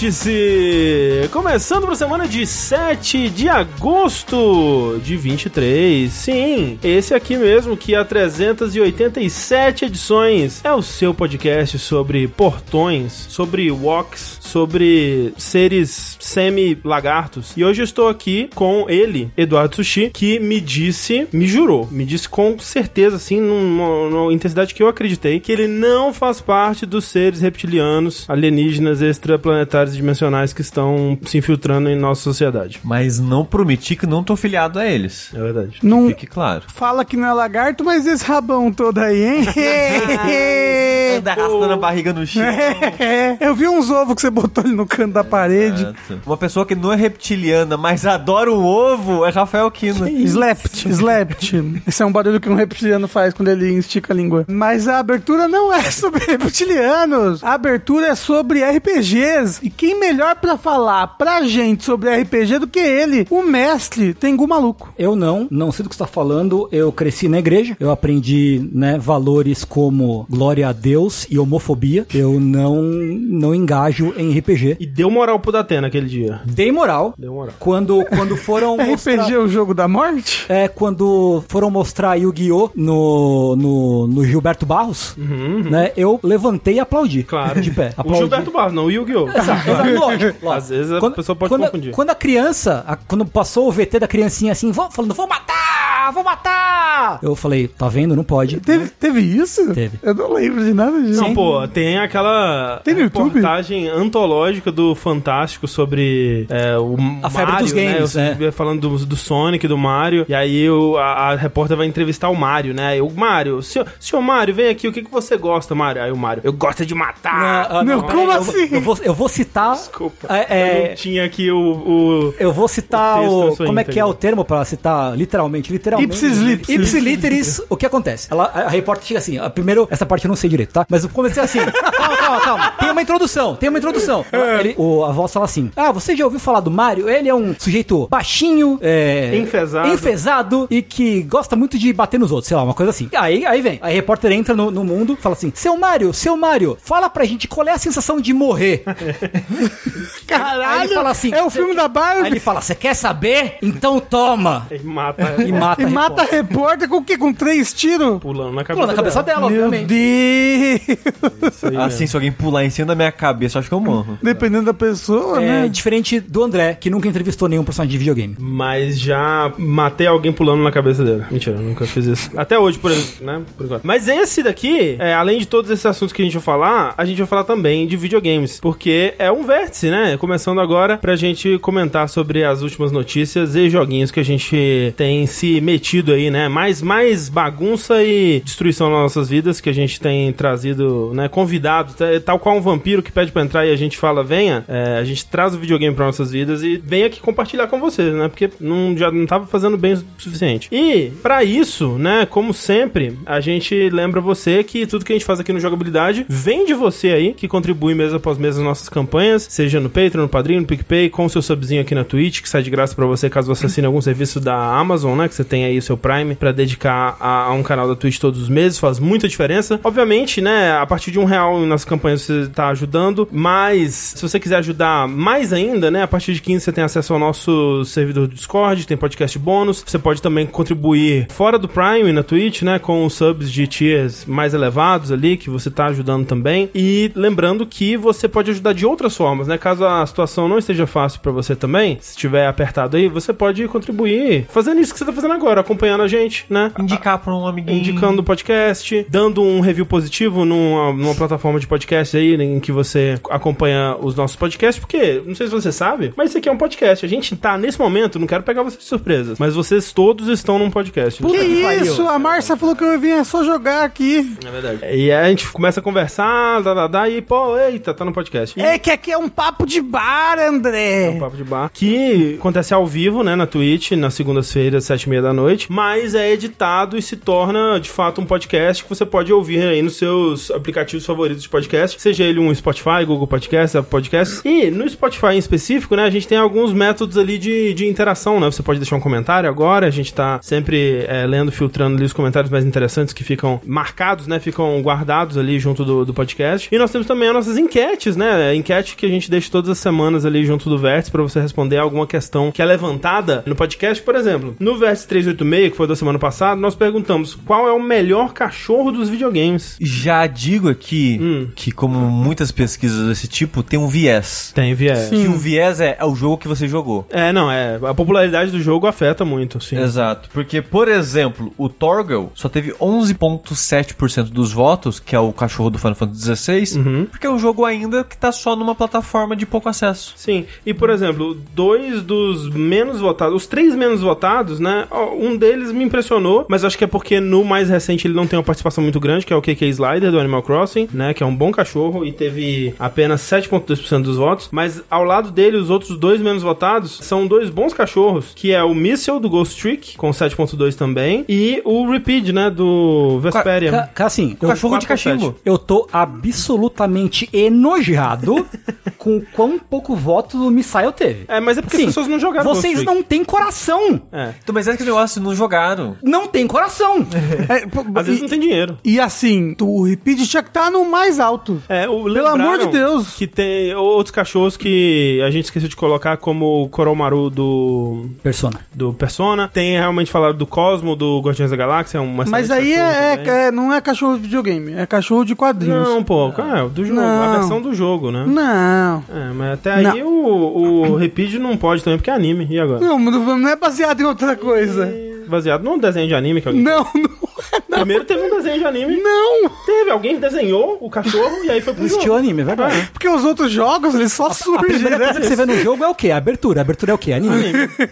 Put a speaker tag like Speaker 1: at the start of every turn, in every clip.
Speaker 1: Vértice! Começando pra semana de 7 de agosto de 23. Sim, esse aqui mesmo que há 387 edições é o seu podcast sobre portões, sobre walks, sobre seres semi-lagartos. E hoje eu estou aqui com ele, Eduardo Sushi, que me disse, me jurou, me disse com certeza, assim, numa, numa intensidade que eu acreditei, que ele não faz parte dos seres reptilianos, alienígenas, extraplanetários dimensionais que estão se infiltrando em nossa sociedade.
Speaker 2: Mas não prometi que não tô filiado a eles.
Speaker 1: É verdade.
Speaker 3: Não
Speaker 2: Fique claro.
Speaker 3: fala que não é lagarto, mas esse rabão todo aí, hein?
Speaker 1: É,
Speaker 2: Anda arrastando a barriga no chão.
Speaker 3: Eu vi uns ovos que você botou ali no canto da parede.
Speaker 2: Exato. Uma pessoa que não é reptiliana, mas adora o ovo, é Rafael Kina.
Speaker 3: Slept, slept. Esse é um barulho que um reptiliano faz quando ele estica a língua. Mas a abertura não é sobre reptilianos. A abertura é sobre RPGs. E quem melhor pra falar pra gente sobre RPG do que ele? O mestre Tengu Maluco.
Speaker 4: Eu não, não sei do que você está falando. Eu cresci na igreja, eu aprendi né, valores como glória a Deus e homofobia. Eu não, não engajo em RPG.
Speaker 1: E deu moral pro Datena aquele dia.
Speaker 4: E dei moral
Speaker 1: Deu moral.
Speaker 4: quando, quando foram mostrar...
Speaker 3: RPG é o jogo da morte?
Speaker 4: É, quando foram mostrar Yu-Gi-Oh! No, no, no Gilberto Barros, né? Eu levantei e aplaudi.
Speaker 1: Uhum, Claro.
Speaker 4: De pé.
Speaker 1: O
Speaker 4: aplaudi.
Speaker 1: Gilberto Barros, não, o Yu-Gi-Oh!
Speaker 4: Exato, exato, lógico, lógico.
Speaker 1: Às vezes a pessoa pode
Speaker 4: quando,
Speaker 1: confundir.
Speaker 4: Quando a criança, a- quando passou o VT da criancinha assim, vão- falando, vou matar, vou matar! Eu falei, tá vendo? Não pode.
Speaker 3: Teve, teve isso?
Speaker 4: Teve.
Speaker 3: Eu não lembro de nada disso.
Speaker 1: Não, pô, tem aquela
Speaker 3: Tem no YouTube?
Speaker 1: reportagem antológica do Fantástico sobre é, o
Speaker 4: A febre
Speaker 1: Mario,
Speaker 4: dos games, é.
Speaker 1: né? Eu- Falando do, do Sonic, do Mario. E aí o- a, a repórter vai entrevistar o Mario, né? E o Mario, senhor, senhor Mario, vem aqui, o que, que você gosta, Mario? Aí o Mario, eu gosto de matar!
Speaker 4: Ah, ah,
Speaker 3: Meu, como
Speaker 4: eu-
Speaker 3: assim?
Speaker 4: Eu vou, eu vou citar.
Speaker 1: Desculpa.
Speaker 4: É,
Speaker 1: Eu não tinha aqui o- o
Speaker 4: Eu vou citar
Speaker 1: O texto
Speaker 4: o.
Speaker 1: na sua
Speaker 4: como é
Speaker 1: íntegra.
Speaker 4: que é o termo pra citar literalmente? Literalmente.
Speaker 3: Ipsis literis.
Speaker 4: Ipsis literis, o que acontece? Ela, a a repórter chega assim. ó, primeiro, essa parte eu não sei direito, tá? Mas eu comecei assim. calma, calma, calma. Tem uma introdução, tem uma introdução. Ela- ele- o, a voz fala assim: Ah, você já ouviu falar do Mario? Ele é um sujeito baixinho, é.
Speaker 1: Enfesado.
Speaker 4: Enfesado e que gosta muito de bater nos outros, sei lá, uma coisa assim. Aí, aí vem. A repórter entra no, no mundo, fala assim: Seu Mario, seu Mario, fala pra gente qual é a sensação de morrer.
Speaker 3: Caralho!
Speaker 4: Aí ele fala assim,
Speaker 3: é o filme da
Speaker 4: Aí
Speaker 3: Barbie.
Speaker 4: ele fala: Você quer saber? Então toma!
Speaker 1: Ele mata
Speaker 4: E mata,
Speaker 3: E
Speaker 4: a
Speaker 3: mata a
Speaker 4: repórter.
Speaker 3: repórter com o quê? Com três tiros?
Speaker 1: pulando na cabeça.
Speaker 4: Pula na cabeça dela,
Speaker 3: Meu
Speaker 4: obviamente.
Speaker 3: Deus!
Speaker 1: Isso aí
Speaker 2: Assim, se alguém pular em cima da minha cabeça, eu acho que eu morro.
Speaker 3: Dependendo da pessoa,
Speaker 4: É,
Speaker 3: né?
Speaker 4: diferente do André, que nunca entrevistou nenhum personagem de videogame.
Speaker 1: Mas já matei alguém pulando na cabeça dele. Mentira, eu nunca fiz isso. Até hoje, por exemplo, né? Por enquanto. Mas esse daqui, é, além de todos esses assuntos que a gente vai falar, a gente vai falar também de videogames. Porque é um vértice, né? Começando agora pra gente comentar sobre as últimas notícias e joguinhos que a gente tem se metido aí, né? Mais, mais bagunça e destruição nas nossas vidas que a gente tem trazido, né? Convidado, tá- tal qual um vampiro que pede pra entrar e a gente fala, venha, é, a gente traz o videogame pra nossas vidas e venha aqui compartilhar com vocês, né? Porque não, já não tava fazendo bem o suficiente. E, pra isso, né, como sempre, a gente lembra você que tudo que a gente faz aqui no Jogabilidade vem de você aí, que contribui mês após mês nas nossas campanhas, seja no Patreon, no Padrinho, no PicPay, com o seu subzinho aqui na Twitch, que sai de graça pra você caso você assine algum serviço da Amazon, né? Que você tem aí o seu Prime pra dedicar a, a um canal da Twitch todos os meses, faz muita diferença. Obviamente, né, a partir de um real nas campanhas você tá ajudando, mas se você quiser ajudar mais ainda, né, a partir de 15 você tem acesso ao nosso servidor do Discord, tem podcast bônus, você pode também contribuir fora do Prime na Twitch, né, com os subs de tiers mais elevados ali, que você tá ajudando também. E lembrando que você pode ajudar de outras formas, né, caso a situação não esteja fácil pra você também, se estiver apertado aí, você pode contribuir fazendo isso que você tá fazendo agora, acompanhando a gente, né,
Speaker 2: Indicar pra um amiguinho.
Speaker 1: indicando o podcast, dando um review positivo numa, numa plataforma de podcast aí em que você acompanha os nossos podcasts, porque, não sei se você sabe, mas isso aqui é um podcast. A gente tá nesse momento, não quero pegar vocês de surpresa, mas vocês todos estão num podcast.
Speaker 3: Que
Speaker 1: Então,
Speaker 3: isso? A Márcia falou que eu vinha só jogar aqui.
Speaker 1: É verdade. E aí a gente começa a conversar, dá, dá, dá, e pô, eita, tá no podcast. E-
Speaker 3: É que aqui é um papo de bar,
Speaker 4: É um
Speaker 3: André.
Speaker 1: um Papo de Bar, que acontece ao vivo, né, na Twitch, nas segundas-feiras, sete e meia da noite, mas é editado e se torna, de fato, um podcast que você pode ouvir aí nos seus aplicativos favoritos de podcast, seja ele um um Spotify, Google Podcast, Apple Podcast. E no Spotify em específico, né, a gente tem alguns métodos ali de, de interação, né? Você pode deixar um comentário agora, a gente tá sempre é, lendo, filtrando ali os comentários mais interessantes que ficam marcados, né? Ficam guardados ali junto do, do podcast. E nós temos também as nossas enquetes, né? Enquete que a gente deixa todas as semanas ali junto do Vértice pra você responder alguma questão que é levantada no podcast, por exemplo. No Vértice 386, que foi da semana passada, nós perguntamos qual é o melhor cachorro dos videogames.
Speaker 2: Já digo aqui
Speaker 1: Hum.
Speaker 2: que, como muitas pesquisas desse tipo, tem um viés.
Speaker 1: Tem viés.
Speaker 2: Que o viés é, é o jogo que você jogou.
Speaker 1: É, não, é. A popularidade do jogo afeta muito, sim.
Speaker 2: Exato. Porque, por exemplo, o Torgal só teve 11,7% dos votos, que é o cachorro do Final Fantasy XVI,
Speaker 1: Uhum.
Speaker 2: porque é um jogo ainda que tá só numa plataforma de pouco acesso.
Speaker 1: Sim. E, por exemplo, dois dos menos votados, os três menos votados, né? ó, Um deles me impressionou, mas acho que é porque no mais recente ele não tem uma participação muito grande, que é o KK Slider do Animal Crossing, né? Que é um bom cachorro e teve apenas 7,2% dos votos. Mas ao lado dele, os outros dois menos votados são dois bons cachorros, que é o Missile do Ghost Trick, com 7,2% também, e o Repeat, né? Do Vesperia.
Speaker 4: Ca- ca- assim, eu,
Speaker 2: é um Cachorro de
Speaker 1: quatro ou
Speaker 2: cachimbo.
Speaker 4: eu tô absolutamente enojado com o quão pouco voto do Missael teve.
Speaker 1: É, mas é porque as pessoas não jogaram
Speaker 4: Vocês
Speaker 1: Ghost
Speaker 4: não têm coração!
Speaker 1: É.
Speaker 2: Então, mas é que o negócio não jogaram.
Speaker 4: Não tem coração!
Speaker 3: É, pô,
Speaker 1: Às vezes
Speaker 3: e-
Speaker 1: não tem dinheiro.
Speaker 3: E assim, o repeat tinha que estar no mais alto.
Speaker 1: É, o,
Speaker 3: Pelo amor de Deus.
Speaker 1: Que tem outros cachorros que a gente esqueceu de colocar, como o Coromaru do,
Speaker 4: Persona.
Speaker 1: do Persona. Tem realmente falado do Cosmo, do Guardiões da Galáxia. é Um excelente
Speaker 3: Mas aí
Speaker 1: cachorro
Speaker 3: é,
Speaker 1: também.
Speaker 3: é- não é cachorro de videogame, é cachorro de quadrinhos.
Speaker 1: Não, pô, é, do jogo, a
Speaker 3: Não.
Speaker 1: versão do jogo, né?
Speaker 3: Não.
Speaker 1: É, mas até aí o, o Repeat não pode também, porque é anime. E agora?
Speaker 3: Não, não não é baseado em outra coisa.
Speaker 1: Baseado num desenho de anime que alguém.
Speaker 3: Não, não é não.
Speaker 1: Primeiro teve um desenho de anime.
Speaker 3: Não!
Speaker 1: Teve, alguém desenhou o cachorro e aí foi pro
Speaker 4: Assistiu
Speaker 1: jogo.
Speaker 4: anime, é verdade.
Speaker 3: Porque os outros jogos, eles só
Speaker 4: A
Speaker 3: surgem,
Speaker 4: primeira
Speaker 3: né?
Speaker 4: coisa que você vê no jogo é o quê? A abertura. A abertura é o quê? Anime.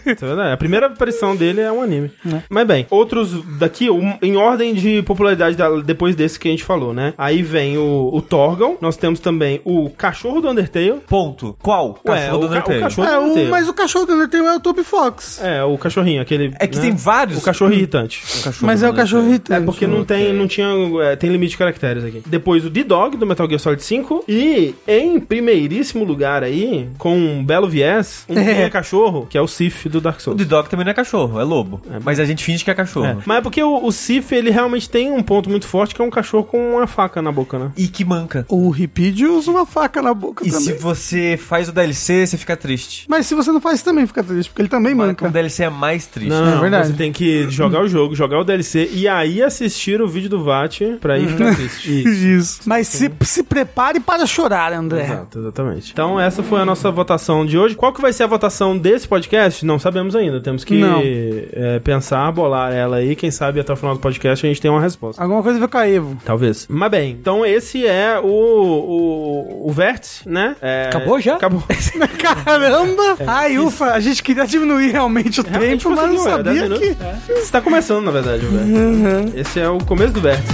Speaker 1: Isso é verdade. A primeira aparição dele é um anime. Mas bem, outros daqui, um- em ordem de popularidade da- depois desse que a gente falou, né? Aí vem o, o Torgal, nós temos também o Cachorro do Undertale.
Speaker 2: Ponto. Qual?
Speaker 1: Ué, o ca- o cachorro-
Speaker 3: É, o-
Speaker 1: Undertale.
Speaker 3: mas o cachorro do Undertale é o Toby Fox.
Speaker 1: É, o cachorrinho, aquele.
Speaker 2: É que
Speaker 1: né?
Speaker 2: tem vários.
Speaker 1: O cachorro irritante.
Speaker 2: cachorro
Speaker 3: Mas é o
Speaker 2: do
Speaker 3: cachorro
Speaker 1: É
Speaker 2: Undertale.
Speaker 3: irritante.
Speaker 1: porque não tem, não tinha, é, tem limite de caracteres aqui. Depois o D-Dog do Metal Gear Solid 5 e em primeiríssimo lugar aí, com um belo viés, um que é cachorro, que é o Sif do Dark
Speaker 2: O
Speaker 1: Souls.
Speaker 2: The Dog também não é cachorro, é lobo. Mas a gente finge que é cachorro.
Speaker 1: É. Mas é porque o, o Sif, ele realmente tem um ponto muito forte, que é um cachorro com uma faca na boca, né?
Speaker 2: E que manca.
Speaker 3: O Repeat usa uma faca na boca
Speaker 2: E se
Speaker 3: também.
Speaker 2: você faz o DLC, você fica triste.
Speaker 3: Mas se você não faz, também fica triste, porque ele também
Speaker 2: Manca. O
Speaker 3: manca.
Speaker 2: DLC é mais triste.
Speaker 1: Não,
Speaker 3: É verdade.
Speaker 1: você tem que jogar o jogo, jogar o DLC e aí assistir o vídeo do VAT pra ir ficar triste.
Speaker 3: Uhum. Isso. Mas se, se prepare para chorar, André.
Speaker 1: Exato, exatamente. Então essa foi a nossa votação de hoje. Qual que vai ser a votação desse podcast? Não sabemos ainda. Temos que
Speaker 3: Não.
Speaker 1: é, pensar, bolar ela aí. Quem sabe até o final do podcast a gente tem uma resposta.
Speaker 3: Alguma coisa veio com a Evo.
Speaker 1: Talvez. Mas bem, então esse é o, o, o vértice, né? É,
Speaker 4: Acabou já?
Speaker 1: Acabou.
Speaker 3: Caramba! Ai, ufa, a gente queria diminuir realmente o
Speaker 1: Realmente
Speaker 3: tempo, mas não
Speaker 1: conseguiu, é,
Speaker 3: sabia
Speaker 1: 10
Speaker 3: que.
Speaker 1: minutos. Está começando, na verdade, o vértice. Esse é o começo do vértice.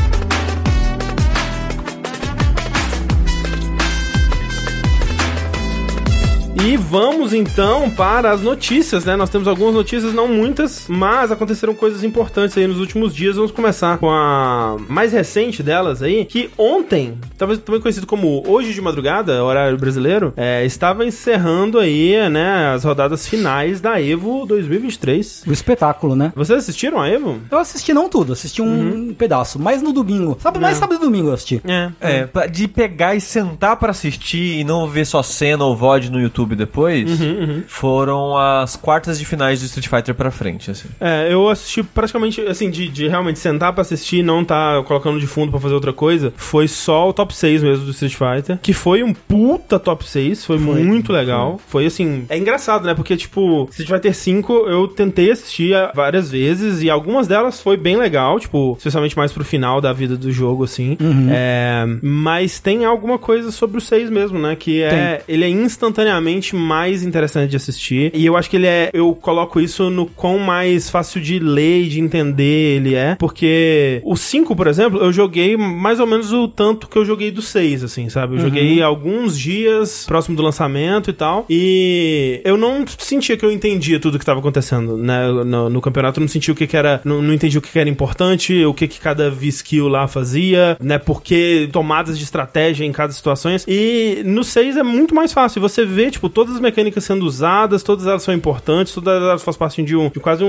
Speaker 1: E vamos então para as notícias, né? Nós temos algumas notícias, não muitas, mas aconteceram coisas importantes aí nos últimos dias. Vamos começar com a mais recente delas aí, que ontem, talvez também conhecido como hoje de madrugada, horário brasileiro, é, estava encerrando aí, né, as rodadas finais da Evo 2023.
Speaker 4: O espetáculo, né?
Speaker 1: Vocês assistiram a Evo?
Speaker 4: Eu assisti não tudo, assisti
Speaker 1: Uhum.
Speaker 4: um pedaço, mas no domingo. Sabe, mais sábado e domingo eu assisti.
Speaker 1: É.
Speaker 2: É, pra- de pegar e sentar pra assistir e não ver só cena ou VOD no YouTube depois,
Speaker 1: Uhum,
Speaker 2: foram as quartas de finais do Street Fighter pra frente, assim.
Speaker 1: É, eu assisti praticamente, assim, de, de realmente sentar pra assistir e não tá colocando de fundo pra fazer outra coisa, foi só o top 6 mesmo do Street Fighter, que foi um puta top 6, foi, muito legal. Foi. assim, é engraçado, né? Porque, tipo, Street Fighter 5 eu tentei assistir a- várias vezes e algumas delas foi bem legal, tipo, especialmente mais pro final da vida do jogo, assim. É, mas tem alguma coisa sobre o 6 mesmo, né? Que é, ele é instantaneamente visualmente mais interessante de assistir. E eu acho que ele é. Eu coloco isso no quão mais fácil de ler e de entender ele é. Porque o 5, por exemplo, eu joguei mais ou menos o tanto que eu joguei do 6, assim, sabe? Eu joguei alguns dias próximo do lançamento e tal. E eu não sentia que eu entendia tudo que tava acontecendo, né? No, no campeonato, eu não sentia o que, que era. Não, não entendi o que, que era importante, o que, que cada V-Skill lá fazia, né? Porque tomadas de estratégia em cada situações. E no 6 é muito mais fácil. Você vê, tipo, todas as mecânicas sendo usadas, todas elas são importantes, todas elas fazem parte de um de quase um,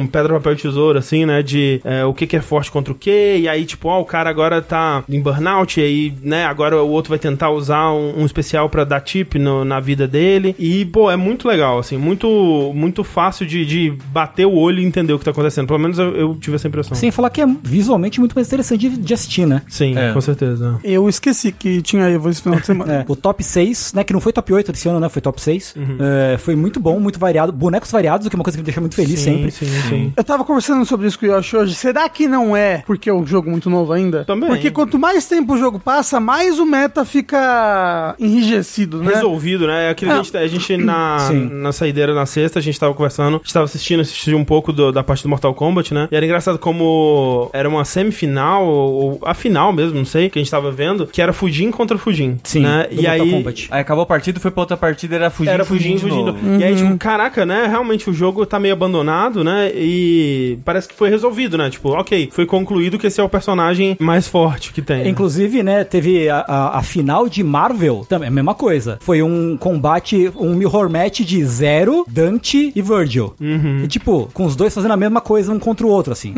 Speaker 1: um pedra, papel e tesoura, assim, né? De é, o que, que é forte contra o que, e aí, tipo, ó, o cara agora tá em burnout, e aí, né, agora o outro vai tentar usar um, um especial pra dar tip no- na vida dele. E, pô, é muito legal, assim, muito, muito fácil de, de bater o olho e entender o que tá acontecendo. Pelo menos eu, eu tive essa impressão.
Speaker 4: Sem falar que é visualmente muito mais interessante de, de assistir, né?
Speaker 1: Sim,
Speaker 2: É.
Speaker 1: com certeza.
Speaker 3: Eu esqueci que tinha Evo esse final de semana.
Speaker 4: É, o top 6, né? Que não foi top 8 desse ano, né? Foi top 6.
Speaker 1: Uhum.
Speaker 4: É, foi muito bom, muito variado. Bonecos variados, o que é uma coisa que me deixa muito feliz sempre.
Speaker 1: Sim, sim, sim.
Speaker 3: Eu tava conversando sobre isso com o Yoshi hoje. Será que não é porque é um jogo muito novo ainda?
Speaker 1: Também.
Speaker 3: Porque quanto mais tempo o jogo passa, mais o meta fica enrijecido, né?
Speaker 1: resolvido, né? É Aquilo que a gente, a gente na,
Speaker 4: Sim.
Speaker 1: na saideira na sexta, a gente tava conversando, a gente tava assistindo, assisti um pouco do- da parte do Mortal Kombat, né? E era engraçado como era uma semifinal, ou a final mesmo, não sei, que a gente tava vendo, que era Fujin contra Fujin.
Speaker 4: Sim,
Speaker 1: né?
Speaker 4: do
Speaker 1: E
Speaker 4: Mortal
Speaker 1: aí.
Speaker 4: Kombat.
Speaker 2: Aí acabou a partida, foi pra outra partida, era fugir,
Speaker 1: Era fugindo,
Speaker 2: de
Speaker 1: fugindo.
Speaker 2: novo.
Speaker 1: E aí,
Speaker 4: Uhum.
Speaker 1: tipo, caraca, né? Realmente o jogo tá meio abandonado, né? E parece que foi resolvido, né? Tipo, ok, foi concluído que esse é o personagem mais forte que tem.
Speaker 4: Inclusive, né, teve a, a- a final de Marvel, também é a mesma coisa. Foi um combate, um mirror match de Zero, Dante e Virgil.
Speaker 1: Uhum.
Speaker 4: E, tipo, com os dois fazendo a mesma coisa um contra o outro, assim.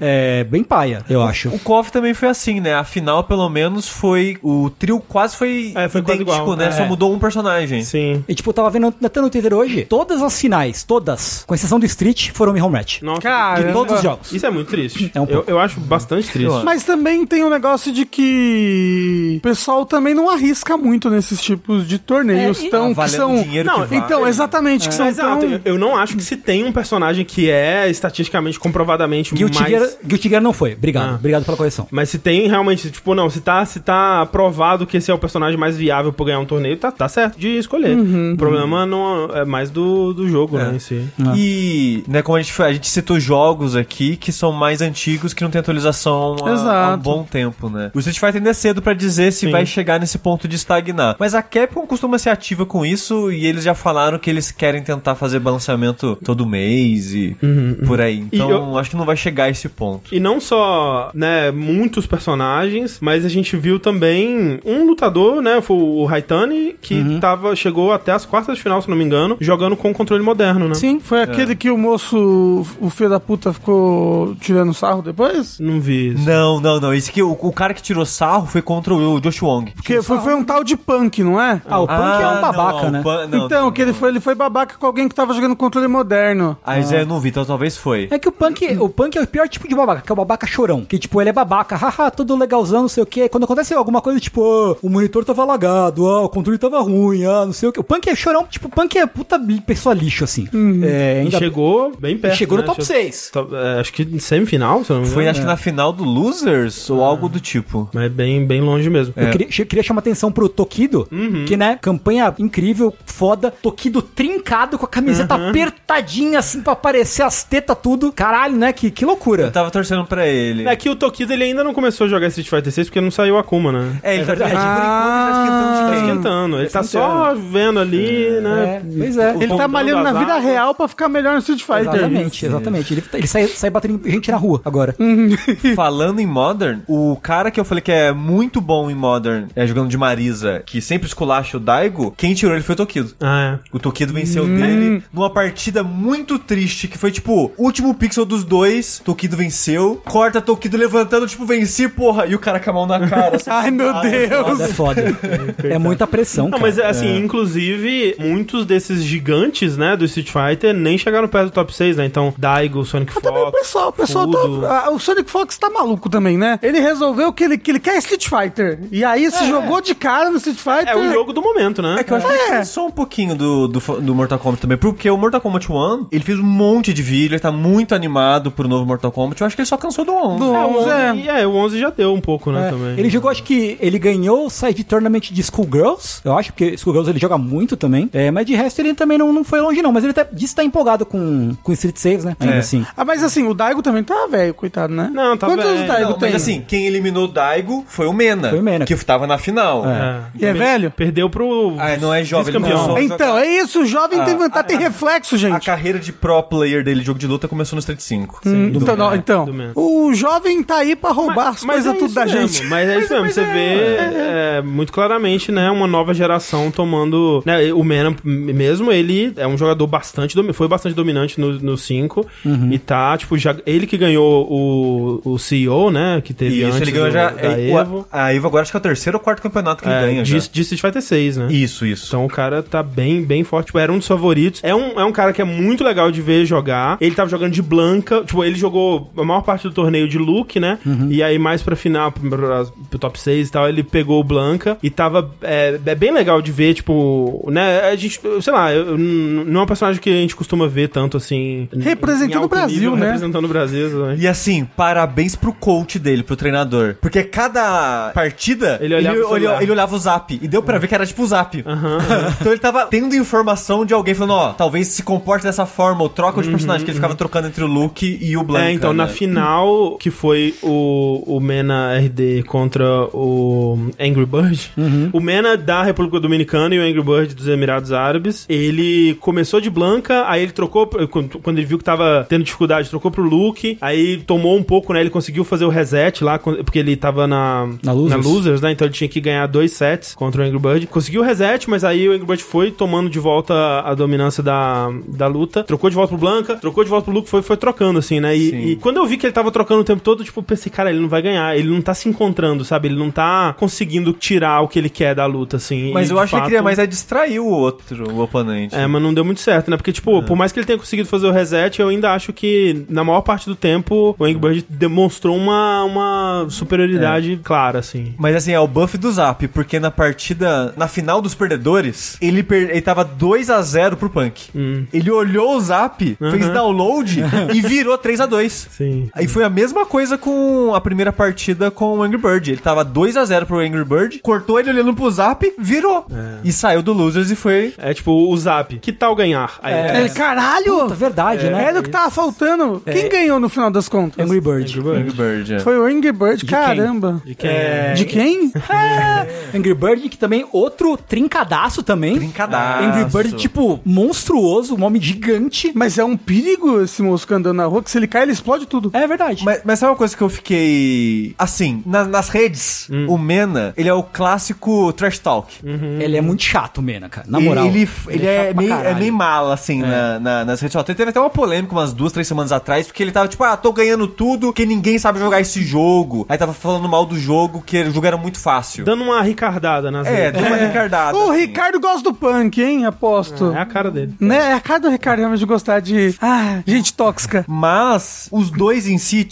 Speaker 4: É bem paia, eu acho.
Speaker 2: O KOF também foi assim, né? A final, pelo menos, foi. O trio quase foi,
Speaker 1: É, foi quase igual.
Speaker 2: né?
Speaker 1: É.
Speaker 2: Só mudou um personagem.
Speaker 1: Sim.
Speaker 4: E, tipo, eu tava vendo até no Twitter hoje, todas as finais, todas, com exceção do Street, foram mirror match.
Speaker 1: Nossa,
Speaker 4: De todos os jogos.
Speaker 1: Isso é muito triste.
Speaker 4: É um
Speaker 1: eu,
Speaker 4: pouco.
Speaker 1: eu acho bastante triste.
Speaker 2: Eu acho.
Speaker 3: Mas também tem o negócio de que o pessoal também não arrisca muito nesses tipos de torneios
Speaker 4: É, e-
Speaker 3: tão Então, que
Speaker 2: Tá valendo
Speaker 3: são.
Speaker 2: o dinheiro
Speaker 1: Não,
Speaker 2: que vale.
Speaker 3: Então, exatamente, que são
Speaker 1: É, Exato,
Speaker 3: tão...
Speaker 1: eu- eu não acho que se tem um personagem que é estatisticamente comprovadamente
Speaker 4: Guilty,
Speaker 1: mais.
Speaker 4: Gear, Guilty Gear não foi. Obrigado,
Speaker 1: é Ah.
Speaker 4: obrigado pela correção.
Speaker 1: Mas se tem realmente, tipo, não, se tá, se tá provado que esse é o personagem mais viável pra ganhar um torneio, tá, tá certo de escolher.
Speaker 4: Uhum.
Speaker 1: o problema não é mais do, do jogo, né, em si.
Speaker 2: E, né, como a gente, a gente citou jogos aqui que são mais antigos, que não tem atualização há,
Speaker 3: Exato.
Speaker 2: há um bom tempo, né? O Street Fighter ainda é cedo pra dizer se
Speaker 1: Sim.
Speaker 2: vai chegar nesse ponto de estagnar. Mas a Capcom costuma ser ativa com isso e eles já falaram que eles querem tentar fazer balanceamento todo mês e por aí. Então,
Speaker 1: E eu-
Speaker 2: acho que não vai chegar a esse ponto.
Speaker 1: E não só, né, muitos personagens, mas a gente viu também um lutador, né, foi o Raitani, que
Speaker 4: Uhum.
Speaker 1: tava, chegou até as quartas de final, se não me engano, jogando com controle moderno, né?
Speaker 3: Sim, foi aquele que o moço, o filho da puta, ficou tirando sarro depois?
Speaker 1: Não vi isso.
Speaker 2: Não, não, não. Esse aqui, o, o cara que tirou sarro foi contra o Josh Wong.
Speaker 3: Porque foi, foi um tal de punk, não é?
Speaker 4: Ah, o Punk é um
Speaker 2: não,
Speaker 4: babaca,
Speaker 2: não,
Speaker 4: né?
Speaker 2: o Pan- não,
Speaker 3: então,
Speaker 2: não,
Speaker 3: que ele foi, ele foi babaca com alguém que tava jogando controle moderno.
Speaker 2: Ah, mas eu não vi, então talvez foi.
Speaker 4: É que o punk, o punk é o pior tipo de babaca, que é o babaca chorão. Que, tipo, ele é babaca, haha, tudo legalzão, não sei o quê. Quando acontece alguma coisa, tipo, ah, o monitor tava lagado, ah, o controle tava ruim, ah, não sei o quê. O punk é chorão, tipo, o punk é puta li- pessoa lixo, assim.
Speaker 2: Uhum.
Speaker 4: É,
Speaker 1: E
Speaker 4: ainda
Speaker 1: chegou bem perto.
Speaker 4: chegou no
Speaker 1: né?
Speaker 4: top
Speaker 1: Chegou-
Speaker 4: 6.
Speaker 1: top- é, acho que em semifinal, se eu não me engano. É.
Speaker 2: Foi acho que na final do Losers ou algo do tipo.
Speaker 1: Mas é bem, bem longe mesmo.
Speaker 4: Eu queria, che- queria chamar atenção pro Tokido, que, né, campanha incrível, foda. Tokido trincado, com a camiseta apertadinha, assim, pra aparecer as tetas, tudo. Caralho, né, que, que loucura.
Speaker 2: Eu tava torcendo pra ele.
Speaker 1: É que o Tokido ele ainda não começou a jogar Street Fighter 6 porque não saiu a Akuma, né?
Speaker 2: É, ele tá, verdade.
Speaker 1: Tá esquentando. Ele tá só vendo ali, né?
Speaker 4: É, pois é.
Speaker 3: Ele
Speaker 1: Pontão
Speaker 3: tá malhando na
Speaker 1: das
Speaker 3: vida
Speaker 1: asas.
Speaker 3: real pra ficar melhor no Street Fighter.
Speaker 4: Exatamente, exatamente. Ele, ele sai, sai batendo em gente na rua agora.
Speaker 2: Falando em Modern, o cara que eu falei que é muito bom em Modern, é jogando de Marisa, que sempre esculacha o Daigo, quem tirou ele foi o Tokido.
Speaker 1: Ah,
Speaker 2: O Tokido venceu
Speaker 3: Hum.
Speaker 2: dele numa partida muito triste, que foi tipo, último pixel dos dois, Tokido venceu, corta Tokido levantando, tipo, venci, porra, e o cara com a mão na cara. assim,
Speaker 3: Ai, meu Deus.
Speaker 4: Mas é foda. é muita pressão.
Speaker 1: Não,
Speaker 4: cara.
Speaker 1: mas assim, inclusive, muitos desses gigantes, né, do Street Fighter nem chegaram perto do top 6, né? Então, Daigo, Sonic
Speaker 3: Mas também o
Speaker 1: Fox.
Speaker 3: pessoal, o pessoal tá-
Speaker 1: tudo.
Speaker 3: ah, O Sonic Fox tá maluco também, né? Ele resolveu que ele, que ele quer Street Fighter. E aí se jogou de cara no Street Fighter.
Speaker 1: É o jogo do momento, né?
Speaker 2: É que eu acho que
Speaker 3: É.
Speaker 2: é. só um pouquinho do, do, do Mortal Kombat também, porque o Mortal Kombat 1, ele fez um monte de vídeo, ele tá muito animado pro novo Mortal Kombat, eu acho que ele só cansou do 11.
Speaker 3: Do
Speaker 1: É, o
Speaker 3: 11,
Speaker 1: 11,
Speaker 3: é.
Speaker 1: e, é, o 11 já deu um pouco, né,
Speaker 4: É,
Speaker 1: também.
Speaker 4: Ele jogou, acho que ele ganhou o side tournament de Schoolgirls, eu acho, porque Schoolgirls ele joga joga muito também. É, mas de resto ele também não, não foi longe, não. Mas ele tá, disse que tá empolgado com, com Street Saves, né? Ainda
Speaker 2: É.
Speaker 4: assim.
Speaker 3: Ah, mas assim, o Daigo também tá velho, coitado, né?
Speaker 1: Não, tá
Speaker 3: Quantos
Speaker 1: velho.
Speaker 3: anos o Daigo
Speaker 2: Não,
Speaker 3: tem?
Speaker 2: mas assim, quem eliminou o Daigo foi o Mena.
Speaker 4: Foi o Mena.
Speaker 2: Que tava na final.
Speaker 3: E é velho?
Speaker 1: Perdeu pro.
Speaker 2: Ah, não é jovem, ele
Speaker 1: vice-campeão.
Speaker 2: começou-
Speaker 3: Então, é isso, o jovem
Speaker 1: Ah,
Speaker 3: tem vantagem, tem reflexo,
Speaker 2: A
Speaker 3: gente.
Speaker 2: carreira de pro player dele, jogo de luta, começou no Street 5.
Speaker 3: Hum, então, não, então
Speaker 1: do é, mesmo.
Speaker 3: o jovem tá aí pra roubar as coisas
Speaker 1: é
Speaker 3: tudo
Speaker 1: isso
Speaker 3: da
Speaker 1: mesmo,
Speaker 3: gente.
Speaker 1: Mas é isso mesmo, você vê é, muito claramente, né, uma nova geração tomando, né, o Menon mesmo, ele é um jogador bastante, domi- foi bastante dominante no 5
Speaker 3: Uhum.
Speaker 1: e tá, tipo, já, ele que ganhou o, o CEO, né, que teve
Speaker 2: E isso
Speaker 1: antes
Speaker 2: ele ganhou
Speaker 1: do-
Speaker 2: já.
Speaker 1: da
Speaker 2: e- o-
Speaker 1: Evo,
Speaker 2: A Evo agora acho que é o terceiro ou quarto campeonato que ele
Speaker 1: é,
Speaker 2: ganha.
Speaker 1: de,
Speaker 2: já.
Speaker 1: de Street Fighter 6, né.
Speaker 2: Isso, isso.
Speaker 1: Então o cara tá bem, bem forte. Tipo, era um dos favoritos. É um, é um cara que é muito legal de ver jogar. Ele tava jogando de Blanca. Tipo, ele jogou a maior parte do torneio de Luke, né?
Speaker 3: Uhum.
Speaker 1: E aí, mais pra final, pro, pro top 6 e tal, ele pegou o Blanca. E tava. É, é bem legal de ver, tipo. Né? A gente. Sei lá, eu- eu n- não é um personagem que a gente costuma ver tanto assim. em-
Speaker 3: Representando
Speaker 1: em alto
Speaker 3: o Brasil, né?
Speaker 1: Representando o Brasil, exatamente.
Speaker 2: E assim, parabéns pro coach dele, pro treinador. Porque cada partida,
Speaker 1: Ele olhava o celular.
Speaker 2: olhava, ele olhava o zap. E deu pra ver que era tipo o zap. então ele tava tendo informação de alguém falando, ó, talvez se comporte dessa forma, ou troca de personagem, que ele ficava trocando entre o Luke e o Blanca.
Speaker 1: Uhum, É, então, na
Speaker 2: né?
Speaker 1: final, que foi o, o Mena RD contra o Angry Bird, o Mena da República Dominicana e o Angry Bird dos Emirados Árabes, ele começou de Blanca, aí ele trocou, pro- quando quando ele viu que tava tendo dificuldade, trocou pro Luke, aí tomou um pouco, né, ele conseguiu fazer o reset lá, quando- porque ele tava na,
Speaker 4: Na Losers.
Speaker 1: Losers, né, então ele tinha que ganhar dois sets contra o Angry Bird. Conseguiu o reset, mas aí o Angry Bird foi tomando de volta a dominância da, da luta, trocou de volta pro Blanca, trocou de volta pro Luke, foi, foi trocando, assim, né, e-
Speaker 2: Sim.
Speaker 1: e quando eu vi que ele tava trocando o tempo todo, tipo, eu pensei, cara, ele não vai ganhar, ele não tá se encontrando, sabe? Ele não tá conseguindo tirar o que ele quer da luta, assim.
Speaker 2: Mas
Speaker 1: E,
Speaker 2: eu
Speaker 1: de
Speaker 2: acho que ele
Speaker 1: fato,
Speaker 2: queria mais é distrair o outro, o oponente.
Speaker 1: É, mas não deu muito certo, né? Porque,
Speaker 2: É.
Speaker 1: tipo, por mais que ele tenha conseguido fazer o reset, eu ainda acho que, na maior parte do tempo, o Angry Bird demonstrou uma, uma superioridade
Speaker 2: É.
Speaker 1: clara, assim.
Speaker 2: Mas assim, é o buff do Zap, porque na partida, na final dos perdedores, ele, per- ele tava 2x0 pro Punk.
Speaker 1: Hum.
Speaker 2: Ele olhou o Zap, fez download e virou 3x2.
Speaker 1: Sim.
Speaker 2: Aí foi a mesma coisa com a primeira partida com o Angry Bird. Ele tava 2x0 pro Angry Bird, cortou ele olhando pro Zap, virou.
Speaker 4: É.
Speaker 2: E saiu do Losers e foi.
Speaker 1: É tipo o Zap. Que tal ganhar? Aí,
Speaker 4: É.
Speaker 3: Ele, caralho!
Speaker 4: Puta,
Speaker 2: É,
Speaker 4: verdade,
Speaker 1: é
Speaker 4: né?
Speaker 3: Era o que tava faltando. Quem ganhou no final das contas?
Speaker 4: Angry Bird.
Speaker 1: Angry Bird.
Speaker 2: Bird, é.
Speaker 3: Foi o Angry Bird,
Speaker 4: quem? É.
Speaker 3: caramba.
Speaker 1: De quem? É.
Speaker 3: De quem?
Speaker 4: Angry Bird, que também outro trincadaço também.
Speaker 2: Trincadaço.
Speaker 4: Angry Bird, tipo, monstruoso, um homem gigante.
Speaker 3: Mas é um perigo esse mosco andando na rua, que se ele cai, ele explode tudo.
Speaker 4: É verdade.
Speaker 2: Mas, mas sabe uma coisa que eu fiquei. Assim, na- nas redes, o Mena, ele é o clássico trash talk.
Speaker 4: Ele é muito chato, Mena, cara. Na
Speaker 2: Ele-
Speaker 4: moral.
Speaker 2: Ele, ele, é,
Speaker 4: chato pra
Speaker 2: meio, é
Speaker 4: caralho.
Speaker 2: meio mala, assim, na- na- nas redes sociais. Teve até uma polêmica umas duas, três semanas atrás, porque ele tava tipo, ah, tô ganhando tudo, que ninguém sabe jogar esse jogo. Aí tava falando mal do jogo, que o jogo era muito fácil.
Speaker 1: Dando uma ricardada nas
Speaker 2: É,
Speaker 1: redes.
Speaker 2: deu uma ricardada.
Speaker 3: O
Speaker 2: assim.
Speaker 3: Ricardo gosta do punk, hein? Aposto.
Speaker 1: É a cara dele.
Speaker 3: Né? É a cara do Ricardo realmente de gostar de. Ah, gente tóxica.
Speaker 2: Mas os dois em si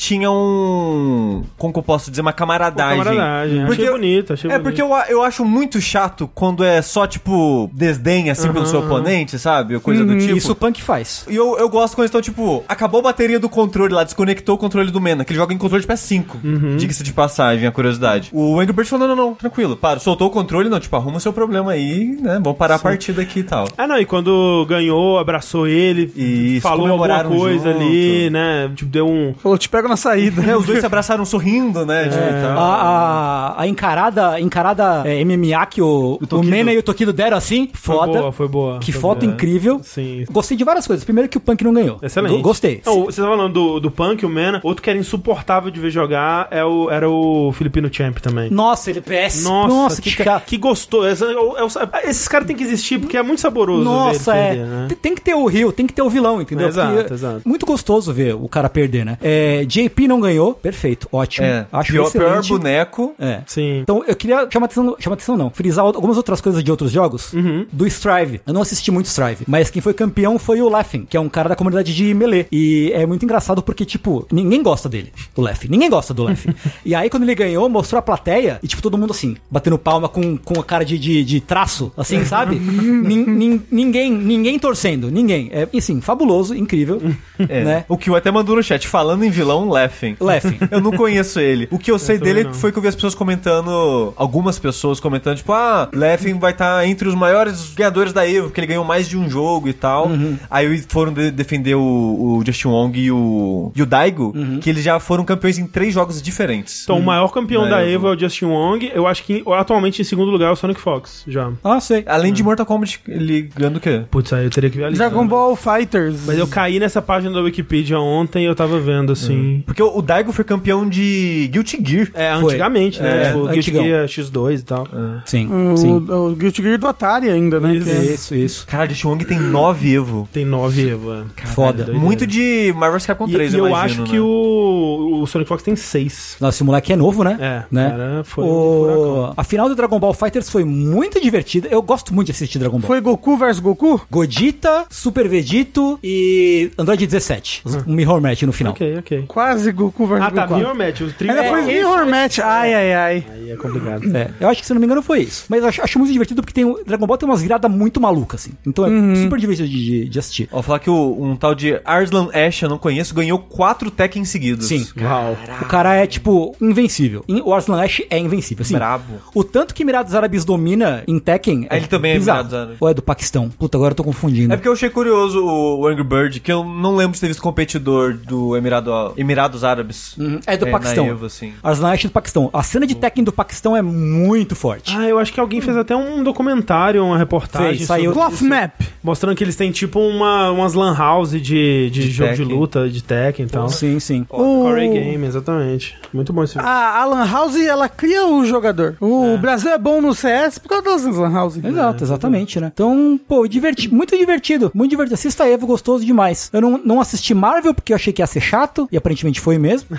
Speaker 2: tinham. Como que eu posso dizer? Uma camaradagem.
Speaker 1: Camaradagem. Achei
Speaker 2: Porque-
Speaker 1: bonito, achei
Speaker 2: É
Speaker 1: bonito.
Speaker 2: porque eu, a- eu acho muito chato quando é só, tipo, desdém, assim, pelo seu oponente, sabe? Ou Coisa
Speaker 1: Uhum,
Speaker 2: do tipo.
Speaker 4: Isso o punk faz.
Speaker 2: E eu, eu gosto quando eles estão, tipo, acabou a bateria do controle lá, desconectou o controle do Mena, que ele joga em controle de PS5.
Speaker 1: Uhum.
Speaker 2: Diga-se de passagem, a curiosidade. O Angry Bird falou, não, não, não, tranquilo, para, soltou o controle, não, tipo, arruma o seu problema aí, né, vamos parar a partida aqui e tal.
Speaker 1: Ah, não, e quando ganhou, abraçou ele,
Speaker 2: Isso,
Speaker 1: falou alguma
Speaker 2: comemoraram
Speaker 1: coisa
Speaker 2: junto.
Speaker 1: ali, né? Tipo, deu um.
Speaker 3: Falou, te pego na saída.
Speaker 1: né,
Speaker 2: É, os dois se abraçaram sorrindo,
Speaker 1: É.
Speaker 2: né, tipo, e
Speaker 1: Então-
Speaker 2: tal.
Speaker 1: Ah,
Speaker 4: A, a- a encarada, encarada é, MMA que o, o,
Speaker 2: Tokido.
Speaker 4: Mena e o Tokido deram assim,
Speaker 1: Foi
Speaker 4: foda.
Speaker 1: boa, foi boa.
Speaker 4: Que
Speaker 1: foi
Speaker 4: foto
Speaker 1: boa.
Speaker 4: incrível.
Speaker 1: Sim.
Speaker 4: Gostei de várias coisas. Primeiro que o punk não ganhou.
Speaker 1: Excelente.
Speaker 4: Go- gostei.
Speaker 1: Não, você tava falando do, do Punk, o Mena. Outro que era insuportável de ver jogar é o, era o Filipino Champ também.
Speaker 4: Nossa, ele é péssimo.
Speaker 1: Nossa,
Speaker 4: que,
Speaker 1: que,
Speaker 4: chato.
Speaker 1: que gostoso. Essa- eu- eu- esses caras têm que existir porque é muito saboroso
Speaker 4: Nossa,
Speaker 1: ver
Speaker 4: é.
Speaker 1: ele perder, né?
Speaker 4: Tem- Tem que ter o Rio, tem que ter o vilão, entendeu?
Speaker 1: Exato,
Speaker 4: Porque
Speaker 1: exato.
Speaker 4: Muito gostoso ver o cara perder, né? É, JP não ganhou, perfeito, ótimo.
Speaker 2: É,
Speaker 4: Acho
Speaker 2: pior, pior
Speaker 4: excelente.
Speaker 2: boneco.
Speaker 4: É.
Speaker 1: Sim.
Speaker 4: Então eu queria chamar atenção, chamar atenção não, frisar out- algumas outras coisas de outros jogos do Strive. Eu não assisti muito Strive, mas quem foi campeão foi o Laughing, que é um cara da comunidade de Melee. E é muito engraçado porque, tipo, ninguém gosta dele, o Laughing. Ninguém gosta do Laughing. e aí quando ele ganhou, mostrou a plateia e, tipo, todo mundo assim, batendo palma com, com a cara de, de, de traço, assim, sabe? Nin- nin- ninguém, ninguém torcendo, ninguém. É, assim, fabuloso, incrível,
Speaker 2: É.
Speaker 4: né?
Speaker 2: O que eu até mandou no chat, falando em vilão, Laughing.
Speaker 4: Laughing.
Speaker 2: Eu não conheço ele. O que eu sei
Speaker 1: também
Speaker 2: dele
Speaker 1: não.
Speaker 2: foi que eu vi as pessoas comentando, algumas pessoas comentando, tipo, ah, Laughing vai estar em entre os maiores ganhadores da Evo, porque ele ganhou mais de um jogo e tal. Aí foram de- defender o, o Justin Wong e o, e o Daigo, que eles já foram campeões em três jogos diferentes.
Speaker 1: Então, o maior campeão
Speaker 2: Na
Speaker 1: da
Speaker 2: Evo.
Speaker 1: Evo é o Justin Wong. Eu acho que atualmente em segundo lugar é o Sonic Fox, já.
Speaker 4: Ah, sei.
Speaker 2: Além de Mortal Kombat, ele ganhando o quê?
Speaker 1: Putz, aí eu teria que ver ali.
Speaker 3: Dragon Ball Fighters.
Speaker 1: né? Mas eu caí nessa página da Wikipedia ontem e eu tava vendo, assim.
Speaker 2: Porque o o Daigo foi campeão de Guilty Gear.
Speaker 1: É,
Speaker 4: Foi.
Speaker 1: antigamente, né?
Speaker 4: É,
Speaker 1: tipo, Guilty
Speaker 4: antigão.
Speaker 1: Gear X2 e tal.
Speaker 4: Sim,
Speaker 3: O,
Speaker 4: sim.
Speaker 3: o Guilty Gear do Atari ainda, né? Que é-
Speaker 4: Isso, isso.
Speaker 2: Cara, Justin Wong tem nove Evo.
Speaker 1: Tem 9 Evo, é.
Speaker 4: Foda.
Speaker 1: doideira.
Speaker 2: Muito de Marvel's Capcom
Speaker 1: E,
Speaker 2: 3,
Speaker 1: e eu acho
Speaker 2: imagino, né?
Speaker 1: que o, o Sonic Fox tem 6.
Speaker 4: Nossa, esse moleque é novo, né?
Speaker 1: É,
Speaker 4: né?
Speaker 1: cara, foi um
Speaker 4: o...
Speaker 1: furacão.
Speaker 4: A final do Dragon Ball Fighters foi muito divertida. Eu gosto muito de assistir Dragon Ball.
Speaker 3: Foi Goku versus Goku?
Speaker 4: Godita, Super Vegito e Android 17.
Speaker 2: Uhum.
Speaker 4: Um mirror match no final.
Speaker 1: Ok, ok.
Speaker 3: Quase Goku versus
Speaker 1: Ah, tá,
Speaker 3: Goku.
Speaker 1: Mirror Match. O trio
Speaker 3: Ainda foi Mirror Match. Ai, ai, ai.
Speaker 1: Aí é complicado.
Speaker 4: É, eu acho que, se não me engano, foi isso. Mas eu acho, acho muito divertido porque tem, o- Dragon Ball tem umas viradas muito malucas, assim. Então é
Speaker 2: Uhum.
Speaker 4: super divertido de, de- de assistir.
Speaker 2: Ó, falar que o- um tal de Arslan Ash, eu não conheço, ganhou quatro Tekken seguidos.
Speaker 4: Sim.
Speaker 1: Uau.
Speaker 4: O cara é, tipo, invencível. In- O Arslan Ash é invencível, assim.
Speaker 2: Brabo.
Speaker 4: O tanto que Emirados Árabes domina em Tekken...
Speaker 2: Ah, ele também é
Speaker 4: bizarro.
Speaker 2: Emirados Árabes.
Speaker 4: Ou é do Paquistão? Puta, agora eu tô confundindo.
Speaker 2: É porque eu achei curioso o o Angry Bird, que eu não lembro de ter visto competidor do Emirado, Emirados Árabes.
Speaker 4: Uhum, é do
Speaker 2: na
Speaker 4: Paquistão.
Speaker 2: Evo, assim.
Speaker 4: Arslan Ash é do Paquistão. A cena de Tekken do Paquistão é muito forte.
Speaker 1: Ah, tá, é eu acho que alguém fez até um documentário, uma reportagem.
Speaker 4: Fez, saiu-
Speaker 1: sobre-
Speaker 3: Cloth Map.
Speaker 1: Mostrando que eles têm tipo uma, umas lan house de, de, jogo
Speaker 2: Tekken.
Speaker 1: de luta, de Tekken e tal.
Speaker 4: Então, Sim, sim.
Speaker 1: O... É, Corey Game, exatamente. Muito bom esse vídeo.
Speaker 3: A, a Lan House, ela cria o jogador. O Brasil é bom no CS por causa das Lan House.
Speaker 4: Exato, exatamente, né? Então, pô, diverti muito divertido, muito divertido. Assista a Evo, gostoso demais. Eu não, não assisti Marvel porque eu achei que ia ser chato, e aparentemente foi mesmo.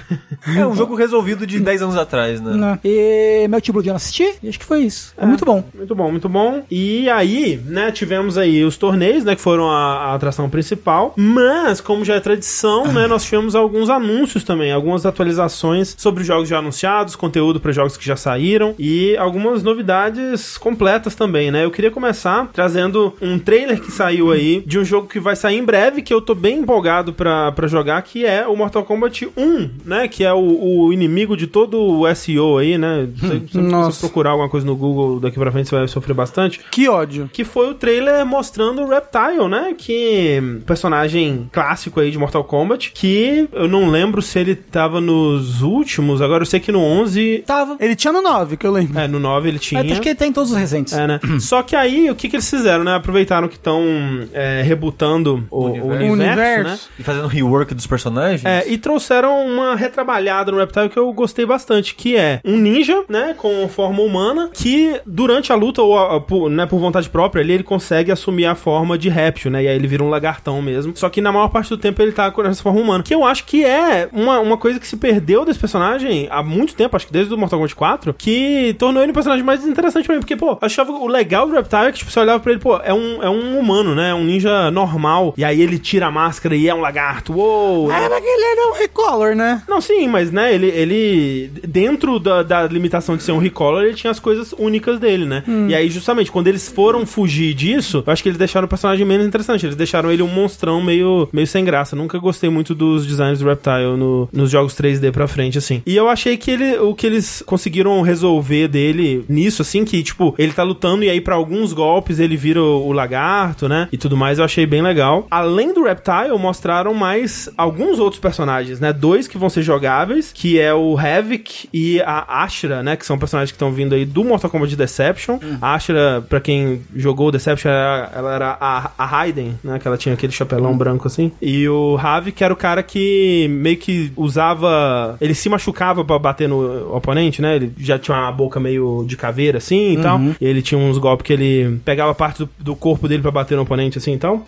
Speaker 2: É um jogo resolvido de 10 anos atrás, né?
Speaker 4: né? E Melt Blood eu não assisti, e acho que foi isso. É, muito bom.
Speaker 1: Muito bom, muito bom. E aí, né, tivemos aí os torneios, né, que foram a, a atração principal. Mas, como já é tradição, né, nós tivemos alguns anúncios também, algumas atualizações sobre os jogos já anunciados, conteúdo para jogos que já saíram e algumas novidades completas também, né. Eu queria começar trazendo um trailer que saiu aí de um jogo que vai sair em breve, que eu tô bem empolgado pra, pra jogar, que é o Mortal Kombat 1, né, que é o, o inimigo de todo o SEO aí, né. Você- você-
Speaker 3: Nossa.
Speaker 1: você procurar alguma coisa no Google daqui pra frente, você vai sofrer bastante.
Speaker 3: Que ódio.
Speaker 1: Que foi o trailer mostrando o Reptile, né? Que personagem clássico aí de Mortal Kombat. Que eu não lembro se ele tava nos últimos, agora eu sei que no 11.
Speaker 4: Tava.
Speaker 3: Ele tinha no 9, que eu lembro.
Speaker 1: É, no 9 ele tinha.
Speaker 4: É, acho que tem todos os recentes.
Speaker 1: É, né? Só que aí, o que, que eles fizeram, né? Aproveitaram que estão é, rebutando o, o universo,
Speaker 2: Universo.
Speaker 1: né?
Speaker 2: E fazendo rework dos personagens.
Speaker 1: É, e trouxeram uma retrabalhada no Reptile que eu gostei bastante, que é um ninja, né, com forma humana, que durante a luta, ou a- a- por, né, por vontade própria, ele, ele consegue assumir a forma de réptil, né, e aí ele vira um lagartão mesmo. Só que na maior parte do tempo ele tá com essa forma humana, que eu acho que é uma, uma coisa que se perdeu desse personagem há muito tempo, acho que desde o Mortal Kombat 4, que tornou ele um personagem mais interessante pra mim, porque, pô, eu achava o legal do Reptile é que, tipo, você olhava pra ele, pô, é um, é um humano, né, é um ninja normal, e aí ele tira a máscara e é um lagarto, uou! né?
Speaker 3: Ah, mas ele era um recolor, né?
Speaker 1: Não, sim, mas né, ele, ele dentro da, da limitação de ser um recolor, ele tinha as coisas únicas dele, né? E aí, justamente, quando eles foram fugir disso, eu acho que eles deixaram o personagem menos interessante. Eles deixaram ele um monstrão meio, meio sem graça. Nunca gostei muito dos designs do Reptile no- nos jogos 3D pra frente, assim. E eu achei que ele, o que eles conseguiram resolver dele nisso, assim, que, tipo, ele tá lutando e aí pra alguns golpes ele vira o, o lagarto, né? E tudo mais, eu achei bem legal. Além do Reptile, mostraram mais alguns outros personagens, né? Dois que vão ser jogáveis, que é o Havoc e a Ashra, né? Que são personagens que estão vindo aí do Mortal Kombat Deception. A Ashra, pra quem jogou o Deception, era- ela era a, a Raiden, né? Que ela tinha aquele chapelão branco assim. E o Havoc era o cara que meio que usava... Ele se machucava pra bater no oponente, né? Ele já tinha uma boca meio de caveira assim e tal. E ele tinha uns golpes que ele pegava parte do, do corpo dele pra bater no oponente assim e tal.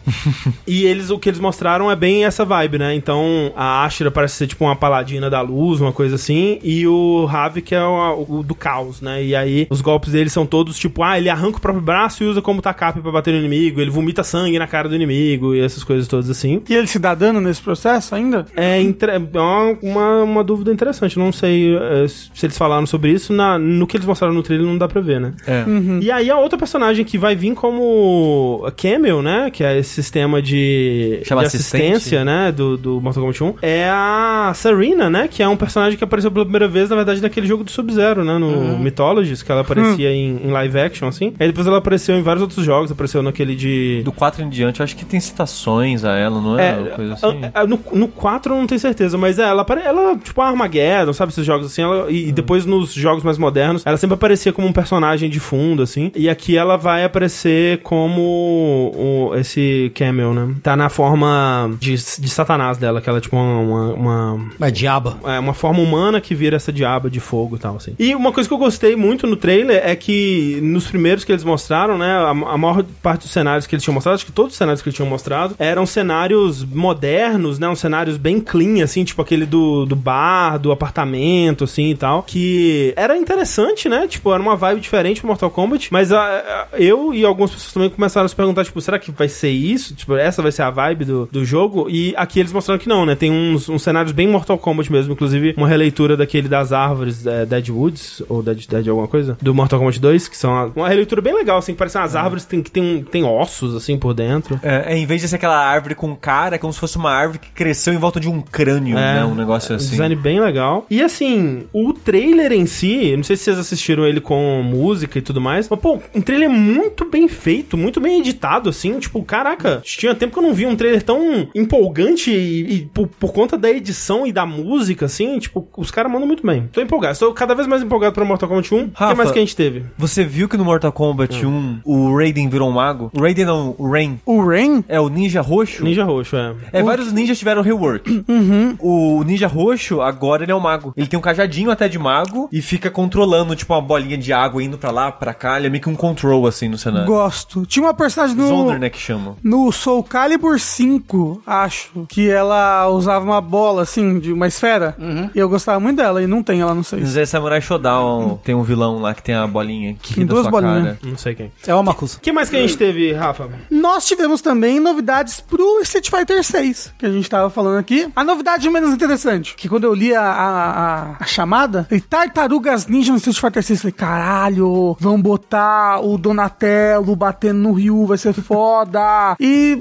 Speaker 1: E eles, o que eles mostraram é bem essa vibe, né? Então, a Ashra parece ser tipo uma paladina da luz, uma coisa assim, e o Havik é o, o do caos, né? E aí, os golpes dele são todos tipo, ah, ele arranca o próprio braço e usa como tacape pra bater no inimigo, ele vomita sangue na cara do inimigo, e essas coisas todas assim.
Speaker 3: E ele se dá dano nesse processo ainda?
Speaker 1: É inter- é uma, uma, uma dúvida interessante, não sei é, se eles falaram sobre isso, na, no que eles mostraram no trailer não dá pra ver, né?
Speaker 2: É.
Speaker 1: E aí a outra personagem que vai vir como a Camel, né? Que é esse sistema de,
Speaker 2: Chama
Speaker 1: de
Speaker 2: assistente.
Speaker 1: assistência, né? Do, do Mortal Kombat 1. É a Serena, né? Que é um personagem que
Speaker 2: Uhum. Hum.
Speaker 1: apareceu pela primeira vez, na verdade, naquele jogo do Sub-Zero, né? No Mythologies, que ela aparecia em, em live action, assim. Aí depois ela apareceu em vários outros jogos, apareceu naquele de.
Speaker 2: Do 4 em diante, eu acho que tem citações a ela, não é? Uma coisa assim.
Speaker 1: a- a- no, no 4 eu não tenho certeza, mas é, ela, apare- ela tipo, Armageddon, sabe? Esses jogos assim. ela-
Speaker 2: Hum.
Speaker 1: e, e depois nos jogos mais modernos, ela sempre aparecia como um personagem de fundo, assim. E aqui ela vai aparecer como o- esse Camel, né? Tá na forma de, de Satanás dela, que ela é tipo uma- uma- uma
Speaker 4: Mas diaba.
Speaker 1: é uma forma humana que vira essa diaba de fogo e tal, assim. E uma coisa que eu gostei muito no trailer é que nos primeiros que eles mostraram, né, a, a maior parte dos cenários que eles tinham mostrado, acho que todos os cenários que eles tinham mostrado, eram cenários modernos, né, uns cenários bem clean, assim, tipo aquele do, do bar, do apartamento, assim, e tal, que era interessante, né, tipo, era uma vibe diferente pro Mortal Kombat, mas a- a- eu e algumas pessoas também começaram a se perguntar, tipo, será que vai ser isso? Tipo, essa vai ser a vibe do, do jogo? E aqui eles mostraram que não, né? Tem uns, uns cenários bem Mortal Kombat mesmo, inclusive uma releitura daquele das árvores é, Dead Woods, ou Dead, Dead alguma coisa, do Mortal Kombat 2, que são a- uma releitura bem legal, assim, que parecem umas árvores que tem, que tem, um- tem ossos, assim, por dentro.
Speaker 2: É, é, em vez de ser aquela árvore com cara, é como se fosse uma árvore que cresceu em volta de um crânio,
Speaker 1: É,
Speaker 2: né? Um negócio
Speaker 1: Um
Speaker 2: assim.
Speaker 1: Design bem legal. E assim, o trailer em si, não sei se vocês assistiram ele com música e tudo mais, mas pô, um trailer muito bem feito, muito bem editado, assim. Tipo, caraca, tinha tempo que eu não vi um trailer tão empolgante e, e por, por conta da edição e da música, assim, tipo, os caras mandam muito bem. Tô empolgado, estou cada vez mais empolgado pra Mortal Kombat 1. O que
Speaker 2: Rafa,
Speaker 1: mais que a gente teve?
Speaker 2: Você viu que no Mortal Kombat
Speaker 3: Hum.
Speaker 2: 1 o Raiden virou um mago? O Raiden não, o Rain.
Speaker 3: O Rain?
Speaker 2: É o ninja roxo?
Speaker 1: Ninja Roxo, é.
Speaker 2: É, vários ninjas tiveram rework.
Speaker 3: Uhum.
Speaker 2: O ninja roxo, agora ele é um mago. Ele tem um cajadinho até de mago e fica controlando, tipo, uma bolinha de água indo pra lá, pra cá. Ele é meio que um control, assim, no cenário.
Speaker 3: Gosto. Tinha uma personagem no,
Speaker 2: Zonder, né, que chama.
Speaker 3: no Soul Calibur 5, acho, que ela usava uma bola, assim, de uma esfera. E eu gostava muito dela, e não tem ela, não sei.
Speaker 2: Zé Samurai Shodown tem um vilão lá que tem a bolinha que
Speaker 3: Hum. Tem
Speaker 2: ri da
Speaker 3: duas
Speaker 2: sua
Speaker 3: bolinhas. né?
Speaker 2: cara.
Speaker 1: Não sei quem.
Speaker 4: É uma coisa.
Speaker 1: O que mais que a gente teve, Rafa?
Speaker 3: Nós tivemos também novidades pro Street Fighter 6, que a gente tava falando aqui. A novidade menos interessante, que quando eu li a, a, a- a chamada, e Tartarugas Ninja no Street Fighter 6, eu falei, caralho, vão botar o Donatello batendo no Ryu, vai ser foda. E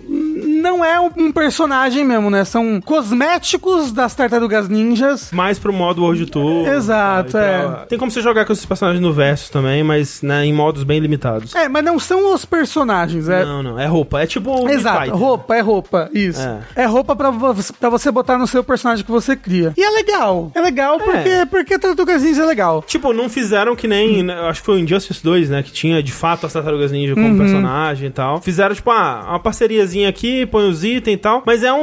Speaker 3: não é um, um personagem mesmo, né? São cosméticos das Tartarugas Ninjas.
Speaker 1: Mais pro modo World Tour.
Speaker 3: Exato,
Speaker 1: tá, e
Speaker 3: é.
Speaker 1: tal. Tem como você jogar com esses personagens no verso também, mas né, em modos bem limitados.
Speaker 3: É, mas não são os personagens, é...
Speaker 1: Não, não, é roupa. É tipo o
Speaker 3: Exato,
Speaker 1: Street Fighter.
Speaker 3: roupa, é roupa, isso. É, roupa pra, vo- pra você botar no seu personagem que você cria. E é legal, é legal porque, porque Tartarugas Ninja é legal.
Speaker 1: Tipo, não fizeram que nem. né, Acho que foi o Injustice 2, né? Que tinha de fato as tartarugas ninja como
Speaker 3: Uhum.
Speaker 1: personagem e tal. Fizeram, tipo, ah, uma parceriazinha aqui, põe os itens e tal. Mas é um,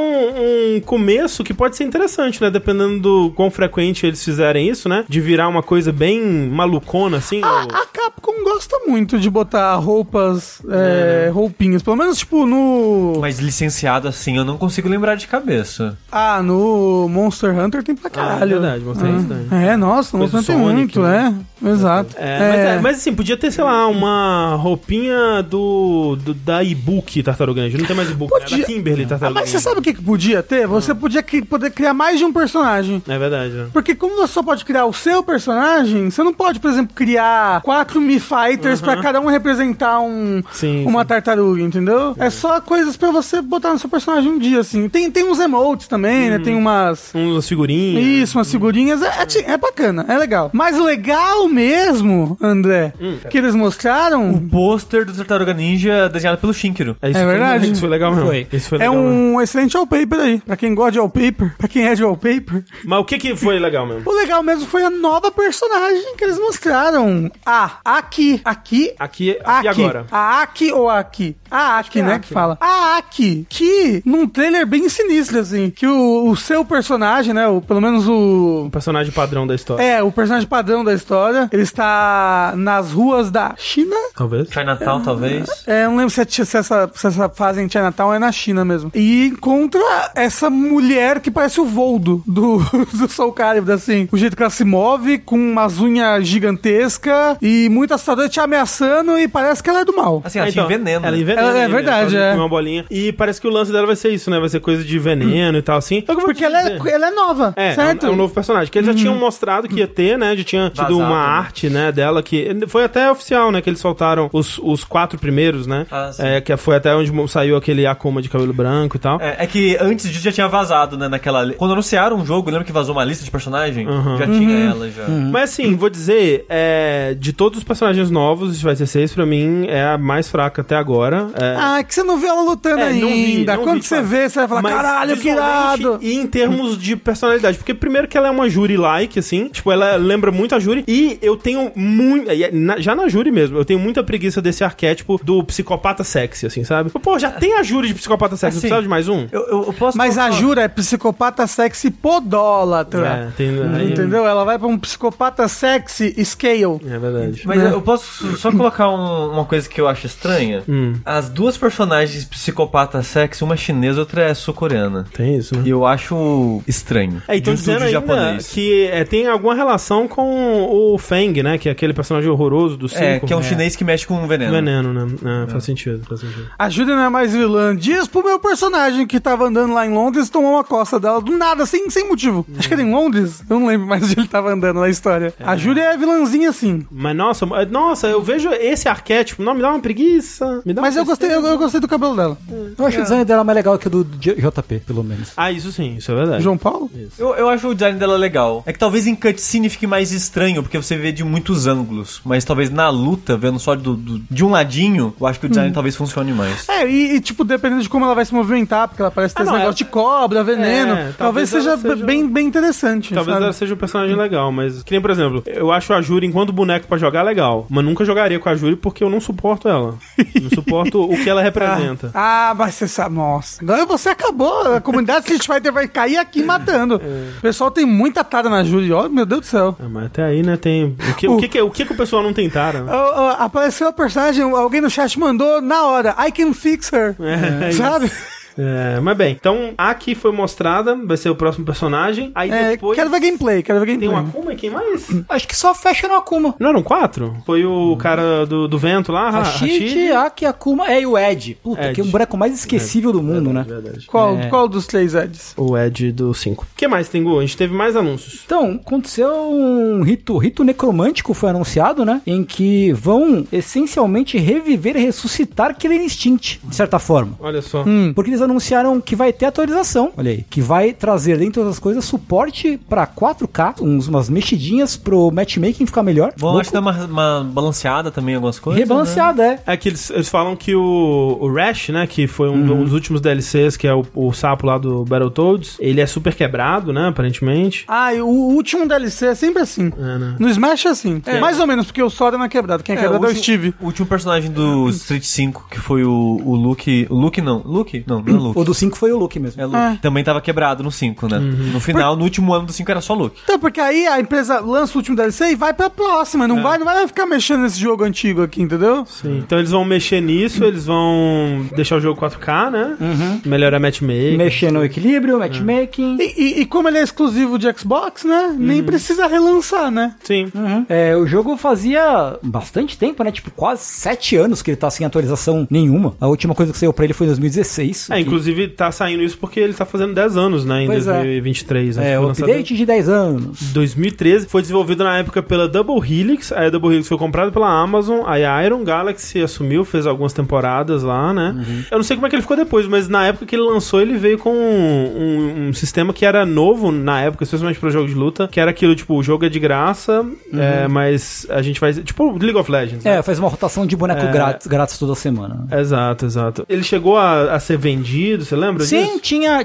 Speaker 1: um começo que pode ser interessante, né? Dependendo do quão frequente eles fizerem isso, né? De virar uma coisa bem malucona, assim. ou-
Speaker 3: A Capcom gosta muito de botar roupas,
Speaker 1: né?
Speaker 3: é, roupinhas, pelo menos tipo no...
Speaker 2: Mas licenciado assim, eu não consigo lembrar de cabeça.
Speaker 3: Ah, no Monster Hunter tem pra
Speaker 1: Ah, é
Speaker 3: caralho.
Speaker 1: verdade, mostrei isso daí.
Speaker 3: É, nossa,
Speaker 1: Coisa
Speaker 3: Monster Hunter tem
Speaker 1: Sonic,
Speaker 3: muito,
Speaker 1: né?
Speaker 3: é. Exato.
Speaker 1: É, Mas, é, mas assim, podia ter, sei lá, uma roupinha do, do da e-book Tartaruga Ninja. Não tem mais e-book, né?
Speaker 3: Podia.
Speaker 1: Da Kimberly
Speaker 3: Ah,
Speaker 1: Tartaruga
Speaker 3: mas você
Speaker 1: Ninja.
Speaker 3: sabe o que, que podia ter? Você
Speaker 1: Ah.
Speaker 3: podia cri- poder criar mais de um personagem.
Speaker 1: É verdade, né?
Speaker 3: Porque como você só pode criar o seu personagem, você não pode, por exemplo, criar quatro Mi Fighters pra cada um representar um,
Speaker 1: Uhum. Sim,
Speaker 3: uma
Speaker 1: sim.
Speaker 3: tartaruga, entendeu? É só coisas pra você botar no seu personagem um dia, assim. Tem, tem uns emotes também, né?
Speaker 1: Uhum.
Speaker 3: Tem umas...
Speaker 1: Umas figurinhas.
Speaker 3: Isso, umas figurinhas. É, é ti- é bacana, é legal. Mas legal mesmo, André,
Speaker 1: Hum.
Speaker 3: que eles mostraram...
Speaker 2: O pôster do Tartaruga Ninja desenhado pelo Shinkiro.
Speaker 1: isso
Speaker 3: É
Speaker 1: foi-
Speaker 3: verdade.
Speaker 1: isso foi legal mesmo.
Speaker 4: Foi.
Speaker 1: Isso foi
Speaker 3: É
Speaker 1: legal né? mesmo.
Speaker 3: um excelente wallpaper aí. Pra quem gosta de wallpaper, pra quem é de wallpaper.
Speaker 1: Mas o que que foi legal mesmo?
Speaker 3: O legal mesmo foi a nova personagem que eles mostraram. Ah, aqui. Aqui
Speaker 1: Aqui, aqui
Speaker 3: Aki.
Speaker 1: agora.
Speaker 3: A Aki ou a Aki? A Aki,
Speaker 1: é
Speaker 3: né,
Speaker 1: Aki.
Speaker 3: que fala. A Aki, que num trailer bem sinistro, assim, que o, o seu personagem, né, o, pelo menos o...
Speaker 1: O personagem padrão da história.
Speaker 3: É, o personagem padrão da história, ele está nas ruas da China?
Speaker 1: Talvez.
Speaker 2: É Chinatown, talvez.
Speaker 3: É, eu não lembro se, é ti- se essa, se essa fase em Chinatown é na China mesmo. E encontra essa mulher que parece o Voldo do, do Soul Calibur, assim. O jeito que ela se move, com umas unhas gigantescas e muita assustadora te ameaçando e parece que ela é do mal.
Speaker 2: Assim, ela tinha veneno.
Speaker 1: Ah, Então, Ela envenena.
Speaker 2: né?
Speaker 3: Ela- é
Speaker 1: ele, né?
Speaker 3: verdade,
Speaker 1: Só de
Speaker 3: é.
Speaker 1: comer Uma bolinha. E parece que o lance dela vai ser isso, né? Vai ser coisa de veneno e tal, assim. Só que eu vou
Speaker 3: Porque
Speaker 1: te
Speaker 3: ela
Speaker 1: dizer-
Speaker 3: é, ela é nova,
Speaker 1: É,
Speaker 3: certo?
Speaker 1: É, um, é um novo personagem. Que eles já tinham mostrado que ia ter, né? Já tinha tido
Speaker 2: Vazado,
Speaker 1: uma
Speaker 2: né?
Speaker 1: arte, né, dela que. Foi até oficial, né? Que eles soltaram os, os quatro primeiros, né?
Speaker 2: Ah, sim.
Speaker 1: é, que foi até onde mo- saiu aquele Akuma de cabelo branco e tal.
Speaker 2: É, é que antes disso já tinha vazado, né? Naquela. li- Quando anunciaram um jogo, lembra que vazou uma lista de personagem?
Speaker 1: Uhum.
Speaker 2: Já tinha ela, já.
Speaker 1: Mas assim, vou dizer, é, de todos os personagens novos, vai ser seis, pra mim é a mais fraca até agora. É,
Speaker 3: Ah, que você não vê ela lutando
Speaker 1: É, não vi,
Speaker 3: ainda.
Speaker 1: não
Speaker 3: Quando
Speaker 1: vi,
Speaker 3: você
Speaker 1: cara.
Speaker 3: vê, você vai falar,
Speaker 1: Mas
Speaker 3: caralho, que
Speaker 1: visualmente
Speaker 3: irado.
Speaker 1: E em termos de personalidade, porque primeiro que ela é uma Jury-like, assim, tipo, ela lembra muito a Jury, e eu tenho muito, e é na- já na Jury mesmo, eu tenho muita preguiça desse arquétipo do psicopata sexy, assim, sabe? Pô, já tem a Jury de psicopata sexy, não
Speaker 2: Assim,
Speaker 1: precisava de mais um?
Speaker 2: Eu, eu- eu posso.
Speaker 3: Mas a
Speaker 2: posso-
Speaker 3: Jura é psicopata sexy podólatra.
Speaker 1: É, tem, aí-
Speaker 3: Entendeu? Ela vai pra um psicopata sexy scale.
Speaker 1: É verdade.
Speaker 2: Mas eu posso só colocar um- uma coisa que eu acho estranha?
Speaker 1: Uhum. Hum,
Speaker 2: As duas personagens psicopata sexy, uma chinesa e outra é sul-coreana.
Speaker 1: Tem isso, né?
Speaker 2: E eu acho estranho.
Speaker 1: É, e tão
Speaker 2: De um
Speaker 1: dizendo
Speaker 2: estúdio
Speaker 1: ainda que é, tem alguma relação com o Feng, né? Que é aquele personagem horroroso do cinco.
Speaker 2: É, que é um chinês que mexe com veneno.
Speaker 1: Veneno, né? É, faz sentido, faz sentido.
Speaker 3: A Júlia não é mais vilã. Diz pro meu personagem que tava andando lá em Londres e tomou uma costa dela do nada, sem, sem motivo.
Speaker 1: Hum.
Speaker 3: Acho que era em Londres. Eu não lembro mais onde ele tava andando na história. A Júlia é vilãzinha, sim.
Speaker 1: Mas nossa, eh, nossa, eu vejo esse arquétipo. Não, me dá uma preguiça. Me dá
Speaker 3: Mas
Speaker 1: uma
Speaker 3: eu gostei, eu, eu gostei do cabelo dela.
Speaker 4: Eu acho o design dela é mais legal que o do J- JP, pelo menos.
Speaker 1: Ah, isso sim, isso é verdade.
Speaker 3: João Paulo?
Speaker 2: Eu, eu acho o design dela legal. É que talvez em cutscene fique mais estranho, porque você vê de muitos ângulos. Mas talvez na luta, vendo só do, do- de um ladinho, eu acho que o
Speaker 4: Hum.
Speaker 2: design talvez funcione mais.
Speaker 3: É, e, e, tipo, dependendo de como ela vai se movimentar, porque ela parece ter
Speaker 1: Ah,
Speaker 3: esse
Speaker 1: não,
Speaker 3: negócio de cobra, veneno.
Speaker 1: É, talvez
Speaker 3: talvez seja,
Speaker 1: ela seja-
Speaker 3: Bem, bem interessante.
Speaker 1: Talvez
Speaker 3: sabe?
Speaker 1: ela seja um personagem legal, mas. Que nem, por exemplo, eu acho a Júri enquanto boneco pra jogar legal. Mas nunca jogaria com a Júri porque eu não suporto ela. não suporto o que ela representa.
Speaker 3: Ah, mas você sabe, nossa. Agora você acabou. A comunidade Street Fighter vai cair aqui matando.
Speaker 1: É.
Speaker 3: O pessoal tem muita tara na Júlia. Ó, meu Deus do céu.
Speaker 1: Ah, mas até aí, né, tem. O
Speaker 3: Uh.
Speaker 1: que o, que, que- o, que que o pessoal não né? tentara?
Speaker 3: Ó, ó, apareceu a personagem, alguém no chat mandou na hora. I can fix her.
Speaker 1: É,
Speaker 3: sabe?
Speaker 1: É, mas bem, então a que foi mostrada, vai ser o próximo personagem. Aí
Speaker 3: É,
Speaker 1: depois
Speaker 3: Quero ver gameplay, quero ver
Speaker 1: tem
Speaker 3: gameplay.
Speaker 1: o Akuma e quem mais?
Speaker 4: Acho que só fecha no Akuma.
Speaker 1: Não eram quatro? Foi
Speaker 3: Uhum.
Speaker 1: o cara do, do vento lá, Ha-
Speaker 4: Ah, Rashid, Aki, Akuma é e o Ed. Puta,
Speaker 1: Ed.
Speaker 4: que é um boneco mais esquecível do mundo, né?
Speaker 1: Verdade.
Speaker 3: Qual,
Speaker 4: É.
Speaker 3: qual dos três Eds?
Speaker 1: O Ed do 5. O que mais, Tengu? A gente teve mais anúncios.
Speaker 4: Então, aconteceu um rito, rito necromântico foi anunciado, né? Em que vão essencialmente reviver e ressuscitar Killer Instinct, de certa forma.
Speaker 1: Olha só.
Speaker 4: Porque eles anunciaram que vai ter atualização, olha aí, que vai trazer, dentre outras coisas, suporte pra 4K, uns, umas mexidinhas pro matchmaking ficar melhor.
Speaker 2: Bom, acho que tá né? dá uma, uma balanceada também em algumas coisas.
Speaker 4: Rebalanceada, é.
Speaker 1: É que eles, eles falam que o, o Rash, né, que foi um
Speaker 4: Uhum.
Speaker 1: dos últimos DLCs, que é o, o sapo lá do Battletoads, ele é super quebrado, né, aparentemente.
Speaker 3: Ah, e o último DLC é sempre assim.
Speaker 1: É, né?
Speaker 3: No Smash é assim. Mais ou menos, porque o Sora não é quebrado. Quem é,
Speaker 2: Né? É, o,
Speaker 3: quebrado é o
Speaker 2: último,
Speaker 3: Steve.
Speaker 2: o último personagem do Street 5, que foi o, o Luke. O Luke não. Luke? Não, não é Luke.
Speaker 4: Hum, O do 5 foi o Luke mesmo.
Speaker 2: É Luke.
Speaker 3: Ah.
Speaker 2: Também tava quebrado no 5, né?
Speaker 4: Uhum.
Speaker 2: No final, no último ano do 5 era só Luke.
Speaker 3: Então, porque aí a empresa lança o último DLC e vai pra próxima.
Speaker 1: É.
Speaker 3: Não, vai, não vai ficar mexendo nesse jogo antigo aqui, entendeu?
Speaker 1: Sim. Então eles vão mexer nisso, eles vão deixar o jogo 4K, né?
Speaker 4: Uhum.
Speaker 1: Melhorar matchmaking.
Speaker 4: Mexer no equilíbrio, matchmaking.
Speaker 3: E, e- e como ele é exclusivo de Xbox, né?
Speaker 1: Uhum.
Speaker 3: Nem precisa relançar, né?
Speaker 1: Sim.
Speaker 4: É, o jogo fazia bastante tempo, né? Tipo, quase sete anos que ele tá sem atualização nenhuma. A última coisa que saiu pra ele foi em 2016.
Speaker 1: É,
Speaker 4: que-
Speaker 1: inclusive tá saindo isso porque ele tá fazendo 10 anos, né, em
Speaker 4: Pois é.
Speaker 1: 2023. né?
Speaker 4: É,
Speaker 1: Foi
Speaker 4: o
Speaker 1: lançado-
Speaker 4: update de 10 anos.
Speaker 1: 2013, foi desenvolvido na época pela Double Helix, aí a Double Helix foi comprada pela Amazon, aí a Iron Galaxy assumiu, fez algumas temporadas lá, né?
Speaker 4: Uhum.
Speaker 1: Eu não sei como é que ele ficou depois, mas na época que ele lançou, ele veio com um, um- um sistema que era novo na época, especialmente para jogo de luta, que era aquilo, tipo, o jogo é de graça,
Speaker 4: Uhum.
Speaker 1: é, mas a gente faz, tipo, League of Legends, né?
Speaker 4: É, faz uma rotação de
Speaker 1: É.
Speaker 4: boneco grátis, grátis toda semana.
Speaker 1: Exato, exato. Ele chegou a, a ser vendido, você lembra disso?
Speaker 4: Sim, tinha,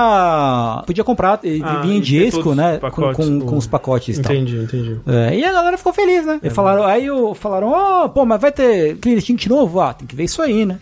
Speaker 4: tinha. Podia comprar, e
Speaker 1: Ah,
Speaker 4: vinha
Speaker 1: e
Speaker 4: em
Speaker 1: ter
Speaker 4: disco,
Speaker 1: todos os
Speaker 4: né?
Speaker 1: pacotes,
Speaker 4: com, com,
Speaker 1: o-
Speaker 4: com os pacotes e tal.
Speaker 1: Entendi, É. entendi.
Speaker 4: É, e a galera ficou feliz, né? E falaram, aí o- falaram, ó, pô, mas vai ter Clean Instinct novo? Ah, tem que ver isso aí, né?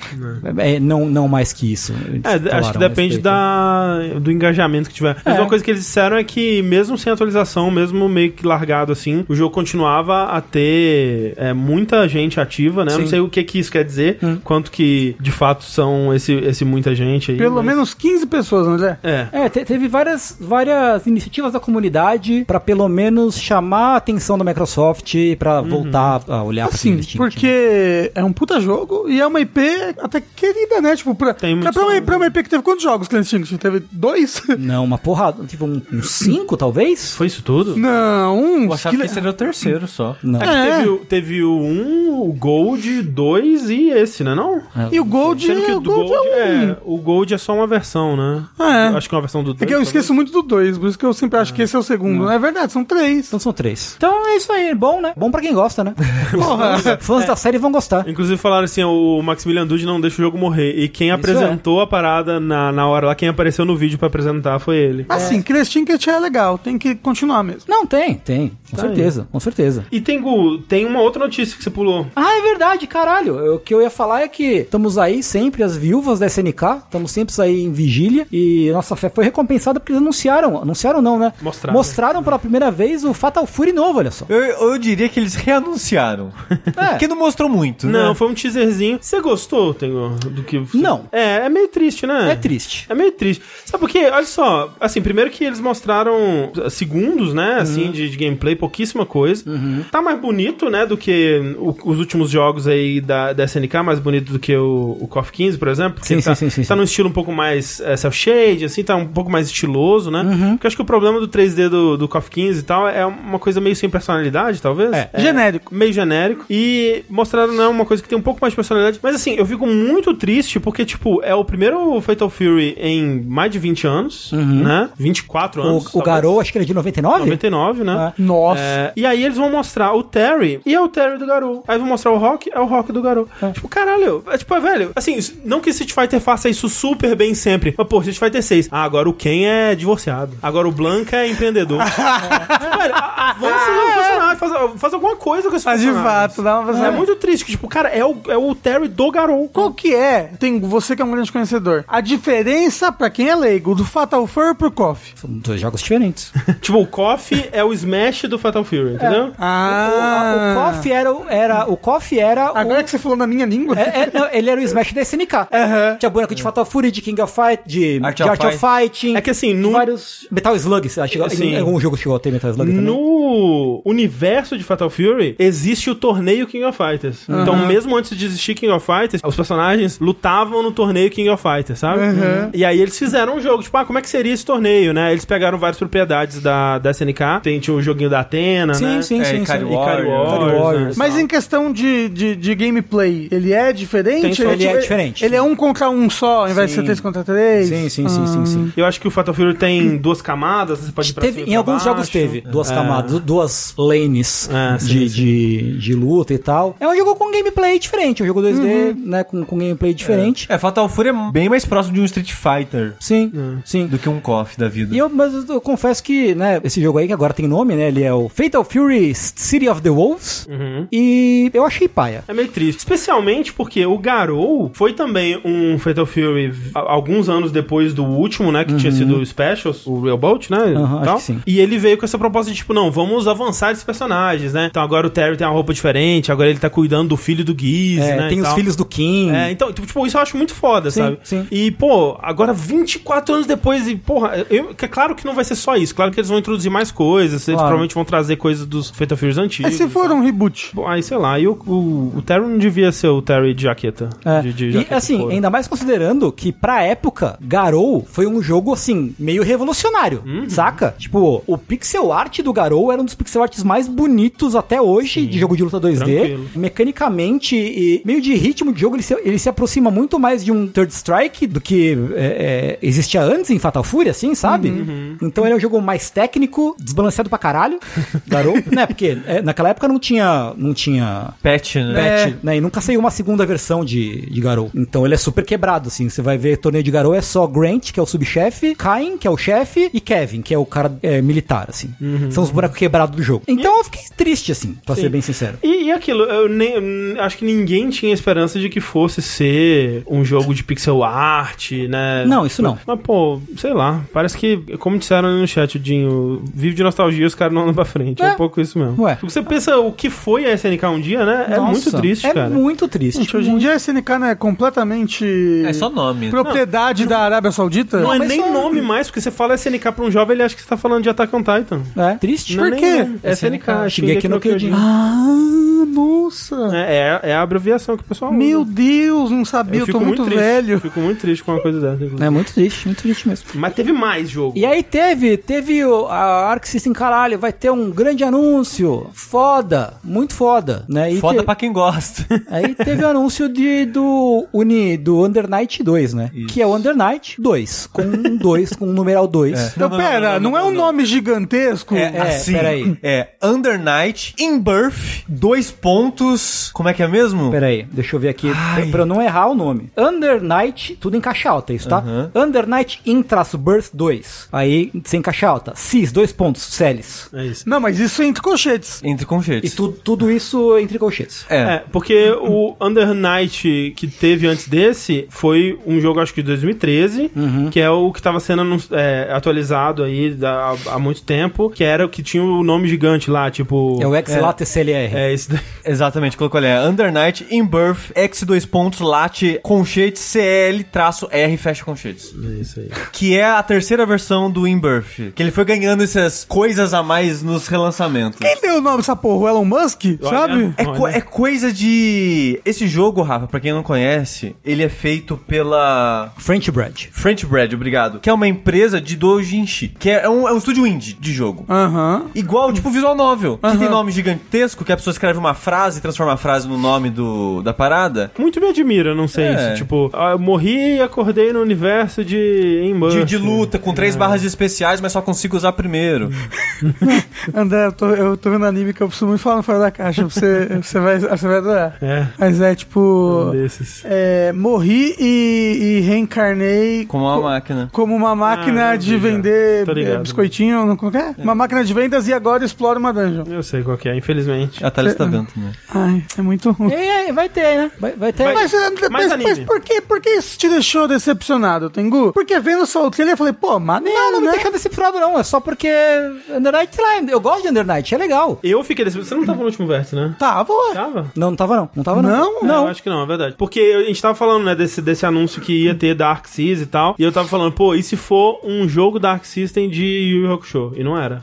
Speaker 4: É, não, não mais que isso. eles
Speaker 1: É,
Speaker 4: falaram
Speaker 1: acho que
Speaker 4: a
Speaker 1: depende
Speaker 4: respeito.
Speaker 1: da, do engajamento que tiver. Mas
Speaker 4: É.
Speaker 1: uma coisa que eles disseram é que, mesmo sem atualização, mesmo meio que largado assim, o jogo continuava a ter é, muita gente ativa, né? Eu Não
Speaker 4: Sim.
Speaker 1: sei o que, que isso quer dizer,
Speaker 3: Hum.
Speaker 1: quanto que de fato são esse, esse muita gente aí.
Speaker 3: Pelo
Speaker 1: mas-
Speaker 3: menos 15 pessoas, né, André.
Speaker 1: É.
Speaker 4: É, te- teve várias, várias iniciativas da comunidade pra pelo menos chamar a atenção da Microsoft pra
Speaker 1: Uhum.
Speaker 4: voltar a olhar pro
Speaker 3: Assim,
Speaker 4: Clean Instinct.
Speaker 3: porque
Speaker 1: né?
Speaker 3: é um puta jogo e é uma IP até querida, né? Tipo, pra,
Speaker 1: Tem
Speaker 3: pra,
Speaker 1: muito
Speaker 3: pra uma,
Speaker 1: som.
Speaker 3: pra uma IP que teve quantos jogos, Clan Instinct? Teve dois?
Speaker 4: Não, uma porrada. Tipo, um, um cinco, talvez?
Speaker 1: Foi isso tudo?
Speaker 3: Não, um.
Speaker 2: Eu achava que
Speaker 3: Killer-
Speaker 2: esse era o terceiro só.
Speaker 4: Não.
Speaker 1: É que
Speaker 3: É.
Speaker 1: Teve, o- teve o 1, o Gold, 2 e esse, né? Não?
Speaker 3: E o Gold,
Speaker 1: Sendo que
Speaker 3: o
Speaker 1: o
Speaker 3: Gold, é um.
Speaker 1: é, o Gold é só uma versão, né?
Speaker 3: Ah, é.
Speaker 1: Acho que é uma versão do
Speaker 3: É
Speaker 1: dois,
Speaker 3: que eu
Speaker 1: talvez.
Speaker 3: esqueço muito do 2, por isso que eu sempre acho que esse é o segundo. É verdade, são três.
Speaker 4: Ah, Então são três. Então é isso aí. Bom, né? Bom pra quem gosta, né?
Speaker 3: Porra.
Speaker 4: Fãs
Speaker 1: É.
Speaker 4: da série vão gostar.
Speaker 1: Inclusive falaram assim, o Maximilian Dude não deixa o jogo morrer. E quem apresentou a parada na, na hora lá, quem apareceu no vídeo pra apresentar foi ele.
Speaker 3: Assim, Crestin Cat é legal, tem que continuar mesmo.
Speaker 4: Não, tem, tem. Com
Speaker 1: Tá aí.
Speaker 4: certeza, com certeza.
Speaker 1: E tem, Gu, tem uma outra notícia que você pulou.
Speaker 4: Ah, é verdade, caralho. Eu- O que eu ia falar é que estamos aí sempre, as viúvas da SNK, estamos sempre aí em vigília e nossa fé foi recompensada porque eles anunciaram, anunciaram não, né?
Speaker 1: Mostraram.
Speaker 4: Mostraram pela primeira vez o Fatal Fury novo, olha só.
Speaker 2: Eu, eu diria que eles reanunciaram.
Speaker 4: É.
Speaker 2: Porque não mostrou muito, né?
Speaker 1: Não, foi um teaserzinho. Você gostou, Tengo, do que... você-
Speaker 4: Não.
Speaker 1: É, é meio triste, né?
Speaker 4: É triste.
Speaker 1: É meio triste. Sabe por quê? Olha só, assim, primeiro que eles mostraram segundos, né,
Speaker 4: Uhum.
Speaker 1: assim, de, de gameplay, pouquíssima coisa. Tá mais bonito, né, do que o- os últimos jogos aí da, da SNK, mais bonito do que o, o KOF 15, por exemplo. porque
Speaker 4: Sim, sim,
Speaker 1: tá,
Speaker 4: sim, sim,
Speaker 1: Tá
Speaker 4: sim.
Speaker 1: num estilo um pouco mais é, cel shade, assim, tá um pouco mais estiloso, né?
Speaker 4: Uhum.
Speaker 1: Porque eu acho que o problema do 3D do, do KOF 15 e tal é uma coisa meio sem personalidade, talvez. É,
Speaker 3: Genérico.
Speaker 1: meio genérico. E mostraram, né, uma coisa que tem um pouco mais de personalidade. Mas assim, eu fico muito triste porque, tipo, é o primeiro Fatal Fury em mais de 20 anos, né? 24
Speaker 4: Uhum. O,
Speaker 1: anos.
Speaker 4: o
Speaker 1: talvez.
Speaker 4: Garou, acho que ele é de 99?
Speaker 1: 99, né?
Speaker 4: Ah.
Speaker 3: Nossa.
Speaker 1: É, e aí eles vão mostrar o Terry e é o Terry do Garou. Aí vão mostrar o Rock, é o Rock do Garou. Tipo, caralho, é, tipo, é, velho, assim, s- não que Street Fighter faça isso super bem sempre, mas pô, Street Fighter 6. Ah, agora o Ken é divorciado. Agora o Blanca é empreendedor. É. tipo, velho, a- avança o personagem, faz, faz alguma coisa com esse
Speaker 3: Mas de
Speaker 1: personagem.
Speaker 3: fato, dá uma
Speaker 1: É muito triste, que, tipo, cara, é o, é o Terry do Garou.
Speaker 3: Qual que é, tem você que é um grande conhecedor, a diferença pra quem é leigo do Fatal Fury pro KOF?
Speaker 4: São dois jogos diferentes.
Speaker 1: tipo, o Coffee é o Smash do Fatal Fury, entendeu?
Speaker 4: Ah. O, o, o KOF era, o- era, o KOF era o-
Speaker 3: Ah. Agora que você falou na minha língua.
Speaker 4: É, é, não, ele era o Smash da SNK. Tinha boneco de Fatal Fury, de King of Fight, de
Speaker 2: Art
Speaker 4: de
Speaker 2: of
Speaker 4: Art of Fighting.
Speaker 1: É que assim, no-
Speaker 4: vários Metal Slug, você acha que
Speaker 1: Assim,
Speaker 4: em algum jogo chegou a ter Metal Slug também?
Speaker 1: No universo de Fatal Fury, existe o torneio King of Fighters. Então, mesmo antes de existir King of Fighters, os personagens lutavam no torneio King of Fighters, sabe? E aí eles fizeram um jogo, tipo, ah, como é que seria esse torneio, né? Eles pegaram várias propriedades da, da SNK. Tem tinha o joguinho da Atena, né?
Speaker 4: sim,
Speaker 2: É, Ikari
Speaker 1: E Ikari
Speaker 2: Warriors.
Speaker 1: Warriors,
Speaker 4: Ikari Warriors.
Speaker 1: né?
Speaker 3: Mas em questão de, de, de gameplay, ele é
Speaker 4: Tem
Speaker 3: diferente?
Speaker 4: só- ele é diferente.
Speaker 3: Ele é um contra um só, ao invés de
Speaker 4: Sim.
Speaker 3: ser três contra três?
Speaker 4: Sim, sim, sim, sim, sim.
Speaker 1: Eu acho que o Fatal Fury tem duas camadas, você Hum, pode ir pra
Speaker 4: Teve,
Speaker 1: cima e
Speaker 4: em
Speaker 1: pra
Speaker 4: alguns
Speaker 1: baixo.
Speaker 4: jogos teve duas
Speaker 1: É.
Speaker 4: camadas, duas lanes
Speaker 1: É, sim,
Speaker 4: de, De, de luta e tal. É um jogo com gameplay diferente, um jogo 2D,
Speaker 1: Uhum.
Speaker 4: né, com, com gameplay diferente.
Speaker 2: É, Fatal Fury é bem mais próximo de um Street Fighter
Speaker 4: Sim,
Speaker 1: É.
Speaker 4: sim.
Speaker 2: do que um KOF da vida.
Speaker 4: E eu, mas eu confesso que, né, esse jogo aí que agora tem nome, né, ele é o Fatal Fury City of the Wolves.
Speaker 1: Uhum.
Speaker 4: E eu achei paia.
Speaker 1: É meio triste. Especialmente porque o Garou foi também um Fatal Fury a- alguns anos depois do último, né? Que tinha sido o Specials, o Real Bolt, né?
Speaker 4: Uhum. Aham,
Speaker 1: e tal.
Speaker 4: acho que sim.
Speaker 1: E ele veio com essa proposta de tipo, não, vamos avançar esses personagens, né? Então agora o Terry tem uma roupa diferente, agora ele tá cuidando do filho do Giz,
Speaker 4: É,
Speaker 1: né? e
Speaker 4: tem os
Speaker 1: tal.
Speaker 4: filhos do King.
Speaker 1: É, então, tipo, isso eu acho muito foda,
Speaker 4: Sim,
Speaker 1: sabe?
Speaker 4: sim.
Speaker 1: E, pô, agora 24 anos depois, e, porra, eu, que é claro que não vai ser só isso. Claro que eles vão introduzir mais coisas, eles
Speaker 4: Claro. É,
Speaker 1: provavelmente vão trazer coisas dos Fatal Furies
Speaker 3: E
Speaker 1: antigos.
Speaker 3: se for um reboot?
Speaker 1: Bom, aí sei lá, e o, o, o Terry não devia ser o Terry de jaqueta.
Speaker 4: É.
Speaker 1: De, de
Speaker 4: E
Speaker 1: jaqueta
Speaker 4: assim,
Speaker 1: de couro.
Speaker 4: ainda mais considerando que pra época, Garou foi um jogo assim, meio revolucionário,
Speaker 1: Uhum.
Speaker 4: saca? Tipo, o pixel art do Garou era um dos pixel arts mais bonitos até hoje de jogo de luta 2D.
Speaker 1: tranquilo.
Speaker 4: Mecanicamente e meio de ritmo de jogo, ele se, ele se aproxima muito mais de um Third Strike do que é, é, existia antes em Fatal Fury, assim, sabe?
Speaker 1: Uhum.
Speaker 4: Então ele é um jogo mais técnico, desbalanceado pra caralho, Garou, né? Porque é, naquela época não tinha, não tinha
Speaker 2: Patch, né?
Speaker 4: patch, né? E nunca saiu uma segunda versão de, de Garou. Então ele é super quebrado, assim. Você vai ver torneio de Garou é só Grant, que é o subchefe, Cain, que é o chefe, e Kevin, que é o cara é, militar, assim. São os bonecos quebrados do jogo. Então eu fiquei triste, assim, pra ser bem sincero.
Speaker 1: E, e aquilo, eu nem, eu n- acho que ninguém tinha esperança de que fosse ser um jogo de pixel art, né?
Speaker 4: Não, isso não.
Speaker 1: Mas, pô, sei lá. Parece que, como disseram no chat, o Dinho, vive de nostalgia e os caras não andam pra frente. É,
Speaker 4: É.
Speaker 1: um pouco isso mesmo.
Speaker 4: Ué.
Speaker 1: Porque você pensa o que foi a SNK um dia, né? é
Speaker 4: Nossa,
Speaker 1: muito triste,
Speaker 4: é
Speaker 1: cara.
Speaker 4: muito triste.
Speaker 3: Gente, hoje em dia a SNK não é completamente
Speaker 2: É só nome.
Speaker 3: propriedade da Arábia Saudita?
Speaker 1: Não é
Speaker 4: mas
Speaker 1: nem
Speaker 4: só- um-
Speaker 1: nome mais, porque você fala SNK pra um jovem, ele acha que você tá falando de Attack on Titan.
Speaker 4: É, triste.
Speaker 1: Não é
Speaker 4: Por
Speaker 1: nem
Speaker 4: quê?
Speaker 1: nome. SNK,
Speaker 4: Shingeki no Kyojin.
Speaker 1: Ah,
Speaker 3: nossa.
Speaker 1: É, é, é a abreviação que o pessoal
Speaker 3: Meu
Speaker 1: usa.
Speaker 3: Deus, não sabia, eu, tô muito,
Speaker 1: triste,
Speaker 3: velho.
Speaker 1: Fico muito triste com uma coisa dessa, inclusive.
Speaker 4: É muito triste, muito triste mesmo.
Speaker 1: Mas teve mais jogo.
Speaker 4: E é aí teve, teve o- a Arc System, caralho, vai ter um grande anúncio, foda, muito foda, né? E
Speaker 2: Foda
Speaker 4: te-
Speaker 2: pra quem gosta.
Speaker 4: Aí teve o anúncio de, do, Uni, do Under Night 2, né? Que é o Under Night 2, com um 2, com um numeral 2.
Speaker 3: Então,
Speaker 2: Não, não,
Speaker 3: pera, não,
Speaker 2: não, não,
Speaker 3: é um
Speaker 2: não, não.
Speaker 3: nome gigantesco?
Speaker 4: É, é.
Speaker 2: assim,
Speaker 4: peraí.
Speaker 2: é Under Night, In Birth, dois pontos. Como é que é mesmo?
Speaker 4: Pera aí, deixa eu ver aqui,
Speaker 2: Ai.
Speaker 4: pra- pra eu não errar o nome. Under Night, tudo em caixa alta, isso, tá? Under Night in traço birth 2. Aí, sem caixa alta. Cis, dois pontos, Celis.
Speaker 1: É isso.
Speaker 3: Não, mas isso é entre colchetes.
Speaker 2: Entre conchetes.
Speaker 4: E tu- tudo isso entre colchetes.
Speaker 1: É, porque o Under Night que teve antes desse foi um jogo, acho que de 2013, que é o que tava sendo anun- é, atualizado aí da- há, há muito tempo, que era o que tinha o nome gigante lá, tipo.
Speaker 4: É o ex late CLR.
Speaker 1: É esse daí.
Speaker 2: Exatamente, colocou ali. é, Under Night, In Birth, X dois pontos, late, conchetes, CL, traço, R, fecha conchetes.
Speaker 1: É isso aí.
Speaker 2: Que é a terceira versão do In Birth. Que ele foi ganhando essas coisas a mais nos relançamentos.
Speaker 3: Quem deu o nome dessa porra? O Elon Musk? Sabe?
Speaker 2: É, co-
Speaker 1: Olha.
Speaker 2: é coisa de. Esse jogo, Rafa, pra quem não conhece, ele é feito pela.
Speaker 4: French Bread.
Speaker 2: French Bread, obrigado. Que é uma empresa de doujinshi. Que é um, é um estúdio indie de jogo.
Speaker 3: Aham.
Speaker 2: Igual, tipo, visual novel. Que tem nome gigantesco, que a pessoa escreve uma frase e transforma a frase no nome do, da parada.
Speaker 1: Muito me admira, não sei
Speaker 2: É.
Speaker 1: isso. Tipo, ah, eu morri e acordei no universo de. Em
Speaker 2: De,
Speaker 1: Murphy.
Speaker 2: de luta, com três barras especiais, mas só consigo usar primeiro.
Speaker 3: André, eu tô, eu tô vendo anime que eu preciso muito falar no fora da caixa. Você, você, vai, você vai adorar.
Speaker 1: É,
Speaker 3: Mas é tipo.
Speaker 1: um desses.
Speaker 3: é, morri e, e reencarnei
Speaker 2: Como uma máquina.
Speaker 3: como uma máquina
Speaker 1: Ah,
Speaker 3: de
Speaker 1: tô ligado.
Speaker 3: vender
Speaker 1: Tô ligado.
Speaker 3: é, biscoitinho, não, como que é? Uma máquina de vendas e agora explora uma dungeon.
Speaker 1: Eu sei qual que é, infelizmente.
Speaker 2: A Thalys tá vendo também.
Speaker 3: Ai, é muito ruim.
Speaker 4: É, é, vai ter, né? Vai, vai ter.
Speaker 3: Mas, é, mas, mas,
Speaker 1: anime.
Speaker 3: por, que, por que isso te deixou decepcionado, Tengu? Porque vendo só o trailer eu falei, pô, maneiro,
Speaker 4: não, não me
Speaker 3: né?
Speaker 4: deixa decepcionado, não. É só porque Under Night lá. Eu gosto de Under Night, é legal.
Speaker 1: Eu fiquei desse. Você não tava no último verso, né?
Speaker 3: Tava, ué.
Speaker 1: Tava?
Speaker 4: Não, não tava, não. Não tava, não.
Speaker 1: É, eu acho que não, é verdade. Porque a gente tava falando, né, desse, desse anúncio que ia ter Dark Seas e tal. E eu tava falando, pô, e se for um jogo Dark System de Yu Yu Hakusho? E não era.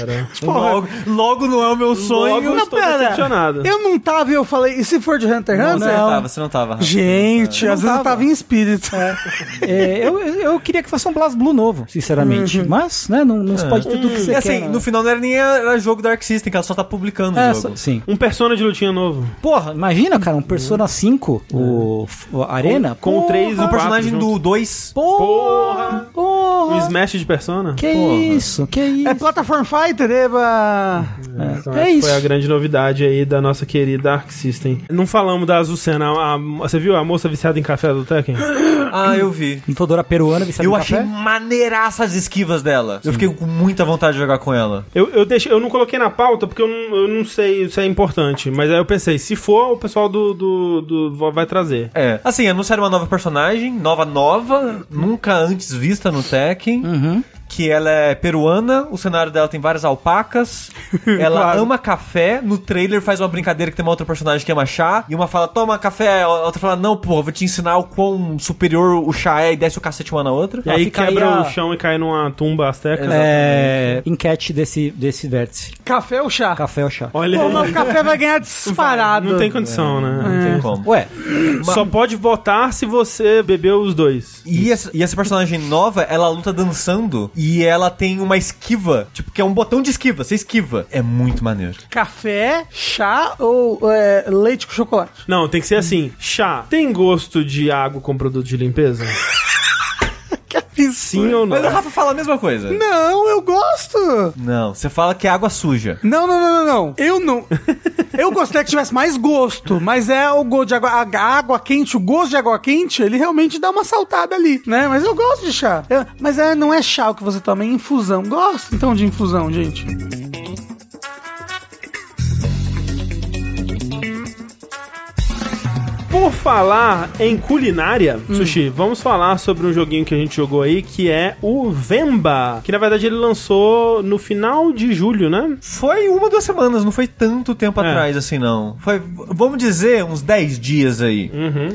Speaker 1: Era.
Speaker 3: Porra.
Speaker 2: Logo, logo não é o meu
Speaker 1: Logo
Speaker 2: sonho.
Speaker 1: eu estou
Speaker 3: pera.
Speaker 1: decepcionado.
Speaker 3: Eu não tava e eu falei, e se for de Hunter x
Speaker 2: Não,
Speaker 3: Hunter?
Speaker 2: você não tava, você não tava. Rafa.
Speaker 3: Gente,
Speaker 4: Não
Speaker 3: às vezes eu
Speaker 4: tava.
Speaker 3: tava em espírito.
Speaker 4: É, eu, eu eu queria que fosse um Blast Blue novo, sinceramente. Mas, né, não, não se pode ter tudo que você
Speaker 2: E
Speaker 4: quer.
Speaker 2: Uhum. assim,
Speaker 4: né?
Speaker 2: no final não era nem era jogo Dark System, que ela só tá publicando
Speaker 4: É,
Speaker 2: o jogo.
Speaker 4: só- sim.
Speaker 1: Um Persona de lutinha novo.
Speaker 4: Porra, imagina, cara, um
Speaker 2: Uhum.
Speaker 4: Persona 5, o, f- o Arena.
Speaker 1: Com- com
Speaker 4: porra,
Speaker 1: três-
Speaker 2: O
Speaker 1: Quatro
Speaker 2: personagem
Speaker 1: juntos.
Speaker 2: do 2.
Speaker 4: Porra!
Speaker 1: Um
Speaker 4: Porra!
Speaker 1: Smash de Persona.
Speaker 4: Que
Speaker 2: Porra.
Speaker 4: isso, que isso.
Speaker 3: É Platform Fighter, eba!
Speaker 1: Então,
Speaker 4: É
Speaker 1: essa
Speaker 4: isso.
Speaker 1: Foi a grande novidade aí da nossa querida Arc System. Não falamos da Azucena. a- a- você viu a moça viciada em café do Tekken?
Speaker 2: Ah, eu vi.
Speaker 4: Lutadora peruana, viciada
Speaker 2: Eu
Speaker 4: em
Speaker 2: achei
Speaker 4: café.
Speaker 2: maneiraça as esquivas dela. Eu fiquei com muita vontade de jogar com ela.
Speaker 1: Eu, eu, deixei, eu não coloquei na pauta porque eu não, eu não sei se é importante. Mas aí eu pensei, se for, o pessoal do, do, do vai trazer.
Speaker 2: É. Assim, anunciaram uma nova personagem, nova nova, nunca antes vista no Tekken.
Speaker 4: Uhum.
Speaker 2: Que ela é peruana, o cenário dela tem várias alpacas. Ela
Speaker 3: Claro.
Speaker 2: ama café. No trailer faz uma brincadeira que tem uma outra personagem que ama chá. E uma fala, toma café. A outra fala, não, porra, vou te ensinar o quão superior o chá é. E desce o cacete uma na outra.
Speaker 1: E
Speaker 4: Ela
Speaker 1: aí
Speaker 4: fica aí
Speaker 1: quebra
Speaker 4: a-
Speaker 1: o chão e cai numa tumba asteca.
Speaker 4: É, enquete desse, desse vértice.
Speaker 3: Café ou chá?
Speaker 4: Café ou chá?
Speaker 1: Olha,
Speaker 3: Pô, mas o café vai ganhar disparado.
Speaker 1: não tem condição, né? Tipo,
Speaker 2: Não tem como.
Speaker 4: Ué,
Speaker 1: Só pode votar se você bebeu os dois.
Speaker 2: E essa, e essa personagem nova, ela luta dançando e ela tem uma esquiva, tipo, que é um botão de esquiva, você esquiva. É muito maneiro.
Speaker 3: Café, chá ou é, leite com chocolate?
Speaker 1: Não, tem que ser assim. Chá, tem gosto de água com produto de limpeza?
Speaker 3: Que absurdo.
Speaker 1: Sim ou não?
Speaker 2: Mas o Rafa fala a mesma coisa.
Speaker 3: Não, eu gosto!
Speaker 2: Não, você fala que é água suja.
Speaker 3: Não, não, não, não, não. Eu não. Eu gostaria que tivesse mais gosto, mas é o gosto de água, a água quente, o gosto de água quente, ele realmente dá uma saltada ali, né? Mas eu gosto de chá. Eu- mas é, não é chá o que você toma, é infusão. Gosto então de infusão, gente.
Speaker 1: Por falar em culinária, Sushi, vamos falar sobre um joguinho que a gente jogou aí, que é o Vemba. Que na verdade ele lançou no final de julho, né?
Speaker 2: Foi uma, duas semanas, não foi tanto tempo
Speaker 1: É.
Speaker 2: atrás assim, não. Foi, vamos dizer, uns 10 dias aí.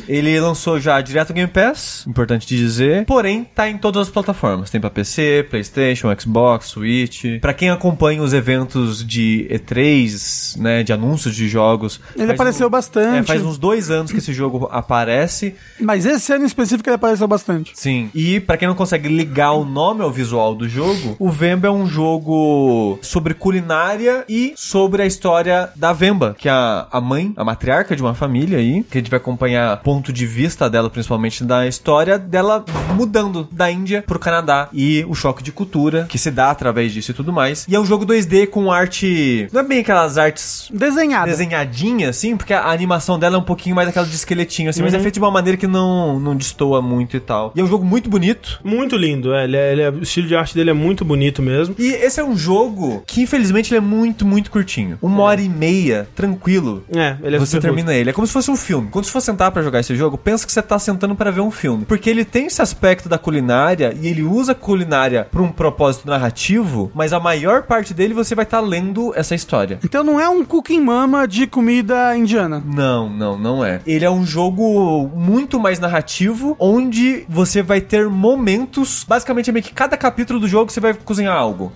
Speaker 2: Ele lançou já direto no Game Pass, importante de dizer. Porém, tá em todas as plataformas. Tem pra PC, PlayStation, Xbox, Switch. Pra quem acompanha os eventos de E3, né, de anúncios de jogos.
Speaker 3: Ele
Speaker 2: faz
Speaker 3: apareceu
Speaker 2: um-
Speaker 3: bastante.
Speaker 2: É, faz uns dois anos que esse jogo aparece.
Speaker 3: Mas esse ano em específico ele apareceu bastante.
Speaker 2: Sim. E pra quem não consegue ligar o nome ao visual do jogo, o Vemba é um jogo sobre culinária e sobre a história da Vemba, que é a, a mãe, a matriarca de uma família aí, que a gente vai acompanhar o ponto de vista dela, principalmente da história dela mudando da Índia pro Canadá e o choque de cultura que se dá através disso e tudo mais. E é um jogo 2D com arte, não é bem aquelas artes
Speaker 3: Desenhado.
Speaker 2: desenhadinha, assim, porque a animação dela é um pouquinho mais aquela de esqueletinho, assim,
Speaker 1: Uhum.
Speaker 2: mas é feito de uma maneira que não, não destoa muito e tal. E é um jogo muito bonito.
Speaker 1: Muito lindo, é, ele é- ele é- o estilo de arte dele é muito bonito mesmo.
Speaker 2: E esse é um jogo que, infelizmente, ele é muito, muito curtinho. Uma hora e meia, tranquilo.
Speaker 1: É, ele é
Speaker 2: você
Speaker 1: super
Speaker 2: termina ele. É como se fosse um filme. Quando você for sentar pra jogar esse jogo, pensa que você tá sentando pra ver um filme. Porque ele tem esse aspecto da culinária e ele usa a culinária pra um propósito narrativo, mas a maior parte dele você vai estar lendo essa história.
Speaker 3: Então não é um cooking mama de comida indiana.
Speaker 2: Não, não, não é. Ele é um jogo muito mais narrativo, onde você vai ter momentos. Basicamente, é meio que cada capítulo do jogo você vai cozinhar algo.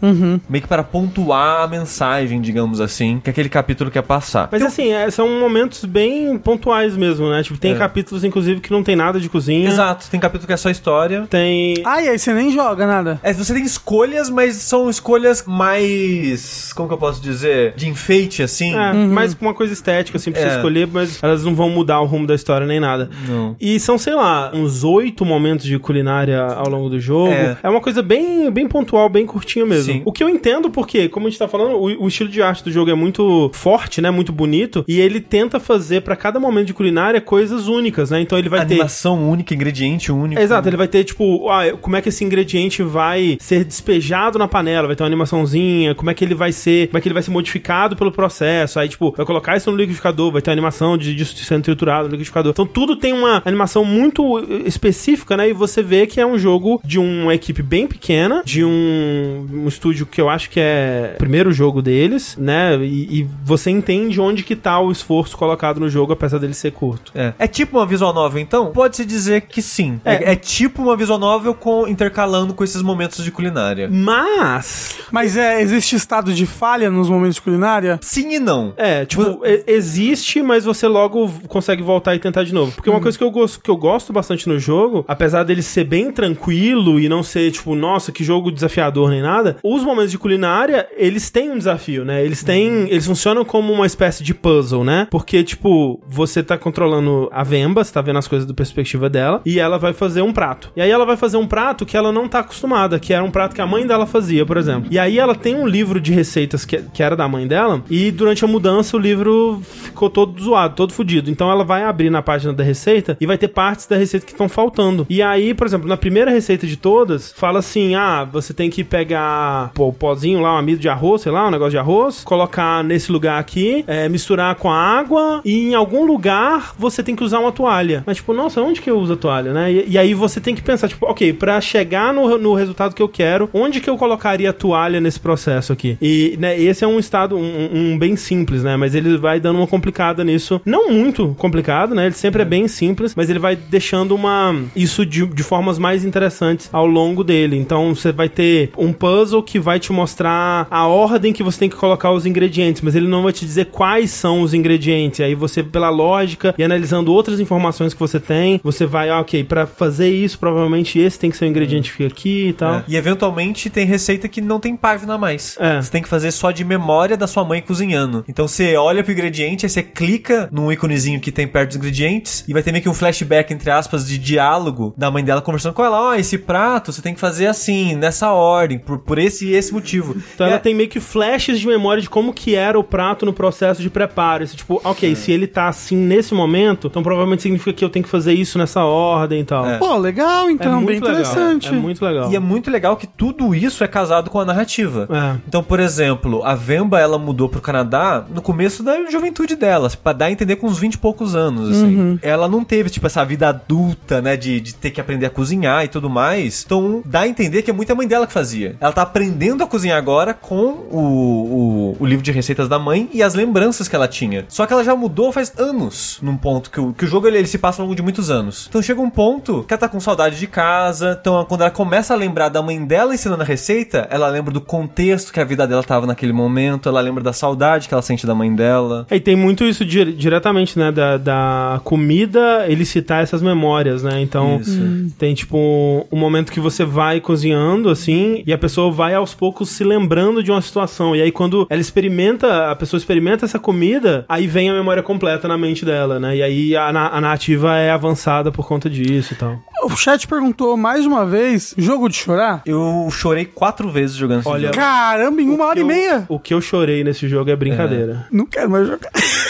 Speaker 2: Meio que para pontuar a mensagem, digamos assim, que aquele capítulo quer passar.
Speaker 1: Mas assim, é, são momentos bem pontuais mesmo, né? Tipo, tem
Speaker 2: É.
Speaker 1: capítulos, inclusive, que não tem nada de cozinha.
Speaker 2: Exato, tem capítulo que é só história.
Speaker 1: Tem.
Speaker 3: Ah, e aí você nem joga nada.
Speaker 2: É, você tem escolhas, mas são escolhas mais. Como que eu posso dizer? De enfeite, assim.
Speaker 1: É, mais com uma coisa estética, assim, pra
Speaker 2: É.
Speaker 1: você escolher, mas elas não vão mudar o rumo da história nem nada.
Speaker 2: Não.
Speaker 1: E são, sei lá, uns oito momentos de culinária ao longo do jogo.
Speaker 2: É.
Speaker 1: É, uma coisa bem, bem pontual, bem curtinha mesmo.
Speaker 2: Sim.
Speaker 1: O que eu entendo, porque, como a gente tá falando, o, o estilo de arte do jogo é muito forte, né? Muito bonito. E ele tenta fazer pra cada momento de culinária coisas únicas, né? Então ele vai ter.
Speaker 2: Animação única, ingrediente único.
Speaker 1: Exato, ele vai ter, tipo, ah, como é que esse ingrediente vai ser despejado na panela, vai ter uma animaçãozinha, como é que ele vai ser, como é que ele vai ser modificado pelo processo, aí, tipo, vai colocar isso no liquidificador, vai ter uma animação de, disso sendo triturado no liquidificador. Então, tudo tem uma animação muito eh, específica, né, e você vê que é um jogo de uma equipe bem pequena, de um, um estúdio que eu acho que é o primeiro jogo deles, né, e, e você entende onde que tá o esforço colocado no jogo, apesar dele ser curto.
Speaker 2: É. É tipo uma visual novel, então? Pode-se dizer que sim. É, é tipo uma visual novel com, intercalando com esses momentos de culinária.
Speaker 1: Mas...
Speaker 3: Mas é, existe estado de falha nos momentos de culinária?
Speaker 2: Sim e não.
Speaker 1: É, tipo, e- existe, mas você logo v- consegue voltar e tentar de novo. Porque uma coisa que eu, gosto, que eu gosto bastante no jogo, apesar dele ser bem tranquilo e não ser, tipo, nossa, que jogo desafiador nem nada, os momentos de culinária, eles têm um desafio, né? Eles têm. Eles funcionam como uma espécie de puzzle, né? Porque, tipo, você tá controlando a Vemba, você tá vendo as coisas da perspectiva dela, e ela vai fazer um prato. E aí ela vai fazer um prato que ela não tá acostumada, que era um prato que a mãe dela fazia, por exemplo. E aí ela tem um livro de receitas que, que era da mãe dela, e durante a mudança o livro ficou todo zoado, todo fudido. Então ela vai abrir na página da receita e vai ter partes da receita que estão faltando. E aí, por exemplo, na primeira receita de todas, fala assim: ah, você tem que pegar pô, o pozinho lá, um amido de arroz, sei lá, um negócio de arroz, colocar nesse lugar aqui, é, misturar com a água, e em algum lugar você tem que usar uma toalha. Mas, tipo, nossa, onde que eu uso a toalha, né? E, e aí você tem que pensar, tipo, ok, pra chegar no, no resultado que eu quero, onde que eu colocaria a toalha nesse processo aqui? E né, esse é um estado, um- um, um bem simples, né? Mas ele vai dando uma complicada nisso. Não muito complicado, né? Ele sempre é bem simples, mas ele vai deixando uma. Isso de, de formas mais interessantes ao longo dele. Então você vai ter um puzzle que vai te mostrar a ordem que você tem que colocar os ingredientes, mas ele não vai te dizer quais são os ingredientes. E aí você, pela lógica e analisando outras informações que você tem, você vai, ah, ok, pra fazer isso, provavelmente esse tem que ser o ingrediente que fica aqui e tal.
Speaker 2: É. E eventualmente tem receita que não tem página mais.
Speaker 1: É.
Speaker 2: Você tem que fazer só de memória da sua mãe cozinhando. Então você olha pro ingrediente, aí você clica num íconezinho que tem perto dos ingredientes e vai ter meio que um flashback, entre aspas, de diálogo da mãe dela conversando com ela. Ó, esse prato você tem que fazer assim, nessa ordem, por, por esse e esse motivo.
Speaker 1: Então
Speaker 2: E
Speaker 1: ela
Speaker 2: é-
Speaker 1: tem meio que flashes de memória de como que era o prato no processo de preparo. Esse, tipo,
Speaker 2: É.
Speaker 1: ok, se ele tá assim nesse momento, então provavelmente significa que eu tenho que fazer isso nessa ordem e tal.
Speaker 2: É.
Speaker 3: Pô, legal,
Speaker 1: É
Speaker 3: então, bem
Speaker 1: muito legal,
Speaker 3: interessante.
Speaker 1: É muito legal.
Speaker 2: E é muito legal que tudo isso é casado com a narrativa.
Speaker 1: É.
Speaker 2: Então, por exemplo, a Vemba ela mudou pro Canadá no começo da juventude dela, pra dar a entender com uns 20 e poucos anos, assim. Ela não teve, tipo, essa vida adulta, né? De, de ter que aprender a cozinhar e tudo mais. Então, dá a entender que é muito a mãe dela que fazia. Ela tá aprendendo a cozinhar agora com o, o, o livro de receitas da mãe e as lembranças que ela tinha. Só que ela já mudou faz anos num ponto que o, que o jogo ele, ele se passa ao longo de muitos anos. Então chega um ponto que ela tá com saudade de casa. Então, quando ela começa a lembrar da mãe dela ensinando a receita, ela lembra do contexto que a vida dela tava naquele momento, ela lembra da saudade que ela sente da mãe dela.
Speaker 1: É, E tem muito isso dire- diretamente, né? Da, da comida, ele citar essas memórias, né? Então,
Speaker 3: Hum.
Speaker 1: tem tipo um, um momento que você vai cozinhando, assim, e a pessoa vai aos poucos se lembrando de uma situação. E aí, quando ela experimenta, a pessoa experimenta essa comida, aí vem a memória completa na mente dela, né? E aí a, na- a narrativa é avançada por conta disso e tal.
Speaker 3: O chat perguntou mais uma vez: jogo de chorar?
Speaker 2: Eu chorei quatro vezes jogando esse
Speaker 1: Olha,
Speaker 2: jogo.
Speaker 3: Caramba, em uma hora e
Speaker 1: Eu-
Speaker 3: meia?
Speaker 1: O que eu chorei nesse jogo é brincadeira.
Speaker 3: Não quero mais jogar.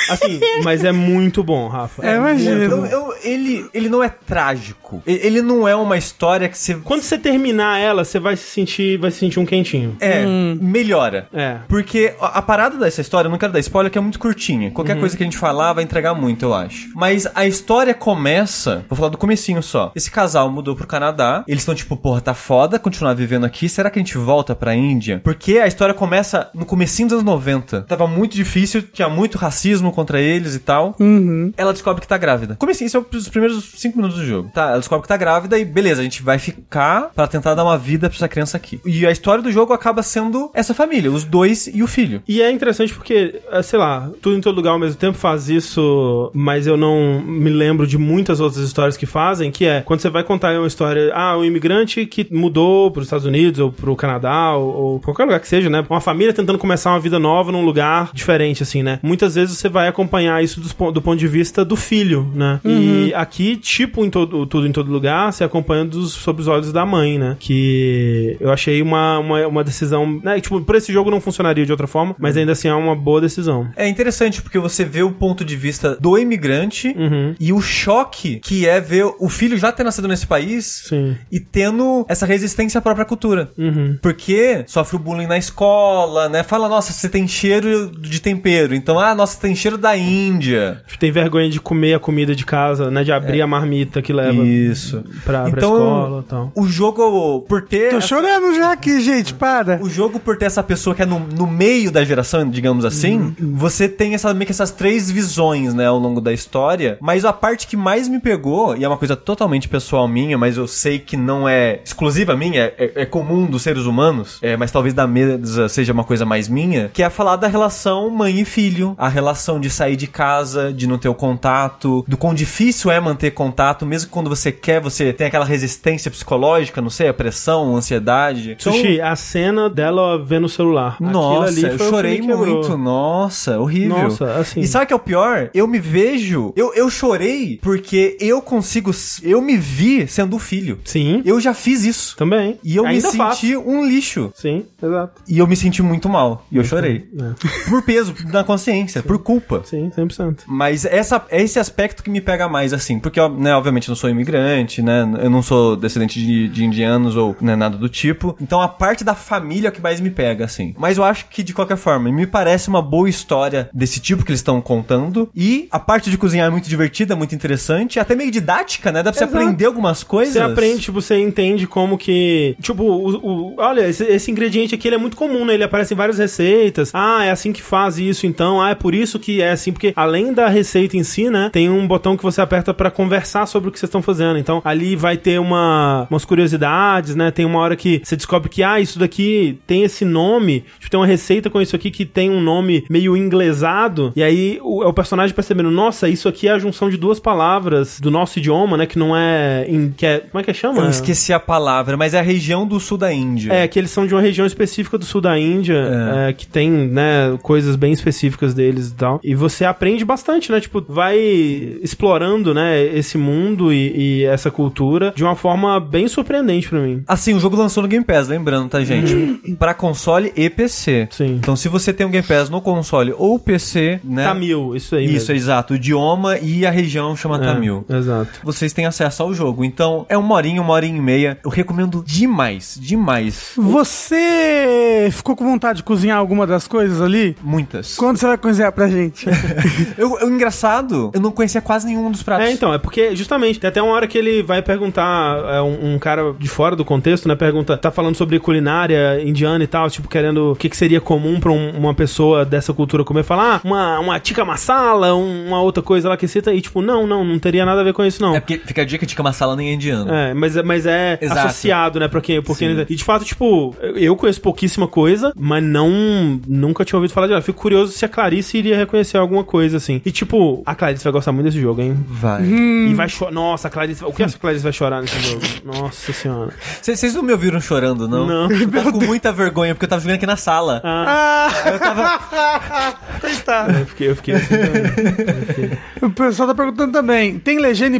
Speaker 1: Assim, mas é muito bom, Rafa.
Speaker 3: É, imagina.
Speaker 2: Eu- Então, eu- ele, ele não é trágico. E- Ele não é uma história que você.
Speaker 1: Quando você terminar ela, você vai se sentir, vai se sentir um quentinho.
Speaker 2: É, melhora.
Speaker 1: É.
Speaker 2: Porque a a parada dessa história, eu não quero dar spoiler, que é muito curtinha. Qualquer coisa que a gente falar vai entregar muito, eu acho. Mas a história começa. Vou falar do comecinho só. Esse casal mudou pro Canadá. Eles estão tipo, porra, tá foda continuar vivendo aqui. Será que a gente volta pra Índia? Porque a história começa no comecinho dos anos 90. Tava muito difícil, tinha muito racismo contra eles e tal. Ela descobre que tá grávida. Comecinho, isso é os primeiros cinco minutos do jogo. Tá, ela descobre que tá grávida e beleza, a gente vai ficar pra tentar dar uma vida pra essa criança aqui. E a história do jogo acaba sendo essa família, os dois e o filho.
Speaker 1: E é interessante porque, eh, sei lá, tudo em todo lugar ao mesmo tempo faz isso, mas eu não me lembro de muitas outras histórias que fazem, que é quando você vai contar uma história, ah, um imigrante que mudou para os Estados Unidos ou para o Canadá ou, ou qualquer lugar que seja, né? Uma família tentando começar uma vida nova num lugar diferente, assim, né? Muitas vezes você vai acompanhar isso dos pon- do, ponto de vista do filho, né? E
Speaker 2: Uhum.
Speaker 1: aqui, tipo em todo, tudo em todo lugar, você acompanha dos, sob os olhos da mãe, né? Que eu achei uma, uma, uma decisão, né? Tipo, por esse jogo não funcionaria de outra forma,
Speaker 2: Uhum.
Speaker 1: mas ainda assim é uma boa decisão.
Speaker 2: É interessante porque você vê o ponto de vista do imigrante
Speaker 1: Uhum.
Speaker 2: e o choque que é ver o filho já ter nascido nesse país
Speaker 1: Sim. Uhum.
Speaker 2: e tendo essa resistência à própria cultura. Porque sofre o bullying na escola, né? Fala, nossa, você tem cheiro de tempero. Então, ah, nossa, tem cheiro da Índia.
Speaker 1: Tipo, Tem vergonha de comer a comida de casa,
Speaker 2: É.
Speaker 1: né? De abrir a marmita que leva
Speaker 2: Isso. Então,
Speaker 1: pra, pra escola e tal. Então,
Speaker 2: O jogo, por ter.
Speaker 3: Tô chorando já aqui, gente, para.
Speaker 2: O jogo, por ter essa pessoa que é no, no meio da geração, digamos assim, você tem essa, meio que essas três visões, né, ao longo da história. Mas a parte que mais me pegou, e é uma coisa totalmente pessoal minha, mas eu sei que não é exclusiva minha, é, é- é comum dos seres humanos, é, mas talvez da mesa seja uma coisa mais minha, que é falar da relação mãe e filho, a relação de sair de casa, de não ter o contato, do quão difícil é manter contato, mesmo quando você quer, você tem aquela resistência psicológica, não sei, a pressão, a ansiedade. Então-
Speaker 1: Sushi, a cena dela vendo o celular. Aquilo
Speaker 2: nossa,
Speaker 1: foi
Speaker 2: eu
Speaker 1: o que
Speaker 2: chorei
Speaker 1: me quebrou.
Speaker 2: muito. Nossa, horrível.
Speaker 1: Nossa, assim.
Speaker 2: E sabe o que é o pior? Eu me vejo. Eu, eu chorei porque eu consigo. s- Eu me vi sendo o filho.
Speaker 1: Sim,
Speaker 2: Eu já fiz isso.
Speaker 1: também.
Speaker 2: E eu
Speaker 1: Ainda
Speaker 2: me
Speaker 1: faço.
Speaker 2: senti um lixo.
Speaker 1: Sim, exato.
Speaker 2: E eu me senti muito mal. E eu chorei.
Speaker 1: É.
Speaker 2: Por peso, na consciência, por culpa.
Speaker 1: Sim, 100%.
Speaker 2: Mas essa, é esse aspecto que me pega mais, assim. Porque, ó, né, obviamente, eu não sou imigrante, né? Eu não sou descendente de, de indianos ou né, nada do tipo. Então, a parte da família é o que mais me pega, assim. Mas eu acho que, de qualquer forma, me parece uma boa história desse tipo que eles estão contando. E a parte de cozinhar é muito divertida, muito interessante. Até meio didática, né? Dá pra você
Speaker 1: Exato.
Speaker 2: aprender algumas coisas.
Speaker 1: Você aprende, tipo, você entende como que. Tipo, o, o- olha, esse, esse ingrediente aqui ele é muito comum, né? Ele aparece em várias receitas. Ah, é assim que faz isso, então. Ah, é por isso que é assim. Porque além da receita em si, né? Tem um botão que você aperta pra conversar sobre o que vocês estão fazendo. Então, ali vai ter uma, umas curiosidades, né? Tem uma hora que você descobre que, ah, isso daqui tem esse nome. Tipo, tem uma receita com isso aqui que tem um nome meio inglesado. E aí o, é o personagem percebendo, nossa, isso aqui é a junção de duas palavras do nosso idioma, né? Que não é. em- que é como é que chama?
Speaker 2: Eu esqueci a palavra, mas é a região do sul da Índia.
Speaker 1: É, que eles são de uma região específica do sul da Índia,
Speaker 2: É.
Speaker 1: é, que tem, né, coisas bem específicas deles e tal. E você aprende bastante, né? Tipo, vai explorando, né, esse mundo e, e essa cultura de uma forma bem surpreendente pra mim.
Speaker 2: Assim, o jogo lançou no Game Pass, lembrando, tá, gente? pra console e PC.
Speaker 1: Uhum. Sim.
Speaker 2: Então, se você tem um Game Pass no console ou PC, né?
Speaker 1: Tamil, isso aí.
Speaker 2: Isso,
Speaker 1: mesmo. É.
Speaker 2: exato. O idioma e a região chama Tamil.
Speaker 1: Exato.
Speaker 2: Vocês têm acesso ao jogo. Então é uma horinha, uma horinha e meia. Eu recomendo demais, demais.
Speaker 3: Você ficou com vontade de cozinhar alguma das coisas ali?
Speaker 2: Muitas.
Speaker 3: Quando você vai cozinhar pra gente?
Speaker 2: Eu, eu, engraçado, eu não conhecia quase nenhum dos pratos.
Speaker 1: É, então, é porque justamente tem até uma hora que ele vai perguntar, é, um, um cara de fora do contexto, né? Pergunta, tá falando sobre culinária indiana e tal, tipo, querendo o que, que seria comum pra um- uma pessoa dessa cultura comer. Falar, ah, uma, uma tikka masala, um- uma outra coisa lá que cita, e tipo, não, não, não teria nada a ver com isso, não.
Speaker 2: É porque fica a dica de que uma sala nem é indiana.
Speaker 1: É, mas, é- mas é
Speaker 2: Exato.
Speaker 1: associado, né, pra quem, por quem-
Speaker 2: Sim.
Speaker 1: E de fato, tipo, eu conheço pouquíssima coisa, mas não. Nunca tinha ouvido falar de ela. Fico curioso se a Clarice iria reconhecer alguma coisa, assim. E tipo, a Clarice vai gostar muito desse jogo, hein?
Speaker 2: Vai.
Speaker 1: E vai chorar. Nossa, a Clarice. O que essa Clarice vai chorar nesse jogo? Nossa senhora.
Speaker 2: Vocês vocês não me ouviram chorando, não?
Speaker 1: Não. Ah.
Speaker 2: Eu tava com muita vergonha, porque eu tava jogando aqui na sala.
Speaker 1: Eu fiquei, eu fiquei. assim,
Speaker 3: o pessoal tá perguntando também. Tem legenda em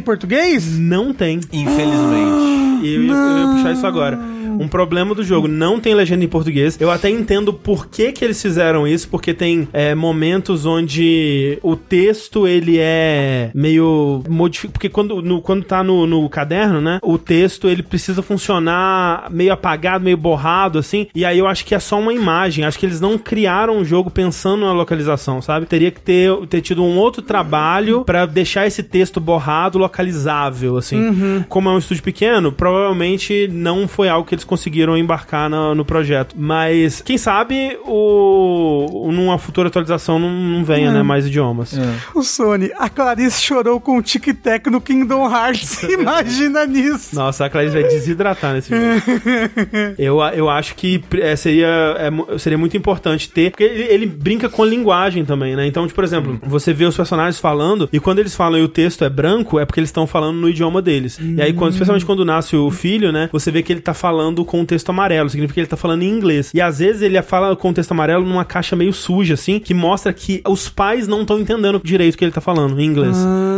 Speaker 3: português?
Speaker 1: não tem.
Speaker 2: Infelizmente.
Speaker 1: E eu, ia- eu ia puxar isso agora. Um problema do jogo, não tem legenda em português. Eu até entendo por que, que eles fizeram isso, porque tem é, momentos onde o texto ele é meio modificado. Porque quando, no, quando tá no, no caderno, né? O texto ele precisa funcionar meio apagado, meio borrado, assim. E aí eu acho que é só uma imagem. Acho que eles não criaram o jogo pensando na localização, sabe? Teria que ter, ter tido um outro trabalho pra deixar esse texto borrado, localizável, assim. Como é um estúdio pequeno, provavelmente não foi algo que eles conseguiram embarcar na- no, projeto. Mas, quem sabe, o, numa futura atualização não, não venha, né, mais idiomas.
Speaker 3: O Sony, a Clarice chorou com o Tic Tac no Kingdom Hearts. Imagina nisso.
Speaker 1: Nossa, a Clarice vai desidratar nesse jogo. eu, a- eu acho que é, seria, é mu- seria muito importante ter. Porque ele, ele brinca com a linguagem também, né? Então, tipo, por exemplo, você vê os personagens falando e quando eles falam e o texto é branco, é porque eles estão falando no idioma deles. E aí, quando, especialmente quando nasce o filho, né? Você vê que ele tá falando com o texto amarelo. Significa que ele tá falando em inglês. E às vezes ele fala com o texto amarelo numa caixa meio suja, assim, que mostra que os pais não estão entendendo direito o que ele tá falando em inglês.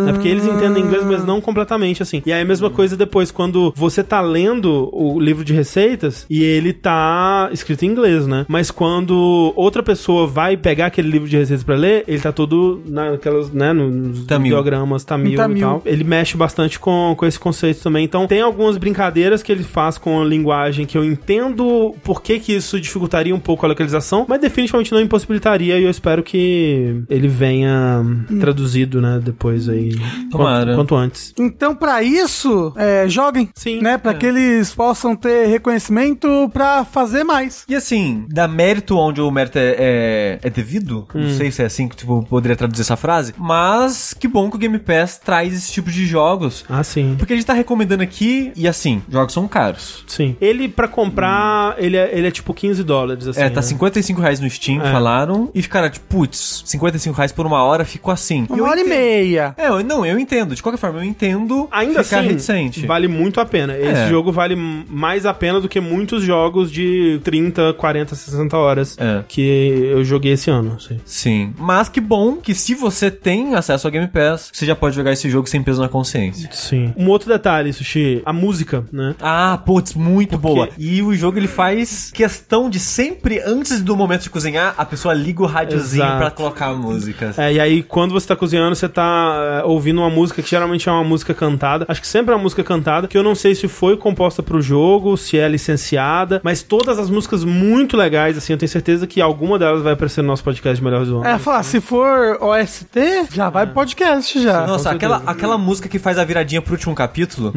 Speaker 1: É porque eles entendem inglês, mas não completamente, assim. E aí a mesma coisa depois, quando você tá lendo o livro de receitas e ele tá escrito em inglês, né? Mas quando outra pessoa vai pegar aquele livro de receitas pra ler, ele tá todo naquelas, né, nos
Speaker 2: Tamil.
Speaker 1: ideogramas tamil,
Speaker 3: Tamil.
Speaker 1: e tal. Ele mexe bastante com, com esse conceito também. Então tem algumas brincadeiras que ele faz com a linguagem que eu entendo por que que isso dificultaria um pouco a localização, mas definitivamente não impossibilitaria e eu espero que ele venha traduzido, né, depois aí.
Speaker 2: Tomara.
Speaker 1: Quanto, quanto antes.
Speaker 3: Então, pra isso, é, joguem.
Speaker 1: Sim.
Speaker 3: Né? Pra que eles possam ter reconhecimento pra fazer mais.
Speaker 2: E assim, dá mérito onde o mérito é, é, é devido.
Speaker 1: Hum.
Speaker 2: Não sei se é assim que tipo, eu poderia traduzir essa frase. Mas que bom que o Game Pass traz esse tipo de jogos.
Speaker 1: Ah, sim.
Speaker 2: Porque a gente tá recomendando aqui, e assim, jogos são caros.
Speaker 1: Sim. Ele, pra comprar, ele, é, ele é tipo 15 dólares, assim.
Speaker 2: é, tá
Speaker 1: né?
Speaker 2: 55 reais no Steam,
Speaker 1: É.
Speaker 2: falaram. E ficaram tipo, putz, 55 reais por uma hora, ficou assim.
Speaker 3: Uma hora e meia.
Speaker 2: É, eu- não, eu entendo. De qualquer forma, eu entendo
Speaker 1: Ainda
Speaker 2: ficar
Speaker 1: assim,
Speaker 2: reticente.
Speaker 1: vale muito a pena. Esse
Speaker 2: É.
Speaker 1: jogo vale m- mais a pena do que muitos jogos de 30, 40, 60 horas
Speaker 2: É.
Speaker 1: que eu joguei esse ano. assim.
Speaker 2: Sim. Mas que bom que se você tem acesso ao Game Pass, você já pode jogar esse jogo sem peso na consciência.
Speaker 1: Sim. Um outro detalhe, Sushi, a música, né?
Speaker 2: Ah, putz, muito
Speaker 1: Porque-
Speaker 2: boa. E o jogo ele faz questão de sempre, antes do momento de cozinhar, a pessoa liga o rádiozinho
Speaker 1: Exato.
Speaker 2: pra colocar a música.
Speaker 1: É, e aí, quando você tá cozinhando, você tá é, ouvindo uma música que geralmente é uma música cantada. Acho que sempre é uma música cantada, que eu não sei se foi composta pro jogo, se é licenciada, mas todas as músicas muito legais, assim, eu tenho certeza que alguma delas vai aparecer no nosso podcast de Melhores do Ano.
Speaker 3: É, falar, se for OST, já vai pro podcast já.
Speaker 2: Nossa,
Speaker 1: com
Speaker 2: aquela,
Speaker 1: certeza. Uhum.
Speaker 2: aquela música que faz a viradinha pro último capítulo.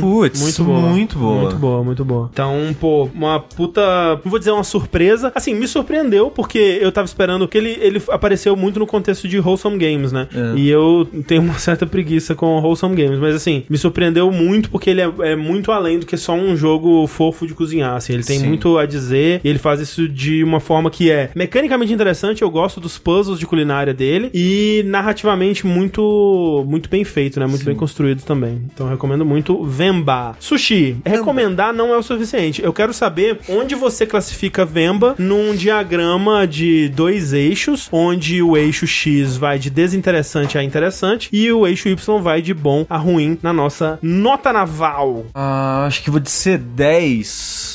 Speaker 2: Putz,
Speaker 1: Muito boa.
Speaker 2: Muito boa.
Speaker 1: Muito boa, muito boa. Então, pô, uma puta. Não vou dizer uma surpresa. Assim, me surpreendeu, porque eu tava esperando. que ele, ele apareceu muito no contexto de Wholesome Games, né?
Speaker 2: É.
Speaker 1: E eu tenho uma certa preguiça com Wholesome Games. Mas, assim, me surpreendeu muito, porque ele é, é muito além do que só um jogo fofo de cozinhar. Assim, ele tem
Speaker 2: Sim.
Speaker 1: muito a dizer. E ele faz isso de uma forma que é mecanicamente interessante. Eu gosto dos puzzles de culinária dele. E narrativamente muito, muito bem feito, né? Muito bem construído também. Então, eu recomendo muito Vemba. Sushi. Recomendar não é o suficiente. Eu quero saber onde você classifica Vemba num diagrama de dois eixos, onde o eixo X vai de desinteressante a interessante e o eixo Y vai de bom a ruim na nossa nota naval.
Speaker 2: Ah, acho que vou de C10.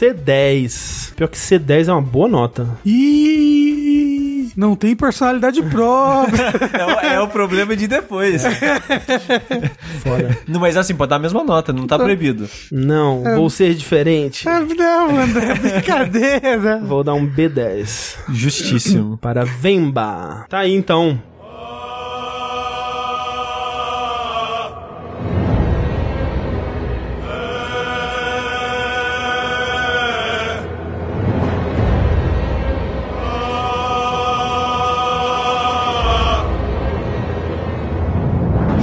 Speaker 1: C10. Pior que C10 é uma boa nota.
Speaker 3: Ih, Não tem personalidade própria.
Speaker 2: É, o- é o problema de depois.
Speaker 1: É. Fora.
Speaker 2: Não, mas assim, pode dar a mesma nota, não
Speaker 1: Então.
Speaker 2: tá proibido.
Speaker 1: Não, vou ser diferente.
Speaker 3: Ah, Não, André, brincadeira.
Speaker 1: Vou dar um B10
Speaker 2: Justíssimo.
Speaker 1: para Vemba. Tá aí então.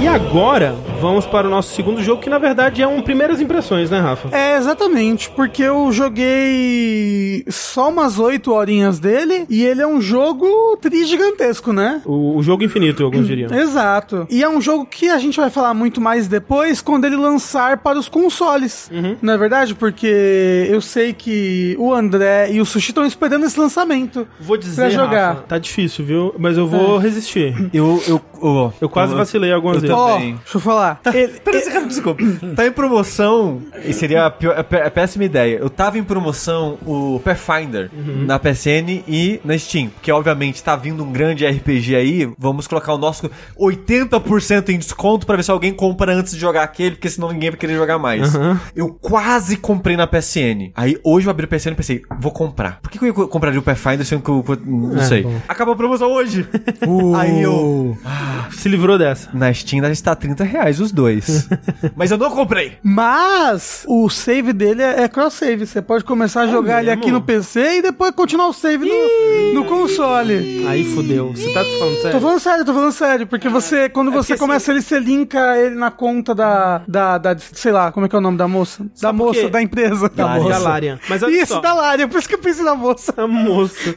Speaker 1: E agora vamos para o nosso segundo jogo, que na verdade é um primeiras impressões, né, Rafa?
Speaker 3: É, exatamente, porque eu joguei só umas 8 horinhas dele e ele é um jogo tri gigantesco, né?
Speaker 1: O, o jogo infinito, alguns diriam.
Speaker 3: Exato. E é um jogo que a gente vai falar muito mais depois quando ele lançar para os consoles. Não é verdade? Porque eu sei que o André e o Sushi estão esperando esse lançamento.
Speaker 1: Vou dizer,
Speaker 3: Pra jogar. É.
Speaker 1: Rafa, tá difícil, viu? Mas eu vou resistir.
Speaker 2: Eu, eu, eu,
Speaker 1: Eu quase vacilei algumas
Speaker 2: Eu
Speaker 1: vezes.
Speaker 2: tô-
Speaker 3: Ó,
Speaker 2: Também.
Speaker 3: deixa eu falar. Ele-
Speaker 2: Peraí, cara, desculpa. Tá em promoção, e seria a, pior- a pé- a péssima ideia. Eu tava em promoção o Pathfinder na PSN e na Steam, porque obviamente tá vindo um grande RPG aí, vamos colocar o nosso 80% em desconto pra ver se alguém compra antes de jogar aquele, porque senão ninguém vai querer jogar mais. Eu quase comprei na PSN. Aí hoje eu abri o PSN e pensei, vou comprar. Por que que eu ia compraria o Pathfinder sendo que eu não sei. Acabou a promoção hoje. Aí eu
Speaker 1: Se livrou dessa.
Speaker 2: na Steam já está 30 reais os dois. Mas eu não comprei.
Speaker 3: Mas o save dele é é cross-save. Você pode começar a jogar ele aqui no PC e depois continuar o save no, no console.
Speaker 1: Aí fudeu. Você tá falando sério?
Speaker 3: Tô falando sério, tô falando sério, Ah, é porque você, quando você começa ele, você linka ele na conta da, da, da- sei lá, como é que é o nome da moça? da
Speaker 1: por
Speaker 3: moça,
Speaker 1: quê?
Speaker 3: da empresa. Da
Speaker 1: Galarian.
Speaker 3: moça.
Speaker 1: Galarian. Mas olha
Speaker 3: Isso, tá
Speaker 1: só.
Speaker 3: da Lária, por isso que eu pensei na moça.
Speaker 1: A moça.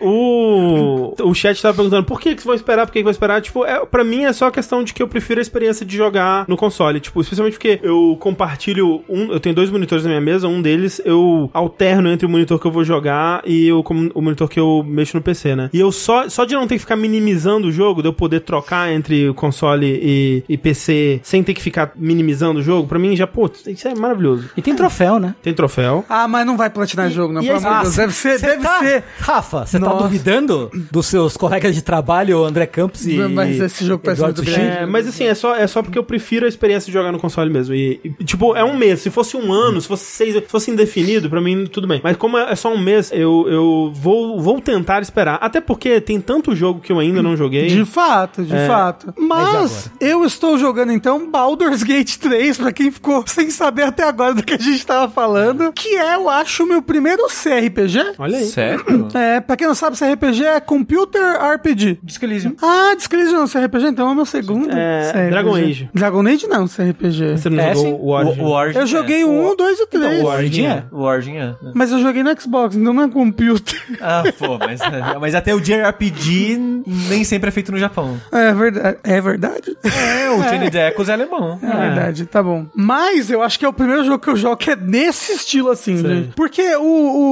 Speaker 1: O, o chat tava perguntando por que, que vão esperar, por que, que vão esperar. Tipo, é, pra mim é só questão de que eu prefiro a experiência de jogar no console. Tipo, especialmente porque eu compartilho um. Eu tenho dois monitores na minha mesa, um deles eu alterno entre o monitor que eu vou jogar e o, com- o monitor que eu mexo no PC, né? E eu só, só de não ter que ficar minimizando o jogo, de eu poder trocar entre o console e, e PC sem ter que ficar minimizando o jogo, pra mim já, pô, isso é maravilhoso.
Speaker 4: E tem troféu, né?
Speaker 1: Tem troféu.
Speaker 3: Ah, mas não vai platinar jogo, não,
Speaker 1: e
Speaker 3: pelo
Speaker 1: aí,
Speaker 3: amor de Deus.
Speaker 4: cê-
Speaker 3: Deve ser,
Speaker 4: é cê
Speaker 3: deve
Speaker 4: tá-
Speaker 3: ser.
Speaker 4: Rafa, você tá
Speaker 3: Nossa.
Speaker 4: duvidando dos seus colegas de trabalho, André Campos e.
Speaker 3: Mas esse jogo parece
Speaker 4: Eduardo
Speaker 3: muito
Speaker 4: Sushi?
Speaker 3: grande.
Speaker 1: É, mas assim, é só, é só porque eu prefiro a experiência de jogar no console mesmo. E, e, tipo, é um mês. Se fosse um ano, se fosse seis, se fosse indefinido, pra mim tudo bem. Mas como é é só um mês, eu, eu vou, vou tentar esperar. Até porque tem tanto jogo que eu ainda não joguei.
Speaker 3: De fato,
Speaker 1: É.
Speaker 3: de fato. Mas eu estou jogando então Baldur's Gate 3, pra quem ficou sem saber até agora do que a gente tava falando, que é, eu acho, o meu primeiro CRPG.
Speaker 1: Olha aí.
Speaker 2: Sério?
Speaker 3: É, pra quem não sabe, CRPG é Computer RPG.
Speaker 2: Descalísimo.
Speaker 3: Ah, Disclise não, CRPG, então é o meu segundo.
Speaker 1: É,
Speaker 3: CRPG.
Speaker 1: Dragon Age.
Speaker 3: Dragon Age não, CRPG.
Speaker 1: Você não
Speaker 4: É, sim.
Speaker 1: jogou o Origin?
Speaker 2: Origin.
Speaker 3: Eu joguei o 1, 2 e 3.
Speaker 1: o Origin é.
Speaker 2: O Origin é.
Speaker 3: Mas eu joguei no Xbox, então não é computer.
Speaker 2: Ah, pô, mas, mas até o JRPG nem sempre é feito no Japão.
Speaker 3: É verdade. É verdade?
Speaker 2: É, o Johnny Deckos é alemão.
Speaker 3: É verdade, tá bom. Mas eu acho que é o primeiro jogo que eu jogo que é nesse estilo assim, gente. Porque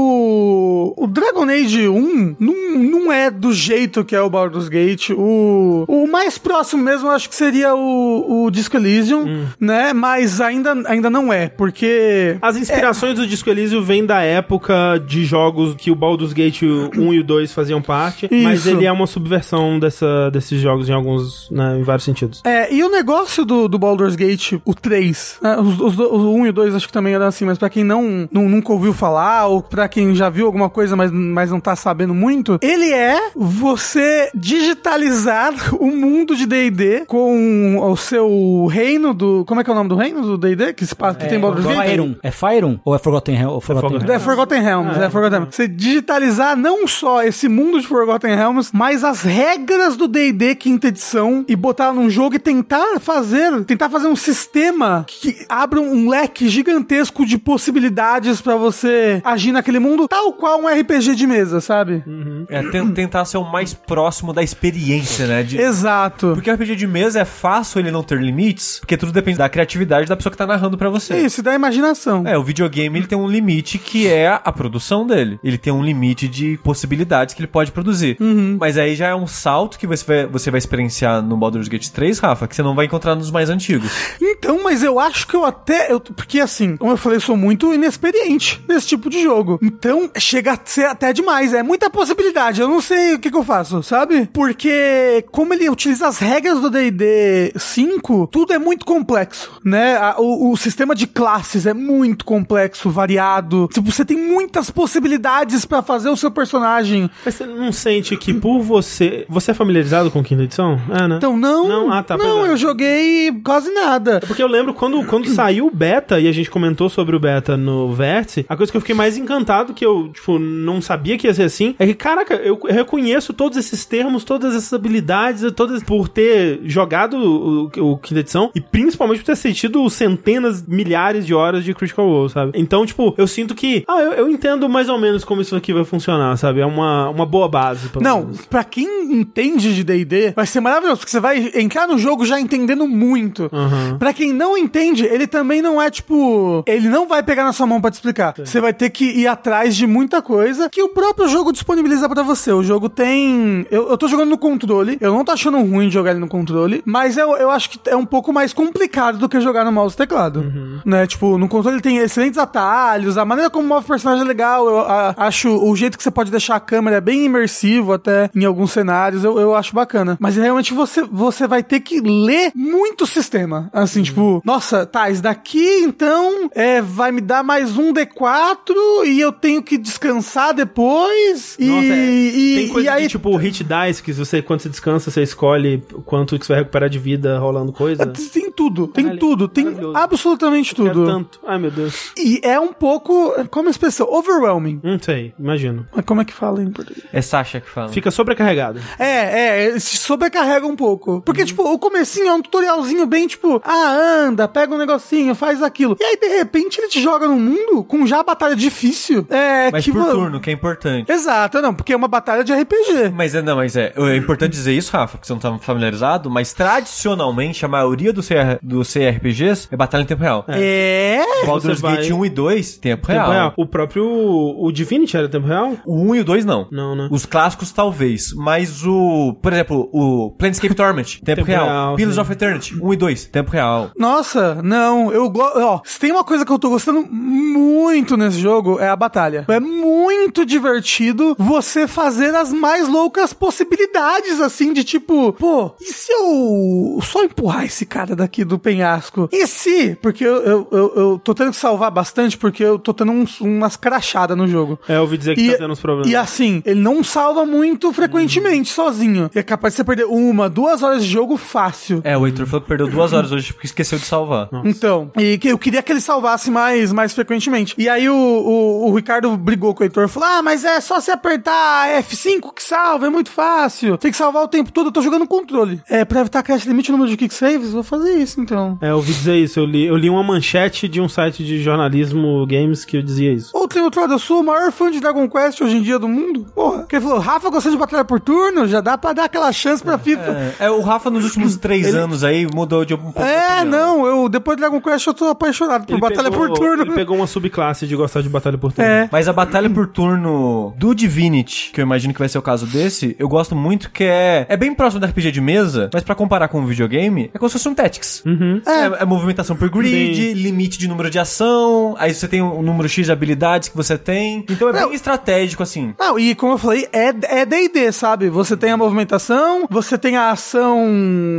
Speaker 3: o, o, o Dragon Age 1 não, não é do jeito que é o Baldur's Gate. O, o mais próximo mesmo eu acho que seria o, o Disco Elysium, né? Mas ainda, ainda não é, porque.
Speaker 1: As inspirações do Disco Elysium vêm da época de jogos que o Baldur's Gate 1 e o 2 faziam parte, mas
Speaker 3: Isso.
Speaker 1: ele é uma subversão dessa, desses jogos em alguns, né, em vários sentidos.
Speaker 3: É, e o negócio do, do Baldur's Gate, o 3, né, os, os, do- o 1 e o 2 acho que também era assim, mas pra quem não, não- nunca ouviu falar, ou pra quem já viu alguma coisa, mas, mas não tá sabendo muito, ele é você digitalizar o mundo de D&D com o seu reino do... Como é que é o nome do reino do D&D? Que, se passa- que tem Baldur's Gate?
Speaker 4: Fire é Fire Ou é Forgotten Hell? Ou Forgotten
Speaker 1: Forgotten
Speaker 4: Realms?
Speaker 3: É Forgotten Realms, é Forgotten Realms. Você digitalizar não só esse mundo de Forgotten Realms, mas as regras do D&D quinta edição e botar num jogo e tentar fazer, tentar fazer um sistema que abra um leque gigantesco de possibilidades pra você agir naquele mundo, tal qual um RPG de mesa, sabe?
Speaker 2: É ten- tentar ser o mais próximo da experiência, né? De-
Speaker 3: Exato.
Speaker 2: Porque o RPG de mesa é fácil ele não ter limites, porque tudo depende da criatividade da pessoa que tá narrando pra você.
Speaker 3: Isso, da imaginação.
Speaker 2: É, o videogame ele tem um limite que é a produção dele. Ele tem um limite de possibilidades que ele pode produzir. Mas aí já é um salto que você vai, você vai experienciar no Baldur's Gate 3, Rafa, que você não vai encontrar nos mais antigos.
Speaker 3: Então, mas eu acho que eu até. eu- porque assim, como eu falei, eu sou muito inexperiente nesse tipo de jogo. Então, chega a ser até demais. É muita possibilidade, eu não sei o que, que eu faço, sabe? Porque como ele utiliza as regras do D&D 5, tudo é muito complexo, né? A- O, o sistema de classes é muito complexo, variado. Tipo, você tem muitas possibilidades pra fazer o seu personagem.
Speaker 1: Mas você não sente que por você. Você é familiarizado com quinta edição? É, né?
Speaker 3: Então, não.
Speaker 1: Não, ah, tá,
Speaker 3: não
Speaker 1: pois é.
Speaker 3: eu joguei quase nada.
Speaker 1: Porque eu lembro quando, quando saiu o beta e a gente comentou sobre o beta no Vértice, a coisa que eu fiquei mais encantado, que eu, tipo, não sabia que ia ser assim, é que, caraca, eu reconheço todos esses termos, todas essas habilidades, todas por ter jogado o, o quinta edição e principalmente por ter assistido centenas, milhares de horas de Critical Role, sabe? Então, tipo, eu sinto que, ah, eu, eu entendo mais ou menos como isso aqui vai funcionar, sabe? É uma, uma boa base, pelo
Speaker 3: Não,
Speaker 1: menos.
Speaker 3: pra quem entende de D&D, vai ser maravilhoso, porque você vai entrar no jogo já entendendo muito.
Speaker 1: Aham.
Speaker 3: Pra quem não entende, ele também não é tipo, ele não vai pegar na sua mão pra te explicar. Você vai ter que ir atrás de muita coisa que o próprio jogo disponibiliza pra você. O jogo tem, eu, eu tô jogando no controle, eu não tô achando ruim de jogar ele no controle, mas eu, eu acho que é um pouco mais complicado do que jogar no mouse e teclado.
Speaker 1: Uhum.
Speaker 3: Né? Tipo, no controle tem excelentes atalhos, a maneira como move o personagem é legal, eu a- acho o jeito que você pode deixar a câmera é bem imersivo até em alguns cenários, eu, eu acho bacana. Mas realmente você, você vai ter que ler muito o sistema. Assim, tipo, nossa, tá, isso daqui então é, vai me dar mais um D4 e eu tenho que descansar depois. E,
Speaker 1: Nossa, é.
Speaker 3: e,
Speaker 1: Tem coisa
Speaker 3: e aí,
Speaker 1: de, tipo o hit dice, que você, quando você descansa, você escolhe quanto que você vai recuperar de vida rolando coisa.
Speaker 3: tem tudo, tem
Speaker 1: Caralho,
Speaker 3: tudo, tem
Speaker 1: maravilhoso.
Speaker 3: absolutamente
Speaker 1: Quero
Speaker 3: tudo.
Speaker 1: tanto. Ai, meu Deus.
Speaker 3: E é um pouco, como a expressão, overwhelming.
Speaker 1: Não sei, imagino.
Speaker 3: Mas Como é que fala em português?
Speaker 2: É Sasha que fala.
Speaker 1: Fica sobrecarregado.
Speaker 3: É, é, se sobrecarrega um pouco. Porque,
Speaker 2: Uhum.
Speaker 3: tipo, o comecinho é um tutorialzinho bem, tipo, ah, anda, pega um negocinho, faz aquilo. E aí, de repente, ele te joga num mundo com já batalha difícil. É,
Speaker 2: Mas
Speaker 3: que
Speaker 2: por
Speaker 3: vo-
Speaker 2: turno, que é importante.
Speaker 3: Exato, não, porque é uma batalha de RPG.
Speaker 2: Mas é, não, mas é, é importante dizer isso, Rafa, porque você não tá familiarizado, mas tradicionalmente a maioria dos CR, dos CRPGs é batalha em tempo real.
Speaker 3: É.
Speaker 2: Baldur's
Speaker 1: Você vai-
Speaker 2: Gate 1 e 2, tempo real.
Speaker 1: Tempo real. O próprio. O Divinity era tempo real?
Speaker 2: O 1 e o 2 não.
Speaker 1: Não, né?
Speaker 2: Os clássicos talvez, mas o, por exemplo, o Planescape Torment, tempo,
Speaker 1: Tempo
Speaker 2: real.
Speaker 1: real,
Speaker 2: Pillars
Speaker 1: sim.
Speaker 2: of Eternity, 1 e 2, tempo real.
Speaker 3: Nossa, não, eu gosto. Ó, se tem uma coisa que eu tô gostando muito nesse jogo é a batalha. É muito divertido você fazer as mais loucas possibilidades, assim, de tipo, pô, e se eu só empurrar esse cara daqui do penhasco? E se? Porque eu, eu, eu, eu tô tendo que salvar bastante, porque eu tô tendo uns- umas crachadas no jogo.
Speaker 1: É, eu ouvi dizer que tá tendo uns problemas.
Speaker 3: E assim, ele não salva muito frequentemente, sozinho. E é capaz de você perder uma, duas horas de jogo fácil.
Speaker 2: É, o Heitor falou que perdeu duas horas hoje porque esqueceu de salvar.
Speaker 3: Então, e que eu queria que ele salvasse mais, mais frequentemente. E aí o, o, o Ricardo brigou com o Heitor, falou: Ah, mas é só você apertar F5 que salva, é muito fácil. Tem que salvar o tempo todo, eu tô jogando controle. É, pra evitar crash limite o número de kick saves, vou fazer isso então.
Speaker 1: É, eu ouvi dizer isso. Eu li, eu li uma manchete de um site de jornalismo games que eu dizia isso.
Speaker 3: Ou tem outro lado, eu sou o maior fã de Dragon Quest hoje em dia do mundo. Porra. Porque ele falou, Rafa gostando de batalha por turno, já dá pra dar aquela chance pra FIFA.
Speaker 2: É, o Rafa nos últimos três anos aí mudou de um pouco. de
Speaker 3: É,
Speaker 2: opinião.
Speaker 3: não, eu depois do Dragon Quest eu tô apaixonado por
Speaker 1: Ele
Speaker 3: batalha
Speaker 1: pegou-
Speaker 3: por turno.
Speaker 1: Ele pegou uma subclasse de gostar de batalha por turno.
Speaker 3: É.
Speaker 2: Mas a batalha por turno do Divinity, que eu imagino que vai ser o caso desse, eu gosto muito que é. É bem próximo da RPG de mesa, mas pra comparar com um videogame, é como se fosse um Tactics. É, é movimentação por grid,
Speaker 1: Uhum. Sim.
Speaker 2: limite de número de ação, aí você tem um número X de habilidades que você tem. Então é
Speaker 3: Não.
Speaker 2: bem estratégico, assim.
Speaker 3: Não, e como eu falei, é é D&D, sabe? Você tem a movimentação, você tem a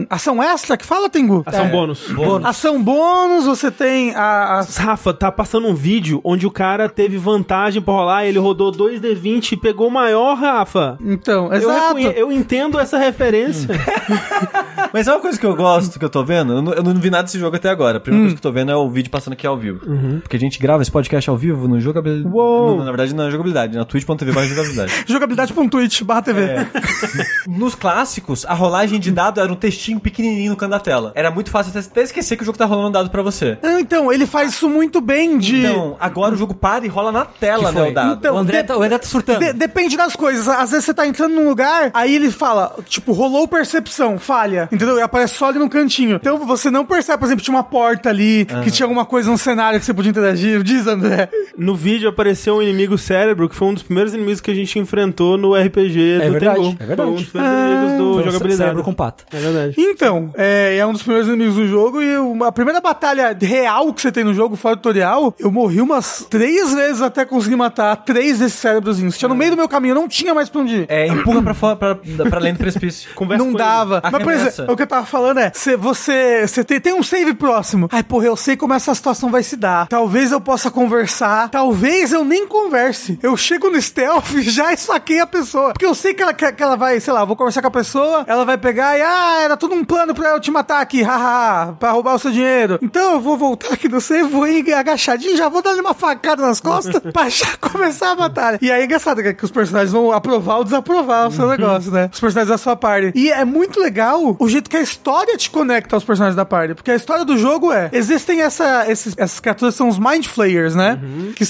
Speaker 3: ação... Ação extra que fala, Tengu? É.
Speaker 1: Ação Ah, bônus.
Speaker 2: Bônus.
Speaker 3: Ação bônus, você tem a... a-
Speaker 1: Rafa, tá passando um vídeo onde o cara teve vantagem pra rolar, ele rodou 2D20 e pegou o maior, Rafa.
Speaker 3: Então,
Speaker 1: Eu,
Speaker 3: exato.
Speaker 1: reconhe- eu entendo essa referência.
Speaker 2: Mas é uma coisa que eu gosto, que eu tô vendo. Eu não, eu não vi nada desse jogo até agora. A
Speaker 1: Hum.
Speaker 2: primeira coisa que eu tô vendo é o vídeo passando aqui ao vivo. Porque a gente grava esse podcast ao vivo no jogabilidade.
Speaker 1: Uhum. Uou!
Speaker 2: No- Na verdade, na jogabilidade, na twitch.tv barra jogabilidade.
Speaker 3: Jogabilidade.twitch um barra TV.
Speaker 1: É.
Speaker 2: Nos clássicos, a rolagem de dado era um textinho pequenininho no canto da tela. Era muito fácil até- até esquecer que o jogo tá rolando um dado pra você.
Speaker 3: Não, Então, ele faz isso muito bem de...
Speaker 2: Então, agora o jogo para e rola na tela, né, o dado.
Speaker 3: Então,
Speaker 4: o, André
Speaker 3: de-
Speaker 4: tá, o André tá surtando.
Speaker 3: De- depende das coisas. Às vezes você tá entrando num lugar, aí ele fala, tipo, rolou percepção, falha. Entendeu? E aparece só ali no cantinho. Então você não percebe, por exemplo, tinha uma porta ali, que tinha alguma coisa no cenário que você podia interagir. Diz, André.
Speaker 1: No vídeo apareceu um inimigo cérebro, que foi um dos primeiros inimigos que a gente enfrentou no RPG
Speaker 4: É
Speaker 1: do
Speaker 4: verdade,
Speaker 1: Tengu.
Speaker 4: é
Speaker 1: Foi
Speaker 4: verdade.
Speaker 1: um dos primeiros inimigos do
Speaker 4: Foi um
Speaker 1: jogabilidade.
Speaker 4: cérebro com pata.
Speaker 1: É verdade.
Speaker 3: Então, é, é um dos primeiros inimigos do jogo e o- a primeira batalha real que você tem no jogo, fora do tutorial, eu morri umas três vezes até conseguir matar três desses cérebrozinhos. Tinha no meio meio do meu caminho, eu não tinha mais pra onde ir.
Speaker 2: É, empurra pra, fora, pra, pra além do precipício.
Speaker 1: Conversa
Speaker 3: não
Speaker 1: com ele.
Speaker 3: dava.
Speaker 2: ele.
Speaker 3: Mas, por
Speaker 2: Arremessa.
Speaker 3: exemplo, o que eu tava falando é: se você, você tem, tem um save próximo. Ai, porra, eu sei como essa situação vai se dar. Talvez eu possa conversar. Talvez eu nem converse. Eu chego no stealth e já esfaquei a pessoa. Porque eu sei que ela, que, que ela vai, sei lá, vou conversar com a pessoa, ela vai pegar e, ah, era tudo um plano pra eu te matar aqui, haha, pra roubar o seu dinheiro. Então eu vou voltar aqui no save, vou ir agachadinho, já vou dar uma facada nas costas pra já começar a batalha. E aí é engraçado que que os personagens vão aprovar ou desaprovar o seu negócio, né? Os personagens da sua party. E é muito legal o jeito que a história te conecta aos personagens da party. Porque a história do jogo é: existem essa, esses, essas criaturas que são os Mind Flayers, né? Que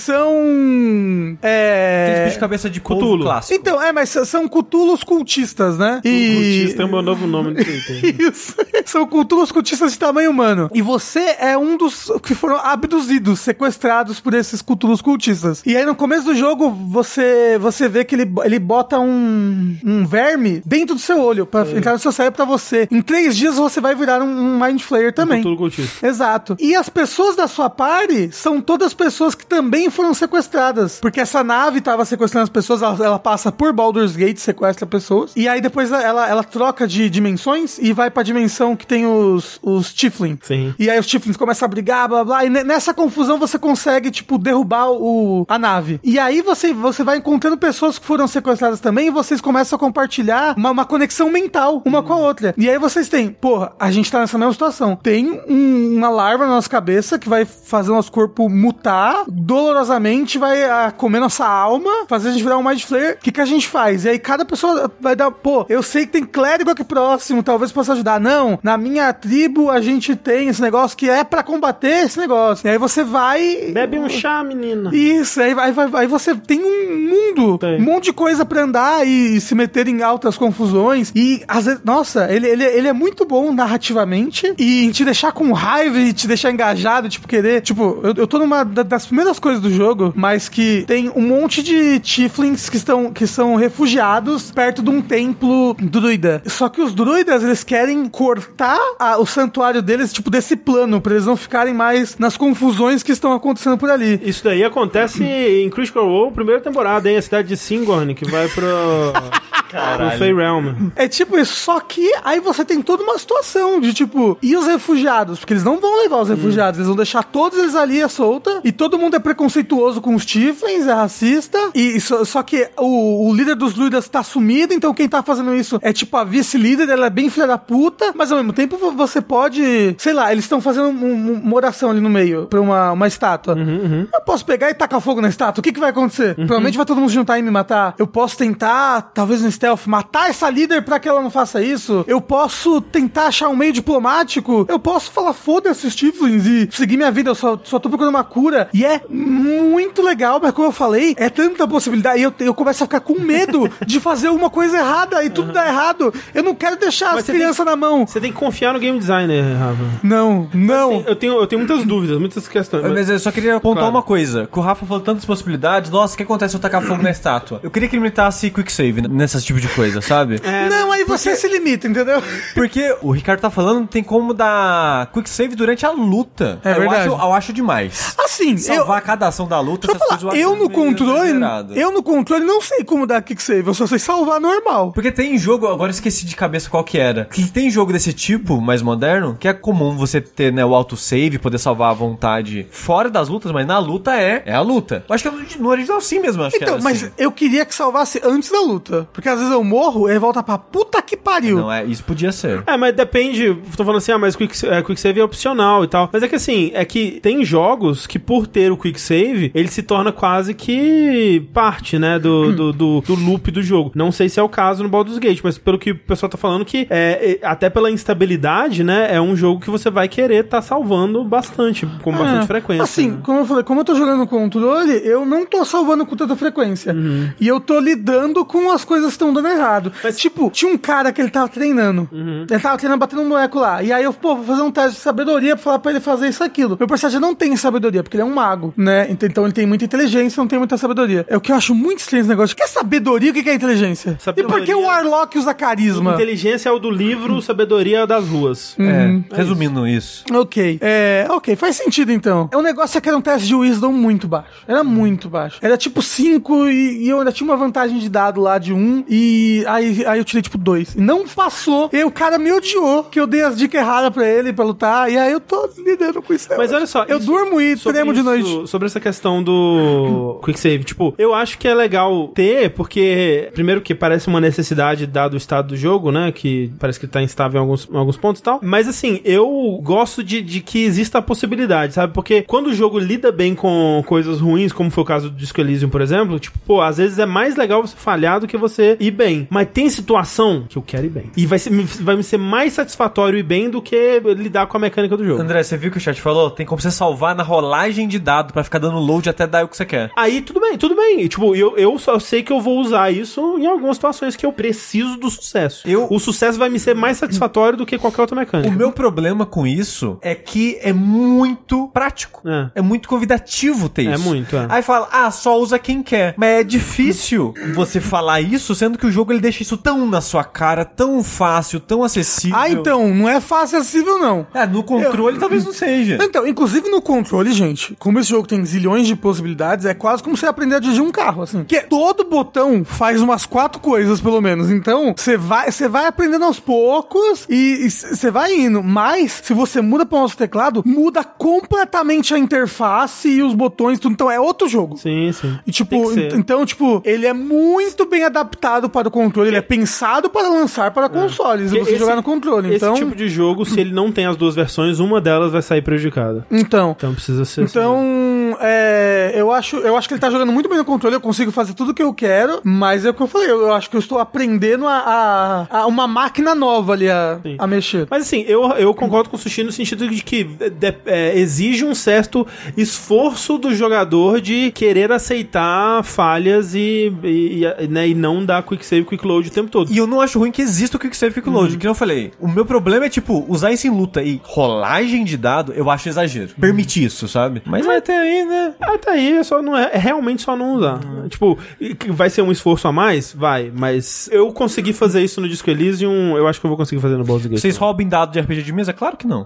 Speaker 3: são.
Speaker 2: Aqueles bichos
Speaker 3: É.
Speaker 2: de cabeça de
Speaker 1: Cthulhu.
Speaker 2: cutulo clássico.
Speaker 3: Então, é, mas são cutulos cultistas, né? E.
Speaker 1: Cultista é o meu novo nome no Twitter.
Speaker 3: Isso. São culturas cultistas de tamanho humano. E você é um dos que foram abduzidos, sequestrados por esses culturas cultistas. E aí no começo do jogo, você você vê que ele, ele bota um, um verme dentro do seu olho pra entrar no seu cérebro pra você. Em três dias você vai virar um, um Mind Flayer também.
Speaker 1: Cthulhu cultista.
Speaker 3: Exato. E as pessoas da sua party são todas pessoas que também foram sequestradas. Porque essa nave tava sequestrando as pessoas, ela, ela passa por Baldur's Gate, sequestra pessoas. E aí depois ela, ela troca de dimensões e vai pra dimensão que tem os, os Tiflin.
Speaker 1: Sim.
Speaker 3: E aí os Tiflins começam a brigar, blá blá. E ne- nessa confusão você consegue, tipo, derrubar o, a nave. E aí você, você vai encontrando pessoas que foram sequestradas também e vocês começam a compartilhar uma, uma conexão mental uma com a outra. E aí vocês têm, porra, a gente tá nessa mesma situação. Tem um- uma larva na nossa cabeça que vai fazer o nosso corpo mutar dolorosamente, vai ah, comer nossa alma, fazer a gente virar um Mind Flayer. O que, que a gente faz? E aí cada pessoa vai dar, pô, eu sei que tem clérigo aqui próximo, talvez possa ajudar. Não, na minha tribo a gente tem esse negócio que é pra combater esse negócio. E aí você vai.
Speaker 1: Bebe um chá, menina.
Speaker 3: Isso, aí, vai- vai- aí você tem um mundo,
Speaker 1: Tem.
Speaker 3: um monte de coisa pra andar e, se meter em altas confusões. E, às vezes, nossa, ele, ele, ele é muito bom narrativamente e em te deixar com raiva e te deixar engajado, tipo, querer. Tipo, eu, eu tô numa da- das primeiras coisas do jogo, mas que tem um monte de tieflings que, estão, que são refugiados perto de um templo druida. Só que os druidas, eles querem cortar a- o santuário deles, tipo, desse plano, pra eles não ficarem mais nas confusões que estão acontecendo por ali.
Speaker 1: Isso daí acontece em Critical Role, primeira temporada, hein? A cidade de Singorn, que vai pro. pro Feyrealm.
Speaker 3: É tipo isso, só que aí você tem toda uma situação de tipo, e os refugiados? Porque eles não vão levar os refugiados, eles vão deixar todos eles ali à solta, e todo mundo é preconceituoso com os Tiflins, é racista, e só, só que o, o líder dos druidas tá sumido, então quem tá fazendo isso é tipo a vice-líder, ela é bem filha da puta, mas ao mesmo tempo vo- você pode, sei lá, eles estão fazendo um- um- uma oração ali no meio, pra uma, uma estátua. Eu posso pegar e tacar fogo na estátua, o que que vai acontecer?
Speaker 1: Uhum.
Speaker 3: Provavelmente vai todo mundo se juntar e me matar. Eu posso tentar, talvez no stealth, matar essa líder pra que ela não faça isso. Eu posso tentar achar um meio diplomático. Eu posso falar, foda-se os Tiflins e seguir minha vida. Eu só, só tô procurando uma cura. E é muito legal, mas como eu falei, é tanta possibilidade. E eu, eu começo a ficar com medo de fazer alguma coisa errada e tudo dá errado. Eu não quero deixar
Speaker 1: Uhum. Mas
Speaker 3: as
Speaker 1: você tem-
Speaker 3: crianças na mão.
Speaker 1: Você tem que confiar no game designer, Rafa.
Speaker 3: Não, não. É
Speaker 1: Eu tenho, eu tenho muitas dúvidas, muitas questões. mas-
Speaker 2: Então, Mas eu só queria apontar
Speaker 1: Claro.
Speaker 2: uma coisa. Que o Rafa falou tantas possibilidades. Nossa, o que acontece se eu tacar fogo na estátua? Eu queria que ele limitasse quick save nesse tipo de coisa, sabe?
Speaker 1: É.
Speaker 3: não, aí você se limita, entendeu?
Speaker 2: Porque o Ricardo tá falando tem como dar quick save durante a luta.
Speaker 3: É verdade.
Speaker 2: Eu acho, eu acho demais.
Speaker 3: Assim, eu,
Speaker 2: Salvar cada ação da luta,
Speaker 3: Deixa eu falar, eu no controle, eu no controle não sei como dar kick save, eu só sei salvar normal.
Speaker 2: Porque tem jogo, agora eu esqueci de cabeça qual que era. Que tem jogo desse tipo, mais moderno, que é comum você ter, né, o autosave, poder salvar à vontade fora das lutas, mas na luta é, é a luta. Eu acho que no- no original sim mesmo, acho que
Speaker 3: Então,
Speaker 2: era
Speaker 3: mas
Speaker 2: assim.
Speaker 3: eu queria que salvasse antes da luta, porque às vezes eu morro e volta pra puta que pariu.
Speaker 2: Não, é, isso podia ser.
Speaker 1: É, mas depende. Tô falando assim, ah, mas quick, é, quick save é opcional e tal. Mas é que assim, é que tem jogos que por ter o quick save, ele se torna quase que parte, né, do, do, do, do loop do jogo. Não sei se é o caso no Baldur's Gate, mas pelo que o pessoal tá falando que é, é, até pela instabilidade, né, é um jogo que você vai querer tá salvando bastante, com bastante frequência.
Speaker 3: Assim,
Speaker 1: né?
Speaker 3: como eu falei, como eu tô
Speaker 1: Uhum.
Speaker 3: jogando no controle, eu não tô salvando com tanta frequência. E eu tô lidando com as coisas que estão estão dando errado. Tipo, tinha um cara que ele tava treinando.
Speaker 1: Uhum.
Speaker 3: Ele tava treinando, batendo um moleque lá. E aí eu, pô, vou fazer um teste de sabedoria pra falar pra ele fazer isso e aquilo. Meu personagem não tem sabedoria, porque ele é um mago, né? Ent- Então ele tem muita inteligência, não tem muita sabedoria. É o que eu acho muito estranho esse negócio. O que é sabedoria? O que é inteligência? E por que
Speaker 1: Sabedoria-
Speaker 3: o Warlock usa carisma?
Speaker 1: Inteligência é o do livro, sabedoria é o das ruas.
Speaker 3: Hum,
Speaker 2: É, resumindo isso.
Speaker 3: Ok. É, ok, faz sentido então. É um negócio que era um teste de Wisdom muito baixo. Era muito baixo. Era tipo 5 e, e eu ainda tinha uma vantagem de dado lá de 1 um, e aí, aí eu tirei tipo 2. Não passou. E o cara me odiou que eu dei as dicas erradas pra ele pra lutar e aí eu tô lidando com isso.
Speaker 1: Mas olha só,
Speaker 3: Eu
Speaker 1: isso-
Speaker 3: durmo e
Speaker 1: sobre
Speaker 3: tremo de
Speaker 1: isso-
Speaker 3: noite.
Speaker 1: Sobre essa questão do quick save, tipo, eu acho que é legal ter, porque primeiro que parece uma necessidade dado o estado do jogo, né, que parece que tá instável em alguns, em alguns pontos e tal, mas assim, eu gosto de, de que exista a possibilidade, sabe, porque quando o jogo lida bem com coisas ruins, como foi o caso do Disco Elysium, por exemplo, tipo, pô, às vezes é mais legal você falhar do que você ir bem, mas tem situação que eu quero ir bem, e vai, ser, vai me ser mais satisfatório ir bem do que lidar com a mecânica do jogo.
Speaker 2: André, você viu o que o chat falou? Tem como você salvar na rolagem de dado pra ficar dando load até dar o que você quer.
Speaker 1: Aí tudo bem, tudo bem. E, tipo, eu, eu só sei que eu vou usar isso em algumas situações que eu preciso do sucesso.
Speaker 2: Eu-
Speaker 1: O sucesso vai me ser mais satisfatório do que qualquer outra
Speaker 2: O
Speaker 1: mecânica.
Speaker 2: meu problema com isso é que é muito prático.
Speaker 1: É.
Speaker 2: É, muito convidativo ter isso.
Speaker 1: É muito, é.
Speaker 2: Aí fala, ah, só usa quem quer. Mas é difícil você falar isso, sendo que o jogo ele deixa isso tão na sua cara, tão fácil, tão acessível.
Speaker 3: Ah, então, não é fácil acessível não.
Speaker 2: É, no controle talvez não seja.
Speaker 3: Então, inclusive no controle, gente, como esse jogo tem zilhões de possibilidades, é quase como você aprender a dirigir um carro, assim. Que todo botão faz umas quatro coisas, pelo menos. Então, você vai, você vai aprendendo aos poucos e e c- você vai indo. Mas, se você muda para um outro teclado, muda completamente a interface e os botões, tudo. Então, é outro jogo.
Speaker 1: Sim, sim.
Speaker 3: E,
Speaker 1: Tem
Speaker 3: tipo,
Speaker 1: que ser.
Speaker 3: ent- então, tipo, ele é muito bem adaptado para o controle, ele é pensado para lançar para consoles e
Speaker 1: É. Porque
Speaker 3: você
Speaker 1: esse-
Speaker 3: jogar no controle.
Speaker 1: Esse
Speaker 3: Então,
Speaker 1: tipo de jogo, se ele não tem as duas versões, uma delas vai sair prejudicada.
Speaker 3: então,
Speaker 1: Então precisa ser assim mesmo.
Speaker 3: Então, é, eu, acho, eu acho que ele tá jogando muito bem no controle, eu consigo fazer tudo o que eu quero, mas é o que eu falei, eu, eu acho que eu estou aprendendo a, a- a uma máquina nova ali a,
Speaker 1: Sim.
Speaker 3: a mexer.
Speaker 1: Mas assim, eu, eu concordo com o Sushi no sentido de que de- é, exige um certo esforço do jogador de querer aceitar falhas e, e, e, né, e não dar quick save, quick load o tempo todo.
Speaker 2: E eu não acho ruim que exista o quick save e quick load, que nem eu falei. O meu problema é, tipo, usar isso em luta e rolagem de dado, eu acho exagero. Permitir isso, sabe? Mas é até aí, né?
Speaker 1: Ah, tá aí, é só não é, é realmente só não usar.
Speaker 3: Uhum.
Speaker 1: Tipo, e que vai ser um esforço a mais? Vai, mas eu consegui fazer isso no Disco Elysium, eu acho que eu vou conseguir fazer no Baldur's Gate.
Speaker 2: Vocês roubem dado de RPG de mesa? Claro que não.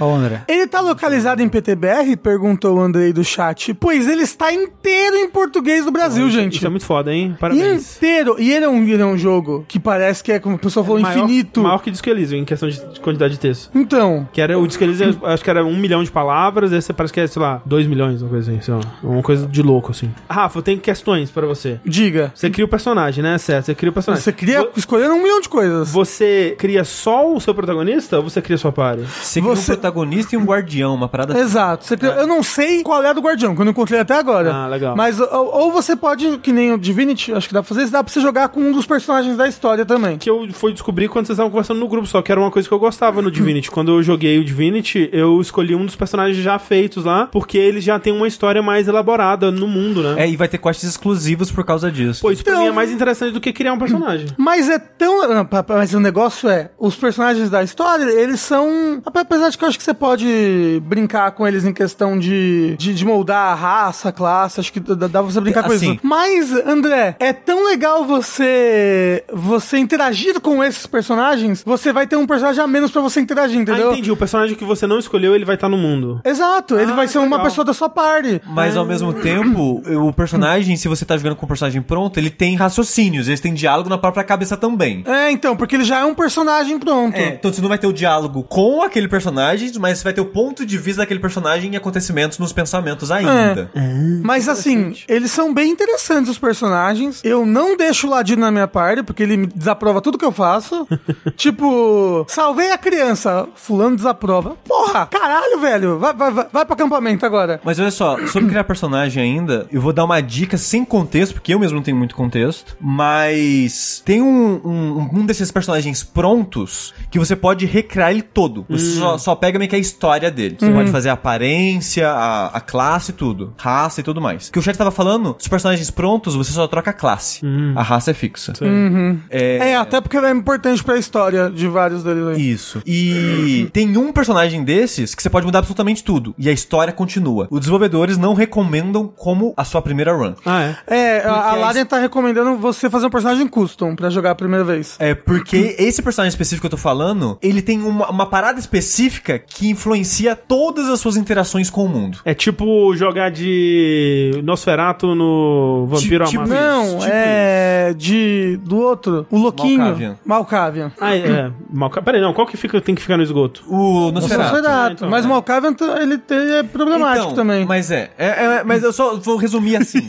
Speaker 4: Ó, André.
Speaker 3: Ele tá localizado em PTBR? Perguntou o Andrei do chat. Pois ele está inteiro em português do Brasil, gente.
Speaker 1: Isso é muito foda, hein? Parabéns.
Speaker 3: Inteiro. E ele é, um, ele é um jogo que parece que é, como o pessoal falou,
Speaker 1: Maior-
Speaker 3: infinito.
Speaker 1: Maior que Disco Elysium, em questão de de quantidade de texto.
Speaker 3: Então,
Speaker 1: Que era, o Disco Elysium, acho que era um milhão de palavras, esse parece que é, sei lá, dois milhões, uma coisa assim, sei lá. Uma coisa de louco, assim. Rafa, eu tenho questões pra você.
Speaker 3: diga.
Speaker 1: Você cria o personagem, né? Certo, você cria o personagem.
Speaker 3: Você cria
Speaker 1: Vo-
Speaker 3: escolhendo um milhão de coisas.
Speaker 1: Você cria só o seu protagonista ou você cria sua party?
Speaker 2: Você cria
Speaker 3: Você-
Speaker 2: um protagonista e um guardião, uma parada.
Speaker 3: Exato. Você- Eu não sei qual é a do Guardião, que eu não encontrei até agora.
Speaker 1: Ah, legal.
Speaker 3: Mas ou, ou você pode, que nem o Divinity, acho que dá pra fazer isso, dá pra você jogar com um dos personagens da história também.
Speaker 1: que eu fui descobrir quando vocês estavam conversando no grupo, só que era uma coisa que eu gostava no Divinity. Quando eu joguei o Divinity, eu escolhi um dos personagens já feitos lá, porque ele já tem uma história mais elaborada no mundo, né?
Speaker 2: É, e vai ter quests exclusivos por causa disso.
Speaker 1: Pô, isso pra
Speaker 3: Então-
Speaker 1: mim é mais interessante do que criar um personagem.
Speaker 3: Mas é tão. não, pa- pa- Mas o negócio é, os personagens da história, eles são. Apesar de que eu acho que você pode brincar com eles em questão de, de, de moldar a raça, a classe, acho que dá, dá pra você brincar com
Speaker 2: Assim.
Speaker 3: isso. Mas, André, é tão legal você. você interagir com esses personagens, você vai ter um personagem a menos pra você interagir, entendeu?
Speaker 1: Ah, entendi. O personagem que você não escolheu, ele vai estar no mundo.
Speaker 3: Exato, ele
Speaker 1: Ah,
Speaker 3: vai ser
Speaker 1: legal.
Speaker 3: uma pessoa da sua party.
Speaker 2: Mas ao mesmo tempo, o personagem, se você tá jogando com o personagem pronto, ele tem raciocínios, eles têm diálogo na própria cabeça também.
Speaker 3: É, então, porque ele já é um personagem pronto.
Speaker 2: É, então você não vai ter o diálogo com aquele personagem, mas você vai ter o ponto de vista daquele personagem e acontecimentos nos pensamentos ainda.
Speaker 3: Mas assim, eles são bem interessantes os personagens. Eu não deixo o Ladino na minha party, porque ele me desaprova tudo que eu faço. tipo, salvei a criança. Fulano desaprova. Porra, caralho, velho. Vai, vai, vai, vai pra acampamento agora.
Speaker 2: Mas olha só, sobre criar personagem ainda, eu vou dar uma dica sem contexto, porque eu mesmo não tenho muito contexto, mas tem um, um, um desses personagens prontos que você pode recriar ele todo. Você só, só pega meio que a história dele. Você pode fazer a aparência, a, a classe e tudo. Raça e tudo mais. O que o chat tava falando, os personagens prontos, você só troca a classe. A raça é fixa.
Speaker 3: É, até porque ele é importante pra história de vários deles aí.
Speaker 2: Isso. E tem um personagem desses que você pode mudar absolutamente tudo. E a história continua. Os desenvolvedores não recomendam como a sua primeira run.
Speaker 1: Ah, é.
Speaker 3: É, a, a
Speaker 2: Porque a
Speaker 3: Larian tá recomendando você fazer um personagem custom pra jogar a primeira vez.
Speaker 2: É, porque esse personagem específico que eu tô falando, ele tem uma, uma parada específica que influencia todas as suas interações com o mundo.
Speaker 1: É tipo jogar de Nosferato no Vampiro
Speaker 2: Tipo-
Speaker 1: tipo,
Speaker 2: tipo-
Speaker 3: Não,
Speaker 2: isso,
Speaker 3: é de do outro, o louquinho,
Speaker 2: Malkavian.
Speaker 3: Malkavian.
Speaker 1: Ah, é. Malca... Peraí, não. Qual que fica, tem que ficar no esgoto?
Speaker 2: O
Speaker 3: Nosferatu,
Speaker 2: Nosferatu.
Speaker 1: né, então,
Speaker 3: mas
Speaker 1: é.
Speaker 3: o Malkavian t- ele, te- é problemático
Speaker 2: Então,
Speaker 3: também.
Speaker 2: Mas é, é, é, Mas eu só vou resumir assim.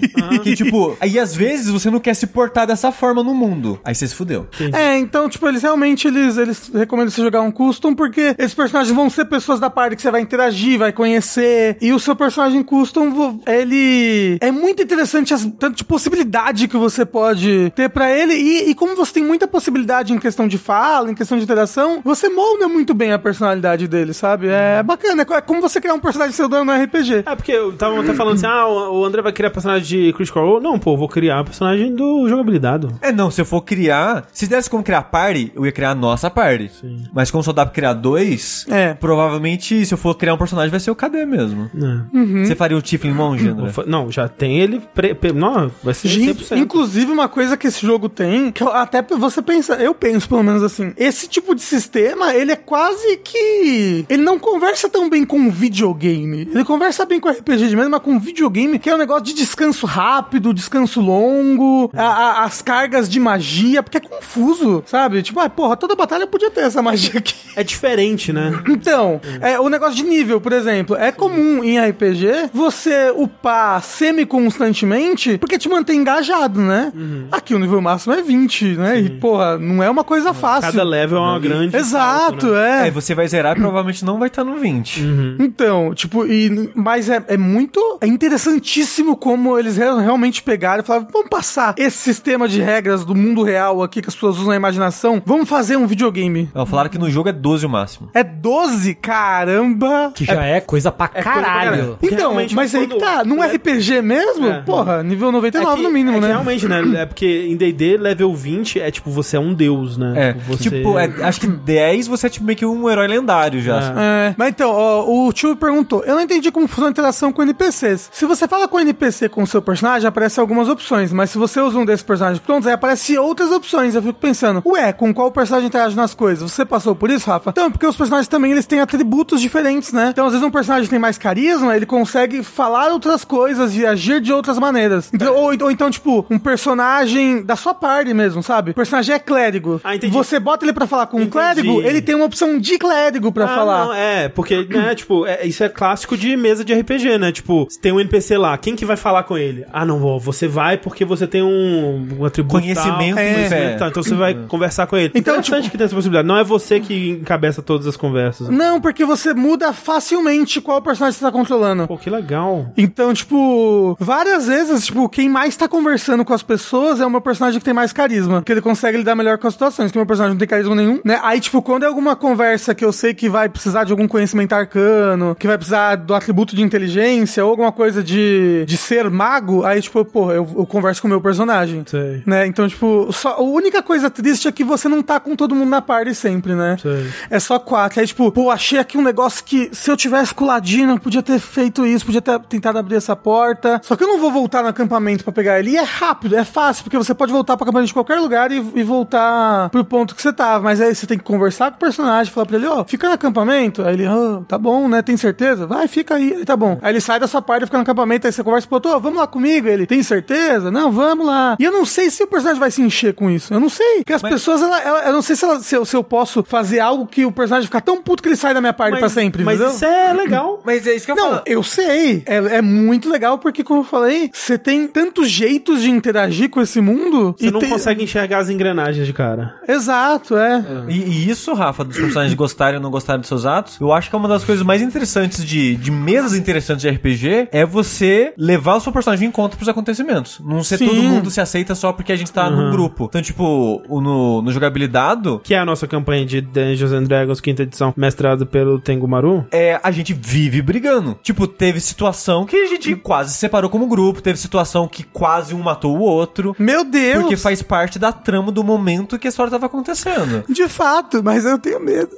Speaker 2: que, tipo, aí às vezes você não quer se portar dessa forma no mundo. Aí você se fudeu.
Speaker 3: É, então, tipo, eles realmente eles, eles recomendam você jogar um custom, porque esses personagens vão ser pessoas da party que você vai interagir, vai conhecer. E o seu personagem custom, vo- ele. É muito interessante as tanto de possibilidade que você pode ter pra ele. E, e como você tem muita possibilidade em questão de fala, em questão de interação, você molda muito bem a personalidade dele, sabe? É bacana. É co- É como você criar um personagem seu no RPG.
Speaker 1: É, porque eu tava até falando assim, ah, o o André vai criar personagem de Critical Role. Não, pô, eu vou criar personagem do jogabilidade.
Speaker 2: É, não, se eu for criar. Se desse como criar party, eu ia criar a nossa party. Mas como só dá pra criar dois,
Speaker 3: É.
Speaker 2: provavelmente se eu for criar um personagem vai ser o KD mesmo.
Speaker 3: Hum.
Speaker 1: É.
Speaker 2: Você faria o Tiefling Monge, André?
Speaker 1: Vou fa- Não, já tem ele. Pre... pre- Não, vai ser
Speaker 3: Gente,
Speaker 1: 100%.
Speaker 3: inclusive uma coisa que esse jogo tem, que eu- até p- você pensa, eu penso pelo menos assim, esse tipo de sistema, ele é quase que ele não conversa tão bem com um videogame. Ele conversa bem com RPG de mesa, mas com um videogame, que é um negócio de descanso rápido, descanso longo, a- a- as cargas de magia, porque é confuso, sabe? Tipo, ah, porra, toda batalha podia ter essa magia aqui.
Speaker 1: É diferente, né?
Speaker 3: Então, é, o negócio de nível, por exemplo, é comum em RPG você upar semi-constantemente porque te mantém engajado, né?
Speaker 1: Uhum.
Speaker 3: Aqui o nível máximo é 20, né? E, porra, não é uma coisa fácil.
Speaker 1: Cada level é uma grande.
Speaker 3: Exato,
Speaker 1: salto, né?
Speaker 2: É,
Speaker 3: é.
Speaker 2: você vai zerar e provavelmente não vai estar no 20.
Speaker 1: Uhum.
Speaker 3: Então, tipo, e, mas é, é muito. É interessantíssimo como eles re- realmente pegaram e falaram: vamos passar esse sistema de regras do mundo real aqui que as pessoas usam na imaginação, vamos fazer um videogame.
Speaker 2: Ó, Falaram que no jogo é 12 o máximo.
Speaker 3: É 12? Caramba!
Speaker 4: Que já é, coisa pra
Speaker 1: coisa pra
Speaker 4: caralho.
Speaker 1: caralho. Porque
Speaker 3: Então,
Speaker 1: realmente,
Speaker 3: mas aí que
Speaker 1: quando-
Speaker 3: tá, num RPG mesmo,
Speaker 1: É.
Speaker 3: porra, nível
Speaker 1: É
Speaker 3: 99
Speaker 1: que-
Speaker 3: no mínimo,
Speaker 1: é que
Speaker 3: né?
Speaker 1: Realmente, né? É porque em DD, level 20 é tipo, você é um deus, né?
Speaker 2: É,
Speaker 1: Tipo, você...
Speaker 2: tipo, é, acho que 10 você é tipo meio que um herói lendário
Speaker 1: Ah.
Speaker 2: já. assim.
Speaker 3: É. Mas então, ó, o tio perguntou: Eu não entendi como funciona a interação com NPCs. Se você fala com o NPC com o seu personagem, aparecem algumas opções, mas se você usa um desses personagens prontos, aí aparecem outras opções. Eu fico pensando: Ué, com qual personagem interage nas coisas? Você passou por isso, Rafa? Então, porque os personagens também eles têm atributos diferentes, né? Então, às vezes um personagem tem mais carisma, ele consegue falar outras coisas e agir de outras maneiras.
Speaker 1: É.
Speaker 3: Então, ou, ou então, tipo, um personagem da sua parte mesmo, sabe? O personagem é clérigo.
Speaker 1: Ah, entendi.
Speaker 3: Você bota ele pra falar com um
Speaker 1: Entendi.
Speaker 3: clérigo, ele tem uma opção de clérigo pra
Speaker 1: Ah,
Speaker 3: falar.
Speaker 1: não, é, porque, né, tipo, é- isso é clássico de mesa de RPG, né? Tipo, se tem um NPC lá, quem que vai falar com ele? Ah, não, ó, você vai porque você tem um, um atributo
Speaker 2: Conhecimento,
Speaker 1: tal,
Speaker 2: é. Uhum.
Speaker 1: conhecimento tal, então você vai conversar com ele.
Speaker 3: Então,
Speaker 1: Interessante
Speaker 3: tipo-
Speaker 1: que tem essa possibilidade. Não é você que encabeça todas as conversas.
Speaker 3: Não, porque você muda facilmente qual personagem você tá controlando.
Speaker 1: Pô, que legal.
Speaker 3: Então, tipo, várias vezes, tipo, quem mais tá conversando com as pessoas é o meu personagem que tem mais carisma. Porque ele consegue lidar melhor com as situações, que o meu personagem não tem carisma nenhum, né? Aí, tipo, quando é alguma conversa que eu sei que vai precisar de algum conhecimento arcano, que vai precisar do atributo de inteligência, ou alguma coisa de, de ser mago, aí, tipo, pô, eu, eu converso com o meu personagem.
Speaker 1: Sei.
Speaker 3: Né? Então, tipo, só, a única coisa triste é que você não tá com todo mundo na party sempre, né?
Speaker 1: Sei.
Speaker 3: É só quatro. Aí, tipo, pô, achei aqui um negócio que se eu tivesse com o Ladino, eu podia ter feito isso, podia ter tentado abrir essa porta. Só que eu não vou voltar no acampamento pra pegar ele. E é rápido, é fácil, porque você pode voltar pro acampamento de qualquer lugar e, e voltar pro ponto que você tava. Mas aí você tem que conversar com o personagem, falar pra ele, ó, fica no acampamento. Aí ele, ó, tá bom, né? Tem certeza? Vai, fica aí. Aí tá bom. Aí ele sai da sua parte, fica no acampamento, aí você conversa pro outro, ó, vamos lá comigo. Ele, tem certeza? Não, vamos lá. E eu não sei se o personagem vai se encher com isso. Eu não sei. Porque as pessoas, ela, ela- eu não sei se, ela- se eu, se eu posso fazer algo que o personagem ficar tão puto que ele sai da minha parte pra sempre,
Speaker 1: mas
Speaker 3: entendeu?
Speaker 1: isso é legal.
Speaker 2: Mas é isso que eu
Speaker 3: Não, eu sei. É, é muito legal porque, como eu falei, você tem tantos jeitos de interagir com esse mundo.
Speaker 1: Você
Speaker 3: e
Speaker 1: não
Speaker 3: tem-
Speaker 1: consegue enxergar as engrenagens de cara.
Speaker 3: Exato, é.
Speaker 2: E, e isso, Rafa, dos personagens gostarem ou não gostarem dos seus atos, eu acho que é uma das coisas mais interessantes de, de mesas interessantes de RPG é você levar o seu personagem em conta pros acontecimentos. Não ser
Speaker 3: Sim. Uhum.
Speaker 2: todo mundo se aceita só porque a gente tá num grupo. Então, tipo, o- no, no jogabilidado.
Speaker 1: Que é a nossa campanha de Dungeons and Dragons, quinta edição, mestrada pelo Tengu Maru.
Speaker 2: É, a gente vive brigando. Tipo, teve situação que a gente quase se separou como grupo, teve situação que quase um matou o outro,
Speaker 3: Meu Deus!
Speaker 2: porque faz parte da trama do momento que a história tava acontecendo.
Speaker 3: De fato, mas eu tenho medo.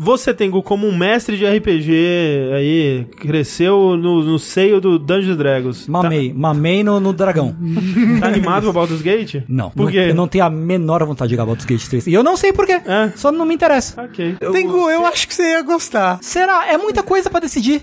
Speaker 1: Você, Tengu, como um mestre de RPG aí, cresceu no, no seio do Dungeons and Dragons.
Speaker 4: Mamei,
Speaker 3: Tá.
Speaker 4: mamei no, no dragão.
Speaker 1: Tá, tá animado pra Baldur's Gate?
Speaker 4: Não,
Speaker 1: Por
Speaker 4: não-
Speaker 1: quê?
Speaker 4: eu não tenho a menor vontade de jogar Baldur's Gate 3. E eu não sei porquê,
Speaker 1: É.
Speaker 4: só não me interessa.
Speaker 1: Ok.
Speaker 3: Tengu, eu acho que você ia gostar.
Speaker 4: Será? É muita coisa pra decidir.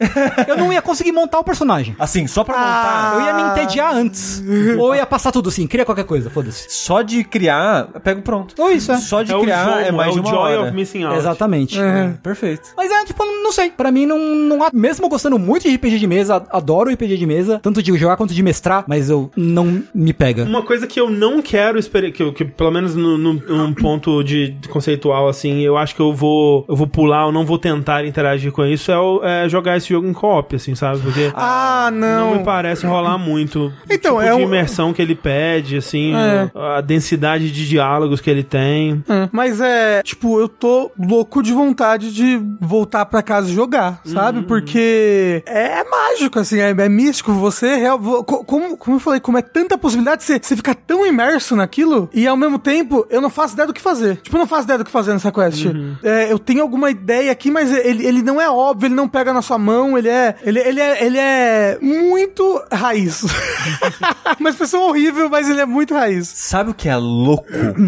Speaker 4: Eu não ia conseguir montar o personagem.
Speaker 2: Assim, só pra montar.
Speaker 4: Eu ia me entediar antes. Ou eu ia passar tudo assim, cria qualquer coisa, foda-se.
Speaker 2: Só de criar, pego pronto.
Speaker 3: Oh,
Speaker 4: Ou isso, é.
Speaker 2: Só de
Speaker 1: É o
Speaker 2: criar
Speaker 1: jogo,
Speaker 2: é mais de
Speaker 1: o
Speaker 2: uma
Speaker 1: Joy
Speaker 2: hora.
Speaker 1: of Missing Out.
Speaker 4: Exatamente.
Speaker 3: É.
Speaker 2: Perfeito.
Speaker 4: Mas é, tipo, não sei. Pra mim, não, não há- Mesmo gostando muito de RPG de mesa, a- adoro RPG de mesa, tanto de jogar quanto de mestrar, mas eu não me pega.
Speaker 1: Uma coisa que eu não quero experi- que, eu- que pelo menos no- no- num ponto de de conceitual assim, eu acho que eu vou eu vou pular, eu não vou tentar interagir com isso, é, o- é jogar esse jogo em co-op, assim, sabe? Porque
Speaker 3: Ah,
Speaker 1: não.
Speaker 3: não.
Speaker 1: me parece rolar muito.
Speaker 3: Então,
Speaker 1: o tipo
Speaker 3: é
Speaker 1: de
Speaker 3: um-
Speaker 1: imersão que ele pede, assim,
Speaker 3: É.
Speaker 1: a densidade de diálogos que ele tem.
Speaker 3: É, Mas é, tipo, eu tô louco de vontade de voltar pra casa e jogar, sabe? Porque é, mágico, assim, é, é místico. Você, real- vo- co- como, como eu falei, como é tanta possibilidade, você, você fica tão imerso naquilo e ao mesmo tempo eu não faço ideia do que fazer. Tipo, eu não faço ideia do que fazer nessa quest. É, eu tenho alguma ideia aqui, mas ele, ele não é óbvio, ele não pega na sua mão, ele é, ele, ele é, ele é muito raiz. Uma expressão horrível, mas ele é muito raiz.
Speaker 2: Sabe o que é louco?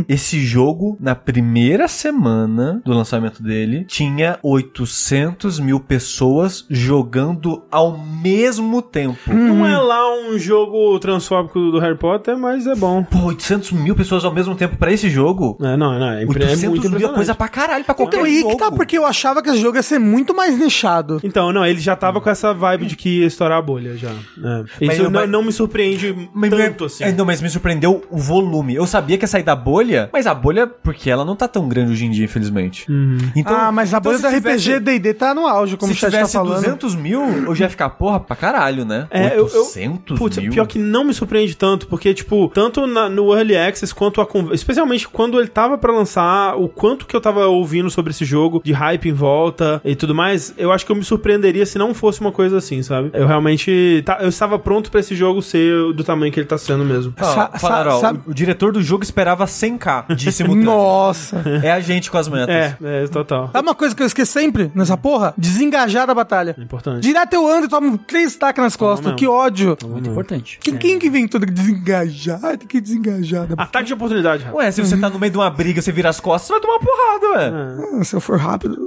Speaker 2: Esse jogo, na primeira semana do lançamento dele, tinha 800 mil pessoas jogando ao mesmo tempo.
Speaker 3: Hum.
Speaker 1: Não é lá um jogo transfóbico do Harry Potter, mas é bom.
Speaker 2: Pô, 800 mil pessoas ao mesmo tempo pra esse jogo?
Speaker 1: É, não, não, é, impre- é
Speaker 2: 800
Speaker 1: muito
Speaker 2: mil é
Speaker 1: impressionante. É um
Speaker 2: coisa pra caralho, pra qualquer um
Speaker 3: Então, e aí
Speaker 2: jogo.
Speaker 3: que tá, porque eu achava que esse jogo ia ser muito mais nichado.
Speaker 1: Então, não, ele já tava com essa vibe de que ia estourar a bolha já. É.
Speaker 2: Mas
Speaker 1: Isso
Speaker 2: eu-
Speaker 1: não,
Speaker 2: mas-
Speaker 1: não me surpreende
Speaker 2: Mas me-
Speaker 1: tanto assim.
Speaker 2: é, não, mas me surpreendeu o volume. Eu sabia que ia sair da bolha, mas a bolha, porque ela não tá tão grande hoje em dia, infelizmente.
Speaker 1: Uhum.
Speaker 2: Então,
Speaker 3: ah, mas a
Speaker 2: então
Speaker 3: bolha
Speaker 2: se
Speaker 3: do
Speaker 2: tivesse-
Speaker 3: RPG D&D tá no auge, como
Speaker 2: se
Speaker 3: o chat tá
Speaker 2: tivesse
Speaker 3: falando.
Speaker 2: 200 mil, eu já ia ficar, porra, pra caralho, né?
Speaker 1: É, eu- eu-
Speaker 2: 800
Speaker 1: Putz,
Speaker 2: mil?
Speaker 1: pior que não me surpreende tanto, porque, tipo, tanto na- no Early Access quanto a. con- Especialmente quando ele tava pra lançar, o quanto que eu tava ouvindo sobre esse jogo, de hype em volta e tudo mais, eu acho que eu me surpreenderia se não fosse uma coisa assim, sabe? Eu realmente. tá- eu estava pronto pra esse jogo ser do tamanho que ele tá sendo mesmo.
Speaker 2: Ó,
Speaker 3: Sa-
Speaker 2: falaram, ó,
Speaker 3: sa- sa-
Speaker 2: o, o diretor do jogo esperava 100k, disse Mutano.
Speaker 3: Nossa.
Speaker 2: É a gente com as metas.
Speaker 1: É, é, total.
Speaker 2: Tá
Speaker 3: Sabe uma coisa que eu esqueço sempre nessa porra? Desengajar da batalha.
Speaker 1: É importante.
Speaker 3: Direto eu ando e tomo três taques nas costas.
Speaker 1: mesmo.
Speaker 3: Que ódio.
Speaker 4: Muito importante.
Speaker 3: Que, quem que vem todo desengajar? Tem que desengajar da
Speaker 2: Ah.
Speaker 3: batalha.
Speaker 1: Ataque de oportunidade, rapaz.
Speaker 2: Ué, se você tá no meio de uma briga, você vira as costas, você vai tomar uma porrada, ué.
Speaker 3: Se eu for rápido.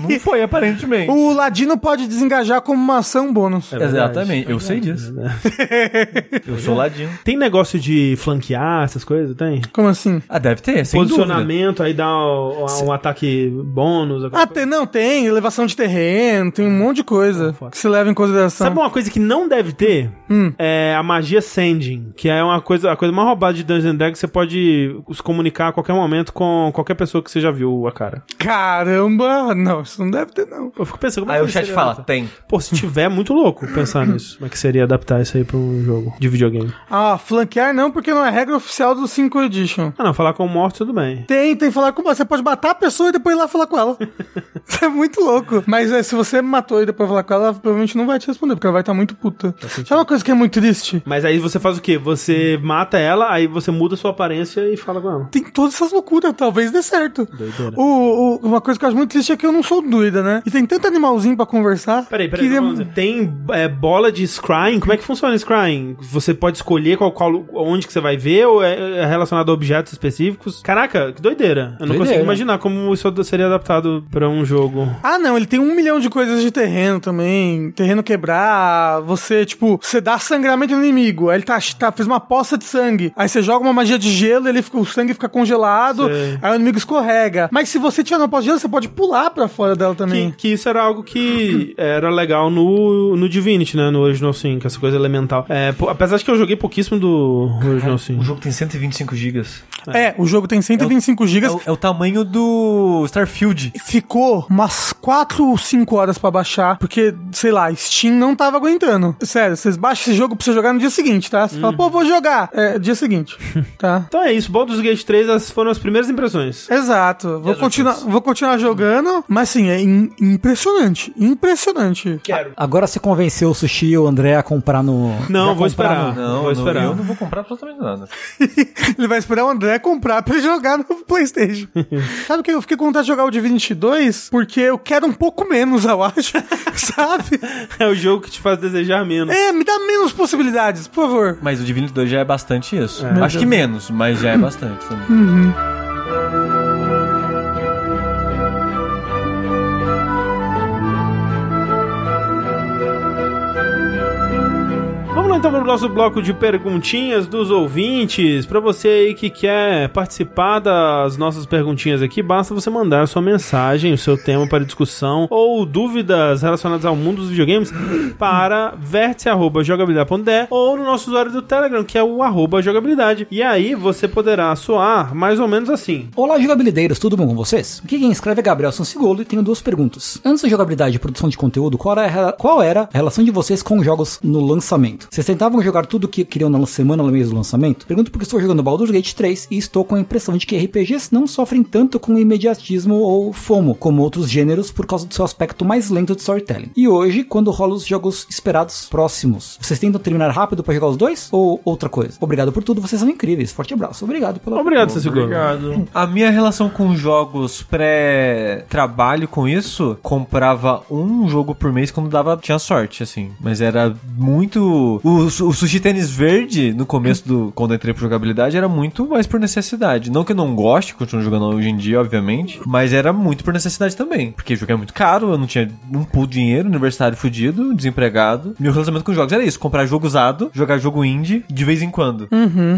Speaker 2: Não foi, aparentemente. É
Speaker 3: o Ladino pode desengajar como uma ação bônus.
Speaker 1: É verdade.
Speaker 2: Exatamente, eu sei disso. eu sou ladino.
Speaker 1: Tem negócio de flanquear essas coisas? Tem?
Speaker 3: Como assim?
Speaker 2: Ah, deve ter, sem dúvida.
Speaker 1: Posicionamento, aí dá o- um, ataque bônus. alguma
Speaker 3: Ah,
Speaker 1: coisa.
Speaker 3: tem, não, tem elevação de terreno, tem um monte de coisa que se leva em consideração.
Speaker 1: Sabe uma coisa que não deve ter? É a magia Sending, que é uma coisa, a coisa mais roubada de Dungeons and Dragons, você pode se comunicar a qualquer momento com qualquer pessoa que você já viu a cara.
Speaker 3: Caramba! Não, isso não deve ter, não.
Speaker 1: Eu fico pensando, como é
Speaker 2: Aí
Speaker 1: que
Speaker 2: o chat
Speaker 1: seria
Speaker 2: fala,
Speaker 1: adaptar?
Speaker 2: tem.
Speaker 1: Pô, se tiver, é muito louco pensar nisso. Como é que seria adaptar isso aí pra um jogo de videogame?
Speaker 3: Ah, flanquear não, porque não é regra oficial do 5 Edition.
Speaker 1: Ah, não, falar com o morto, tudo bem.
Speaker 3: Tem, tem que falar com você. pode matar a pessoa e depois ir lá falar com ela. Isso é muito louco. Mas é, se você matou e depois falar com ela, ela provavelmente não vai te responder, porque ela vai estar muito puta. Sabe uma coisa que é muito triste?
Speaker 1: Mas aí você faz o quê? Você mata ela, aí você muda sua aparência e fala com ela.
Speaker 3: Tem todas essas loucuras, talvez dê certo.
Speaker 1: Doideira.
Speaker 3: O, o- uma coisa que eu acho muito triste é que eu não sou doida, né? E tem tanto animalzinho pra conversar.
Speaker 1: Peraí, peraí.
Speaker 3: que- um
Speaker 1: vamos dizer, Tem é, bola de scrying? Como é que funciona scrying? Você pode escolher qual, qual, onde que você vai ver ou é, é relacionado a objetos específicos? Caraca, que doideira. Eu não
Speaker 4: Doideira.
Speaker 1: consigo imaginar como isso seria adaptado pra um jogo.
Speaker 3: Ah, não, ele tem um milhão de coisas de terreno também. Terreno quebrar, você, tipo, você dá dá sangramento no inimigo. Aí ele tá, tá, fez uma poça de sangue. Aí você joga uma magia de gelo, ele fica, o sangue fica congelado,
Speaker 1: Sei.
Speaker 3: aí o inimigo escorrega. Mas se você tiver uma poça de gelo, você pode pular pra fora dela também.
Speaker 1: Que, que isso era algo que era legal no, no Divinity, né? No Original Sin, que essa coisa elemental. É, pô, apesar de que eu joguei pouquíssimo do Original Sin.
Speaker 2: O jogo tem 125 gigas.
Speaker 3: É, o jogo tem 125 GB.
Speaker 2: É o, é o tamanho do Starfield.
Speaker 3: Ficou umas 4 ou 5 horas pra baixar, porque, sei lá, Steam não tava aguentando. Sério, vocês baixam esse jogo pra você jogar no dia seguinte, tá? Você
Speaker 2: Hum.
Speaker 3: fala, pô, vou jogar. É, dia seguinte, tá?
Speaker 1: Então é isso, Baldur's Gate 3, essas foram as primeiras impressões.
Speaker 3: Exato. Vou continuar, vou continuar jogando, mas assim, é im- impressionante. Impressionante.
Speaker 1: Quero.
Speaker 4: Agora você convenceu o Sushi e o André a comprar no...
Speaker 1: Não,
Speaker 4: a
Speaker 1: vou
Speaker 4: comprar
Speaker 1: esperar.
Speaker 4: no-
Speaker 1: Não, vou esperar.
Speaker 2: eu não vou comprar absolutamente nada.
Speaker 3: Ele vai esperar o André comprar pra ele jogar no Playstation. sabe que eu fiquei com vontade de jogar o Divinity 2? Porque eu quero um pouco menos, eu acho. sabe?
Speaker 1: É o jogo que te faz desejar menos.
Speaker 3: É, me dá menos possibilidades, por favor.
Speaker 2: Mas o Divinity 2 já é bastante isso. Acho que menos, mas já é bastante. pra mim.
Speaker 1: Vamos lá então para o nosso bloco de perguntinhas dos ouvintes. Para você aí que quer participar das nossas perguntinhas aqui, basta você mandar sua mensagem, o seu tema para discussão ou dúvidas relacionadas ao mundo dos videogames para vértice.jogabilidade.de ou no nosso usuário do Telegram, que é o arroba jogabilidade. E aí você poderá soar mais ou menos assim.
Speaker 4: Olá, jogabilideiros, tudo bom com vocês? Aqui quem escreve é Gabriel Sansegolo e tenho duas perguntas. Antes da jogabilidade e produção de conteúdo, qual era, a rela- qual era a relação de vocês com os jogos no lançamento? Vocês tentavam jogar tudo o que queriam na semana no mês do lançamento? Pergunto porque estou jogando Baldur's Gate 3 e estou com a impressão de que RPGs não sofrem tanto com imediatismo ou FOMO, como outros gêneros, por causa do seu aspecto mais lento de storytelling. E hoje, quando rola os jogos esperados próximos, vocês tentam terminar rápido para jogar os dois ou outra coisa? Obrigado por tudo, vocês são incríveis. Forte abraço. Obrigado pela
Speaker 1: Obrigado, Sessigoro.
Speaker 2: Obrigado. A minha relação com jogos pré-trabalho com isso, comprava um jogo por mês quando dava, tinha sorte, assim. Mas era muito. O, su- o sushi tênis verde, no começo do. Quando eu entrei pro jogabilidade, era muito mais por necessidade. Não que eu não goste, continuo jogando hoje em dia, obviamente. Mas era muito por necessidade também. Porque o jogo é muito caro, eu não tinha um pulo de dinheiro, universitário fudido, desempregado. Meu relacionamento com jogos era isso: comprar jogo usado, jogar jogo indie de vez em quando.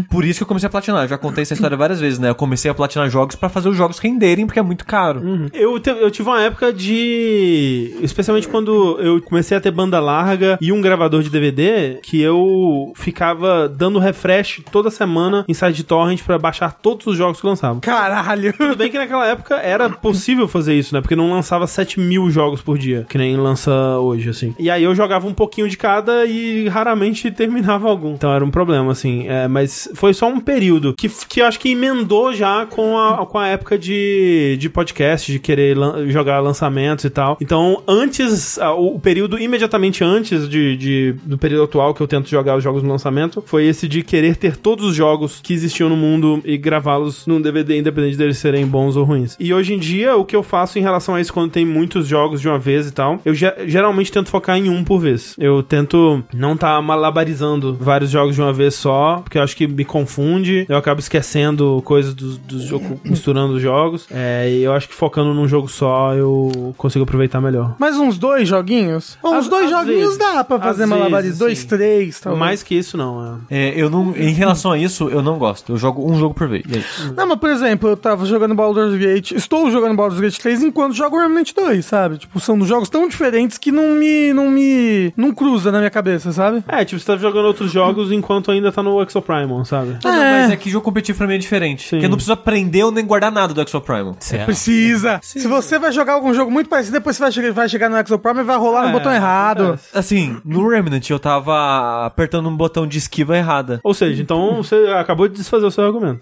Speaker 2: Por isso que eu comecei a platinar. Eu já contei essa história várias vezes, né? Eu comecei a platinar jogos pra fazer os jogos renderem, porque é muito caro.
Speaker 1: Eu, te- eu tive uma época de. Especialmente quando eu comecei a ter banda larga e um gravador de DVD, que eu ficava dando refresh toda semana em site de torrent pra baixar todos os jogos que lançavam.
Speaker 3: Caralho.
Speaker 1: Tudo bem que naquela época era possível fazer isso, né? Porque não lançava 7 mil jogos por dia, que nem lança hoje, assim. E aí eu jogava um pouquinho de cada e raramente terminava algum. Então era um problema, assim. É, mas foi só um período que, que eu acho que emendou já com a, com a época de, de podcast, de querer lan- jogar lançamentos e tal. Então, antes, ah, o o período imediatamente antes de, de- do período atual que eu tento jogar os jogos no lançamento, foi esse de querer ter todos os jogos que existiam no mundo e gravá-los num DVD, independente deles serem bons ou ruins. E hoje em dia, o que eu faço em relação a isso quando tem muitos jogos de uma vez e tal, eu ge- geralmente tento focar em um por vez. Eu tento não estar malabarizando vários jogos de uma vez só, porque eu acho que me confunde, eu acabo esquecendo coisas dos do jogo, misturando os jogos. É, e eu acho que focando num jogo só, eu consigo aproveitar melhor.
Speaker 3: Mais uns dois joguinhos? Ou uns
Speaker 1: Às-
Speaker 3: dois
Speaker 1: às vezes.
Speaker 3: joguinhos dá pra
Speaker 1: Às
Speaker 3: fazer
Speaker 1: vezes,
Speaker 3: malabarismo. Dois,
Speaker 1: sim.
Speaker 3: três, talvez.
Speaker 1: Mais que isso, não. É.
Speaker 2: É, eu não. Em relação a isso, eu não gosto. Eu jogo um jogo por vez. E é isso.
Speaker 3: Não, mas por exemplo, eu tava jogando Baldur's Gate, estou jogando Baldur's Gate 3 enquanto jogo Remnant 2, sabe? Tipo, são jogos tão diferentes que não me, não me, não cruza na minha cabeça, sabe?
Speaker 1: É, tipo, você tá jogando outros jogos enquanto ainda tá no Exo Primal, sabe?
Speaker 2: Não, não,
Speaker 3: É.
Speaker 2: Mas é que jogo competitivo pra mim é diferente. Porque eu não preciso aprender ou nem guardar nada do Exo Primal.
Speaker 3: Precisa. Se você vai jogar algum jogo muito parecido, depois você vai chegar, vai chegar no Exo Prime e vai rolar no
Speaker 1: É,
Speaker 3: botão errado.
Speaker 1: acontece.
Speaker 2: Assim, no Remnant eu tava apertando um botão de esquiva errada.
Speaker 1: Ou
Speaker 4: Uhum.
Speaker 1: seja, então você acabou de desfazer o seu argumento.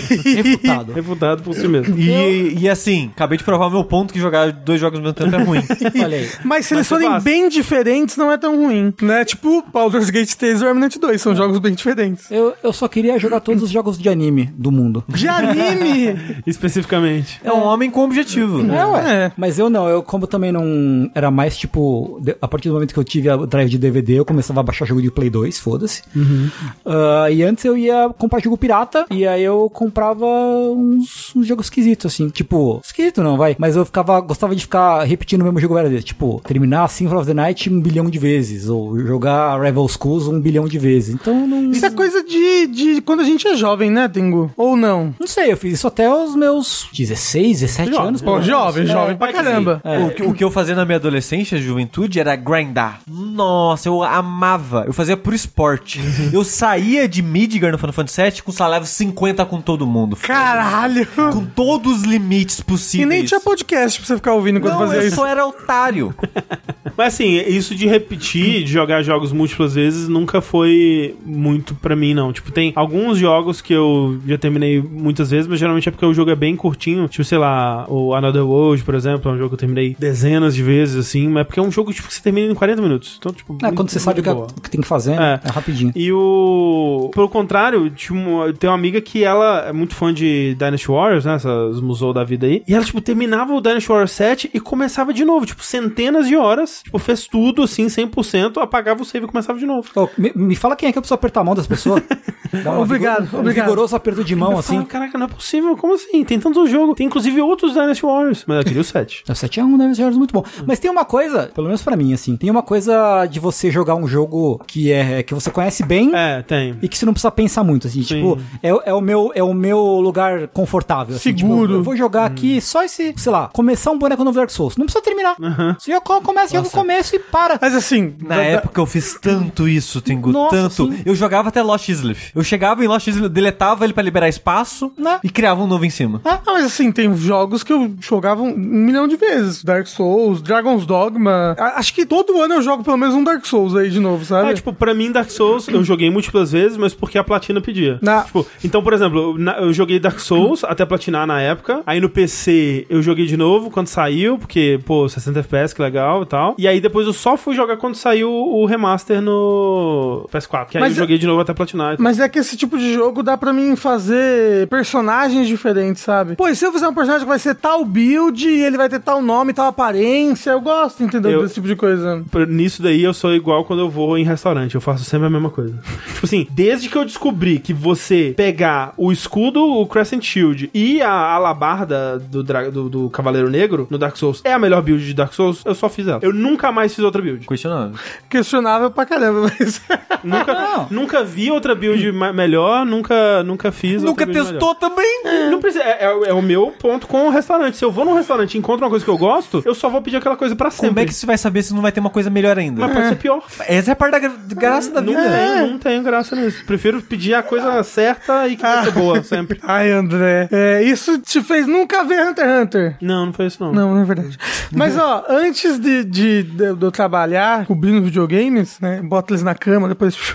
Speaker 4: Refutado.
Speaker 1: Refutado por si mesmo.
Speaker 2: E, e assim, acabei de provar o meu ponto que jogar dois jogos ao mesmo tempo é ruim.
Speaker 4: Olha aí.
Speaker 3: Mas se
Speaker 1: Mas
Speaker 3: eles
Speaker 1: eu
Speaker 3: forem
Speaker 1: gosto.
Speaker 3: bem diferentes, não é tão ruim, né? Tipo, Baldur's Gate 3 e Remnant 2 são jogos bem diferentes.
Speaker 4: Eu, eu só queria jogar todos os jogos de anime do mundo.
Speaker 3: De anime!
Speaker 1: Especificamente.
Speaker 2: É um homem com objetivo.
Speaker 4: É, ué.
Speaker 3: É.
Speaker 4: Mas eu não, eu como também não. Era mais tipo. de- A partir do momento que eu tive a drive de DVD, eu começava a baixar jogo de tive Play 2, foda-se. Ah, e antes eu ia comprar jogo pirata, e aí eu comprava uns, uns jogos esquisitos, assim. Tipo, esquisito não, vai. Mas eu ficava, gostava de ficar repetindo o mesmo jogo várias vezes. Tipo, terminar Symphony of the Night um bilhão de vezes, ou jogar Rival Schools um bilhão de vezes. Então não.
Speaker 3: Isso é coisa de, de quando a gente é jovem, né, Tengu? Ou não?
Speaker 4: Não sei, eu fiz isso até os meus 16, 17 anos.
Speaker 3: Pô,
Speaker 4: pelo
Speaker 3: jovem,
Speaker 4: menos.
Speaker 3: jovem pra caramba.
Speaker 2: É. O, que, o que eu fazia na minha adolescência, juventude, era grindar. Nossa, eu amava. Eu fazia por esporte. eu saía de Midgar no Final Fantasy VII com salário 50 com todo mundo.
Speaker 3: Caralho!
Speaker 2: Com todos os limites
Speaker 3: E
Speaker 2: possíveis.
Speaker 3: nem tinha podcast pra você ficar ouvindo enquanto
Speaker 2: Não,
Speaker 3: fazia
Speaker 2: eu
Speaker 3: isso.
Speaker 2: só era otário.
Speaker 1: Mas assim, isso de repetir, de jogar jogos múltiplas vezes, nunca foi muito pra mim, não. Tipo, tem alguns jogos que eu já terminei muitas vezes, mas geralmente é porque o jogo é bem curtinho. Tipo, sei lá, o Another World, por exemplo, é um jogo que eu terminei dezenas de vezes, assim, mas é porque é um jogo tipo, que você termina em 40 minutos. Então, tipo,
Speaker 4: É, quando você sabe o que,
Speaker 1: boa.
Speaker 4: o que tem que fazer, né?
Speaker 1: É.
Speaker 4: é rapidinho.
Speaker 1: E o. Pelo contrário, tinha uma- tem uma amiga que ela é muito fã de Dynasty Warriors, né? Essas musou da vida aí. E ela, tipo, terminava o Dynasty Warriors 7 e começava de novo. Tipo, centenas de horas. Tipo, fez tudo assim, 100%, apagava o save e começava de novo.
Speaker 4: Ô, me, me fala quem é que eu preciso apertar a mão das pessoas. Dá uma
Speaker 3: Obrigado,
Speaker 4: vigor-
Speaker 3: obrigado.
Speaker 4: Um vigoroso aperto de mão,
Speaker 1: Eu
Speaker 4: assim.
Speaker 1: falava, Caraca, não é possível. Como assim? Tem tantos jogos. Tem inclusive outros Dynasty Warriors. Mas eu queria o 7.
Speaker 4: O 7 é um Dungeons Dragons muito bom. Mas tem uma coisa, pelo menos pra mim, assim, tem uma coisa de você jogar um jogo que é que você conhece bem
Speaker 1: é, tem.
Speaker 4: e que você não precisa pensar muito, assim, tipo, é, é o meu, é o meu lugar confortável. assim, tipo,
Speaker 3: Seguro.
Speaker 4: eu vou jogar aqui só esse, sei lá, começar um boneco novo Dark Souls. Não precisa terminar. Você já co- começa, joga o começo e para.
Speaker 3: Mas assim,
Speaker 2: Na
Speaker 3: da- da-
Speaker 2: época eu fiz tanto isso, Tengu,
Speaker 4: Nossa,
Speaker 2: tanto.
Speaker 4: sim.
Speaker 2: Eu jogava até Lost Isleaf. Eu chegava em Lost Isleaf, deletava ele pra liberar espaço
Speaker 4: Né?
Speaker 2: e criava um novo em cima.
Speaker 3: Ah, mas assim, tem jogos que eu jogava um milhão de vezes. Dark Souls, Dragon's Dogma. A- Acho que todo ano eu jogo pelo menos um Dark Souls aí de novo, sabe?
Speaker 2: Ah,
Speaker 1: É, tipo, pra mim, Dark Souls, eu joguei múltiplas vezes, mas porque a platina pedia.
Speaker 3: Na-
Speaker 1: Tipo, então, por exemplo, eu- na- eu joguei Dark Souls até platinar na época. Aí no PC eu joguei de novo quando saiu, porque, pô, 60 FPS, que legal e tal. E aí depois eu só fui jogar quando saiu o remaster no PS4. Que aí
Speaker 3: Mas
Speaker 1: eu joguei de novo até platinar. e tal.
Speaker 3: Mas é que esse tipo de jogo dá pra mim fazer personagens diferentes, sabe? Pô, e se eu fizer um personagem que vai ser tal build, e ele vai ter tal nome, tal aparência, eu gosto, entendeu?
Speaker 1: Eu-
Speaker 3: Desse tipo de coisa.
Speaker 1: Por- Nisso daí eu sou igual quando eu vou em restaurante, eu faço sempre a mesma coisa. tipo assim, desde que eu descobri que você pegar o escudo, o Crescent Shield e a alabarda do, dra- do, do Cavaleiro Negro no Dark Souls é a melhor build de Dark Souls, eu só fiz ela. Eu nunca mais fiz outra build.
Speaker 2: Questionável.
Speaker 3: Questionável pra caramba, mas.
Speaker 1: Nunca,
Speaker 4: Não.
Speaker 1: nunca vi outra build ma- melhor, nunca, nunca fiz. outra
Speaker 2: Nunca
Speaker 1: build
Speaker 2: testou também?
Speaker 1: melhor. Não precisa, é, é- é o meu ponto com o restaurante. Se eu vou num restaurante e encontro uma coisa que eu gosto, eu só vou pedir aquela coisa pra sempre.
Speaker 2: Como é que você vai saber se não vai ter uma coisa melhor ainda?
Speaker 1: Mas pode ser pior.
Speaker 2: Essa é a parte da gra- graça da
Speaker 1: Não
Speaker 2: vida. né?
Speaker 1: tem, não tem graça nisso. Prefiro pedir a coisa certa e que vai ser boa sempre.
Speaker 3: Ai, André. É, isso te fez nunca ver Hunter x Hunter.
Speaker 1: Não, não foi isso não.
Speaker 3: Não, não é verdade. Mas, ó, antes de, de, de- de eu trabalhar cobrindo videogames, né? Bota eles na cama, depois.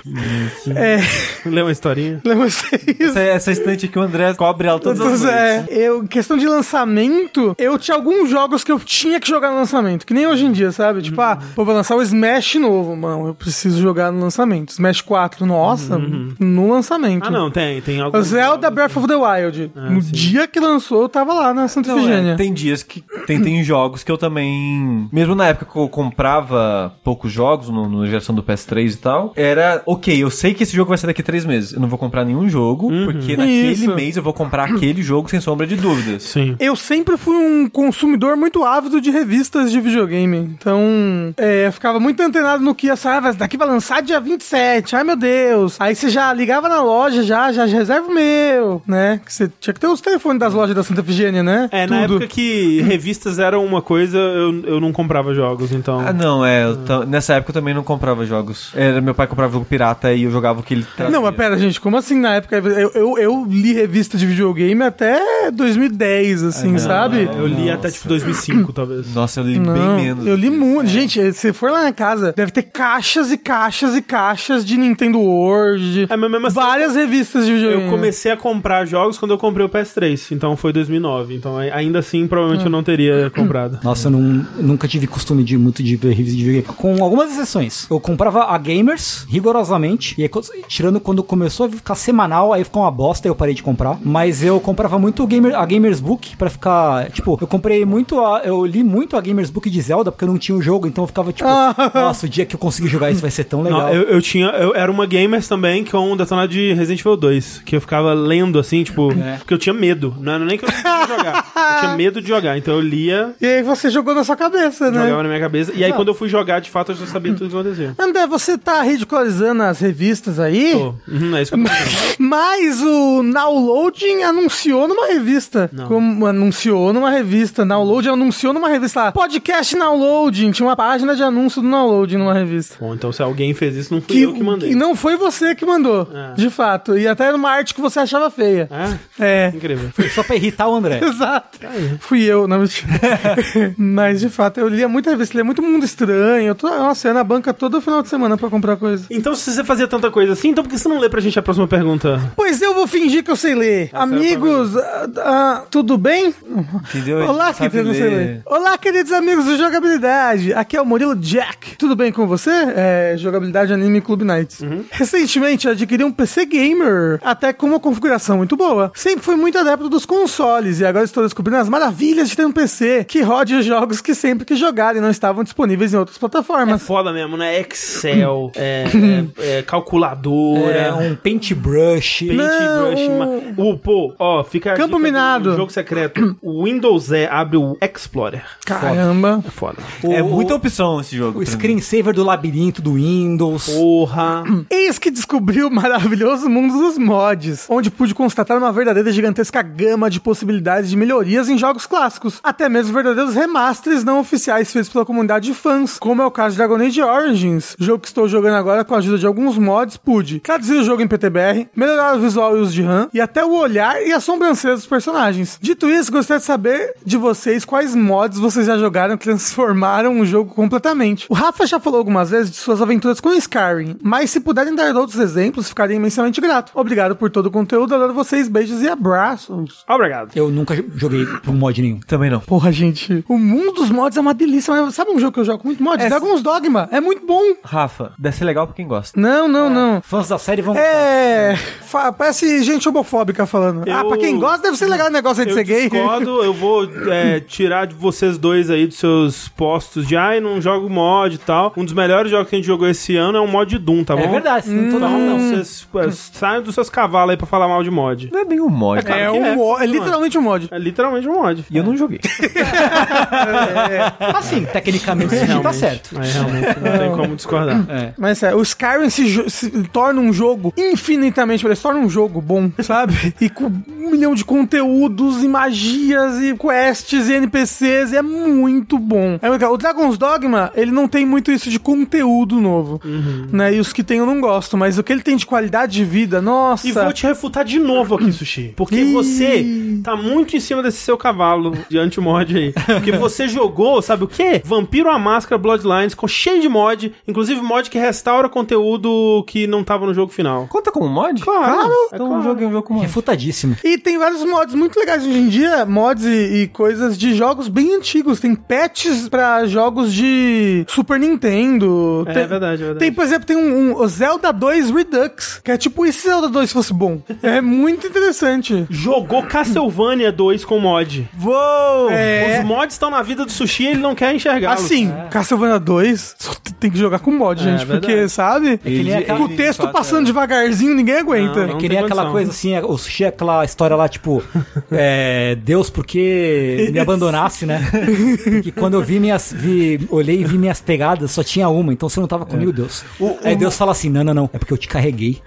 Speaker 3: É,
Speaker 1: Lê uma historinha.
Speaker 3: lembra isso?
Speaker 2: Essa, essa estante aqui o André cobre ela todas as
Speaker 3: Todos,
Speaker 2: noites.
Speaker 3: é, eu, em questão de lançamento, eu tinha alguns jogos que eu tinha que jogar no lançamento, que nem hoje em dia, sabe?
Speaker 2: Uhum.
Speaker 3: Tipo, ah, pô, vou lançar o Smash novo, mano, eu preciso jogar no lançamento. Smash 4, nossa,
Speaker 2: Uhum.
Speaker 3: no lançamento.
Speaker 1: Ah, não, tem, tem algo.
Speaker 3: O Zelda Breath of the Wild. no
Speaker 1: sim.
Speaker 3: dia que lançou, eu tava lá na Santa
Speaker 2: Ah, Não,
Speaker 3: Efigênia.
Speaker 2: é, tem dias que tem, tem jogos que eu também. Mesmo na época que eu comprava poucos jogos no, na geração do PS3 e tal, era ok, eu sei que esse jogo vai sair daqui três meses. Eu não vou comprar nenhum jogo, porque naquele
Speaker 3: Isso.
Speaker 2: mês eu vou comprar aquele jogo sem sombra de dúvidas.
Speaker 1: Sim.
Speaker 3: Eu sempre fui um consumidor muito ávido de revistas de videogame. Então, é, eu ficava muito antenado no que ia sair. Ah, mas daqui vai lançar dia 27. Ai, meu Deus. Aí você já ligava na loja, já, já reserva o meu, né? Que você tinha que ter os telefones das lojas da Santa Efigênia, né?
Speaker 1: É, na época que revistas eram uma coisa, eu, eu não comprava jogos, então.
Speaker 2: Ah, não, é. eu ta- Nessa época eu também não comprava jogos. Era meu pai que comprava jogo pirata e eu jogava o que ele trazia.
Speaker 3: Não, mas pera, gente, como assim na época? Eu, eu, eu li revista de videogame até 2010, assim, sabe?
Speaker 1: É, Eu li até tipo 2005, talvez.
Speaker 2: Nossa, eu li
Speaker 3: Não,
Speaker 2: bem menos.
Speaker 3: Eu li muito.
Speaker 1: né?
Speaker 3: Gente, se for lá na casa, deve ter caixas e caixas e caixas de Nintendo World.
Speaker 1: É, mas mesmo assim,
Speaker 3: várias revistas de videogame.
Speaker 1: Eu comecei a comprar jogos quando eu comprei o PS3, então foi 2009. Então a- ainda assim, provavelmente eu não teria comprado.
Speaker 4: Nossa, eu, não- eu nunca tive costume de muito de ver reviews de videogame. Com algumas exceções. Eu comprava a Gamers rigorosamente. E aí, quando- tirando quando começou a ficar semanal, aí ficou uma bosta e eu parei de comprar. Mas eu comprava muito o Gamer, a Gamers Book pra ficar. Tipo, eu comprei muito a. Eu li muito a Gamers Book de Zelda porque eu não tinha o jogo. Então eu ficava tipo, nossa, o dia que eu conseguir jogar isso vai ser tão tão legal.
Speaker 1: Não, eu, eu tinha. Eu era uma gamers também com um detonado de Resident Evil 2. Que eu ficava lendo assim, tipo. Porque eu tinha medo. né? Não era nem que eu queria jogar. Eu tinha medo de jogar. Então eu lia,
Speaker 3: E aí você jogou na sua cabeça, né?
Speaker 1: jogava na minha cabeça. E aí quando eu fui jogar, de fato, eu já sabia tudo o que acontecia.
Speaker 3: André, você tá ridicularizando as revistas aí,
Speaker 1: Pô, uhum, é isso que eu tô pensando.
Speaker 3: mas o Nowloading anunciou numa revista. Como anunciou numa revista. Nowloading anunciou numa revista lá. Podcast Nowloading. Tinha uma página de anúncio do Nowloading numa revista.
Speaker 1: Bom, então se alguém fez isso, não fui eu que mandei.
Speaker 3: que não foi você que mandou,
Speaker 1: É.
Speaker 3: de fato. E até numa arte que você achava feia.
Speaker 1: É?
Speaker 3: É.
Speaker 1: Incrível.
Speaker 4: Só pra irritar o André.
Speaker 3: Exato. Tá Fui eu, não mentira. Mas, de fato, eu lia muita revista, lia muito Mundo Estranho. Eu tô, nossa, eu ia na banca todo final de semana pra comprar coisa.
Speaker 1: Então, se você fazia tanta coisa assim, então por que você não lê pra gente a próxima pergunta?
Speaker 3: Pois eu vou fingir que eu sei ler. amigos, ah, ah, tudo bem?
Speaker 2: Entendeu?
Speaker 3: Olá,
Speaker 2: Sabe
Speaker 3: queridos, não sei
Speaker 2: ler.
Speaker 3: ler. Olá, queridos amigos do Jogabilidade. Aqui é o Murilo Jack. Tudo bem com você? É, Jogabilidade Anime Club Nights. Recentemente eu adquiri um PC gamer, até com uma configuração muito boa. Sempre fui muito adepto dos consoles e agora estou descobrindo as maravilhas de ter um PC que rode os jogos que sempre que jogar e não estavam disponíveis em outras
Speaker 1: É
Speaker 3: plataformas.
Speaker 1: foda mesmo, né? Excel, é, é- é calculadora.
Speaker 4: É, um paintbrush.
Speaker 1: Paintbrush,
Speaker 3: Não.
Speaker 1: ma- o pô, ó, fica a
Speaker 3: Campo
Speaker 1: dica do
Speaker 3: minado.
Speaker 1: jogo secreto. O Windows E abre o Explorer.
Speaker 3: Caramba.
Speaker 1: É foda.
Speaker 2: É
Speaker 4: o-
Speaker 2: muita opção esse jogo.
Speaker 4: O
Speaker 2: pra mim.
Speaker 4: screensaver do labirinto do Windows.
Speaker 1: Porra.
Speaker 3: Eis que descobri o maravilhoso mundo dos mods, onde pude constatar uma verdadeira gigantesca gama de possibilidades de melhorias em jogos clássicos, até mesmo verdadeiros remasters não oficiais feitos pela comunidade de fãs, como é o caso de Dragon Age Origins, jogo que estou jogando agora com a ajuda de alguns mods, pude traduzir o jogo em PTBR, melhorar o visual e os de RAM, e até o olhar e a sobrancelha dos personagens. Dito isso, gostaria de saber de vocês quais mods vocês já jogaram que transformaram o jogo completamente. O Rafa já falou algumas vezes de suas aventuras com Skyrim, mas se puderem dar outros exemplos, ficaria imensamente grato. Obrigado por todo o conteúdo, adoro vocês, beijos e abraços.
Speaker 1: Obrigado.
Speaker 4: Eu nunca jo- joguei pro mod nenhum.
Speaker 2: Também não.
Speaker 3: Porra, gente, o mundo dos mods é uma delícia, mas sabe um jogo que eu jogo muito mod? Dragon's Dogma, é muito bom.
Speaker 2: Rafa, deve ser legal pra quem gosta.
Speaker 3: Não,
Speaker 1: É.
Speaker 3: não, não.
Speaker 4: Fãs da série vão.
Speaker 3: É. fa- parece gente homofóbica falando. Ah,
Speaker 1: Eu-
Speaker 3: pra quem gosta, deve ser legal o negócio aí de
Speaker 1: Eu
Speaker 3: ser é gay.
Speaker 1: discordo, eu vou é, tirar de vocês dois aí dos seus postos de ai, não jogo mod e tal. Um dos melhores jogos que a gente jogou esse ano é um mod de Doom, tá bom?
Speaker 4: É verdade, você tem toda a
Speaker 1: Então,
Speaker 4: razão.
Speaker 1: vocês é, saiam dos seus cavalos aí pra falar mal de mod.
Speaker 2: Não é bem um mod. cara.
Speaker 1: É
Speaker 3: É,
Speaker 1: um
Speaker 3: um
Speaker 1: é.
Speaker 3: mo- é literalmente um mod.
Speaker 1: É literalmente um mod.
Speaker 2: E eu não joguei.
Speaker 4: Assim, tecnicamente sim, tá
Speaker 1: Realmente.
Speaker 4: certo.
Speaker 1: É, realmente, não tem como discordar.
Speaker 3: Mas é, o Skyrim se, jo- se torna um jogo infinitamente, ele se torna um jogo bom, sabe? E com um milhão de conteúdos e magias e quests e NPCs, e é muito bom. É muito legal. o Dragon's Dogma, ele não tem muito isso de conteúdo novo,
Speaker 1: Uhum.
Speaker 3: né? E os que tem eu não gosto, mas o que ele tem de qualidade de vida, nossa.
Speaker 1: E vou te refutar de novo aqui, Sushi. Porque você tá muito em cima desse seu cavalo de anti-mod aí. Porque você jogou, sabe o quê? Vampiro à Máscara Bloodlines, com cheio de mod, inclusive mod que restaura conteúdo que não tava no jogo final.
Speaker 2: Conta como mod?
Speaker 1: Claro, é
Speaker 2: Então
Speaker 1: claro.
Speaker 2: joguei um jogo com mod.
Speaker 4: Refutadíssimo.
Speaker 3: E tem vários mods muito legais hoje em dia, mods e, e coisas de jogos bem antigos. Tem patches pra jogos de Super Nintendo.
Speaker 1: É
Speaker 3: tem,
Speaker 1: verdade, é verdade.
Speaker 3: Tem, por exemplo, tem um, um o Zelda 2 Redux, que é tipo, e se Zelda 2 fosse bom? É muito interessante.
Speaker 1: Jogou Castlevania 2 com mod.
Speaker 2: Uou!
Speaker 3: É.
Speaker 1: Os mods estão na vida do Sushi e ele não quer enxergar.
Speaker 3: Assim, Castlevania 2 só t- tem que jogar com mod,
Speaker 1: É,
Speaker 3: gente,
Speaker 1: é verdade.
Speaker 3: porque, sabe?
Speaker 4: que nem
Speaker 2: Ele-
Speaker 4: aquela-
Speaker 3: Com
Speaker 2: ele,
Speaker 3: o
Speaker 2: de
Speaker 3: texto
Speaker 2: fato,
Speaker 3: passando devagarzinho, ninguém aguenta.
Speaker 1: é. Não
Speaker 4: É que
Speaker 1: tem
Speaker 4: nem aquela
Speaker 1: condição.
Speaker 4: coisa assim, o sushi é aquela história lá, tipo, é, Deus, porque me abandonasse, né? Porque quando eu vi minhas. Vi, olhei e vi minhas pegadas, só tinha uma, então você não tava
Speaker 1: É.
Speaker 4: comigo, Deus. Aí Deus fala assim: não, não, não, é porque eu te carreguei.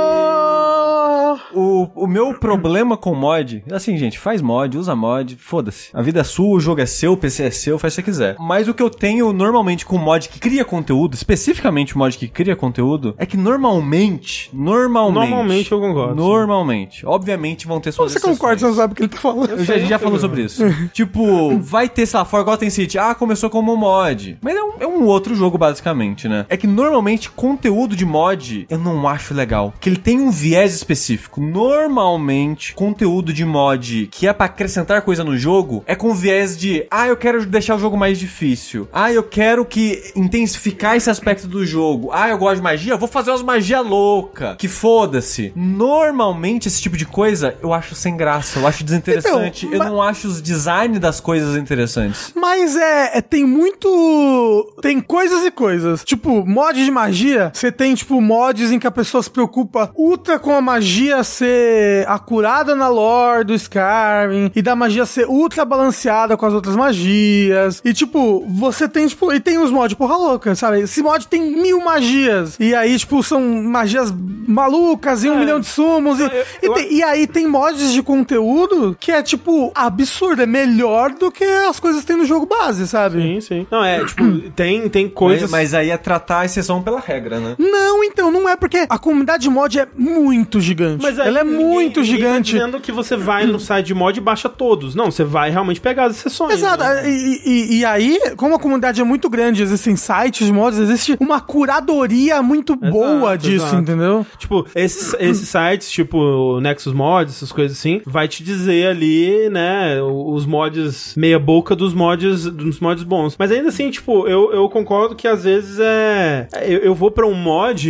Speaker 3: Oh!
Speaker 2: O, o meu problema com mod, assim, gente, faz mod, usa mod, foda-se. A vida é sua, o jogo é seu, o PC é seu, faz o que você quiser. Mas o que eu tenho normalmente com mod que cria conteúdo, especificamente o mod que cria conteúdo, é que normalmente, normalmente.
Speaker 1: Normalmente eu concordo, sim.
Speaker 2: Normalmente. Obviamente vão ter suas
Speaker 1: é
Speaker 3: Você concorda, você
Speaker 2: exceções.
Speaker 3: não sabe o que ele tá falando.
Speaker 2: Eu já, a gente já falou sobre isso. tipo, vai ter, sei lá, Forgotten City. Ah, começou como um mod. Mas é um, é um outro jogo, basicamente, né? É que normalmente conteúdo de mod eu não acho legal. Que ele tem um viés específico. específico. Normalmente, conteúdo de mod que é pra acrescentar coisa no jogo é com viés de, ah, eu quero deixar o jogo mais difícil. Ah, eu quero que intensificar esse aspecto do jogo. Ah, eu gosto de magia, vou fazer umas magia louca. Que foda-se. Normalmente esse tipo de coisa eu acho sem graça, eu acho desinteressante.
Speaker 3: Então,
Speaker 2: eu
Speaker 3: mas-
Speaker 2: não acho os design das coisas interessantes.
Speaker 3: Mas é, é- tem muito. Tem coisas e coisas. Tipo, mods de magia. Você tem, tipo, mods em que a pessoa se preocupa ultra com a magia ser acurada na lore do Skyrim. E da magia ser ultra balanceada com as outras magias. E, tipo, você tem, tipo. E tem os mods porra louca, sabe? Esse mod tem mil magias. E aí, tipo, são magias malucas e um milhão de sumos. E, e
Speaker 1: É. eu-
Speaker 3: tem- e aí tem mods de conteúdo que é, tipo, absurdo. É melhor do que as coisas que tem no jogo base, sabe?
Speaker 1: Sim, sim. Não, é, tipo, tem, tem coisas.
Speaker 2: Mas, mas aí é tratar a exceção pela regra, né?
Speaker 3: Não, então, não é porque a comunidade de mod é muito gigante.
Speaker 1: Mas aí
Speaker 3: Ela é
Speaker 1: ninguém-
Speaker 3: muito
Speaker 1: ninguém
Speaker 3: gigante.
Speaker 1: Tá dizendo que você vai no site de mod e baixa todos. Não, você vai realmente pegar as exceções.
Speaker 3: Exato.
Speaker 1: né?
Speaker 3: E, e- e aí, como a comunidade é muito grande, existem sites de mods, existe uma curadoria muito boa disso,
Speaker 1: exato.
Speaker 3: entendeu?
Speaker 1: Tipo, esses, esses sites, tipo Nexus Mods, essas coisas assim, vai te dizer ali, né, os mods meia boca dos mods, dos mods bons. Mas ainda assim, tipo, eu, eu concordo que às vezes é... Eu, eu vou pra um mod,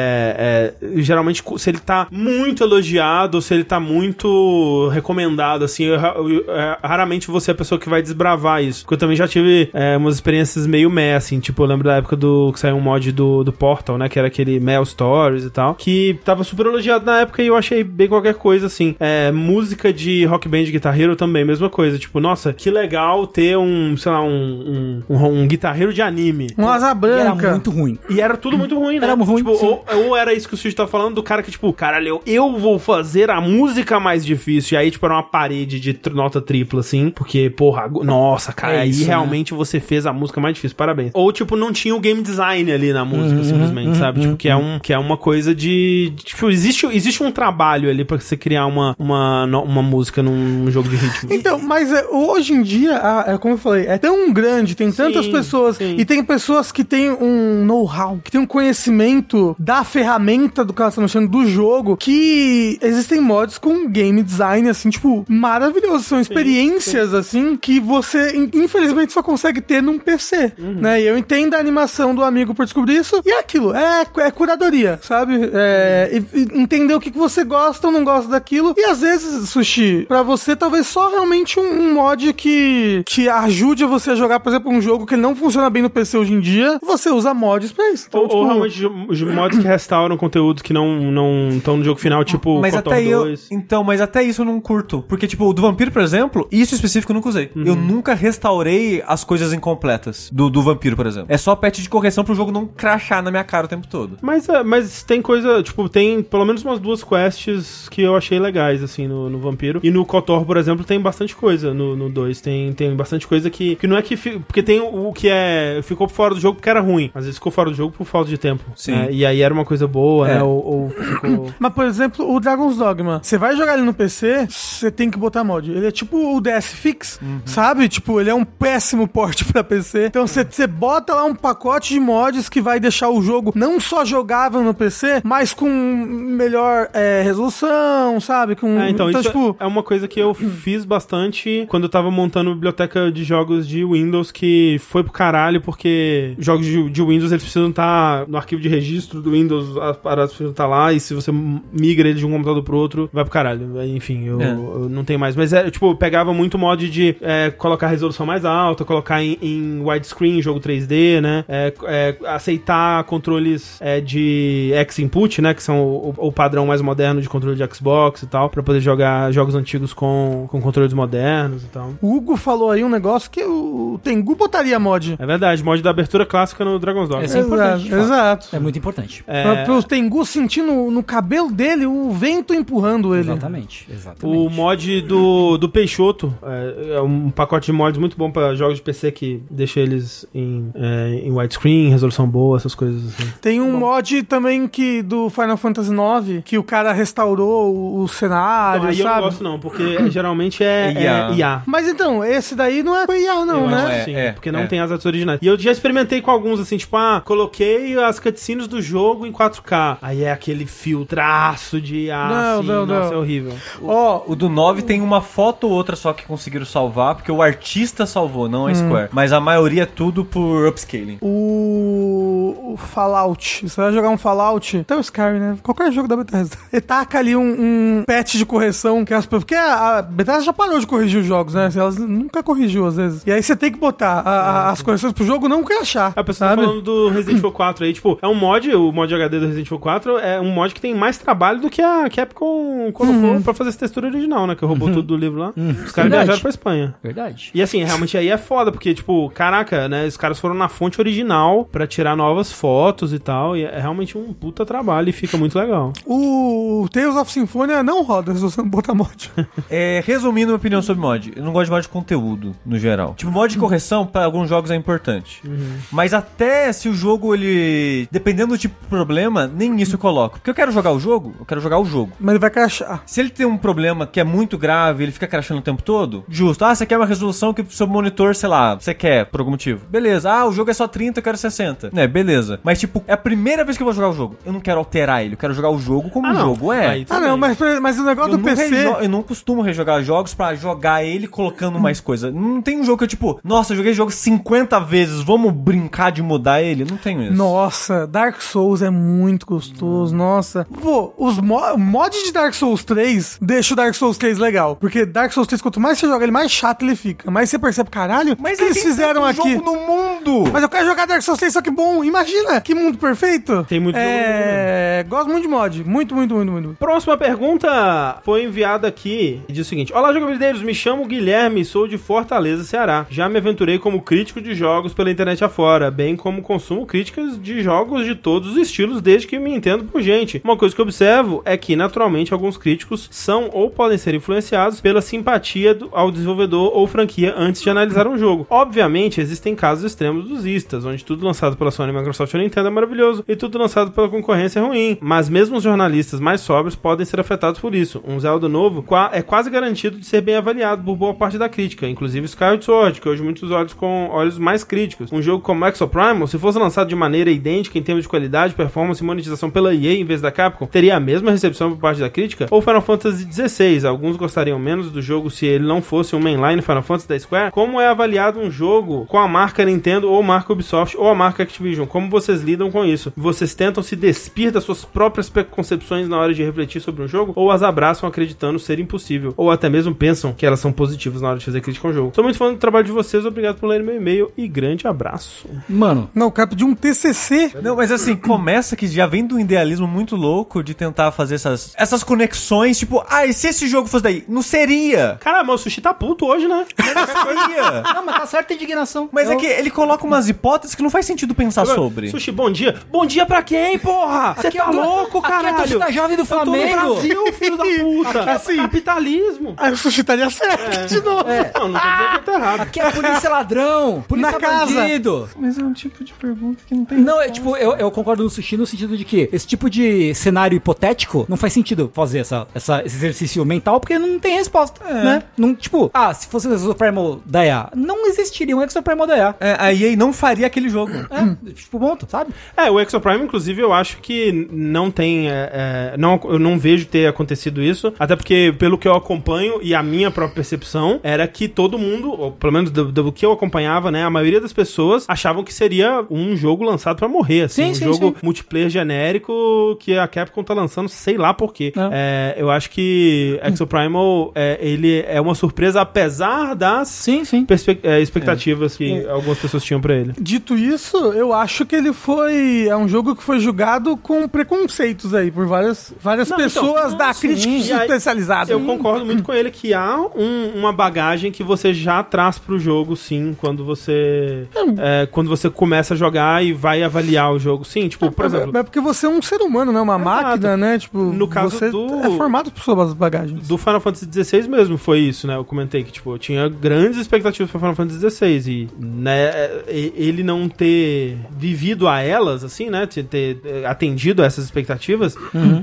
Speaker 1: é, é, geralmente se ele tá muito elogiado, ou se ele tá muito recomendado, assim, eu ra- eu- é, raramente você é a pessoa que vai desbravar isso. Porque eu também já tive é, umas experiências meio meh, assim, tipo, eu lembro da época do que saiu um mod do, do Portal, né, que era aquele Mel Stories e tal, que tava super elogiado na época e eu achei bem qualquer coisa, assim. É, música de Rock Band Guitar Hero também, mesma coisa. Tipo, nossa, que legal ter um, sei lá, um, um, um, um Guitar Hero de anime.
Speaker 3: Um asa
Speaker 4: E era
Speaker 3: branca.
Speaker 4: muito ruim.
Speaker 1: E era tudo muito ruim, né?
Speaker 4: Era ruim,
Speaker 1: tipo,
Speaker 4: sim.
Speaker 1: ou, ou era isso que o Sujo tá falando, do cara que, tipo, caralho, eu, eu vou fazer a música mais difícil. E aí, tipo, era uma parede de tr- nota tripla, assim. Porque, porra, agu- nossa, cara,
Speaker 4: É
Speaker 1: aí
Speaker 4: isso, né?
Speaker 1: realmente você fez a música mais difícil, parabéns. Ou, tipo, não tinha o game design ali na música, simplesmente, sabe? Tipo, que é, um, que é uma coisa de. de- Tipo, existe, existe um trabalho ali pra você criar uma, uma, no- uma música num jogo de ritmo.
Speaker 3: Então, mas é, hoje em dia, a- é, como eu falei, é tão grande, tem tantas
Speaker 1: Sim,
Speaker 3: pessoas
Speaker 1: sim.
Speaker 3: e tem pessoas que têm um know-how, que têm um conhecimento da ferramenta do que elas estão mexendo, do jogo, que existem mods com game design, assim, tipo, maravilhoso. São experiências, assim, que você, in- infelizmente, só consegue ter num PC,
Speaker 1: Uhum.
Speaker 3: né? E eu entendo a animação do amigo por descobrir isso, e é aquilo, é, é curadoria, sabe? É, e- e entender o que, que você gosta ou não gosta daquilo, e às vezes, Sushi, pra você, talvez só realmente um, um mod que, que ajude você a jogar, por exemplo, um jogo que não funciona bem no PC hoje em dia, você usa mods pra isso. Então,
Speaker 1: Ou, ou
Speaker 3: tipo,
Speaker 1: realmente jo- os mods que restauram conteúdos que não não estão no jogo final, tipo
Speaker 2: Mas
Speaker 1: Kotor
Speaker 2: até eu.
Speaker 1: 2.
Speaker 2: Então, mas até isso eu não curto. Porque, tipo, o do vampiro, por exemplo, isso específico eu nunca usei. Eu nunca restaurei as coisas incompletas do, do vampiro, por exemplo. É só patch de correção pro jogo não crachar na minha cara o tempo todo.
Speaker 1: Mas, é, mas tem coisa, tipo, tem pelo menos umas duas quests que eu achei legais, assim, no, no Vampiro. E no Kotor, por exemplo, tem bastante coisa no no 2. Tem, tem bastante coisa que, que não é que. fi- porque tem o, o que é. Ficou fora do jogo porque era ruim. Às vezes ficou fora do jogo por falta de tempo.
Speaker 2: Sim.
Speaker 1: né? e aí era uma coisa boa,
Speaker 2: É.
Speaker 1: né? Ou, ou ficou.
Speaker 3: Mas, por exemplo, o Dragon's Dogma. Você vai jogar ele no PC, você tem que botar mod. Ele é tipo o DS Fix,
Speaker 1: Uhum.
Speaker 3: sabe? Tipo, ele é um péssimo porte pra PC. Então, você você bota lá um pacote de mods que vai deixar o jogo não só jogável no PC, mas com melhor é, resolução, sabe? Com,
Speaker 1: É, então, isso
Speaker 3: tipo...
Speaker 1: é uma coisa que eu fiz bastante quando eu tava montando biblioteca de jogos de Windows, que foi pro caralho, porque jogos de, de Windows eles precisam estar no arquivo de registro do Windows, as paradas precisam estar lá, e se você migra ele de um computador pro outro, vai pro caralho. Enfim, eu,
Speaker 2: É.
Speaker 1: eu não tenho mais. Mas é, tipo, eu pegava muito mod de é, colocar resolução mais alta, colocar em, em widescreen, jogo 3D, né? É, é, aceitar controles é, de X-Input, né? Que são o, o padrão mais moderno de controle de Xbox e tal, pra poder jogar jogos antigos com, com controles modernos e tal.
Speaker 3: O Hugo falou aí um negócio que o Tengu botaria mod.
Speaker 1: É verdade, mod da abertura clássica no Dragon's Dogma.
Speaker 4: Essa é importante, de
Speaker 3: Exato.
Speaker 4: fato.
Speaker 3: exato.
Speaker 4: É muito importante.
Speaker 1: É,
Speaker 3: Pra o Tengu sentir no, no cabelo dele o vento empurrando ele.
Speaker 4: Exatamente, exatamente.
Speaker 1: O mod do, do Peixoto é, é um pacote de mods muito bom pra jogos de PC que deixa eles em, é, em widescreen, resolução boa, essas coisas assim.
Speaker 3: Tem um mod também que do Final Fantasy IX, que o cara restaurou o, o cenário,
Speaker 1: Não, Então, aí eu
Speaker 3: sabe?
Speaker 1: não gosto não, porque geralmente é, é
Speaker 2: IA.
Speaker 1: IA.
Speaker 3: Mas então, esse daí não é foi IA, não,
Speaker 1: Eu
Speaker 3: né?
Speaker 1: acho
Speaker 2: é,
Speaker 1: que sim,
Speaker 2: é,
Speaker 1: porque não
Speaker 2: é.
Speaker 1: tem as artes originais. E eu já experimentei com alguns, assim, tipo, ah, coloquei as cutscenes do jogo em 4K. Aí é aquele filtrado traço de ah,
Speaker 3: Não,
Speaker 1: sim,
Speaker 3: não, não.
Speaker 1: nossa, é horrível.
Speaker 3: Ó,
Speaker 2: O do 9 tem uma foto ou outra só que conseguiram salvar, porque o artista salvou, não a Square. Mas a maioria é tudo por upscaling.
Speaker 3: o... o Fallout. Você vai jogar um Fallout? Até o Skyrim, né? Qualquer jogo da Bethesda. E taca ali um, um patch de correção. Que as... Porque a, a Bethesda já parou de corrigir os jogos, né? Elas nunca corrigiu, às vezes. E aí você tem que botar a- a- as correções pro jogo não quer achar.
Speaker 1: A pessoa tá falando do Resident Evil 4 aí, tipo, é um mod, o mod HD do Resident Evil 4 é um mod que tem mais trabalho do que a Capcom colocou
Speaker 3: Uhum.
Speaker 1: pra fazer essa textura original, né? Que roubou tudo do livro lá. Os caras
Speaker 4: Verdade.
Speaker 1: viajaram pra Espanha.
Speaker 4: Verdade.
Speaker 1: E assim, realmente aí é foda, porque, tipo, caraca, né? Os caras foram na fonte original pra tirar novas fotos e tal. E é realmente um puta trabalho e fica muito legal.
Speaker 3: O Tales of Symphonia não roda se você não botar mod.
Speaker 2: É, resumindo minha opinião sobre mod, eu não gosto de mod de conteúdo, no geral. Tipo, mod de correção pra alguns jogos é importante.
Speaker 1: Uhum.
Speaker 2: Mas até se o jogo, ele... Dependendo do tipo de problema, nem isso eu coloco. Porque eu quero jogar o jogo, eu quero jogar o jogo.
Speaker 3: Mas ele vai querer achar.
Speaker 2: Se ele tem um problema que é muito grave, ele fica crashando o tempo todo, justo. Ah, você quer uma resolução que o seu monitor, sei lá, você quer, por algum motivo. Beleza. Ah, o jogo é só 30, eu quero 60. Né, beleza. Mas, tipo, é a primeira vez que eu vou jogar o jogo. Eu não quero alterar ele, eu quero jogar o jogo como
Speaker 1: Ah,
Speaker 2: o
Speaker 1: não.
Speaker 2: jogo é.
Speaker 1: Aí
Speaker 3: Ah, não, mas, mas o negócio
Speaker 2: Eu
Speaker 3: do
Speaker 2: não,
Speaker 3: PC.
Speaker 2: rejo- eu não costumo rejogar jogos pra jogar ele colocando
Speaker 3: Hum.
Speaker 2: mais coisa. Não tem um jogo que eu, tipo, nossa, eu joguei jogo 50 vezes, vamos brincar de mudar ele? Não tenho isso.
Speaker 3: Nossa, Dark Souls é muito gostoso, nossa. Pô, os mo mod de Dark Souls 3 deixa o Dark Souls 3 legal. Porque Dark Souls 3, quanto mais você joga ele, mais chato ele fica. Mas você percebe, caralho, o que que
Speaker 2: aí
Speaker 3: eles
Speaker 2: tem
Speaker 3: fizeram
Speaker 2: tanto
Speaker 3: aqui?
Speaker 2: é jogo no mundo!
Speaker 3: Mas eu quero jogar Dark Souls 3, só que bom. Imagina, que mundo perfeito.
Speaker 1: Tem muito
Speaker 3: é... Gosto muito de mod. Muito, muito, muito, muito.
Speaker 1: Próxima pergunta foi enviada aqui e diz o seguinte: Olá, jogabilideiros, me chamo Guilherme, sou de Fortaleza, Ceará. Já me aventurei como crítico de jogos pela internet afora, bem como consumo críticas de jogos de todos os estilos desde que me entendo por gente. Uma coisa que observo é que, naturalmente, alguns críticos são ou podem ser influenciados pela simpatia do- ao desenvolvedor ou franquia antes de analisar um jogo. Obviamente, existem casos extremos dos istas, onde tudo lançado pela Sony, Microsoft ou Nintendo é maravilhoso e tudo lançado pela concorrência é ruim. Mas mesmo os jornalistas mais sóbrios podem ser afetados por isso. Um Zelda novo qua- é quase garantido de ser bem avaliado por boa parte da crítica, inclusive Skyward Sword, que hoje muitos olhos com olhos mais críticos. Um jogo como Exo Primal, se fosse lançado de maneira idêntica em termos de qualidade, performance e monetização pela EA em vez da Capcom, teria a mesma recepção por parte da crítica? Ou Final Fantasy XVI? Alguns gostariam menos do jogo se ele não fosse um mainline Final Fantasy da Square? Como é avaliado um jogo com a marca Nintendo ou marca Ubisoft ou a marca Activision? Como vocês lidam com isso? Vocês tentam se despir das suas próprias preconcepções na hora de refletir sobre um jogo ou as abraçam acreditando ser impossível? Ou até mesmo pensam que elas são positivas na hora de fazer crítica ao jogo? Sou muito fã do trabalho de vocês, obrigado por lerem meu e-mail e grande abraço.
Speaker 4: Mano,
Speaker 3: Não, eu quero pedir um TCC.
Speaker 2: Não, mas assim, começa que já vem de um idealismo muito louco de tentar fazer essas, essas conexões, tipo, ah, e se esse jogo fosse daí? Não seria!
Speaker 1: Caramba, o sushi tá puto hoje, né?
Speaker 2: Não seria!
Speaker 4: não, mas tá certa a indignação.
Speaker 2: Mas
Speaker 4: Eu-
Speaker 2: é que ele coloca umas hipóteses que não faz sentido pensar sobre.
Speaker 1: Sushi, bom dia. Bom dia pra quem, porra? Você
Speaker 4: Aqui é
Speaker 1: tá
Speaker 4: o-
Speaker 1: louco,
Speaker 4: aqui é a
Speaker 1: caralho?
Speaker 4: torcida jovem do
Speaker 1: Eu tô no
Speaker 4: Flamengo.
Speaker 1: Brasil, filho da puta.
Speaker 3: Assim.
Speaker 1: Capitalismo.
Speaker 3: Aí o sushi estaria certo
Speaker 2: É.
Speaker 3: de novo.
Speaker 1: Não, não tô dizendo que eu tô errado.
Speaker 4: Aqui é polícia ladrão, polícia
Speaker 3: Na casa.
Speaker 4: bandido.
Speaker 2: Mas é um tipo de pergunta que não tem.
Speaker 4: Não, é tipo, eu, eu concordo no sushi no sentido de que esse tipo de cenário hipotético não faz sentido fazer essa, essa- esse exercício mental porque não tem resposta, né? Não, tipo, ah, se fosse o Exoprimal da EA, não existiria um Exoprimal da EA.
Speaker 2: É, a EA não faria aquele jogo.
Speaker 4: É, tipo, ponto, sabe?
Speaker 1: É, o Exoprime, inclusive, eu acho que não tem. é, é, não, eu não vejo ter acontecido isso. Até porque, pelo que eu acompanho e a minha própria percepção, era que todo mundo, ou pelo menos do, do que eu acompanhava, né? A maioria das pessoas achavam que seria um jogo lançado pra morrer. Assim,
Speaker 4: Sim,
Speaker 1: um
Speaker 4: sim,
Speaker 1: jogo
Speaker 4: sim.
Speaker 1: multiplayer genérico que a Capcom tá lançando, sei lá por quê.
Speaker 4: É.
Speaker 1: É, eu acho que Exoprimal, é, ele é uma surpresa, apesar das.
Speaker 4: Sim, sim. É.
Speaker 1: perspe- é, expectativas que algumas pessoas tinham pra ele.
Speaker 3: Dito isso, eu acho que ele foi. É um jogo que foi julgado com preconceitos aí por várias, várias
Speaker 1: Não,
Speaker 3: pessoas
Speaker 1: então,
Speaker 3: da
Speaker 1: ah, sim.
Speaker 3: crítica
Speaker 1: E aí,
Speaker 3: especializada.
Speaker 1: Eu concordo muito com ele que há um- uma bagagem que você já traz pro jogo, sim, quando você é, quando você começa a jogar e vai avaliar o jogo, sim. Tipo, por exemplo,
Speaker 3: É porque você é um ser humano, não é uma máquina, né? Tipo,
Speaker 1: No caso
Speaker 3: você
Speaker 1: do-
Speaker 3: é formado por suas bagagens.
Speaker 1: do Final Fantasy XVI mesmo foi isso, né? Eu comentei que tipo eu tinha é, grandes expectativas para Final Fantasy XVI e né, e- ele não ter vivido vivido a elas, assim, né? Ter, ter, eh, atendido a essas expectativas,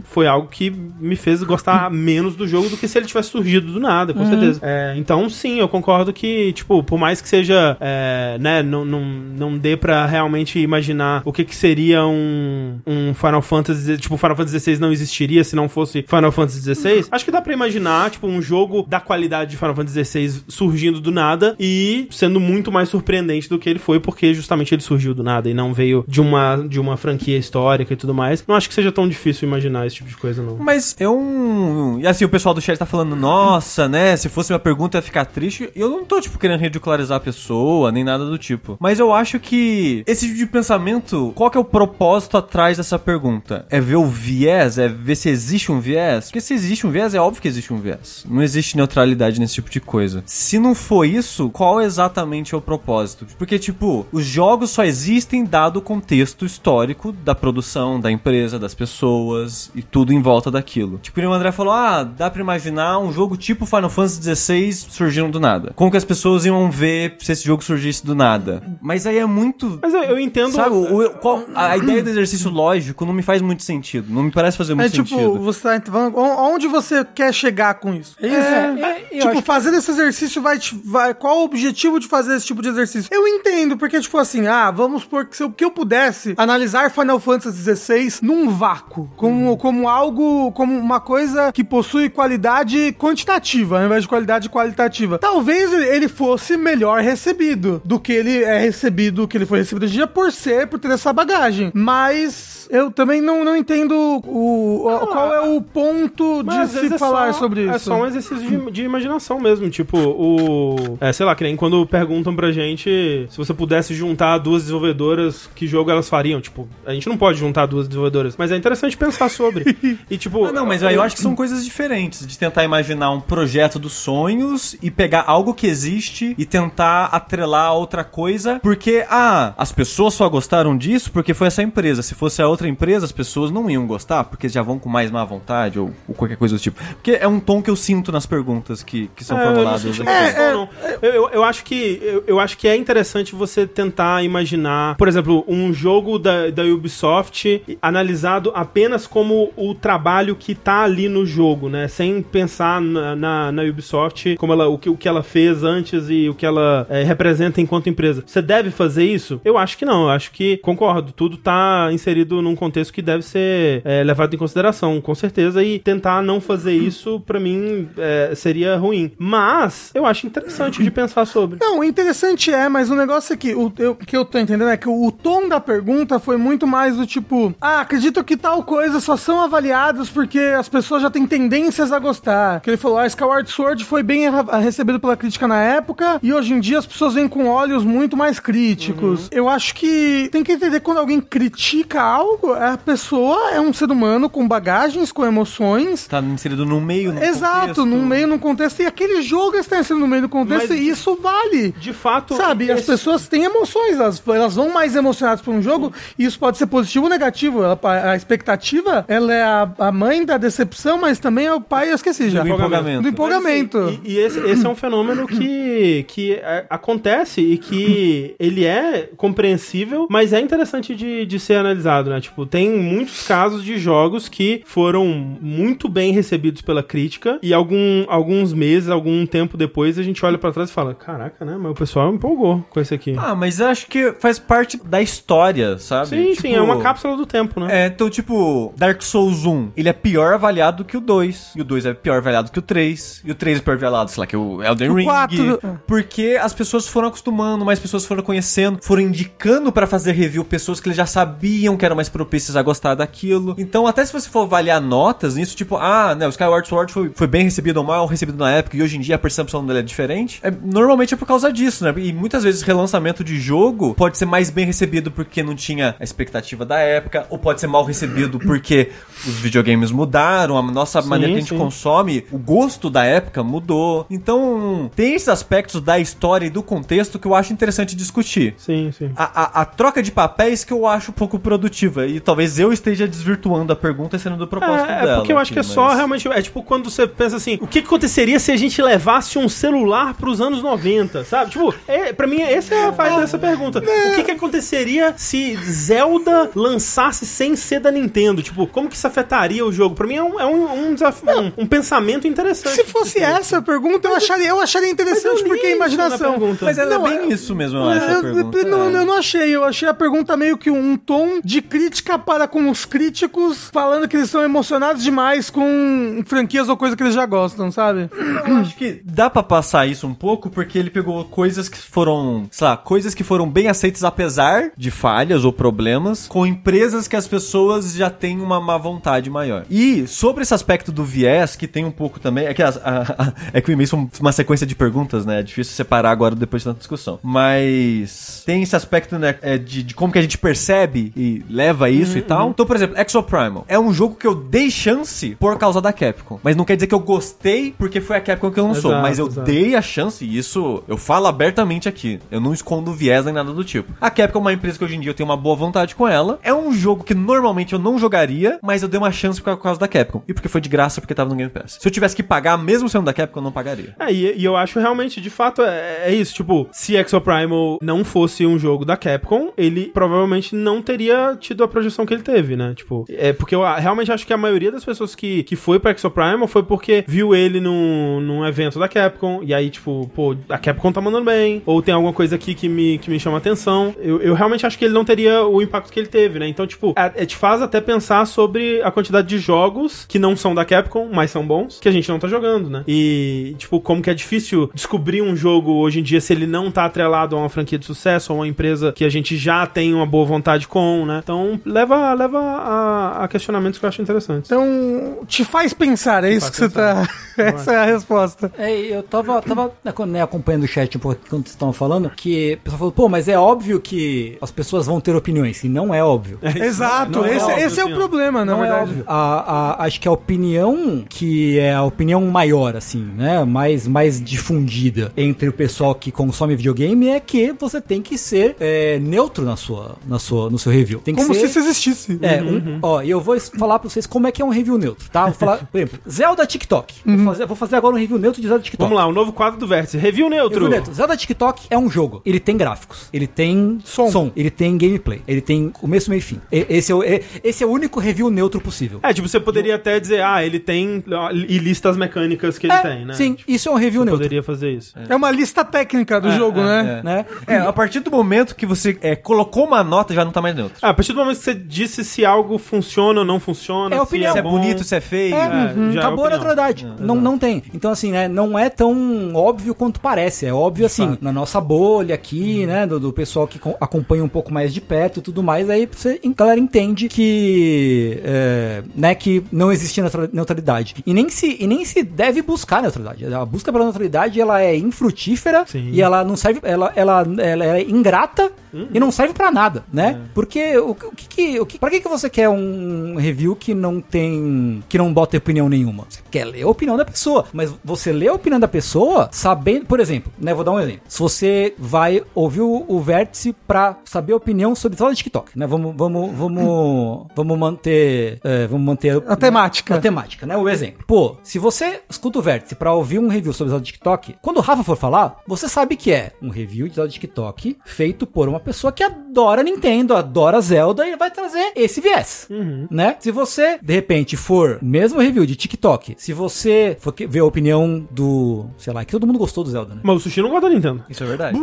Speaker 1: foi algo que me fez gostar menos do jogo do que se ele tivesse surgido do nada, com certeza. É, então, sim, eu concordo que, tipo, por mais que seja, é, né, não, não, não dê pra realmente imaginar o que que seria um, um Final Fantasy, tipo, Final Fantasy XVI não existiria se não fosse Final Fantasy XVI, acho que dá pra imaginar, tipo, um jogo da qualidade de Final Fantasy XVI surgindo do nada e sendo muito mais surpreendente do que ele foi, porque justamente ele surgiu do nada e não veio de uma, de uma franquia histórica e tudo mais. Não acho que seja tão difícil imaginar esse tipo de coisa, não.
Speaker 2: Mas é um. E assim, o pessoal do chat tá falando, nossa, né? Se fosse uma pergunta ia ficar triste. Eu não tô, tipo, querendo ridicularizar a pessoa, nem nada do tipo. Mas eu acho que esse tipo de pensamento, qual que é o propósito atrás dessa pergunta? É ver o viés? É ver se existe um viés? Porque se existe um viés, é óbvio que existe um viés. Não existe neutralidade nesse tipo de coisa. Se não for isso, qual exatamente é o propósito? Porque, tipo, os jogos só existem dado o contexto histórico da produção, da empresa, das pessoas e tudo em volta daquilo. Tipo, o André falou: ah, dá pra imaginar um jogo tipo Final Fantasy XVI surgindo do nada. Como que as pessoas iam ver se esse jogo surgisse do nada? Mas aí é muito.
Speaker 1: Mas eu, eu entendo.
Speaker 2: Sabe, o- qual- a a ideia do exercício lógico não me faz muito sentido. Não me parece fazer muito
Speaker 3: É tipo,
Speaker 2: sentido.
Speaker 3: você tá entrando. on- Onde você quer chegar com isso? É isso.
Speaker 4: é, eu
Speaker 3: tipo,
Speaker 4: acho-
Speaker 3: fazer esse exercício vai, te- vai. Qual o objetivo de fazer esse tipo de exercício? Eu entendo, porque, tipo assim, ah, vamos supor que se eu, que eu pudesse analisar Final Fantasy XVI num vácuo, como,
Speaker 1: Hum.
Speaker 3: como algo, como uma coisa que possui qualidade quantitativa, ao invés de qualidade qualitativa. Talvez ele- ele fosse melhor recebido do que ele é recebido, que ele foi recebido hoje em dia por ser, por ter essa bagagem. Mas eu também não, não entendo o, o- qual é o ponto
Speaker 1: Ah, Mas, às
Speaker 3: de se
Speaker 1: vezes, é
Speaker 3: falar
Speaker 1: só-
Speaker 3: sobre isso.
Speaker 1: É só um exercício de, de imaginação mesmo. Tipo, o. É, sei lá, que nem quando perguntam pra gente se você pudesse juntar duas desenvolvedoras, que jogo elas fariam. Tipo, a gente não pode juntar duas desenvolvedoras, mas é interessante pensar sobre. E tipo.
Speaker 2: Ah, não, mas aí eu acho que são coisas diferentes de tentar imaginar um projeto dos sonhos e pegar algo que existe e tentar atrelar a outra coisa, porque ah, as pessoas só gostaram disso porque foi essa empresa. Se fosse a outra empresa, as pessoas não iam gostar porque já vão com mais má vontade ou, ou qualquer coisa do tipo. Porque é um tom que eu sinto nas perguntas que, que são
Speaker 1: É, eu não
Speaker 2: formuladas
Speaker 1: senti
Speaker 2: aqui.
Speaker 1: muita questão, não. Eu, eu- eu acho que eu, eu acho que é interessante você tentar imaginar, por exemplo, um jogo da, da Ubisoft analisado apenas como o trabalho que tá ali no jogo, né? Sem pensar na, na, na Ubisoft como ela o que, o que ela fez antes e o que ela eh, representa enquanto empresa. Você deve fazer isso? Eu acho que não. Eu acho que concordo. Tudo tá inserido num contexto que deve ser eh, levado em consideração, com certeza. E tentar não fazer isso pra mim eh, seria ruim. Mas eu acho interessante de pensar sobre.
Speaker 3: Não, interessante é, mas o negócio é que o eu, que eu tô entendendo é que o, o tom da pergunta foi muito mais do tipo, ah, acredito que tal coisa só são avaliados porque as pessoas já têm tendências a gostar. Que ele falou, ah, Skyward Sword foi bem ra- recebido pela crítica na época e hoje em dia as pessoas vêm com olhos muito mais críticos. Eu acho que tem que entender quando alguém critica algo, a pessoa é um ser humano com bagagens, com emoções
Speaker 2: Tá inserido no meio, no
Speaker 3: Exato,
Speaker 2: contexto.
Speaker 3: num meio, num contexto. E aquele jogo está sendo no meio do contexto
Speaker 1: Mas-
Speaker 3: e isso vale.
Speaker 1: De fato,
Speaker 3: Sabe, as
Speaker 1: esse-
Speaker 3: pessoas têm emoções, elas, elas vão mais emocionadas por um jogo e isso pode ser positivo ou negativo. Ela- a, a expectativa, ela é a, a mãe da decepção, mas também é o pai, eu esqueci já.
Speaker 2: Do empolgamento.
Speaker 3: Do empolgamento.
Speaker 1: Mas, assim, e e esse, esse é um fenômeno que, que é, acontece e que ele é compreensível, mas é interessante de, de ser analisado, né? Tipo, tem muitos casos de jogos que foram muito bem recebidos pela crítica e algum, alguns meses, algum tempo depois, a gente olha pra trás e fala, caraca, né? Mas o pessoal empolgou com esse aqui.
Speaker 2: Ah, mas eu acho que faz parte da história, sabe?
Speaker 1: sim, sim,
Speaker 2: Tipo,
Speaker 1: é uma cápsula do tempo, né?
Speaker 2: É, então, tipo, Dark Souls 1, ele é pior avaliado que o 2. E o 2 é pior avaliado que o 3. E o 3 é pior avaliado, sei lá, que o Elden
Speaker 3: O
Speaker 2: Ring.
Speaker 3: quatro-
Speaker 2: Porque as pessoas foram acostumando, mais pessoas foram conhecendo, foram indicando pra fazer review pessoas que eles já sabiam que eram mais propícias a gostar daquilo. Então, até se você for avaliar notas nisso, tipo, ah, né, o Skyward Sword foi, foi bem recebido ou mal recebido na época e hoje em dia a percepção dele é diferente. É, normalmente é por causa disso, né? E muitas vezes relançamento de jogo pode ser mais bem recebido porque não tinha a expectativa da época, ou pode ser mal recebido porque os videogames mudaram, a nossa maneira que a gente
Speaker 1: sim.
Speaker 2: consome consome, o gosto da época mudou. Então, tem esses aspectos da história e do contexto que eu acho interessante discutir.
Speaker 1: Sim, sim.
Speaker 2: A, a- a troca de papéis que eu acho um pouco produtiva. e talvez eu esteja desvirtuando a pergunta e sendo do propósito
Speaker 1: É,
Speaker 2: dela.
Speaker 1: é porque eu acho
Speaker 2: aqui,
Speaker 1: que é só
Speaker 2: mas-
Speaker 1: realmente. É tipo quando você pensa assim: o que que aconteceria se a gente levasse um celular pros anos 90, sabe? Tipo, é, pra mim, essa é a fase dessa pergunta. O que que aconteceria se Zelda lançasse sem ser da Nintendo? Tipo, como que isso afetaria o jogo? Pra mim é um, é um, um desafio, um, um pensamento interessante.
Speaker 3: Se fosse essa a pergunta, eu acharia, eu acharia interessante
Speaker 1: li
Speaker 3: porque é
Speaker 1: isso na
Speaker 3: imaginação.
Speaker 1: pergunta.
Speaker 2: Mas era
Speaker 3: Não,
Speaker 2: bem
Speaker 3: é-
Speaker 2: isso mesmo, eu acho, a
Speaker 3: Eu- eu-
Speaker 2: pergunta.
Speaker 3: eu não,
Speaker 2: É.
Speaker 3: eu não achei, eu achei a pergunta meio que um tom de crítica para com os críticos, falando que eles são emocionados demais com franquias ou coisa que eles já gostam, sabe?
Speaker 2: Eu acho que dá pra passar isso um pouco, porque ele pegou coisas que foram, sei lá, coisas que foram bem aceitas apesar de falhas ou problemas, com empresas que as pessoas já têm uma má vontade maior. E sobre esse aspecto do viés, que tem um pouco também, é que, as- a- a- é que o e-mail são uma sequência de perguntas, né? É difícil separar agora depois de tanta discussão. Mas tem esse aspecto, né, é, de, de como que a gente percebe e leva isso
Speaker 1: Uhum.
Speaker 2: e tal. Então, por exemplo, Exo Primal é um jogo que eu dei chance por causa da Capcom. Mas não quer dizer que eu gostei porque foi a Capcom que eu não sou.
Speaker 1: Exato,
Speaker 2: Mas eu
Speaker 1: exato.
Speaker 2: dei a chance, e isso eu falo abertamente aqui. Eu não escondo viés nem nada do tipo. A Capcom é uma empresa que hoje em dia eu tenho uma boa vontade com ela. É um jogo que normalmente eu não jogaria, mas eu dei uma chance por causa da Capcom. E porque foi de graça, porque tava no Game Pass. Se eu tivesse que pagar, mesmo sendo da Capcom, eu não pagaria.
Speaker 1: É, e, e eu acho realmente, de fato, é, é isso. Tipo, se Exo Primal não fosse um jogo da Capcom, ele provavelmente não teria tido a projeção que ele teve, né? Tipo, é porque eu ah, realmente acho que a maioria das pessoas que, que foi pra Exo Primal foi porque viu ele num, num evento da Capcom, e aí, tipo, pô, a Capcom tá mandando bem, ou tem alguma coisa aqui que me, que me chama atenção. Eu, eu realmente acho que ele não teria o impacto que ele teve, né? Então, tipo, é- é, te faz até pensar sobre a quantidade de jogos que não são da Capcom, mas são bons, que a gente não tá jogando, né? E, tipo, como que é difícil descobrir um jogo hoje em dia se ele não tá atrelado a uma franquia de sucesso, a uma empresa que a gente já tem uma boa vontade com, né? Então, leva, leva a, a questionamentos que eu acho interessantes.
Speaker 3: Então, te faz pensar, é isso
Speaker 1: faz
Speaker 3: que você tá. Essa é a resposta.
Speaker 4: É, e eu tava, tava né, acompanhando o chat um pouco quando vocês estavam falando, que o pessoal falou, pô, mas é óbvio que as pessoas vão ter opiniões. E não é óbvio.
Speaker 3: Exato,
Speaker 1: não é
Speaker 3: esse,
Speaker 1: óbvio,
Speaker 3: esse é
Speaker 1: sim,
Speaker 3: o
Speaker 1: ó.
Speaker 3: problema, na
Speaker 4: Não é
Speaker 3: verdade.
Speaker 4: óbvio. A, a- acho que a opinião que é a opinião maior, assim, né? Mais, mais difundida entre o pessoal que consome videogame é que você tem que ser é, neutro na sua, na sua, no seu review. Tem que
Speaker 3: Como
Speaker 4: ser...
Speaker 3: se Uhum. isso existisse.
Speaker 4: É, um, ó, e eu vou es- falar pra vocês como é que é um review neutro, tá? Vou falar, por exemplo, Zelda TikTok. Vou, fazer, vou fazer agora um review neutro de Zelda TikTok.
Speaker 1: Vamos lá, o novo quadro do Vértice. Review neutro.
Speaker 4: Review neutro. Zelda TikTok é um jogo. Ele tem gráficos, ele tem som,
Speaker 3: Som.
Speaker 4: ele tem gameplay, ele tem começo, meio e fim. E- Esse é, o, e- esse é o único review neutro possível.
Speaker 1: É, tipo, você poderia até dizer, ah, ele tem ó, e listas mecânicas que ele
Speaker 4: É,
Speaker 1: tem, né?
Speaker 4: Sim,
Speaker 1: Tipo,
Speaker 4: isso é um review
Speaker 1: você
Speaker 4: neutro.
Speaker 1: poderia fazer isso.
Speaker 3: É uma lista técnica do jogo, né?
Speaker 4: Né?
Speaker 2: É, a partir do momento que você é, colocou uma nota, já não tá mais neutro.
Speaker 1: Ah, a partir do momento que você disse se algo funciona ou não funciona,
Speaker 4: É opinião.
Speaker 1: se
Speaker 2: Se
Speaker 1: é
Speaker 2: é
Speaker 1: bom,
Speaker 2: bonito, se é feio.
Speaker 4: É,
Speaker 1: É,
Speaker 4: uhum,
Speaker 1: já é
Speaker 4: acabou a
Speaker 1: opinião.
Speaker 4: neutralidade. não, não tem. Então, assim, né? Não é tão óbvio quanto parece. É óbvio, assim, na nossa bolha aqui,
Speaker 1: Uhum.
Speaker 4: né? Do, do pessoal que co- acompanha um pouco mais de perto e tudo mais. Aí você, a galera entende que. é, né? Que não existe neutra- neutralidade. E nem se, e nem se deve buscar neutralidade. A busca pela neutralidade, ela é infrutífera
Speaker 1: Sim.
Speaker 4: e ela não serve. Ela, ela, ela é ingrata e não serve pra nada, né? Porque o, que- o que que. O que pra que, que você quer um review que não tem. que não bota opinião nenhuma? Você quer ler a opinião da pessoa. Mas você lê a opinião da pessoa sabendo. Por exemplo, né? Vou dar um exemplo. Se você vai ouvir o, o vértice pra saber a opinião sobre só TikTok, né? Vamos, vamos, vamos, vamos manter. é, vamos manter
Speaker 3: A temática.
Speaker 4: a temática, né? O exemplo. Pô, se você escuta o vértice pra ouvir um review sobre Zelda TikTok, quando o Rafa for falar, você sabe que é um review de Zelda TikTok feito por uma pessoa que adora Nintendo, adora Zelda e vai trazer esse viés, né? Se você, de repente, for mesmo review de TikTok, se você for que- ver a opinião do, sei lá, que todo mundo gostou do Zelda, né?
Speaker 1: Mas o sushi não gosta da Nintendo.
Speaker 2: Isso é verdade.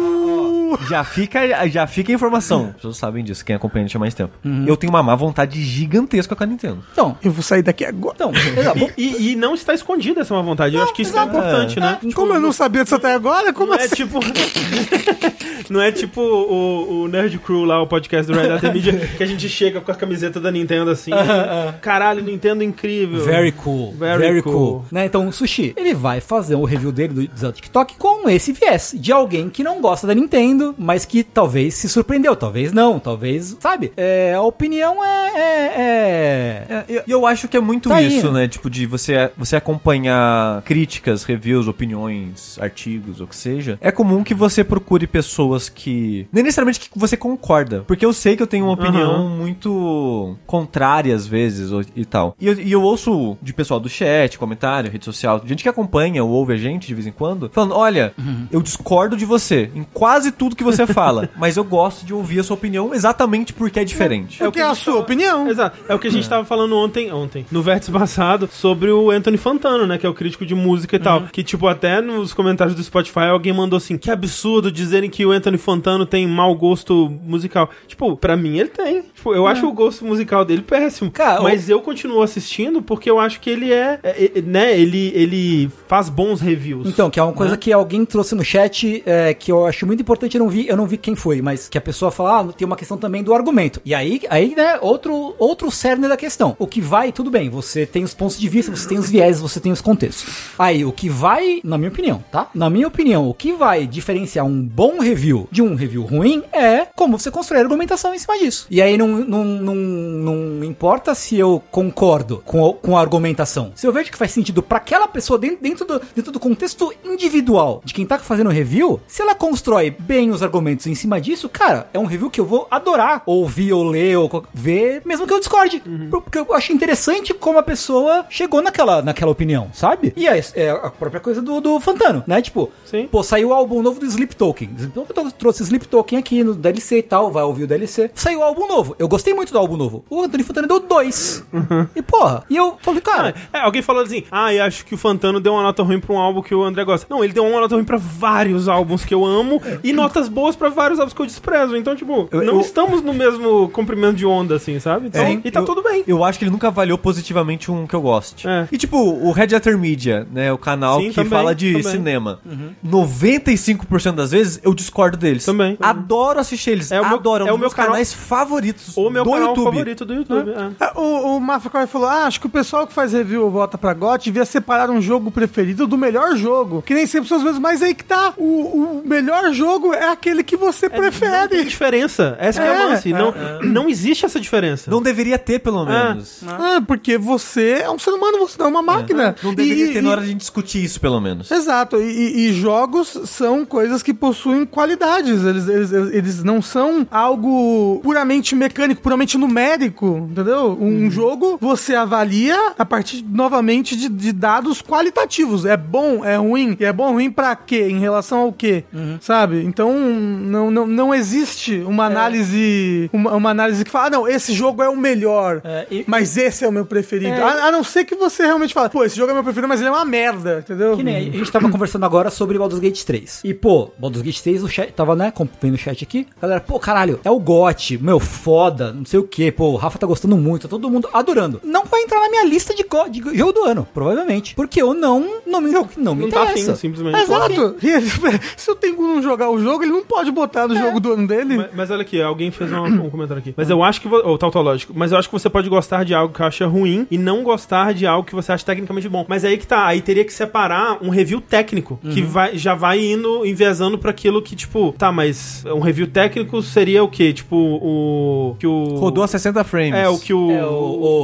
Speaker 2: Ó, já fica, já fica a informação. As pessoas sabem disso, quem acompanha a gente há mais tempo. Eu tenho uma má vontade gigantesca com a Nintendo.
Speaker 4: Então,
Speaker 3: Eu vou sair daqui agora.
Speaker 4: então, exato.
Speaker 1: E, e- e não está escondida essa má vontade. Eu acho que isso é
Speaker 4: exato.
Speaker 1: importante, né?
Speaker 3: Como eu não sabia disso até agora, como
Speaker 1: Não é
Speaker 3: assim?
Speaker 1: tipo. não é tipo o, o Nerd Crew lá, o podcast do Red Hat Media, que a gente chega com a camiseta da Nintendo assim. Caralho, Nintendo incrível.
Speaker 4: Very cool.
Speaker 1: Very
Speaker 4: Very,
Speaker 1: cool.
Speaker 4: cool. Né? Então, o um Sushi, ele vai fazer o review dele do, do TikTok com esse viés de alguém que não gosta da Nintendo, ouvindo, mas que talvez se surpreendeu, talvez não, talvez, sabe? É, a opinião é. é- é-
Speaker 2: É, E eu, eu acho que é muito
Speaker 4: Tá
Speaker 2: isso,
Speaker 4: aí.
Speaker 2: né? Tipo, de você, você acompanhar críticas, reviews, opiniões, artigos, ou o que seja. É comum que você procure pessoas que. Nem necessariamente que você concorda. Porque eu sei que eu tenho uma opinião muito contrária às vezes ou- e tal. E eu, e eu ouço de pessoal do chat, comentário, rede social, gente que acompanha ou ouve a gente de vez em quando, falando: olha,
Speaker 4: Uhum.
Speaker 2: eu discordo de você em quase tudo que você fala, mas eu gosto de ouvir a sua opinião exatamente porque é diferente.
Speaker 3: Porque é a sua opinião.
Speaker 1: Exato. É o que a gente tava falando ontem, ontem, no vértice passado, sobre o Anthony Fantano, né? Que é o crítico de música e tal. Que, tipo, até nos comentários do Spotify alguém mandou assim: que absurdo dizerem que o Anthony Fantano tem mau gosto musical. Tipo, pra mim ele tem. Tipo, eu acho o gosto musical dele péssimo.
Speaker 4: Cara,
Speaker 1: mas eu continuo assistindo porque eu acho que ele é. é- é- né? Ele, ele faz bons reviews.
Speaker 4: Então, que é uma coisa que alguém trouxe no chat é, que eu acho muito importante, eu não vi, eu não vi quem foi, mas que a pessoa fala, ah, tem uma questão também do argumento. E aí, aí né, outro, outro cerne da questão. O que vai, tudo bem, você tem os pontos de vista, você tem os viés, você tem os contextos. Aí, o que vai, na minha opinião, tá? Na minha opinião, o que vai diferenciar um bom review de um review ruim é como você construir a argumentação em cima disso. E aí não, não, não, não importa se eu concordo com, o- com a argumentação. Se eu vejo que faz sentido pra aquela pessoa dentro, dentro, do, dentro do contexto individual de quem tá fazendo o review, se ela constrói bem os argumentos em cima disso, cara, é um review que eu vou adorar ouvir ou ler ou co- ver, mesmo que eu discorde. Porque eu acho interessante como a pessoa chegou naquela, naquela opinião, sabe? E é, é a própria coisa do, do Fantano, né? Tipo,
Speaker 1: Sim.
Speaker 4: Pô, saiu o álbum novo do Sleep Token. Sleep Token trouxe Sleep Token aqui no DLC e tal, vai ouvir o DLC. Saiu o álbum novo. Eu gostei muito do álbum novo. O Anthony Fantana deu dois. E porra, e eu falei, cara,
Speaker 1: É, alguém falou assim, ah, eu acho que o Fantano deu uma nota ruim pra um álbum que o André gosta. Não, ele deu uma nota ruim pra vários álbuns que eu amo e notas boas pra vários álbuns que eu desprezo. Então, tipo,
Speaker 2: Eu-
Speaker 1: não
Speaker 2: eu-
Speaker 1: estamos no mesmo comprimento de onda, assim, sabe? Então,
Speaker 2: Sim.
Speaker 1: e tá
Speaker 2: É, Eu-
Speaker 1: tudo bem.
Speaker 2: Eu acho que ele nunca avaliou positivamente um que eu goste.
Speaker 1: É.
Speaker 2: E tipo, o Red Letter Media, né? O canal
Speaker 1: Sim,
Speaker 2: que
Speaker 1: também,
Speaker 2: fala de
Speaker 1: também. Uhum.
Speaker 2: cinema. 95% das vezes eu discordo deles.
Speaker 1: Também. Uhum.
Speaker 2: Adoro assistir eles.
Speaker 1: É o meu-
Speaker 2: Adoro.
Speaker 1: é
Speaker 2: um
Speaker 1: o meu
Speaker 2: dos meus
Speaker 1: canal-
Speaker 2: canais favoritos
Speaker 1: O meu
Speaker 2: do
Speaker 1: canal
Speaker 2: YouTube. Né?
Speaker 1: favorito do YouTube. é.
Speaker 3: Ah, O, o Mafra falou: Ah, acho que o pessoal que faz review ou vota pra GOT devia separar um jogo preferido do melhor jogo. Que nem sempre são os mesmos, mas aí que tá. O, o melhor jogo é aquele que você
Speaker 1: Não tem
Speaker 3: prefere.
Speaker 1: diferença. Essa que é,
Speaker 3: É,
Speaker 1: a lance. não, não existe essa diferença.
Speaker 2: Não deveria ter, pelo
Speaker 1: É.
Speaker 2: menos.
Speaker 3: Ah, porque você é um ser humano, você não é uma máquina.
Speaker 2: Não é deveria
Speaker 3: E-
Speaker 2: ter
Speaker 3: e-
Speaker 2: na hora de a gente discutir isso, pelo menos.
Speaker 1: É,
Speaker 3: Exato, e, e- e jogos são coisas que possuem qualidades, eles, eles, eles- eles não são algo puramente mecânico, puramente numérico, entendeu? Um
Speaker 4: Uhum.
Speaker 3: jogo você avalia a partir novamente de, de dados qualitativos. É bom, é ruim, e é bom ruim pra quê? Em relação ao quê?
Speaker 4: Uhum.
Speaker 3: Sabe? Então não, não, não existe uma
Speaker 4: É.
Speaker 3: análise uma, uma análise que fala, ah, não, esse jogo é o melhor.
Speaker 4: É, e-
Speaker 3: Mas esse é o meu preferido. A, a não ser que você realmente fale, pô, esse jogo é meu preferido, mas ele é uma merda, entendeu?
Speaker 4: É, Que nem, a gente tava conversando agora sobre Baldur's Gate 3. E, pô, Baldur's Gate 3, o chat, tava, né, com- vendo o chat aqui. Galera, pô, caralho, é o GOT, meu, foda, não sei o que, pô, o Rafa tá gostando muito, tá todo mundo adorando. Não vai entrar na minha lista de, go- de jogo do ano, provavelmente. Porque eu não, não me, não assim, me
Speaker 1: Não tá
Speaker 4: interessa.
Speaker 1: afim, simplesmente.
Speaker 3: Exato. E ele- se o Tengu não jogar o jogo, ele não pode botar no jogo do ano dele.
Speaker 1: Mas, mas olha aqui, alguém fez uma- um comentário aqui. Mas eu acho que. vo- Ou tautológico. Mas eu acho que você pode gostar de algo que acha ruim e não gostar de algo que você acha tecnicamente bom. Mas aí que tá. Aí teria que separar um review técnico. Que
Speaker 4: Uhum.
Speaker 1: vai, já vai indo, enviesando pra aquilo que, tipo. Tá, mas um review técnico seria o quê? Tipo, o. Que o.
Speaker 2: Rodou a 60 frames.
Speaker 1: É, o que o.
Speaker 4: É, o,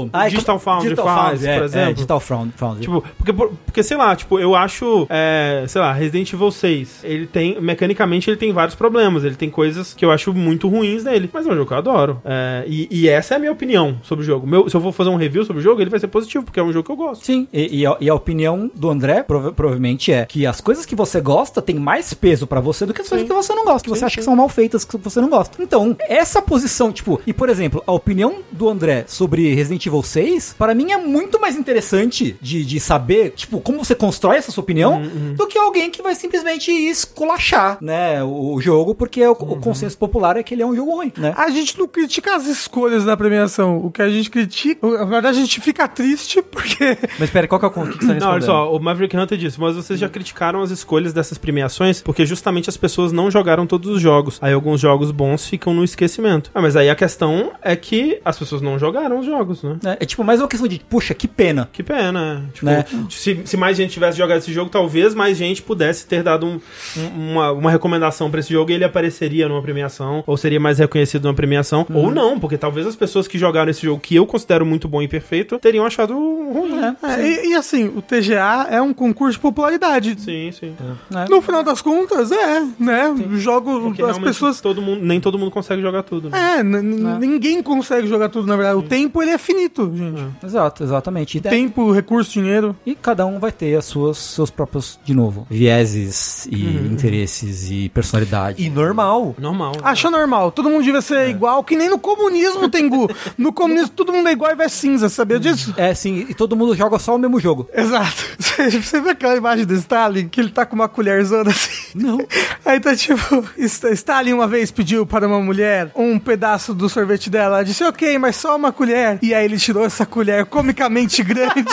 Speaker 4: o- Ah, é
Speaker 1: Digital
Speaker 4: como-
Speaker 1: Foundry
Speaker 4: Digital
Speaker 1: faz,
Speaker 4: Foundry, é,
Speaker 1: por
Speaker 4: é,
Speaker 1: exemplo.
Speaker 4: Digital Found- Foundry.
Speaker 1: Tipo, porque, por- porque, sei lá, tipo, eu acho, é, sei lá, Resident Evil 6, ele tem, mecanicamente, ele tem vários problemas, ele tem coisas que eu acho muito ruins nele, mas é um jogo que eu adoro. É, e, e essa é a minha opinião sobre o jogo. Meu, se eu for fazer um review sobre o jogo, ele vai ser positivo, porque é um jogo que eu gosto.
Speaker 4: Sim, e, e a, e a opinião do André prova- provavelmente é que as coisas que você gosta têm mais peso pra você do que as coisas que você não gosta, que você acha que são mal feitas, que você não gosta. Então, essa posição, tipo, e por exemplo, a opinião do André sobre Resident Evil 6, para mim é muito mais interessante de, de saber, tipo, como você constrói essa sua opinião, do que alguém que vai simplesmente esculachar, né, o, o jogo, porque o, o consenso popular é que ele é um jogo ruim, né?
Speaker 3: A gente não critica as escolhas da premiação. O que a gente critica. Na verdade, a gente fica triste porque.
Speaker 2: Mas pera, qual que é o con- o que que você tá
Speaker 1: Não, olha
Speaker 2: respondendo?
Speaker 1: só, o Maverick Hunter disse, mas vocês já criticaram as escolhas dessas premiações porque justamente as pessoas não jogaram todos os jogos. Aí alguns jogos bons ficam no esquecimento. Ah, mas aí a questão é que as pessoas não jogaram os jogos, né?
Speaker 4: É, é tipo mais uma questão de, puxa, que pena.
Speaker 1: Que pena. Tipo,
Speaker 4: Né?
Speaker 1: se, se mais gente tivesse jogado esse jogo, talvez mais gente pudesse ter dado um- um- uma, uma recomendação premiação pra esse jogo e ele apareceria numa premiação, ou seria mais reconhecido numa premiação, ou não, porque talvez as pessoas que jogaram esse jogo, que eu considero muito bom e perfeito, teriam achado ruim.
Speaker 3: É, e, e assim, o TGA é um concurso de popularidade.
Speaker 1: Sim, sim.
Speaker 4: Né?
Speaker 3: No final das contas, é, né? O jogo,
Speaker 1: Porque
Speaker 3: as
Speaker 1: realmente
Speaker 3: pessoas.
Speaker 1: todo mundo, nem todo mundo consegue jogar tudo, né?
Speaker 3: É, n- n- ninguém consegue jogar tudo, na verdade. O tempo, ele é finito, gente.
Speaker 4: Exato, exatamente. E,
Speaker 3: É. Tempo, recurso, dinheiro.
Speaker 4: e cada um vai ter as suas, seus próprios, de novo, vieses e interesses e personalidade.
Speaker 2: E normal.
Speaker 1: Normal. né?
Speaker 3: Acha normal, todo mundo devia ser igual, que nem no comunismo, Tengu. No comunismo todo mundo é igual e vai cinza, sabia disso?
Speaker 4: É, sim, e todo mundo joga só o mesmo jogo.
Speaker 3: Exato. Você você viu aquela imagem do Stalin, que ele tá com uma colherzona assim?
Speaker 4: Não.
Speaker 3: Aí tá tipo, "Sta- Stalin uma vez pediu para uma mulher um pedaço do sorvete dela. Ela disse, ok, mas só uma colher. E aí ele tirou essa colher comicamente grande.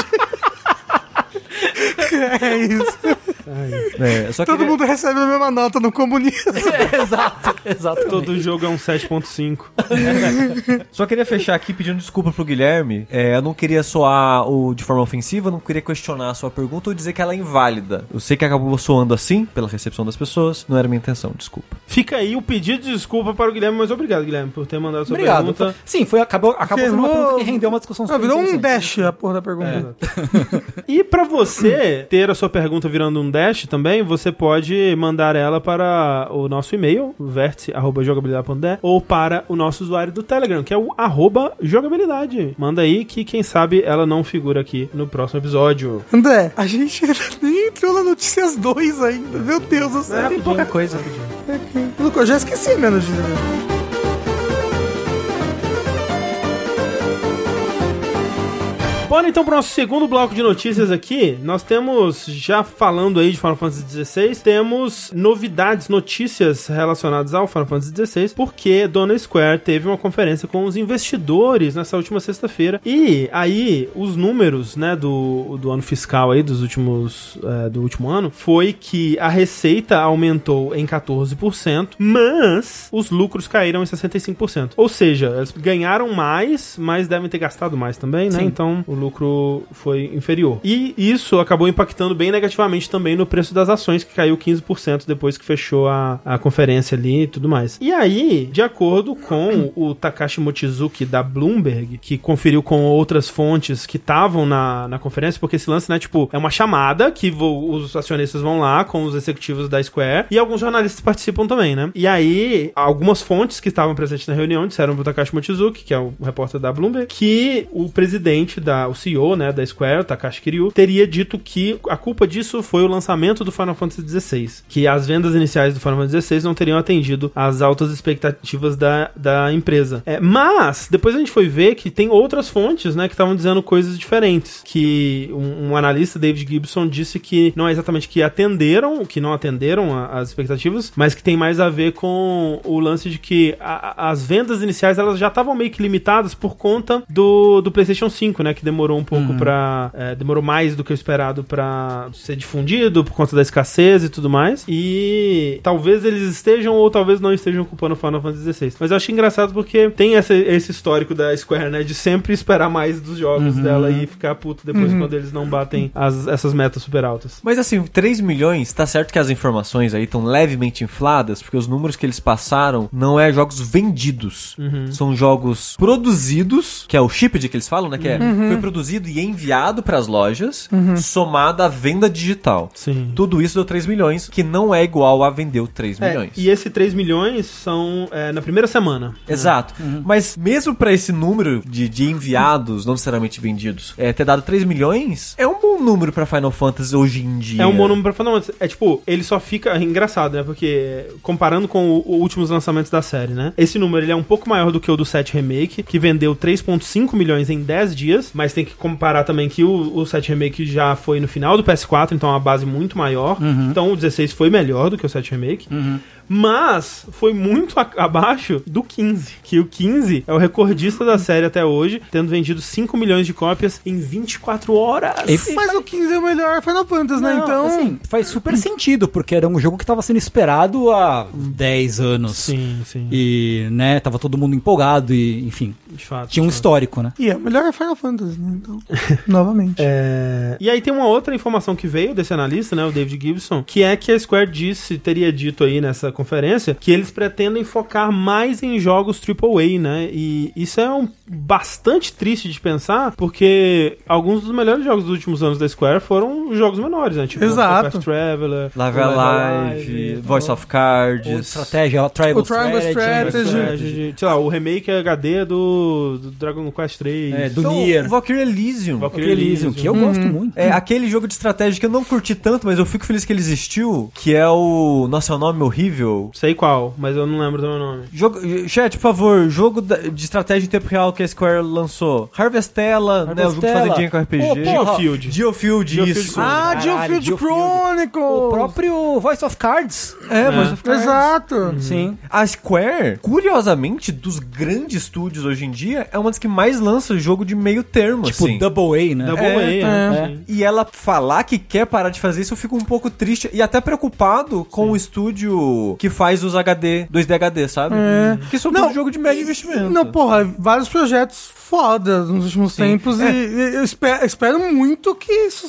Speaker 3: É isso.
Speaker 2: É, só que
Speaker 3: Todo mundo recebe a mesma nota no comunismo.
Speaker 4: É, Exato, exato.
Speaker 1: Todo jogo é um 7.5.
Speaker 2: Só queria fechar aqui pedindo desculpa pro Guilherme. É, eu não queria soar o, de forma ofensiva, não queria questionar a sua pergunta ou dizer que ela é inválida. Eu sei que acabou soando assim, pela recepção das pessoas. Não era minha intenção, desculpa.
Speaker 1: Fica aí o pedido de desculpa para o Guilherme, mas obrigado, Guilherme, por ter mandado sua
Speaker 4: Obrigado.
Speaker 1: pergunta.
Speaker 4: Sim, foi, acabou, acabou sendo uma
Speaker 3: Ferrou.
Speaker 4: pergunta que rendeu uma discussão
Speaker 3: Ah, virou um
Speaker 4: é interessante. né? É.
Speaker 3: dash a porra da pergunta.
Speaker 1: E para você ter a sua pergunta virando um dash também, você pode mandar ela para o nosso e-mail, vértice.jogabilidade.de, ou para o nosso usuário do Telegram, que é o arroba jogabilidade. Manda aí que, quem sabe, ela não figura aqui no próximo episódio.
Speaker 3: André, a gente nem entrou na Notícias 2 ainda. Meu Deus do
Speaker 4: É,
Speaker 3: céu.
Speaker 1: Tem pouca coisa.
Speaker 3: Eu já esqueci menos de dizer.
Speaker 1: Bora então para o nosso segundo bloco de notícias aqui. Nós temos, já falando aí de Final Fantasy XVI, temos novidades, notícias relacionadas ao Final Fantasy XVI, porque Dona Square teve uma conferência com os investidores nessa última sexta-feira. E aí, os números né, do, do ano fiscal aí, dos últimos, eh, do último ano, foi que a receita aumentou em 14%, mas os lucros caíram em 65%. Ou seja, eles ganharam mais, mas devem ter gastado mais também, né?
Speaker 4: Sim.
Speaker 1: Então o lucro foi inferior. E isso acabou impactando bem negativamente também no preço das ações, que caiu 15% depois que fechou a, a conferência ali e tudo mais. E aí, de acordo com o Takashi Mochizuki da Bloomberg, que conferiu com outras fontes que estavam na, na conferência, porque esse lance, né, tipo, é uma chamada que vo- os acionistas vão lá com os executivos da Square e alguns jornalistas participam também, né? E aí, algumas fontes que estavam presentes na reunião disseram pro Takashi Mochizuki, que é o repórter da Bloomberg, que o presidente da, o CEO, né, da Square, o Takashi Kiryu, teria dito que a culpa disso foi o lançamento do Final Fantasy XVI, que as vendas iniciais do Final Fantasy XVI não teriam atendido às altas expectativas da, da empresa. É, mas, depois a gente foi ver que tem outras fontes, né, que estavam dizendo coisas diferentes, que um, um analista, David Gibson, disse que não é exatamente que atenderam, que não atenderam a- as expectativas, mas que tem mais a ver com o lance de que a- a- as vendas iniciais elas já estavam meio que limitadas por conta do, do PlayStation 5, né? Que demorou um pouco pra. é, demorou mais do que o esperado pra ser difundido por conta da escassez e tudo mais. E talvez eles estejam ou talvez não estejam ocupando o Final Fantasy XVI. Mas eu acho engraçado porque tem essa- esse histórico da Square, né? De sempre esperar mais dos jogos dela e ficar puto depois quando eles não batem as- essas metas super altas.
Speaker 2: Mas assim, 3 milhões, tá certo que as informações aí estão levemente infladas, porque os números que eles passaram não é jogos vendidos.
Speaker 1: Uhum.
Speaker 2: São jogos produzidos, que é o shipped que eles falam, né? Que é,
Speaker 1: Uhum.
Speaker 2: foi produzido e enviado pras lojas, somado à venda digital.
Speaker 1: Sim.
Speaker 2: Tudo isso deu 3 milhões, que não é igual a vendeu 3
Speaker 1: É,
Speaker 2: milhões.
Speaker 1: e esse 3 milhões são é, na primeira semana.
Speaker 2: Exato.
Speaker 4: Uhum.
Speaker 2: Mas mesmo pra esse número de, de enviados, não necessariamente vendidos, é, ter dado 3 milhões é um bom número pra Final Fantasy hoje em dia.
Speaker 1: É um bom número pra Final Fantasy. É tipo, ele só fica. É engraçado, né? Porque comparando com o- os últimos lançamentos da série, né? Esse número ele é um pouco maior do que o do 7 Remake, que vendeu 3,5 milhões em 10 dias. Mas tem que comparar também que o, o 7 Remake já foi no final do PS4, então é uma base muito maior. Então o 16 foi melhor do que o 7 Remake. Mas foi muito a- abaixo do 15. Que o 15 é o recordista da série até hoje, tendo vendido 5 milhões de cópias em 24 horas.
Speaker 3: Mas o 15 é o melhor Final Fantasy, né?
Speaker 4: Não,
Speaker 3: Então.
Speaker 4: assim, faz super sentido, porque era um jogo que tava sendo esperado há 10 anos.
Speaker 1: Sim, sim.
Speaker 4: E, né, tava todo mundo empolgado e, enfim,
Speaker 1: De fato.
Speaker 4: tinha um
Speaker 1: de fato.
Speaker 4: histórico, né?
Speaker 3: E é o melhor Final Fantasy, né? Então, novamente.
Speaker 1: É, E aí tem uma outra informação que veio desse analista, né, o David Gibson, que é que a Square disse, teria dito aí nessa conferência, que eles pretendem focar mais em jogos AAA, né? E isso é um bastante triste de pensar, porque alguns dos melhores jogos dos últimos anos da Square foram jogos menores, né? Tipo,
Speaker 3: Exato.
Speaker 1: Octopath Traveler,
Speaker 2: Live Alive, Voice of Cards.
Speaker 4: Estratégia, ela- Triangle,
Speaker 3: O Triangle
Speaker 1: Strategy,
Speaker 3: Strategy.
Speaker 1: sei lá, o remake HD do, do Dragon Quest 3.
Speaker 4: É, do
Speaker 2: Então,
Speaker 4: Nier.
Speaker 2: Valkyrie Elysium.
Speaker 1: Valkyrie
Speaker 4: Aquele Elysium, que eu gosto muito. Tipo,
Speaker 2: É aquele jogo de estratégia que eu não curti tanto, mas eu fico feliz que ele existiu, que é o... Nossa, é um nome horrível.
Speaker 1: Sei qual, mas eu não lembro do meu nome.
Speaker 2: Jogo, chat, por favor, jogo da- de estratégia em tempo real que a Square lançou. Harvestella, né? O jogo que
Speaker 4: Harvestella.
Speaker 2: fazia dinheiro com RPG.
Speaker 4: Ô, porra.
Speaker 1: Geofield.
Speaker 2: Geofield,
Speaker 1: Geofield
Speaker 2: isso.
Speaker 1: Chronicles.
Speaker 3: Ah,
Speaker 4: Caralho,
Speaker 3: Geofield
Speaker 4: Geofield.
Speaker 3: Chronicles!
Speaker 4: O próprio Voice of Cards.
Speaker 2: é, mas eu fico-
Speaker 3: Exato.
Speaker 4: Sim.
Speaker 2: A Square, curiosamente, dos grandes estúdios hoje em dia, é uma das que mais lança jogo de meio termo,
Speaker 4: Tipo,
Speaker 2: assim.
Speaker 4: Double A, né?
Speaker 1: Da boa
Speaker 2: É,
Speaker 1: aí, né? Sim.
Speaker 2: E ela falar que quer parar de fazer isso, eu fico um pouco triste e até preocupado com o estúdio que faz os HD, 2D HD, sabe? Que isso é um jogo de médio investimento.
Speaker 3: Não, porra, vários projetos fodas nos últimos tempos e, e eu espero, espero muito que isso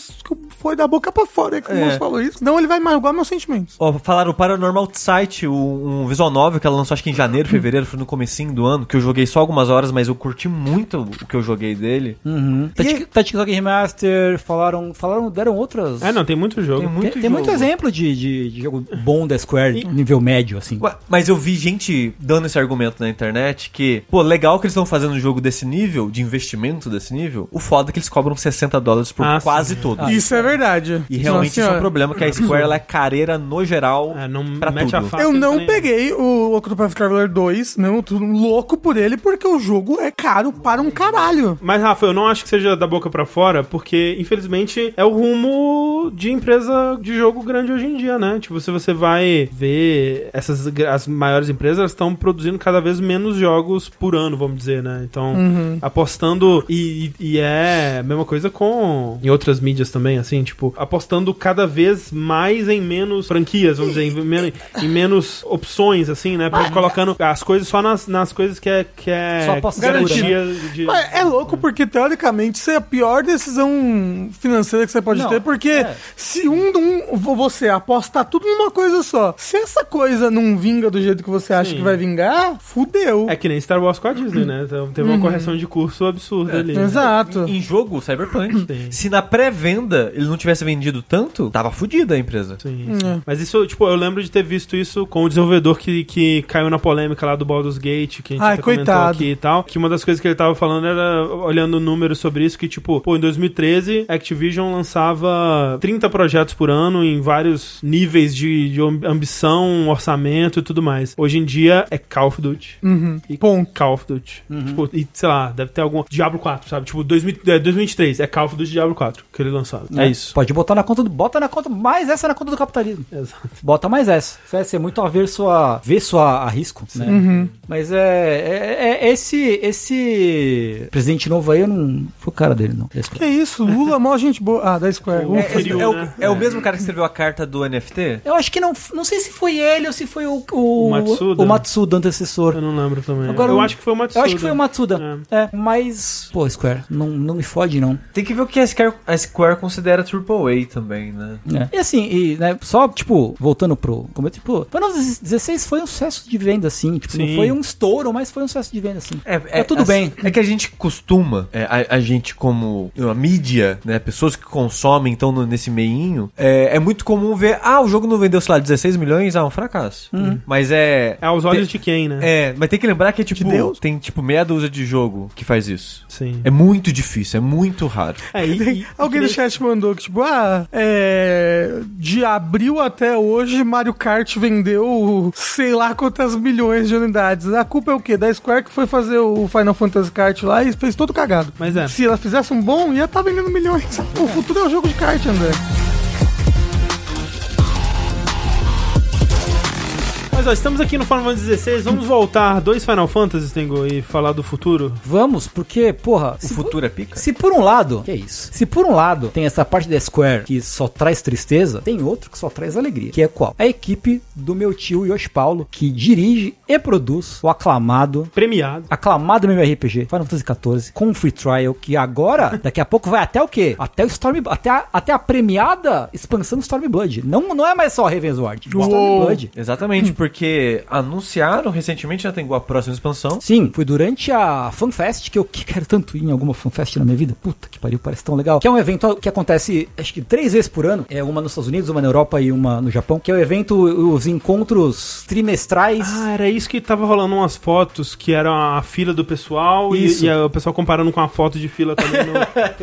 Speaker 3: foi da boca pra fora, como
Speaker 2: É.
Speaker 3: você falou isso. Senão ele vai magoar meus sentimentos.
Speaker 2: Ó, falaram o Paranormal Sight, o- um visual novel que ela lançou acho que em janeiro, fevereiro, foi no comecinho do ano, que eu joguei só algumas horas, mas eu curti muito o que eu joguei dele.
Speaker 4: Uhum. Tic- TikTok Remaster, falaram, falaram, deram outras...
Speaker 1: É, não, tem muito jogo.
Speaker 2: Tem muito
Speaker 4: Tem, tem muito
Speaker 2: jogo.
Speaker 4: exemplo de, de, de jogo bom da Square, nível médio, assim.
Speaker 2: Ué, Mas eu vi gente dando esse argumento na internet que, pô, legal que eles estão fazendo um jogo desse nível, de investimento desse nível, o foda é que eles cobram 60 dólares por
Speaker 1: Ah,
Speaker 2: quase todos.
Speaker 3: isso é verdade.
Speaker 2: E realmente
Speaker 3: Nossa
Speaker 2: isso é um
Speaker 3: senhora.
Speaker 2: problema, que a Square ela é careira no geral
Speaker 1: É, não
Speaker 2: pra
Speaker 1: mete
Speaker 2: tudo.
Speaker 1: a faca.
Speaker 3: Eu
Speaker 1: não
Speaker 3: não
Speaker 1: tem-
Speaker 3: peguei o Octopath Traveler 2, mesmo tudo louco por ele, porque o jogo é caro para um caralho.
Speaker 1: Mas, Rafa, eu não acho que seja da boca pra fora, porque, infelizmente, é o rumo de empresa de jogo grande hoje em dia, né? Tipo, se você vai ver essas gr- as maiores empresas, elas estão produzindo cada vez menos jogos por ano, vamos dizer, né? Então, apostando e, e e é a mesma coisa com em outras mídias também, assim, tipo, apostando cada vez mais em menos franquias, vamos dizer, em, men- em menos opções, assim, né? Porque colocando as coisas só nas, nas coisas que é, que é
Speaker 4: Só aposta né?
Speaker 1: garantia de...
Speaker 3: Mas é louco porque, teoricamente, isso é a pior decisão financeira que você pode
Speaker 4: Não,
Speaker 3: ter, porque
Speaker 4: é.
Speaker 3: se um, um- você apostar tudo numa coisa só, se essa coisa não vinga do jeito que você acha
Speaker 1: Sim.
Speaker 3: que vai vingar, fudeu.
Speaker 1: É que nem Star Wars com a Disney, né? Então, teve uma correção de curso absurda ali. né?
Speaker 3: Exato.
Speaker 2: Em jogo, Cyberpunk.
Speaker 1: Sim.
Speaker 2: Se na pré-venda ele não tivesse vendido tanto, tava fodida a empresa.
Speaker 3: É.
Speaker 1: Sim, sim. Mas isso, tipo, eu lembro de ter visto isso com o desenvolvedor que, que caiu na polêmica lá do Baldur's Gate, que a gente
Speaker 3: Ai,
Speaker 1: até comentou
Speaker 3: coitado.
Speaker 1: aqui e tal. Que uma das coisas que ele tava falando era olhando números sobre isso, que, tipo, pô, em 2013, Activision lançava 30 projetos por ano em vários níveis de, de am- ambição, orçamento e tudo mais. Hoje em dia é Call of Duty.
Speaker 3: Uhum.
Speaker 1: E
Speaker 3: Ponto.
Speaker 1: Call of Duty. Tipo, e sei lá, deve ter algum. Diablo 4, sabe? Tipo, 2000, é, 2023 é Call of Duty Diablo 4 que ele lançava. É, isso.
Speaker 4: Né? Pode botar na conta do. Bota na conta. Mais essa na conta do capitalismo.
Speaker 1: Exato.
Speaker 4: Bota mais essa. Você vai ser muito avesso a ver sua a risco. Né? Mas é, é, é- Esse. Esse. Presidente novo aí, eu não. Foi o cara dele, não. Esse
Speaker 3: Que
Speaker 4: cara.
Speaker 3: isso, Lula, mó gente boa. Ah, da Square.
Speaker 1: O-
Speaker 3: Ufa.
Speaker 2: É,
Speaker 1: Feriu,
Speaker 2: é o,
Speaker 1: né?
Speaker 2: é o mesmo cara que escreveu a carta do NFT?
Speaker 4: Eu acho que não. Não sei se foi ele ou se foi o. O,
Speaker 1: O Matsuda?
Speaker 4: o Matsuda, antecessor.
Speaker 1: Eu não lembro também.
Speaker 4: Agora,
Speaker 1: um- eu
Speaker 4: o-
Speaker 1: acho que foi o
Speaker 4: Eu
Speaker 1: Matsuda.
Speaker 4: acho que foi o Matsuda. É. mas. Pô, Square, não, não me fode, não.
Speaker 2: Tem que ver o que a Square, a Square considera AAA também, né?
Speaker 4: É. E assim, e, né, só, tipo, voltando pro começo, tipo, Final Fantasy XVI foi um sucesso de venda, assim. Tipo,
Speaker 1: Sim.
Speaker 4: não foi um estouro, mas foi um sucesso de venda, assim.
Speaker 2: É,
Speaker 4: Tá tudo bem.
Speaker 2: É que a gente costuma, é, a, a gente como a mídia, né, pessoas que consomem, então no- nesse meinho, é, é muito comum ver, ah, o jogo não vendeu, sei lá, 16 milhões, ah, um fracasso.
Speaker 4: Hum.
Speaker 2: Mas é...
Speaker 4: um
Speaker 1: É aos olhos de quem, né?
Speaker 2: É, mas tem que lembrar que é tipo,
Speaker 3: Deus.
Speaker 2: tem tipo meia dúzia de jogo que faz isso.
Speaker 1: Sim.
Speaker 2: É muito difícil, é muito raro.
Speaker 1: É, e- e-
Speaker 3: Alguém
Speaker 1: e-
Speaker 3: no chat mandou que, tipo, ah, é, de abril até hoje, Mario Kart vendeu sei lá quantas milhões de unidades. A culpa é o quê? Da Square que foi fazer o Final Fantasy Kart lá e fez todo cagado.
Speaker 1: Mas é.
Speaker 3: Se ela fizesse um bom, ia estar vendendo milhões. O futuro é o jogo de kart, André.
Speaker 1: Mas ó, estamos aqui no Final Fantasy XVI, vamos voltar dois Final Fantasy, Tengo, e falar do futuro.
Speaker 4: Vamos, porque, porra,
Speaker 2: O
Speaker 4: se por-
Speaker 2: futuro é pica?
Speaker 4: Se por um lado, que é isso? Se por um lado tem essa parte da Square que só traz tristeza, tem outro que só traz alegria, que é qual? A equipe do meu tio Yoshi Paulo, que dirige e produz o aclamado
Speaker 1: Premiado.
Speaker 4: aclamado meu RPG Final Fantasy XIV com um free trial que agora daqui a pouco vai até o quê? Até o Storm até a, até a premiada expansão do Stormblood. Não não é mais só Ravensward.
Speaker 3: Uou.
Speaker 4: Stormblood. Hum.
Speaker 2: Exatamente, porque anunciaram recentemente, já tem a próxima expansão.
Speaker 4: Sim, foi durante a FanFest, que eu que quero tanto ir em alguma FanFest na minha vida. Puta que pariu, parece tão legal. Que é um evento que acontece, acho que três vezes por ano. É uma nos Estados Unidos, uma na Europa e uma no Japão. Que é o evento, os encontros trimestrais.
Speaker 1: Ah, era isso que tava rolando umas fotos que era a fila do pessoal e-
Speaker 4: Isso.
Speaker 1: e, a- o pessoal comparando com a foto de fila também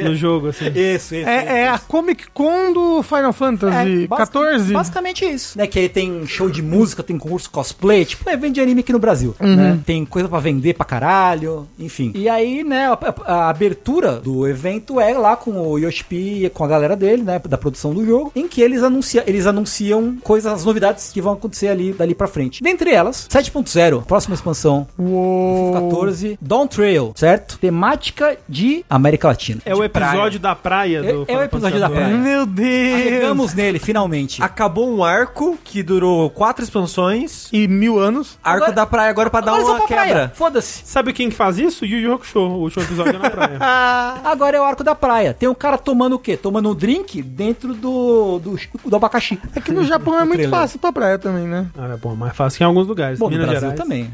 Speaker 1: no, no jogo, assim.
Speaker 4: Isso, isso.
Speaker 3: É, é a Comic Con do Final Fantasy
Speaker 4: É, basic-
Speaker 3: 14.
Speaker 4: Basicamente isso. Né, que aí tem show de música, tem concurso cosplay, tipo um evento de anime aqui no Brasil. né? Tem coisa pra vender pra caralho, enfim. E aí, né, a, a- a abertura do evento é lá com o Yoshipi e com a galera dele, né, da produção do jogo, em que eles, anuncia, eles anunciam coisas, as novidades que vão acontecer ali, dali pra frente. Dentre elas, 7.0, próxima expansão,
Speaker 3: Uou.
Speaker 4: 14, Dawn Trail, certo? Temática de América Latina.
Speaker 1: É o episódio da praia do
Speaker 4: É- é o episódio da praia.
Speaker 3: Meu Deus.
Speaker 4: Chegamos nele, finalmente.
Speaker 2: Acabou um arco que durou quatro expansões.
Speaker 3: E mil anos.
Speaker 2: Arco
Speaker 4: Agora-
Speaker 2: da praia agora pra dar
Speaker 4: Agora eles
Speaker 2: uma
Speaker 4: vão pra praia,
Speaker 2: quebra.
Speaker 4: Foda-se.
Speaker 1: Sabe quem que faz isso? Yu Yu Hakusho, o último episódio é na praia.
Speaker 4: Agora é o arco da praia. Tem um cara tomando o quê? Tomando um drink dentro do, do, do abacaxi.
Speaker 3: É que no Japão é muito
Speaker 4: trailer.
Speaker 3: fácil pra praia também, né?
Speaker 1: Ah, é bom, mais fácil que em alguns lugares.
Speaker 4: Bom, no
Speaker 1: Minas
Speaker 4: Brasil
Speaker 1: Gerais.
Speaker 4: também.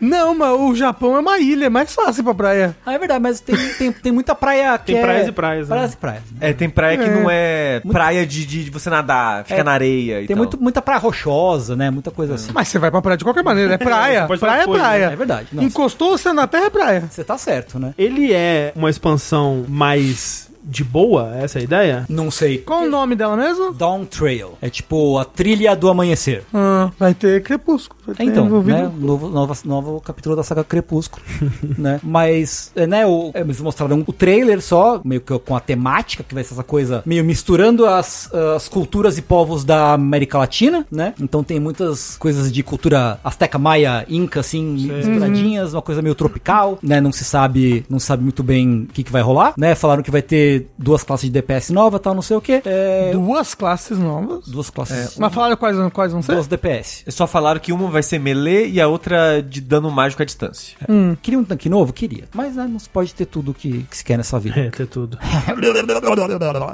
Speaker 3: Não, mas o Japão é uma ilha, é mais fácil pra praia.
Speaker 4: Ah, é verdade, mas tem, tem, tem muita praia que
Speaker 1: Tem
Speaker 4: é-
Speaker 1: praias e praias, né?
Speaker 4: Praias e praias. né?
Speaker 2: É, tem praia que não é praia de, de- de você nadar, fica
Speaker 4: É.
Speaker 2: na areia e
Speaker 4: Tem
Speaker 2: tal.
Speaker 4: muito, muita praia rochosa, né? Muita coisa assim.
Speaker 3: Mas você vai pra praia de qualquer maneira, é praia.
Speaker 1: Você pode
Speaker 3: praia é
Speaker 1: dar coisa,
Speaker 3: praia.
Speaker 4: É verdade. Não,
Speaker 3: Encostou o céu na terra é praia.
Speaker 4: Você tá certo, né?
Speaker 1: Ele é uma expansão mais de boa, essa é a ideia?
Speaker 4: Não sei.
Speaker 3: Qual o nome dela mesmo?
Speaker 4: Dawn Trail. É tipo a trilha do amanhecer.
Speaker 3: Ah, vai ter crepúsculo. Vai ter
Speaker 4: Então,
Speaker 3: Tá envolvido.
Speaker 4: né, novo, nova, novo capítulo da saga Crepúsculo, né? Mas, é, né, o, eles mostraram o trailer só, meio que com a temática, que vai ser essa coisa, meio misturando as, as culturas e povos da América Latina, né? Então tem muitas coisas de cultura azteca, maia, inca, assim, misturadinhas, uma coisa meio tropical, né? Não se sabe, não se sabe muito bem o que, que vai rolar, né? Falaram que vai ter duas classes de DPS nova, tal, não sei o quê. É,
Speaker 3: Duas classes novas.
Speaker 4: duas classes...
Speaker 3: Mas falaram quais, quais vão ser?
Speaker 4: duas DPS.
Speaker 2: É Só falaram que uma vai ser melee e a outra de dano mágico à distância.
Speaker 4: Queria um tanque novo? Queria. Mas né, não se pode ter tudo que, que se quer nessa vida.
Speaker 1: É, ter tudo.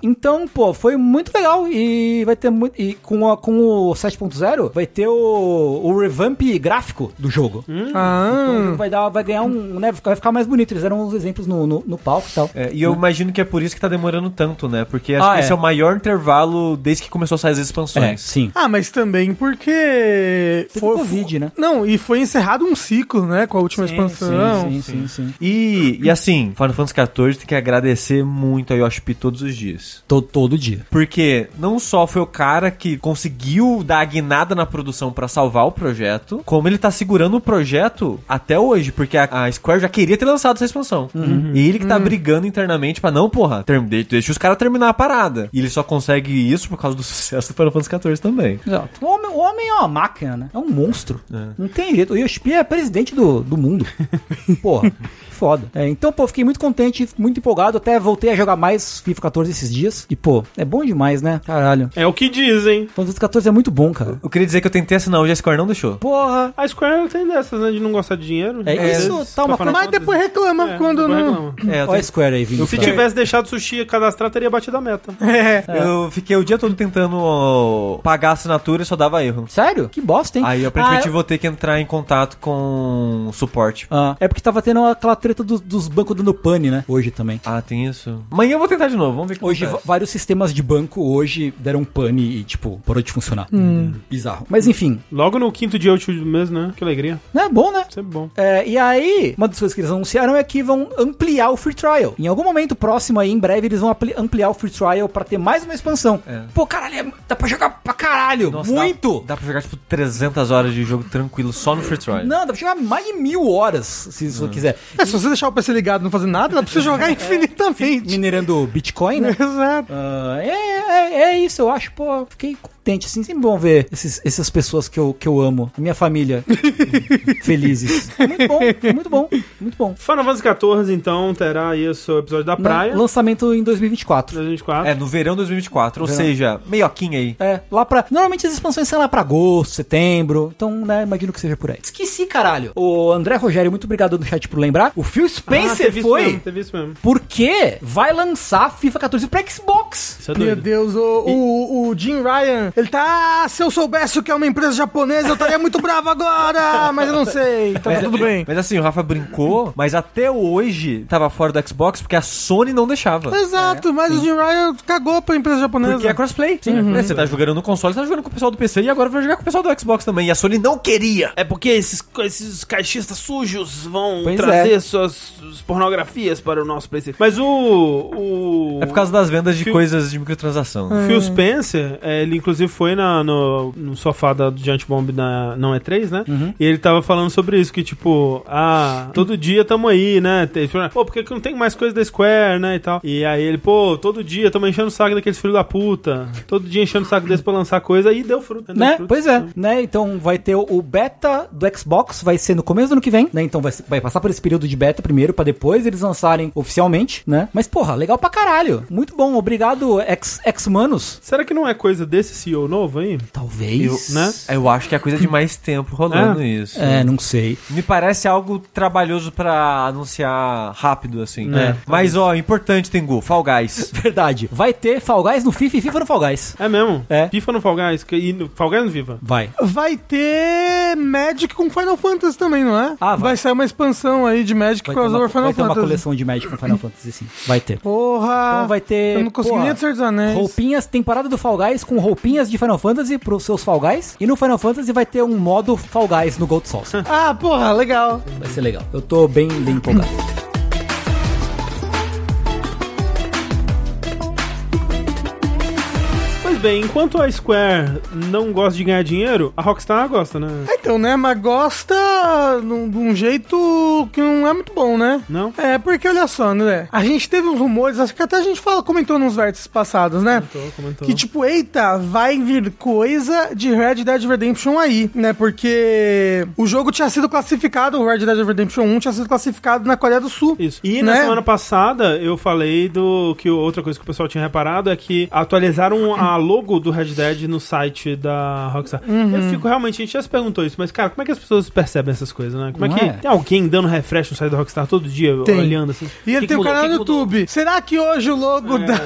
Speaker 4: Então, pô, foi muito legal. E vai ter muito. E com, a- com o 7.0 vai ter o, o revamp gráfico do jogo.
Speaker 3: Ah,
Speaker 4: Então vai, dar, vai ganhar um. Né, vai ficar mais bonito. Eles deram uns exemplos no, no, no palco e tal.
Speaker 2: É, e eu imagino que é por isso que tá demorando tanto, né? Porque acho
Speaker 4: Ah,
Speaker 2: que esse
Speaker 4: é.
Speaker 2: é o maior intervalo desde que começou a sair as
Speaker 4: É,
Speaker 2: expansões.
Speaker 4: sim.
Speaker 3: ah mas também porque.
Speaker 4: Teve
Speaker 3: foi-
Speaker 4: Covid, né?
Speaker 3: Não, e foi encerrado um ciclo, né? Com a última expansão.
Speaker 4: sim, sim, sim, sim.
Speaker 2: E, e assim, Final Fantasy XIV tem que agradecer muito a Yoshipi todos os dias.
Speaker 4: Todo, todo dia.
Speaker 2: Porque não só foi o cara que conseguiu dar a guinada na produção pra salvar o projeto, como ele tá segurando o projeto até hoje, porque a, a Square já queria ter lançado essa expansão. E ele que tá brigando internamente pra não, porra, ter, de- deixa os caras terminar a parada. E ele só consegue isso por causa do sucesso do Final Fantasy XIV também.
Speaker 4: Exato. O homem, o homem é uma máquina, né? É um monstro. Não tem jeito. O Yoshi é presidente do, do mundo. Porra. Foda. É, então, pô, fiquei muito contente, muito empolgado. Até voltei a jogar mais FIFA 14 esses dias. E, pô, é bom demais, né? Caralho.
Speaker 1: É o que dizem.
Speaker 4: Final Fantasy 14 é muito bom, cara.
Speaker 2: Eu queria dizer que eu tentei assinar hoje, a Square não deixou.
Speaker 4: Porra.
Speaker 1: A Square tem dessas, né? De não gostar de dinheiro.
Speaker 4: É isso, tá uma
Speaker 1: coisa.
Speaker 3: Mas depois reclama quando não.
Speaker 2: É, eu,
Speaker 4: Olha a Square aí, vindo.
Speaker 1: É, Se tivesse deixado sushi cadastrar, teria batido a meta.
Speaker 3: É.
Speaker 2: tentei- eu fiquei o dia todo tentando ó, pagar a assinatura e só dava erro.
Speaker 4: Sério? Que bosta, hein?
Speaker 2: Aí aparentemente
Speaker 4: Ah,
Speaker 2: eu vou ter que entrar em contato com o suporte.
Speaker 4: Ah, é porque tava tendo aquela treta dos- dos bancos dando pane, né? Hoje também.
Speaker 2: Ah, tem isso? Amanhã eu vou tentar de novo, vamos ver o que
Speaker 4: Hoje, va-
Speaker 2: acontece.
Speaker 4: vários sistemas de banco hoje deram pane e, tipo, parou de funcionar.
Speaker 2: Hum.
Speaker 4: Bizarro. Mas, enfim,
Speaker 1: Logo no quinto dia útil do mês, né? Que alegria.
Speaker 4: é bom, né?
Speaker 1: Sempre bom.
Speaker 4: É, e aí, uma das coisas que eles anunciaram é que vão ampliar o free trial. Em algum momento próximo aí, em breve, eles vão apli- ampliar o free trial pra ter mais uma expansão.
Speaker 2: É.
Speaker 4: Pô, caralho, é- dá pra jogar pra caralho.
Speaker 2: Nossa,
Speaker 4: muito!
Speaker 2: Dá, dá pra jogar, tipo, 300 horas de jogo tranquilo só no Free Trial.
Speaker 4: Não, dá pra jogar mais de mil horas, se isso
Speaker 2: Uhum.
Speaker 4: quiser.
Speaker 3: É, se você deixar o PC ligado e não fazer nada, dá pra você
Speaker 4: É.
Speaker 3: jogar infinitamente.
Speaker 4: Minerando Bitcoin, né?
Speaker 3: Exato.
Speaker 4: Ah, é, é, é isso, eu acho, pô, fiquei contente, assim, sempre bom ver esses, essas pessoas que eu, que eu amo, minha família, felizes. Muito bom, muito bom, muito bom.
Speaker 1: Final Fantasy XIV, então, terá aí o seu episódio da praia.
Speaker 4: Lançamento em 2024.
Speaker 1: 2024.
Speaker 2: É, no verão de 2024, ou
Speaker 4: Verão.
Speaker 2: seja, meioquinha aí.
Speaker 4: É, lá pra. Normalmente as expansões são lá pra agosto, setembro. Então, né, imagino que seja por aí. Esqueci, caralho. O André Rogério, muito obrigado no chat por lembrar. O Phil
Speaker 1: Ah,
Speaker 4: Spencer
Speaker 1: teve isso
Speaker 4: foi
Speaker 1: mesmo, Teve isso mesmo.
Speaker 4: porque vai lançar FIFA 14 pra Xbox.
Speaker 1: Isso é
Speaker 4: Tá
Speaker 3: Meu
Speaker 1: doido.
Speaker 3: Deus, o, o, o Jim Ryan Ele tá, ah, se eu soubesse o que é uma empresa japonesa, eu estaria muito bravo agora, mas eu não sei. Então tá tudo bem.
Speaker 2: Mas assim, o Rafa brincou, mas até hoje tava fora do Xbox porque a Sony não deixava.
Speaker 3: Exato,
Speaker 4: É,
Speaker 3: mas o Jim Ryan cagou pra empresa japonesa.
Speaker 2: Porque é crossplay. Sim. Né? Você tá jogando no console, você tá jogando com o pessoal do PC e agora vai jogar com o pessoal do Xbox também. E a Sony não queria.
Speaker 1: É porque esses, esses caixistas sujos vão
Speaker 4: Pois
Speaker 1: trazer suas, suas pornografias para o nosso PlayStation. Mas o. o...
Speaker 2: É por causa das vendas de
Speaker 1: Fio-
Speaker 2: coisas de microtransação. né?
Speaker 4: É.
Speaker 1: O Phil Spencer, eh, ele inclusive foi na- no, no sofá da, do Giant Bomb na Não É 3, né? E ele tava falando sobre isso, que tipo, ah, todo dia tamo aí, né? Tem- Pô, por que que não tem mais coisa da Square, né? E tal. E aí ele, pô, todo dia tamo enchendo o saco daqueles filhos da puta. Todo dia enchendo o saco desse pra lançar coisa e deu fruta. deu
Speaker 4: Né?
Speaker 1: fruta.
Speaker 4: Pois é, né? Então vai ter o beta do Xbox, vai ser no começo do ano que vem, né? Então vai, ser- vai passar por esse período de beta primeiro, pra depois eles lançarem oficialmente, né? Mas porra, legal pra caralho. Muito bom, obrigado, ex- ex-manos.
Speaker 1: Será que não é coisa desse CEO novo aí?
Speaker 4: Talvez.
Speaker 1: Eu- né?
Speaker 2: Eu acho que é coisa de mais tempo rolando
Speaker 1: É.
Speaker 2: isso.
Speaker 4: É, não sei.
Speaker 2: Me parece algo trabalhoso pra anunciar rápido, assim.
Speaker 1: É.
Speaker 2: Mas, ó, importante, Tengu, Fall Guys.
Speaker 4: Verdade. Vai ter Fall Guys no FIFA e FIFA no Fall Guys.
Speaker 1: É mesmo?
Speaker 4: É.
Speaker 1: FIFA no Fall Guys? que- E no Fall Guys no FIFA?
Speaker 4: Vai.
Speaker 3: Vai ter Magic com Final Fantasy também, não é?
Speaker 4: Ah, vai.
Speaker 3: vai sair uma expansão aí de Magic
Speaker 4: Vai ter, uma,
Speaker 3: crossover Final
Speaker 4: vai ter uma
Speaker 3: Fantasy.
Speaker 4: coleção de Magic com Final Fantasy, sim. Vai ter.
Speaker 3: Porra!
Speaker 4: Então vai ter.
Speaker 3: Eu não consegui
Speaker 4: pô,
Speaker 3: nem acertar os anéis.
Speaker 4: Roupinhas, temporada do Fall Guys com roupinhas de Final Fantasy pros seus Fall Guys. E no Final Fantasy vai ter um modo Fall Guys no Gold Souls.
Speaker 3: Ah, porra, legal.
Speaker 4: Vai ser legal. Eu tô bem, bem empolgado.
Speaker 1: Pois bem, enquanto a Square não gosta de ganhar dinheiro, a Rockstar gosta, né?
Speaker 3: É, Então, né, mas gosta num- de um jeito que não é muito bom, né?
Speaker 1: Não?
Speaker 3: É, porque olha só, André, a gente teve uns rumores, acho que até a gente fala, comentou nos vértices passados, né?
Speaker 1: Comentou, comentou.
Speaker 3: Que tipo, eita, vai vir coisa de Red Dead Redemption aí, né? Porque o jogo tinha sido classificado, o Red Dead Redemption 1 tinha sido classificado na Coreia do Sul.
Speaker 1: Isso. E
Speaker 3: Né?
Speaker 1: na semana passada eu falei do que outra coisa que o pessoal tinha reparado é que atualizaram a logo do Red Dead no site da Rockstar. Eu fico realmente, a gente já se perguntou isso, mas cara, como é que as pessoas percebem essas coisas, né? Como é
Speaker 4: Não
Speaker 1: que
Speaker 4: é?
Speaker 1: tem alguém dando refresh no site da Rockstar todo dia,
Speaker 3: Tem.
Speaker 1: olhando assim?
Speaker 3: E ele
Speaker 1: Que
Speaker 3: tem
Speaker 1: que
Speaker 3: um
Speaker 1: mudou?
Speaker 3: canal
Speaker 1: Que
Speaker 3: no
Speaker 1: que mudou?
Speaker 3: YouTube. Será que hoje o logo
Speaker 1: É.
Speaker 3: da-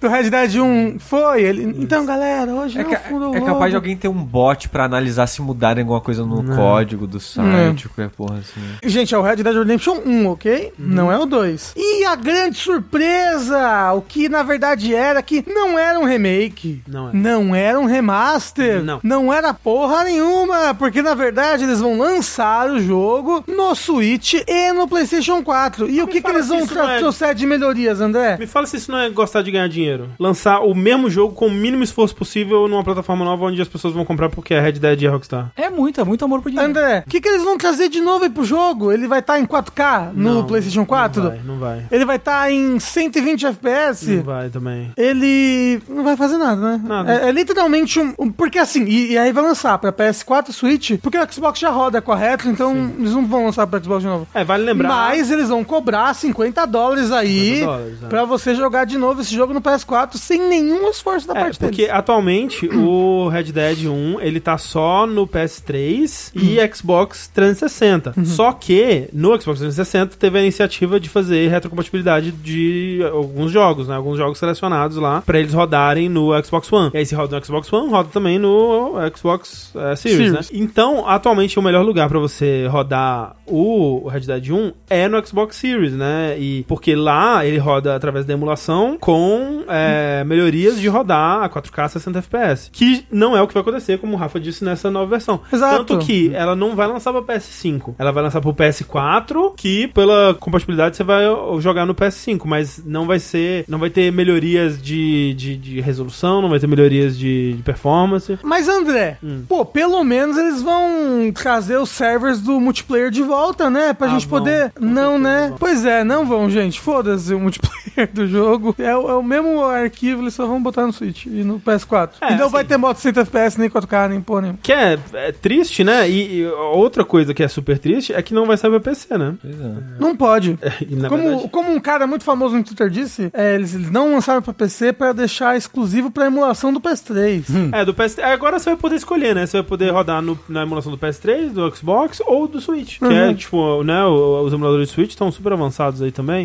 Speaker 3: do Red Dead 1 foi? Ele, então, galera, hoje
Speaker 2: É,
Speaker 3: não
Speaker 2: ca-
Speaker 3: fundou o
Speaker 2: é
Speaker 3: logo.
Speaker 2: capaz de alguém ter um bot pra analisar se mudarem alguma coisa no código do site, qualquer porra assim.
Speaker 3: Gente, é o Red Dead Redemption 1, ok?
Speaker 1: Uhum.
Speaker 3: Não é o 2. E a grande surpresa, o que na verdade era que não era um remake.
Speaker 1: Não é.
Speaker 3: Não era um remaster.
Speaker 1: Não.
Speaker 3: era porra nenhuma, porque na verdade eles vão lançar o jogo no Switch e no PlayStation 4. E o que, que
Speaker 1: fala
Speaker 3: eles
Speaker 1: se
Speaker 3: vão
Speaker 1: isso não
Speaker 3: tra-
Speaker 1: é-
Speaker 3: trouxer de melhorias, André?
Speaker 1: Me fala se isso não é gostar de ganhar dinheiro. Lançar o mesmo jogo com o mínimo esforço possível numa plataforma nova onde as pessoas vão comprar porque é Red Dead e é Rockstar.
Speaker 4: É muito, é muito amor pro dinheiro.
Speaker 3: André, o que, que eles vão trazer de novo aí pro jogo? Ele vai estar em 4K no
Speaker 1: Não,
Speaker 3: PlayStation 4?
Speaker 1: Não vai, não vai.
Speaker 3: Ele vai estar em 120 FPS?
Speaker 1: Não vai também.
Speaker 3: ele não vai fazer nada, né?
Speaker 1: Nada.
Speaker 3: É, é literalmente um, um- Porque assim, e, e aí vai lançar pra PS4 e Switch, porque o Xbox já roda correto, então eles não vão lançar pra Xbox de novo.
Speaker 1: É, vale lembrar.
Speaker 3: Mas eles vão cobrar 50 dólares aí
Speaker 1: 50 dólares, é.
Speaker 3: pra você jogar de novo esse jogo no PS4 sem nenhum esforço da
Speaker 1: É,
Speaker 3: parte
Speaker 1: porque
Speaker 3: deles.
Speaker 1: atualmente o Red Dead 1, ele tá só no PS3
Speaker 3: Uhum.
Speaker 1: e Xbox 360. Só que no Xbox 360 teve a iniciativa de fazer retrocompatibilidade de alguns jogos, né? Alguns jogos selecionados lá pra eles rodarem no Xbox One. E aí se roda no Xbox One, roda também no Xbox eh, Series,
Speaker 3: Series.
Speaker 1: né? Então, atualmente o melhor lugar pra você rodar o Red Dead 1 é no Xbox Series, né? E porque lá ele roda através da emulação com é, melhorias de rodar a 4K 60 FPS, que não é o que vai acontecer, como o Rafa disse nessa nova versão.
Speaker 3: Exato.
Speaker 1: Tanto que ela não vai lançar pra PS5, ela vai lançar pro PS4, que pela compatibilidade você vai jogar no PS5, mas não vai ser, não vai ter melhorias de, de, de resolução, não vai ter melhorias de, de performance.
Speaker 3: Mas André,
Speaker 1: Hum.
Speaker 3: pô, pelo menos eles vão trazer os servers do multiplayer de volta, né? Pra
Speaker 1: Ah,
Speaker 3: gente
Speaker 1: vão.
Speaker 3: poder.
Speaker 1: Com
Speaker 3: Não,
Speaker 1: certeza
Speaker 3: né?
Speaker 1: vão.
Speaker 3: Pois é, não vão, gente. Foda-se o multiplayer do jogo. É, o- é o mesmo arquivo, eles só vão botar no Switch e no PS4.
Speaker 1: É,
Speaker 3: e não vai
Speaker 1: assim.
Speaker 3: ter modo 60 FPS, nem 4K, nem pô, nem.
Speaker 1: Que é, é triste, né? E, e outra coisa que é super triste é que não vai sair pra PC, né?
Speaker 2: Pois é.
Speaker 3: Não pode.
Speaker 1: E, na
Speaker 3: Como,
Speaker 1: verdade,
Speaker 3: como um cara muito famoso no Twitter disse, é, eles, eles não lançaram pra PC pra deixar exclusivo pra emulação do PS3.
Speaker 1: É, do PS... é, Agora você vai poder escolher, né? Você vai poder rodar no- na emulação do PS3, do Xbox ou do Switch. Que é né? Tipo, né, o- os emuladores de Switch estão super avançados aí também.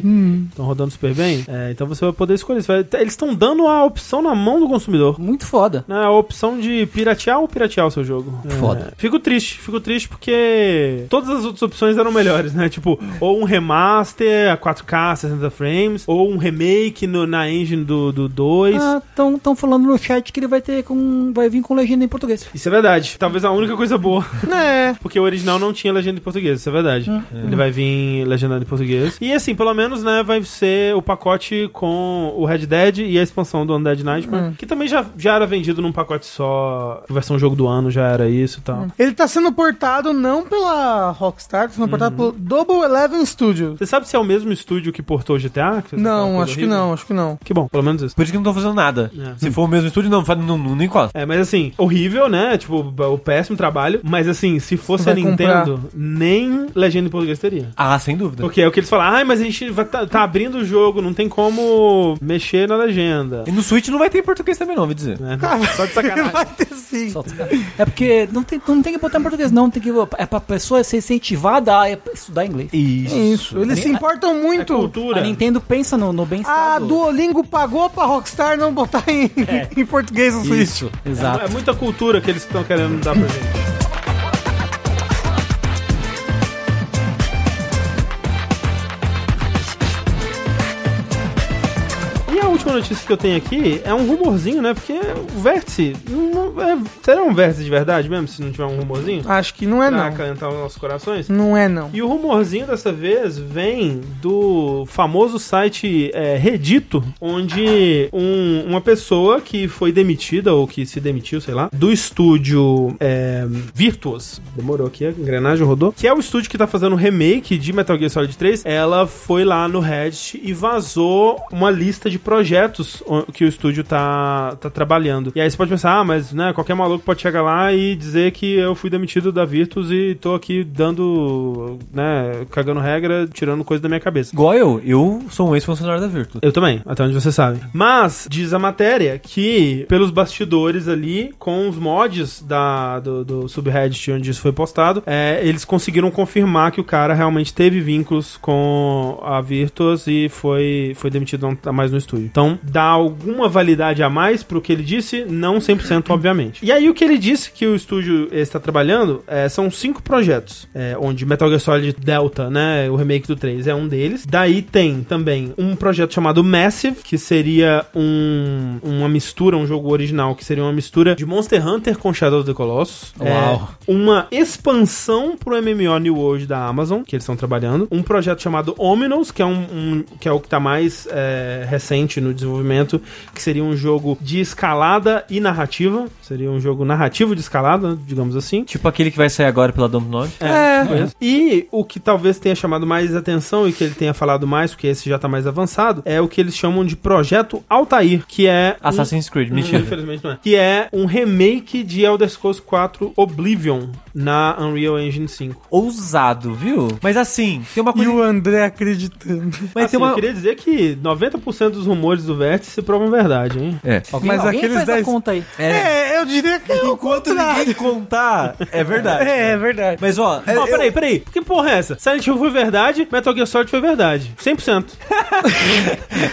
Speaker 1: Estão rodando super bem. É, então você vai poder escolher. Você vai- Eles estão dando a opção na mão do consumidor.
Speaker 4: Muito foda.
Speaker 1: né, a opção de piratear ou piratear o seu jogo. É,
Speaker 4: Foda.
Speaker 1: Fico triste, fico triste porque todas as outras opções eram melhores, né? Tipo, ou um remaster a 4K, 60 frames, ou um remake no- na engine do, do 2.
Speaker 4: Estão Ah, falando no chat que ele vai ter com. Vai vir com legenda em português.
Speaker 1: Isso é verdade. Talvez a única coisa boa.
Speaker 3: Né?
Speaker 4: É.
Speaker 1: Porque o original não tinha legenda em português, isso é verdade. Ele vai vir legendado em português. E assim, pelo menos, né, vai ser o pacote com o Red Dead e a expansão do Undead Nightmare. Que também já, já era vendido num pacote só. Versão jogo do ano já era isso e tal.
Speaker 3: Ele tá sendo portado não pela Rockstar, tá sendo portado pelo Double Eleven Studios.
Speaker 1: Você sabe se é o mesmo estúdio que portou GTA? Que fez aquela
Speaker 3: Não,
Speaker 1: coisa
Speaker 3: acho que
Speaker 1: horrível?
Speaker 3: não, acho que não.
Speaker 1: Que bom, pelo menos isso.
Speaker 2: Por isso que não estão fazendo nada.
Speaker 1: É.
Speaker 2: Se for o mesmo estúdio, não, fa- não, não, não encosta.
Speaker 1: É, mas assim, horrível, né? Tipo, b- o péssimo trabalho. Mas assim, se fosse a
Speaker 3: Vai
Speaker 1: Nintendo, nem legenda em português teria.
Speaker 2: Ah, sem dúvida.
Speaker 1: Porque é o que eles falam, ai, mas a gente vai tá, tá abrindo o jogo, não tem como mexer na legenda.
Speaker 2: E no Switch não vai ter em português também, não, vou dizer.
Speaker 1: Né? Só de sacanagem.
Speaker 3: Vai ter sim.
Speaker 4: É porque não tem, não tem que botar em português, não. Tem que, é pra pessoa ser incentivada a estudar inglês.
Speaker 2: Isso.
Speaker 3: Isso, eles se importam
Speaker 1: É
Speaker 3: muito.
Speaker 1: cultura.
Speaker 4: A Nintendo pensa no, no bem-estar.
Speaker 3: A
Speaker 4: do-
Speaker 3: Duolingo pagou pra Rockstar não botar em, em português no Switch.
Speaker 4: Isso,
Speaker 1: É
Speaker 4: exato.
Speaker 1: muita cultura que eles estão querendo dar pra gente. E a última notícia que eu tenho aqui é um rumorzinho, né? Porque o vértice. Não, não- é- será um vértice de verdade mesmo se não tiver um rumorzinho?
Speaker 3: Acho que não é
Speaker 1: pra
Speaker 3: não.
Speaker 1: acalentar os nossos corações?
Speaker 3: Não é não.
Speaker 1: E o rumorzinho dessa vez vem do famoso site é, Redito, onde um- uma pessoa que foi demitida, ou que se demitiu, sei lá, do estúdio é, Virtuos, demorou aqui, a engrenagem rodou, que é o estúdio que tá fazendo o remake de Metal Gear Solid 3, ela foi lá no Reddit e vazou uma lista de projetos o- que o estúdio tá, tá trabalhando. E aí você pode pensar, ah, mas né, qualquer maluco pode chegar lá e dizer que eu fui demitido da Virtus e tô aqui dando, né, cagando regra, tirando coisa da minha cabeça.
Speaker 2: Igual eu, eu sou um ex-funcionário da Virtus.
Speaker 1: Eu também, até onde você sabe. Mas diz a matéria que, pelos bastidores ali, com os mods da, do, do subreddit onde isso foi postado, é, eles conseguiram confirmar que o cara realmente teve vínculos com a Virtuos e foi, foi demitido não tá mais no estúdio. Então, dá alguma validade a mais pro que ele disse? Não 100%, obviamente. E aí, o que ele disse que o estúdio está trabalhando é, são cinco projetos, é, onde Metal Gear Solid Delta, né, o remake do 3, é um deles. Daí tem também um projeto chamado Massive, que seria um, uma mistura, um jogo original, que seria uma mistura de Monster Hunter com Shadow of the Colossus.
Speaker 4: Uau.
Speaker 1: É, uma expansão pro MMO New World da Amazon, que eles estão trabalhando. Um projeto chamado Ominous, que é, um, um- que é o que tá mais é, recente no desenvolvimento, que seria um jogo de escalada e narrativa. Seria um jogo narrativo de escalada, digamos assim.
Speaker 2: Tipo aquele que vai sair agora pela Dom 9.
Speaker 1: É. E o que talvez tenha chamado mais atenção e que ele tenha falado mais, porque esse já tá mais avançado, é o que eles chamam de Projeto Altair, que é. um-
Speaker 2: Assassin's Creed,
Speaker 1: Hum,
Speaker 2: mentira.
Speaker 1: Infelizmente não é. Que é um remake de Elder Scrolls 4 Oblivion na Unreal Engine 5.
Speaker 2: Ousado, viu? Mas assim, tem uma
Speaker 3: E
Speaker 2: coisa.
Speaker 3: o André acreditando.
Speaker 2: Mas
Speaker 1: Assim,
Speaker 2: tem uma.
Speaker 1: Eu queria dizer que 90% dos rumores do Vértice provam verdade, hein?
Speaker 2: É.
Speaker 4: Alguém,
Speaker 3: Mas
Speaker 4: alguém
Speaker 3: aqueles
Speaker 4: faz a
Speaker 3: dez-
Speaker 4: conta aí.
Speaker 3: É, eu diria que é o
Speaker 2: Enquanto
Speaker 3: contrário.
Speaker 2: ninguém contar, é verdade.
Speaker 3: É, é verdade.
Speaker 2: Mas ó,
Speaker 1: Ó, Ah, peraí, peraí. Que porra é essa? Silent Hill foi verdade, Metal Gear Solid foi verdade. 100%.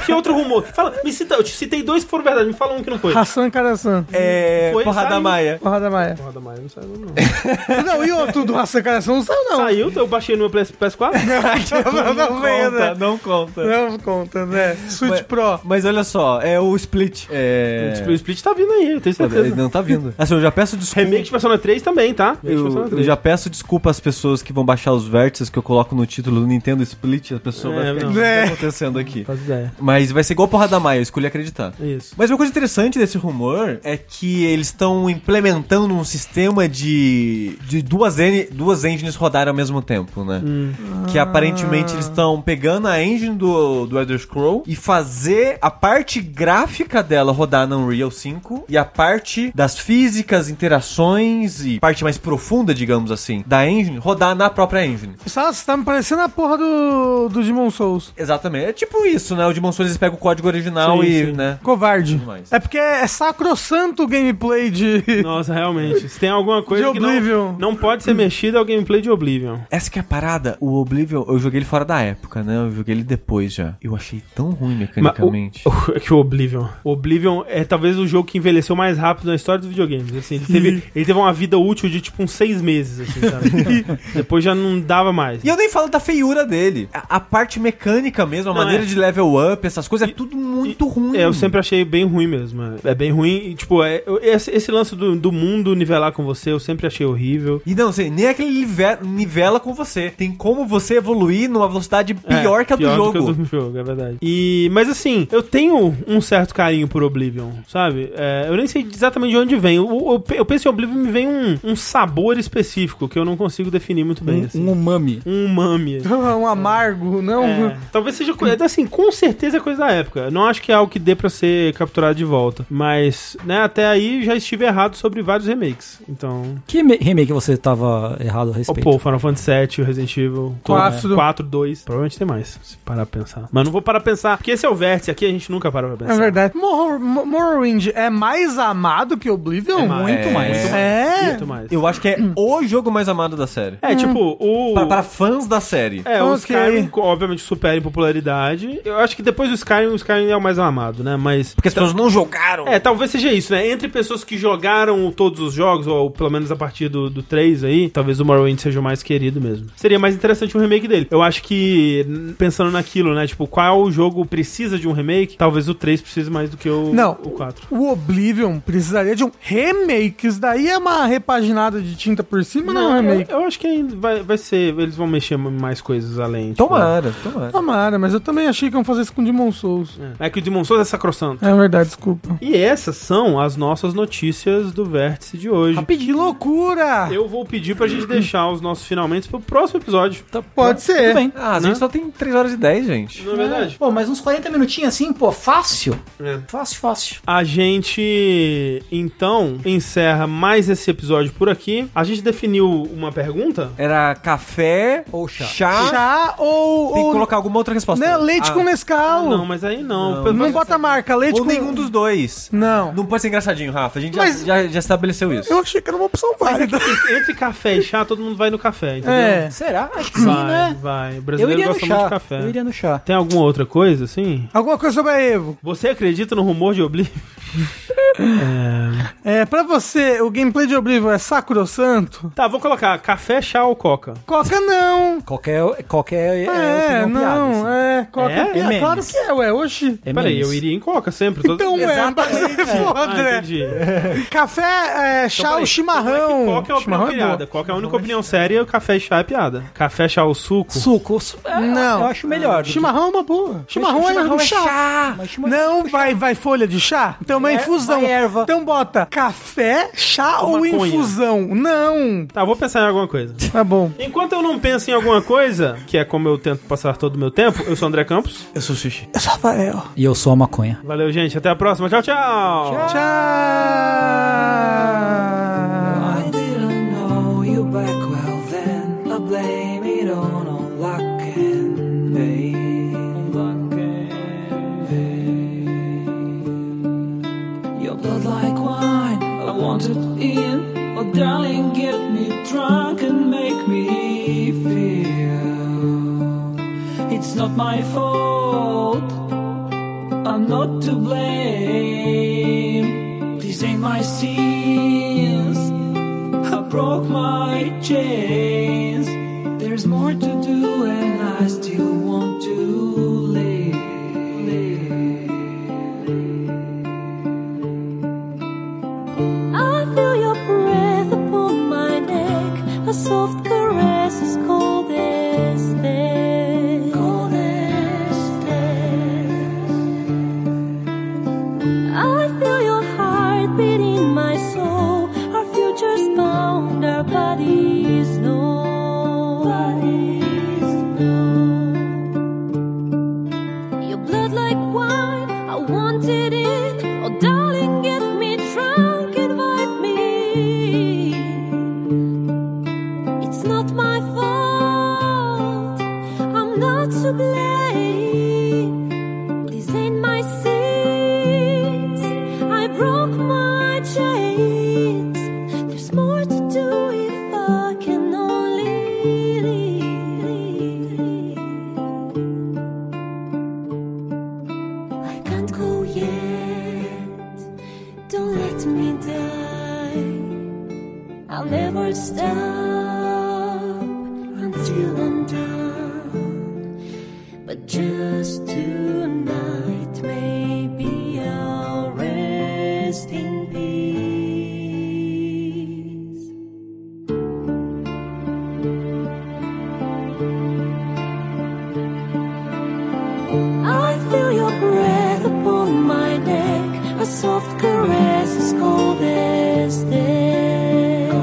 Speaker 1: que outro rumor? Fala, me cita, eu te citei dois que foram verdade, me fala um que não
Speaker 2: Ah.
Speaker 1: foi.
Speaker 3: Hassan Karasan.
Speaker 2: é.
Speaker 1: Foi-
Speaker 2: Porra da
Speaker 1: saiu.
Speaker 2: Maia.
Speaker 3: Porra da Maia.
Speaker 1: Porra, Maia, não saiu não.
Speaker 3: Não, e outro do Hassan Karasan não saiu, não.
Speaker 1: Saiu, eu baixei no meu PS- PS4.
Speaker 3: Não, não, não veio,
Speaker 2: Conta,
Speaker 3: né?
Speaker 2: não conta.
Speaker 3: Não conta, né? Switch
Speaker 2: Mas-
Speaker 3: Pro.
Speaker 2: Mas olha só, é o Split. É.
Speaker 1: O Split tá vindo aí, eu tenho certeza.
Speaker 2: Ele não tá vindo. Assim, eu já peço desculpa.
Speaker 1: Remake de Persona 3 também, tá? Remake de
Speaker 2: Eu,
Speaker 1: Persona
Speaker 2: eu
Speaker 1: 3.
Speaker 2: já peço desculpa às pessoas que vão baixar os vértices que eu coloco no título do Nintendo Split. A pessoa
Speaker 1: É,
Speaker 2: vai ficar,
Speaker 1: não.
Speaker 2: o que tá
Speaker 3: É.
Speaker 2: acontecendo aqui?
Speaker 1: Faz ideia. É
Speaker 2: Mas vai ser igual a porra da Maia, eu escolhi acreditar.
Speaker 1: Isso.
Speaker 2: Mas uma coisa interessante desse rumor é que eles estão implementando um sistema de, de duas, en- duas engines rodarem ao mesmo tempo, né?
Speaker 1: Hum.
Speaker 2: Que aparentemente eles estão pegando a engine do, do Elder Scroll e fazer a parte gráfica dela rodar no Unreal 5 e a parte das físicas, interações e parte mais profunda, digamos assim, da engine rodar na própria engine.
Speaker 3: Nossa, você tá me parecendo a porra do, do Demon Souls.
Speaker 2: Exatamente. É tipo isso, né? O Demon Souls eles pegam o código original
Speaker 1: Sim,
Speaker 2: e,
Speaker 1: sim.
Speaker 2: né?
Speaker 3: Covarde.
Speaker 2: Demais.
Speaker 3: É porque é sacrossanto o gameplay de.
Speaker 1: Nossa, realmente. Se tem alguma coisa
Speaker 3: De
Speaker 1: que não,
Speaker 3: Oblivion.
Speaker 1: não pode ser mexida, é o gameplay de Oblivion.
Speaker 2: Essa que é a parada, o Oblivion, eu joguei ele fora da época, né? Eu joguei ele depois já. Eu achei tão ruim
Speaker 1: Mas o-
Speaker 2: mecanicamente.
Speaker 1: o- é que o Oblivion. O Oblivion é talvez o jogo que envelheceu mais rápido na história dos videogames. Assim, ele, teve, ele teve uma vida útil de tipo uns seis meses, assim, sabe? Depois já não dava mais.
Speaker 2: E eu nem falo da feiura dele. A, a parte mecânica mesmo, a
Speaker 1: Não,
Speaker 2: maneira
Speaker 1: é.
Speaker 2: de level up, essas coisas, é tudo muito ruim.
Speaker 1: É, eu sempre achei bem ruim mesmo. é. É bem ruim. E, tipo, é- eu- esse, esse lance do, do mundo nivelar com você, eu sempre achei horrível.
Speaker 2: E não, sei, nem é que ele nive- nivela com você. Tem como você evoluir numa velocidade pior
Speaker 1: É,
Speaker 2: que a do
Speaker 1: que
Speaker 2: jogo.
Speaker 1: a do jogo, é verdade. E, mas assim, eu tenho um certo carinho por Oblivion, sabe? É, eu nem sei exatamente de onde vem. Eu, eu, eu penso em Oblivion e me vem um, um sabor específico que eu não consigo definir muito bem. assim.
Speaker 4: Um umami.
Speaker 1: Um umami.
Speaker 3: um amargo, não.
Speaker 1: É, talvez seja coisa. Assim, com certeza é coisa da época. Eu Não acho que é algo que dê pra ser capturado de volta. Mas, né, até aí já estive errado sobre vários remakes. Então.
Speaker 4: Que me- remake você tava errado a
Speaker 1: Oh,
Speaker 4: respeito?
Speaker 1: pô, Final Fantasy VII, Resident Evil
Speaker 3: Quatro.
Speaker 1: 4, 2. Provavelmente tem mais, se parar pra pensar. Mas não vou parar pra pensar, porque esse é o vértice aqui, a gente nunca para pra pensar.
Speaker 3: É verdade. Morro- Mo- Morrowind é mais amado que Oblivion?
Speaker 1: É mais.
Speaker 4: Muito
Speaker 2: É.
Speaker 4: mais.
Speaker 3: É.
Speaker 1: Muito mais.
Speaker 2: Eu acho que é o jogo mais amado da série.
Speaker 1: É, tipo, o.
Speaker 2: Pra, pra fãs da série.
Speaker 1: É, o
Speaker 3: Ok.
Speaker 1: Skyrim, obviamente, supera em popularidade. Eu acho que depois do Skyrim, o Skyrim é o mais amado, né? Mas.
Speaker 2: Porque as pessoas não jogaram.
Speaker 1: É, talvez seja isso, né? Entre pessoas que jogaram todos os jogos, ou pelo menos a partir do, do 3 aí, talvez o Morrowind seja o mais querido mesmo. Seria mais interessante um remake dele. Eu acho que, n- pensando naquilo, né? Tipo, qual jogo precisa de um remake? Talvez o 3 precise mais do que o,
Speaker 3: Não.
Speaker 1: o 4.
Speaker 3: O Oblivion precisaria de um remake. Isso daí é uma repaginada de tinta por cima, não, é um
Speaker 1: eu-
Speaker 3: remake.
Speaker 1: eu, acho que ainda vai, vai ser. Eles vão mexer mais coisas além. tipo,
Speaker 2: Tomara, tomara.
Speaker 3: Tomara, mas eu também achei que iam fazer isso com Demon Souls.
Speaker 1: É. é que o Demon Souls é sacrossanto.
Speaker 3: É verdade, desculpa.
Speaker 1: E essas são as nossas notícias do vértice de hoje.
Speaker 3: Que loucura!
Speaker 1: Eu vou pedir pra gente deixar os nossos finalmente pro próximo episódio. tá
Speaker 3: Pode ser.
Speaker 4: Tudo bem.
Speaker 2: Ah,
Speaker 1: né?
Speaker 2: a gente só tem 3 horas e 10, gente.
Speaker 1: Não é verdade?
Speaker 4: Pô, mas uns 40 minutinhos assim, pô, fácil.
Speaker 1: É.
Speaker 4: Fácil, fácil.
Speaker 1: A gente então encerra mais esse episódio por aqui. A gente definiu uma pergunta.
Speaker 2: Era café
Speaker 4: Ou chá.
Speaker 3: Chá ou.
Speaker 2: Ah? Tem que
Speaker 3: ou
Speaker 2: colocar alguma outra resposta.
Speaker 3: né, leite
Speaker 2: Ah,
Speaker 3: com Nescau.
Speaker 1: Não,
Speaker 3: Não,
Speaker 1: mas aí não.
Speaker 3: bota a marca, leite
Speaker 2: Ou
Speaker 3: com.
Speaker 2: nenhum dos dois.
Speaker 3: Não.
Speaker 2: Não pode ser engraçadinho, Rafa. A gente já-
Speaker 3: Mas-
Speaker 2: já, já estabeleceu isso.
Speaker 3: Eu achei que era uma opção
Speaker 2: é
Speaker 3: válida.
Speaker 1: Entre café e chá, todo mundo vai no café, entendeu?
Speaker 3: É.
Speaker 4: Será? Acho que sim,
Speaker 1: Vai,
Speaker 4: né?
Speaker 1: vai. O
Speaker 4: Eu
Speaker 1: brasileiro
Speaker 4: iria no
Speaker 1: gosta muito
Speaker 4: chá.
Speaker 1: de café.
Speaker 4: Eu iria no chá.
Speaker 1: Tem alguma outra coisa, assim?
Speaker 3: Alguma coisa sobre a Evo.
Speaker 1: Você acredita no rumor de Oblivion?
Speaker 3: É, pra você, o gameplay de Oblivion é sacrossanto?
Speaker 1: Tá, vou colocar café, chá ou coca?
Speaker 3: Coca não.
Speaker 4: Qualquer, qualquer é,
Speaker 3: É,
Speaker 4: opinião piada,
Speaker 3: não,
Speaker 4: assim.
Speaker 3: é. Coca
Speaker 1: É?
Speaker 3: é, piada.
Speaker 4: É
Speaker 3: Claro
Speaker 4: memes.
Speaker 3: que é, ué. Oxi.
Speaker 4: É
Speaker 1: Peraí,
Speaker 4: memes.
Speaker 1: eu iria em coca sempre. todo-
Speaker 3: Então, ué, mas
Speaker 1: Ah,
Speaker 3: André.
Speaker 1: entendi.
Speaker 3: Café, é, chá
Speaker 1: Então,
Speaker 3: ou
Speaker 1: peraí,
Speaker 3: chimarrão?
Speaker 1: Qual que é a opinião
Speaker 3: chimarrão é
Speaker 1: piada?
Speaker 3: boa.
Speaker 1: Qual que é a única opinião séria? Café e chá é piada. Café, chá ou suco?
Speaker 4: Suco. su- é,
Speaker 3: Não.
Speaker 4: Eu acho melhor. do que-
Speaker 3: Chimarrão é uma boa. Chimarrão, é um chá.
Speaker 4: Mas chimarrão-
Speaker 3: Não vai, vai folha de chá? Então é
Speaker 4: É,
Speaker 3: infusão.
Speaker 4: vai erva.
Speaker 3: Então bota café, chá ou
Speaker 1: maconha.
Speaker 3: infusão? Não.
Speaker 1: Tá, vou pensar em alguma coisa.
Speaker 3: Tá bom.
Speaker 1: Enquanto eu não penso em alguma coisa, que é como eu tento passar todo o meu tempo, eu sou André Campos.
Speaker 2: Eu sou sushi.
Speaker 3: É só Rafael.
Speaker 4: E eu sou a maconha.
Speaker 1: Valeu, gente. Até a próxima. Tchau, tchau.
Speaker 3: Tchau.
Speaker 5: I didn't know you back well then. I blame it on on luck and fate. Your blood like wine, I want it in. Oh, darling, get me drunk and make me feel it's not my fault. I'm not to blame. These ain't my sins. I broke my chains. There's more to do, and I still want to live.
Speaker 6: I feel your breath upon my neck. A soft caress as cold as death. Cold as I feel your heart beat in my soul. Our futures bound, our bodies know. Bodies know. Oh, let me die. I'll never stop until I'm done. But just tonight, maybe I'll rest in peace. I feel your breath upon my neck. A soft caress as cold as death.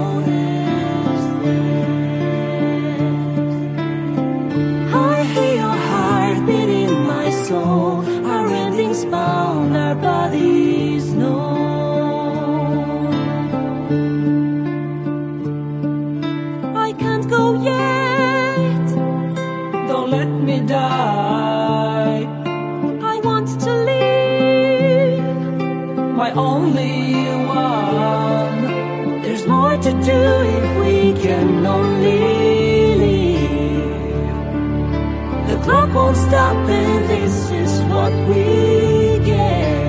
Speaker 6: I hear your heartbeat in my soul. Our endings bound, our bodies know. I can't go yet. Don't let me die. I want to leave. My only one. There's more to do if we can only leave. The clock won't stop, and this is what we get.